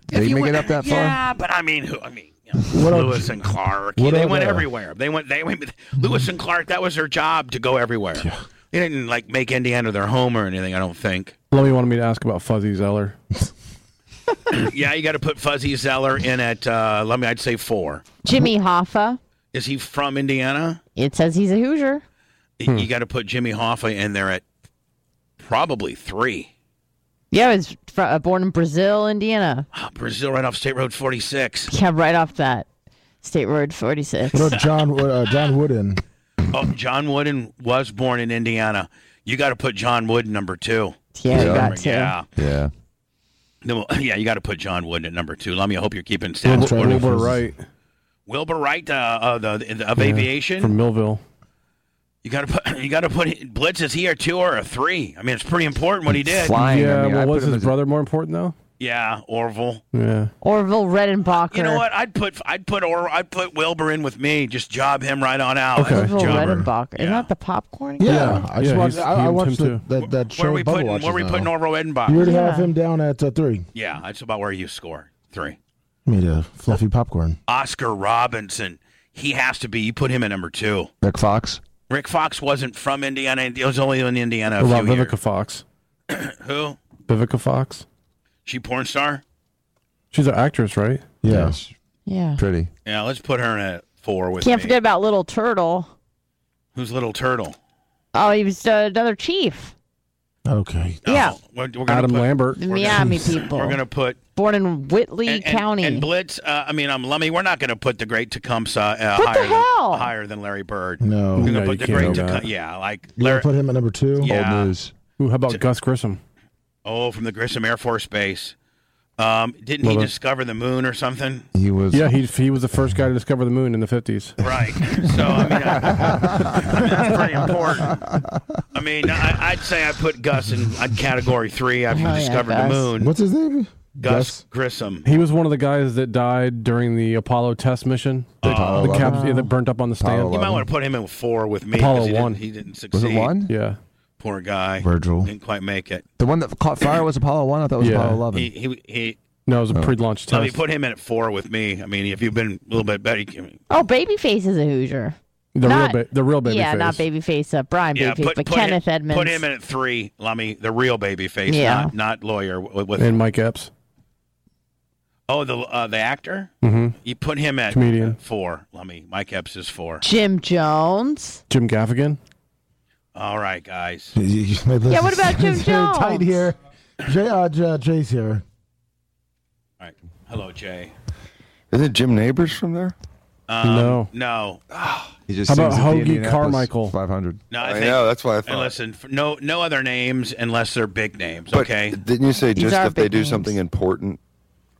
Speaker 19: Did he make it up that
Speaker 5: Yeah, but I mean, who? I mean, you know, Lewis and Clark.
Speaker 19: what
Speaker 5: they
Speaker 19: are
Speaker 5: went
Speaker 19: they?
Speaker 5: everywhere. They went. They went. Lewis and Clark. That was their job to go everywhere. They didn't like make Indiana their home or anything. I don't think. [clears throat]
Speaker 7: Lummy wanted me to ask about Fuzzy Zeller.
Speaker 5: yeah, you got to put Fuzzy Zeller in at. Uh, let me. I'd say four.
Speaker 8: Jimmy Hoffa.
Speaker 5: Is he from Indiana?
Speaker 8: It says he's a Hoosier.
Speaker 5: Y-
Speaker 8: Hmm.
Speaker 5: You got to put Jimmy Hoffa in there at probably three.
Speaker 8: Yeah, he was fr- uh, born in Brazil,
Speaker 5: [sighs]
Speaker 8: Indiana.
Speaker 5: Oh, Brazil right off State Road 46.
Speaker 8: Yeah, right off that State Road 46.
Speaker 9: What about John Wo- uh, John Wooden?
Speaker 5: Oh, John Wooden was born in Indiana. You got to put John Wood number two.
Speaker 8: Yeah, you got to.
Speaker 5: Yeah.
Speaker 19: Yeah.
Speaker 5: No, well, [laughs] yeah, you got to put John Wooden at number two. Let me. I hope you're keeping
Speaker 7: Wilbur,
Speaker 5: stats. Wilbur,
Speaker 7: Wilbur Wright
Speaker 5: Wilbur Wright uh, uh, the, the, of
Speaker 7: Yeah,
Speaker 5: aviation.
Speaker 7: from Millville.
Speaker 5: you got to put. [laughs] You got to put Blitz. Is he a two or a three? I mean, it's pretty important what he did.
Speaker 7: Yeah, well, was his brother more important though?
Speaker 5: Yeah, Orville.
Speaker 7: Yeah.
Speaker 8: Orville Redenbacher.
Speaker 5: You know what? I'd put I'd put or I'd put Wilbur in with me. Just job him right on out.
Speaker 8: Okay. Orville
Speaker 5: Jobber.
Speaker 8: Redenbacher. Isn't that the popcorn?
Speaker 9: Yeah,
Speaker 8: guy?
Speaker 9: I just watched. I, I watched the, that that show.
Speaker 5: Where are we
Speaker 9: Bubba
Speaker 5: putting
Speaker 9: watches
Speaker 5: Where are we
Speaker 9: now.
Speaker 5: putting Orville Redenbacher?
Speaker 9: You already have him down at uh, three.
Speaker 5: Yeah, that's about where you score three.
Speaker 9: I made a fluffy popcorn.
Speaker 5: Oscar Robinson. He has to be. You put him at number two.
Speaker 19: Rick Fox.
Speaker 5: Rick Fox wasn't from Indiana. He was only in Indiana a
Speaker 7: What about
Speaker 5: few years.
Speaker 7: Vivica Fox? [coughs]
Speaker 5: Who?
Speaker 7: Vivica Fox.
Speaker 5: She porn star?
Speaker 7: She's an actress, right?
Speaker 19: Yes.
Speaker 8: Yeah.
Speaker 19: Pretty.
Speaker 5: Yeah, let's put her in at four with
Speaker 8: Can't
Speaker 5: me.
Speaker 8: forget about Little Turtle.
Speaker 5: Who's Little Turtle?
Speaker 8: Oh, he was uh, another chief.
Speaker 9: Okay.
Speaker 5: Oh,
Speaker 8: Yeah.
Speaker 5: We're, we're gonna
Speaker 7: Adam
Speaker 5: put-
Speaker 7: Lambert.
Speaker 8: The Miami people.
Speaker 5: We're gonna put
Speaker 8: Born in Whitley
Speaker 5: and, and-
Speaker 8: County.
Speaker 5: and Blitz. Uh, I mean, I'm Lummy. We're not gonna put the Great Tecumseh uh,
Speaker 8: What the
Speaker 5: higher,
Speaker 8: hell?
Speaker 5: Than, higher than Larry Bird.
Speaker 9: No.
Speaker 5: we're gonna
Speaker 9: No, you
Speaker 5: put the
Speaker 9: can't
Speaker 5: Great
Speaker 9: do
Speaker 5: Tecumseh.
Speaker 9: that.
Speaker 5: Yeah, like
Speaker 9: You
Speaker 5: Larry.
Speaker 9: want to put him at number two?
Speaker 5: Yeah.
Speaker 7: Ooh, how about Gus Grissom?
Speaker 5: Oh, from the Grissom Air Force Base. Um, didn't
Speaker 7: Well,
Speaker 5: he
Speaker 7: the-
Speaker 5: discover the moon or something?
Speaker 19: He was.
Speaker 7: Yeah, he he was the first guy to discover the moon in the fifties.
Speaker 5: Right. So I [laughs] mean, I, that's pretty important. I mean, I, I'd say I put Gus in uh, category three
Speaker 8: Oh,
Speaker 5: after
Speaker 7: Hell Oh, yeah,
Speaker 5: discovering
Speaker 7: Gus.
Speaker 5: the moon.
Speaker 9: What's his name?
Speaker 5: Gus Grissom.
Speaker 7: He was one of the guys that died during the Apollo test mission. The,
Speaker 5: Apollo
Speaker 7: the caps
Speaker 5: eleven.
Speaker 7: yeah, that burnt up on the stand.
Speaker 5: Uh, You might want to put him in four with me. 'cause
Speaker 7: Apollo
Speaker 5: he didn't-
Speaker 7: one.
Speaker 5: he didn't succeed.
Speaker 7: Yeah.
Speaker 5: Poor guy.
Speaker 19: Virgil.
Speaker 5: didn't quite make it.
Speaker 19: The one that caught fire was Apollo 1. I thought it was
Speaker 7: Yeah. Oh.
Speaker 19: Apollo 11.
Speaker 5: He, he, he
Speaker 7: No, it was a pre-launch
Speaker 5: Let me
Speaker 7: test.
Speaker 5: put him in at four with me. I mean, if you've been a little bit better, you can-
Speaker 8: oh, Babyface is a Hoosier.
Speaker 7: The
Speaker 8: Not-
Speaker 7: real ba- the real baby
Speaker 8: Yeah,
Speaker 7: face.
Speaker 8: not Babyface, uh, Brian
Speaker 5: yeah,
Speaker 8: Babyface,
Speaker 5: put,
Speaker 8: but
Speaker 5: put
Speaker 8: Kenneth
Speaker 5: him,
Speaker 8: Edmonds.
Speaker 5: Put him in at three. Lummy, the real baby face,
Speaker 8: Yeah.
Speaker 5: not, not lawyer. With, with-
Speaker 7: and Mike Epps.
Speaker 5: oh, the uh, the actor.
Speaker 7: Mhm.
Speaker 5: You put him at
Speaker 7: Comedian.
Speaker 5: four. Lummy, Mike Epps is four.
Speaker 8: Jim Jones.
Speaker 7: Jim Gaffigan.
Speaker 5: All right,
Speaker 7: [laughs]
Speaker 5: guys.
Speaker 9: yeah,
Speaker 8: what about
Speaker 9: [laughs]
Speaker 8: Jim Jones?
Speaker 9: Tight here. Jay, uh, J- Jay's here.
Speaker 5: All right. Hello, Jay.
Speaker 23: Isn't Jim Neighbors from there?
Speaker 5: Um,
Speaker 23: No.
Speaker 5: No.
Speaker 23: He
Speaker 7: just How about sings at the Hoagie Indianapolis Carmichael?
Speaker 23: 500.
Speaker 5: No,
Speaker 23: I,
Speaker 5: I, think,
Speaker 23: know. That's what I thought.
Speaker 5: And listen, f- no, no other names unless they're big names.
Speaker 23: But
Speaker 5: okay.
Speaker 23: Didn't you say
Speaker 5: These
Speaker 23: just
Speaker 5: are
Speaker 23: if they
Speaker 5: big
Speaker 23: do
Speaker 5: names.
Speaker 23: something important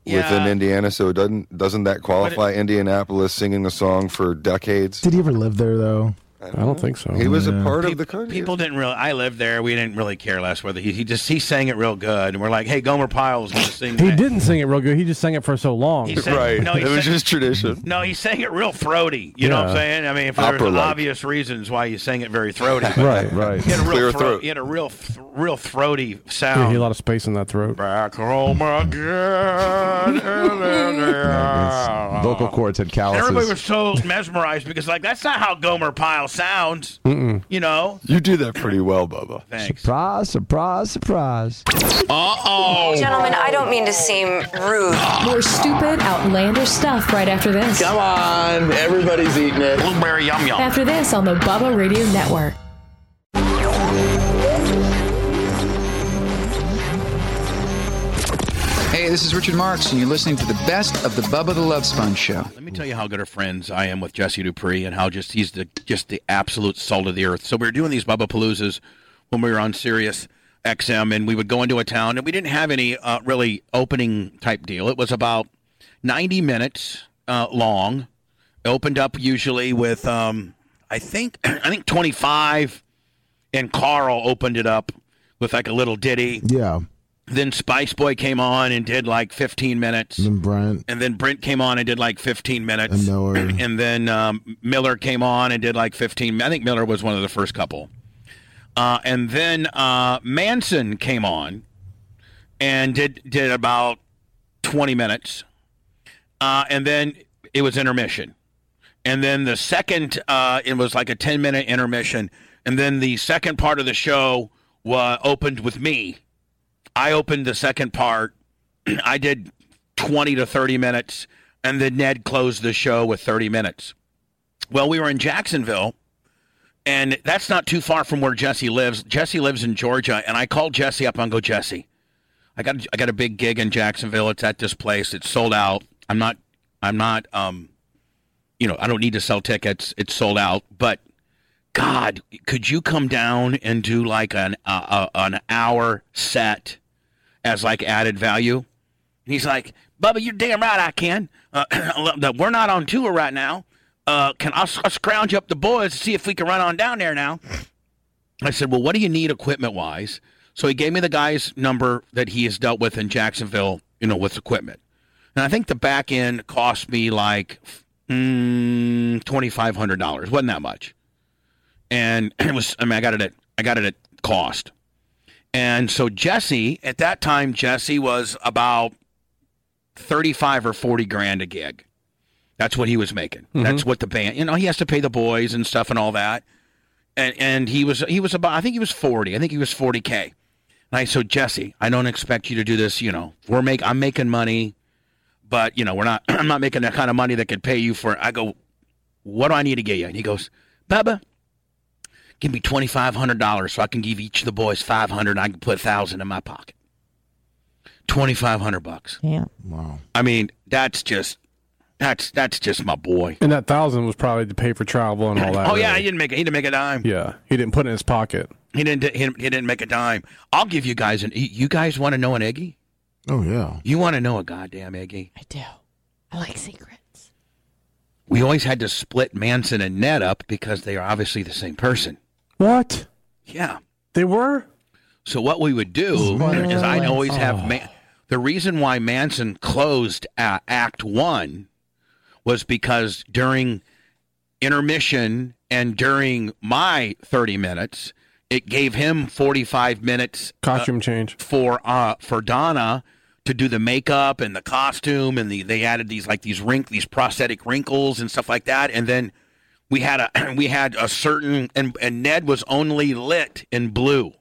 Speaker 23: within
Speaker 5: Yeah.
Speaker 23: Indiana? So it doesn't doesn't that qualify Indianapolis singing a song for decades?
Speaker 9: Did he ever live there though?
Speaker 23: I
Speaker 7: don't think so.
Speaker 23: He was a
Speaker 9: Yeah.
Speaker 23: part
Speaker 5: Peop-
Speaker 23: of the country.
Speaker 5: People didn't really. I lived there. We didn't really care less whether he, he just he sang it real good, and we're like, "Hey, Gomer Pyle's gonna
Speaker 7: [laughs]
Speaker 5: sing."
Speaker 7: He
Speaker 5: that."
Speaker 7: didn't sing it real good. He just sang it for so long.
Speaker 5: He sang- Right. no, he It was sang- just
Speaker 23: tradition.
Speaker 5: No, he sang it real throaty. You know what I'm
Speaker 7: Yeah.
Speaker 5: saying? I mean, if there's
Speaker 23: Opera-like.
Speaker 5: obvious reasons why you sang it very throaty. but
Speaker 7: Right, right.
Speaker 5: He had a real
Speaker 23: Clear
Speaker 5: throat.
Speaker 23: throat.
Speaker 5: He had a real, th- real throaty
Speaker 7: Yeah, he had
Speaker 5: sound. Oh
Speaker 7: a lot of space in that throat.
Speaker 5: Back home
Speaker 7: [laughs]
Speaker 5: again.
Speaker 23: Yeah,
Speaker 19: Vocal cords had
Speaker 5: And
Speaker 19: calluses.
Speaker 5: everybody was so mesmerized because, like, that's not how Gomer Pyle sounds.
Speaker 23: Mm-mm.
Speaker 5: You know?
Speaker 23: You do that pretty well, Bubba.
Speaker 5: Thanks.
Speaker 23: Surprise! Surprise! Surprise!
Speaker 5: Uh, Uh-oh.
Speaker 29: Gentlemen, I don't mean to seem rude.
Speaker 4: More stupid, outlandish stuff right after this.
Speaker 29: Come
Speaker 23: on, everybody's eating it.
Speaker 5: Blueberry yum yum.
Speaker 4: After this on the Bubba Radio Network.
Speaker 18: Hey, this is Richard Marks, and you're listening to the best of the Bubba the Love Sponge Show.
Speaker 5: Let me tell you how good of friends I am with Jesse Dupree and how just he's the just the absolute salt of the earth. So we were doing these Bubba Paloozas when we were on Sirius XM, and we would go into a town, and we didn't have any uh, really opening type deal. It was about ninety minutes uh, long. Opened up usually with um, I think [clears throat] I think twenty five, and Carl opened it up with like a little ditty.
Speaker 9: Yeah.
Speaker 5: Then Spice Boy came on and did like fifteen minutes.
Speaker 9: And then Brent.
Speaker 5: And then Brent came on and did like 15 minutes.
Speaker 9: And Miller.
Speaker 5: [clears throat] And then um, Miller came on and did like 15. I think Miller was one of the first couple. Uh, and then uh, Manson came on and did did about 20 minutes. Uh, and then it was intermission. And then the second, uh, it was like a 10 minute intermission. And then the second part of the show wa opened with me. I opened the second part. [clears throat] I did 20 to 30 minutes, and then Ned closed the show with 30 minutes. Well, we were in Jacksonville, and that's not too far from where Jesse lives. Jesse lives in Georgia, and I called Jesse up and go, Jesse, I got I got a big gig in Jacksonville. It's at this place. It's sold out. I'm not I'm not um you know, I don't need to sell tickets. It's sold out, but God, could you come down and do like an uh, uh, an hour set as like added value? And he's like, Bubba, you're damn right I can. Uh, [clears throat] look, we're not on tour right now. Uh, can I will scrounge up the boys to see if we can run on down there now? I said, Well, what do you need equipment wise? So he gave me the guy's number that he has dealt with in Jacksonville, you know, with equipment. And I think the back end cost me like mm, twenty five hundred dollars. wasn't that much. And [clears throat] it was. I mean, I got it at I got it at cost. And so Jesse, at that time, Jesse was about thirty five or forty grand a gig. That's what he was making. That's what the band. You know, he has to pay the boys and stuff and all that. And and he was he was about. I think he was forty. I think he was forty k. And I so Jesse, I don't expect you to do this. You know, we're make I'm making money but you know we're not [clears throat] i'm not making the kind of money that could pay you for it. i go what do i need to get you and he goes baba give me $2500 so i can give each of the boys 500 and i can put 1000 in my pocket 2500 bucks
Speaker 8: yeah
Speaker 9: wow
Speaker 5: i mean that's just that's that's just my boy
Speaker 7: And that thousand was probably to pay for travel and all that.
Speaker 5: oh yeah
Speaker 7: really.
Speaker 5: he didn't make it he didn't make a dime
Speaker 7: yeah. He didn't put it in his pocket.
Speaker 5: he didn't he didn't, he didn't make a dime i'll give you guys an you guys want to know an eggie
Speaker 9: Oh yeah.
Speaker 5: you want to know a goddamn eggie
Speaker 8: I do. I like secrets.
Speaker 5: we always had to split manson and ned up because they are obviously the same person
Speaker 7: What?
Speaker 5: Yeah.
Speaker 7: They were?
Speaker 5: So what we would do
Speaker 7: Spoiler
Speaker 5: is I'd
Speaker 7: alert.
Speaker 5: always have Man- the reason why Manson closed uh, Act One was because during intermission and during my thirty minutes, it gave him forty-five minutes uh,
Speaker 7: Costume change.
Speaker 5: for uh for Donna to do the makeup and the costume and the they added these like these wrink these prosthetic wrinkles and stuff like that and then we had a [clears throat] we had a certain and and Ned was only lit in blue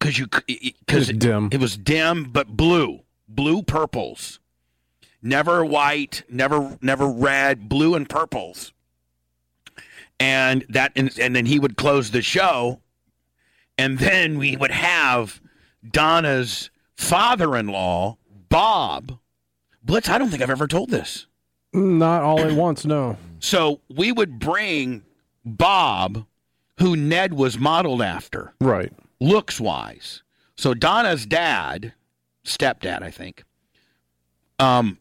Speaker 5: cuz you cuz it, dim. it was dim but blue blue purples never white never never red blue and purples and that and, and then he would close the show and then we would have Donna's father-in-law, Bob Blitz. I don't think I've ever told this.
Speaker 7: Not all at once, no.
Speaker 5: So we would bring Bob, who Ned was modeled after,
Speaker 7: Right.
Speaker 5: looks wise. So Donna's dad, stepdad, I think, um,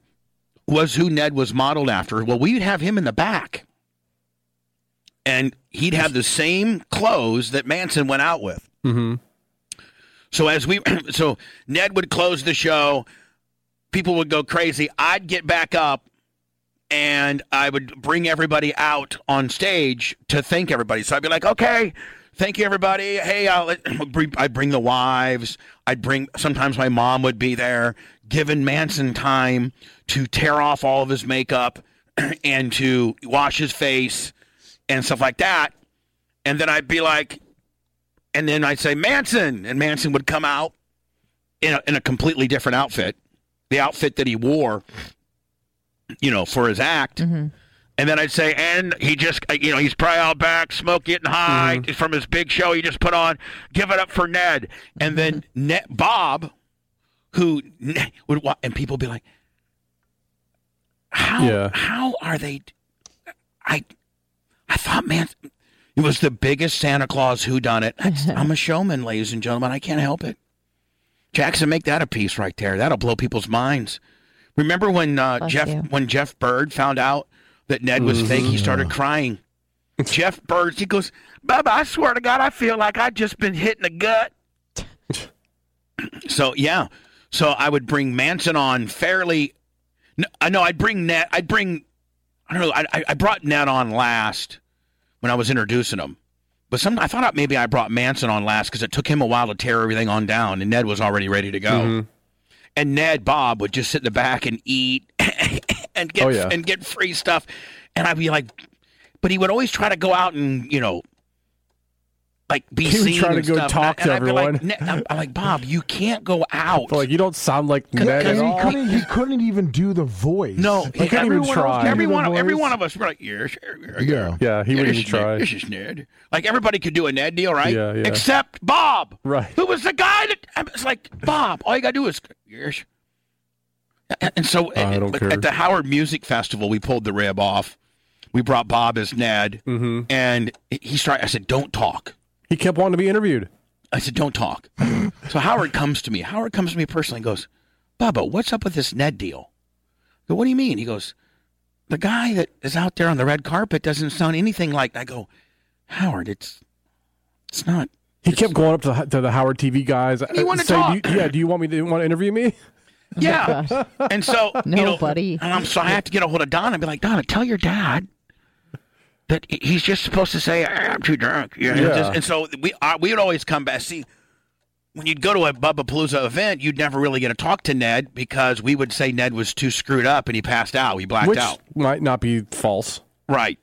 Speaker 5: was who Ned was modeled after. Well, we'd have him in the back, and he'd have the same clothes that Manson went out with.
Speaker 7: Mm-hmm.
Speaker 5: So as we, [clears throat] so Ned would close the show, people would go crazy. I'd get back up, and I would bring everybody out on stage to thank everybody. So I'd be like, okay, thank you everybody. Hey, I'll, I'd [clears throat] bring the wives. I'd bring. Sometimes my mom would be there, giving Manson time to tear off all of his makeup [clears throat] and to wash his face and stuff like that. And then I'd be like, and then I'd say Manson, and Manson would come out in a, in a completely different outfit, the outfit that he wore, you know, for his act. And then I'd say, and he just, uh, you know, he's probably out back, smoke getting high from his big show he just put on. Give it up for Ned. And then Ned, Bob, who Ned would, wa- and people would be like, how,
Speaker 7: Yeah.
Speaker 5: how are they? I, I thought man, it was the biggest Santa Claus who done it.
Speaker 30: [laughs]
Speaker 5: I'm a showman, ladies and gentlemen. I can't help it. Jackson, make that a piece right there. That'll blow people's minds. Remember when uh,
Speaker 30: Bless
Speaker 5: Jeff
Speaker 30: you.
Speaker 5: when Jeff Bird found out that Ned was fake? He started crying. Jeff Bird, he goes, "Bubba, I swear to God, I feel like I just been hit in the gut." so yeah, so I would bring Manson on fairly. No, I know I'd bring Ned. I'd bring. I don't know. I- I, I brought Ned on last when I was introducing him, but some I found out maybe I brought Manson on last because it took him a while to tear everything on down, and Ned was already ready to go
Speaker 7: Mm-hmm.
Speaker 5: and Ned Bob would just sit in the back and eat [laughs] and get
Speaker 7: Oh, yeah.
Speaker 5: and get free stuff, and I'd be like, but he would always try to go out and you know, like be
Speaker 7: He would
Speaker 5: seen
Speaker 7: try to
Speaker 5: and
Speaker 7: go
Speaker 5: stuff. And
Speaker 7: talk
Speaker 5: I-
Speaker 7: to
Speaker 5: and I'd be like,
Speaker 7: everyone.
Speaker 5: "Ne- I'm, I'm like Bob, you can't go out.
Speaker 7: But, like you don't sound like Ned at
Speaker 9: And he
Speaker 7: all.
Speaker 9: couldn't, he couldn't even do the voice.
Speaker 5: No,
Speaker 9: he
Speaker 5: Oh, everyone, else- Every
Speaker 9: Do the
Speaker 5: one, every
Speaker 9: voice.
Speaker 5: one of us were like, yeah, sure, yeah,
Speaker 9: Yeah.
Speaker 7: Yeah, he wouldn't
Speaker 5: this is
Speaker 7: even
Speaker 5: Ned-
Speaker 7: try.
Speaker 5: This is Ned. Like everybody could do a Ned deal, right?
Speaker 7: Yeah, yeah.
Speaker 5: Except Bob,
Speaker 7: Right.
Speaker 5: who was the guy that I was like, Bob, all you gotta do is yes. [clears throat] And so eh,
Speaker 7: I don't
Speaker 5: at,
Speaker 7: care.
Speaker 5: at the Howard Music Festival, we pulled the rib off. We brought Bob as Ned, and he started. I said, "Don't talk."
Speaker 7: Mm-hmm. He kept wanting to be interviewed.
Speaker 5: I said, "Don't
Speaker 7: [laughs]
Speaker 5: talk." so Howard comes to me. Howard comes to me personally and goes, "Bubba, what's up with this Ned deal?" I go, "What do you mean?" He goes, "The guy that is out there on the red carpet doesn't sound anything like." I go, "Howard, it's it's not."
Speaker 7: He kept going up to, the- to the Howard TV guys.
Speaker 5: he
Speaker 7: uh,
Speaker 5: wanted to
Speaker 7: saying,
Speaker 5: talk.
Speaker 7: "Do you- yeah, do you want me to want to interview me?
Speaker 5: Oh Yeah. and [laughs] so you know,
Speaker 30: Nobody.
Speaker 5: and I'm so I have to get a hold of Donna and be like, Donna, tell your dad that he- he's just supposed to say "Ah, I'm too drunk. You know,
Speaker 7: Yeah.
Speaker 5: just- and so we I, we would always come back. See, when you'd go to a Bubba Palooza event, you'd never really get to talk to Ned because we would say Ned was too screwed up and he passed out. He blacked
Speaker 7: Which
Speaker 5: out.
Speaker 7: might not be false.
Speaker 5: Right.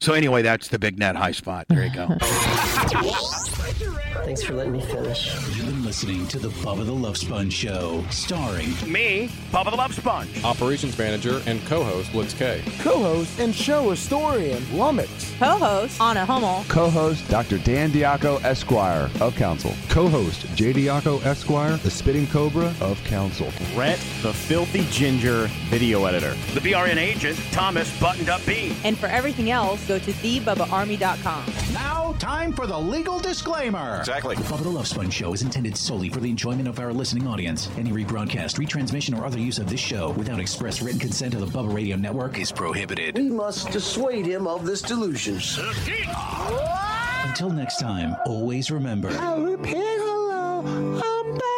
Speaker 5: So anyway, that's the big Ned high spot. There you go.
Speaker 28: Thanks for letting me finish. You've been listening to the Bubba the Love Sponge Show, starring
Speaker 5: Me, Bubba the Love Sponge.
Speaker 31: Operations manager and co-host Blitz K.
Speaker 9: Co-host and show historian Lummox.
Speaker 30: Co-host Anna Hummel.
Speaker 18: Co-host Dr. Dan Diaco Esquire of Council. Co-host J. Diaco Esquire, the Spitting Cobra of Council.
Speaker 8: Brett, the filthy ginger video editor.
Speaker 5: The BRN agent, Thomas Buttoned Up B.
Speaker 8: And for everything else, go to thebubbaarmy.com.
Speaker 1: Now, time for the legal disclaimer.
Speaker 28: Exactly. The Bubba the Love Sponge Show is intended solely for the enjoyment of our listening audience. Any rebroadcast, retransmission, or other use of this show without express written consent of the Bubba Radio Network is prohibited.
Speaker 1: We must dissuade him of this delusion.
Speaker 28: Until next time, always remember.
Speaker 1: Hello, Piccolo. I'm back.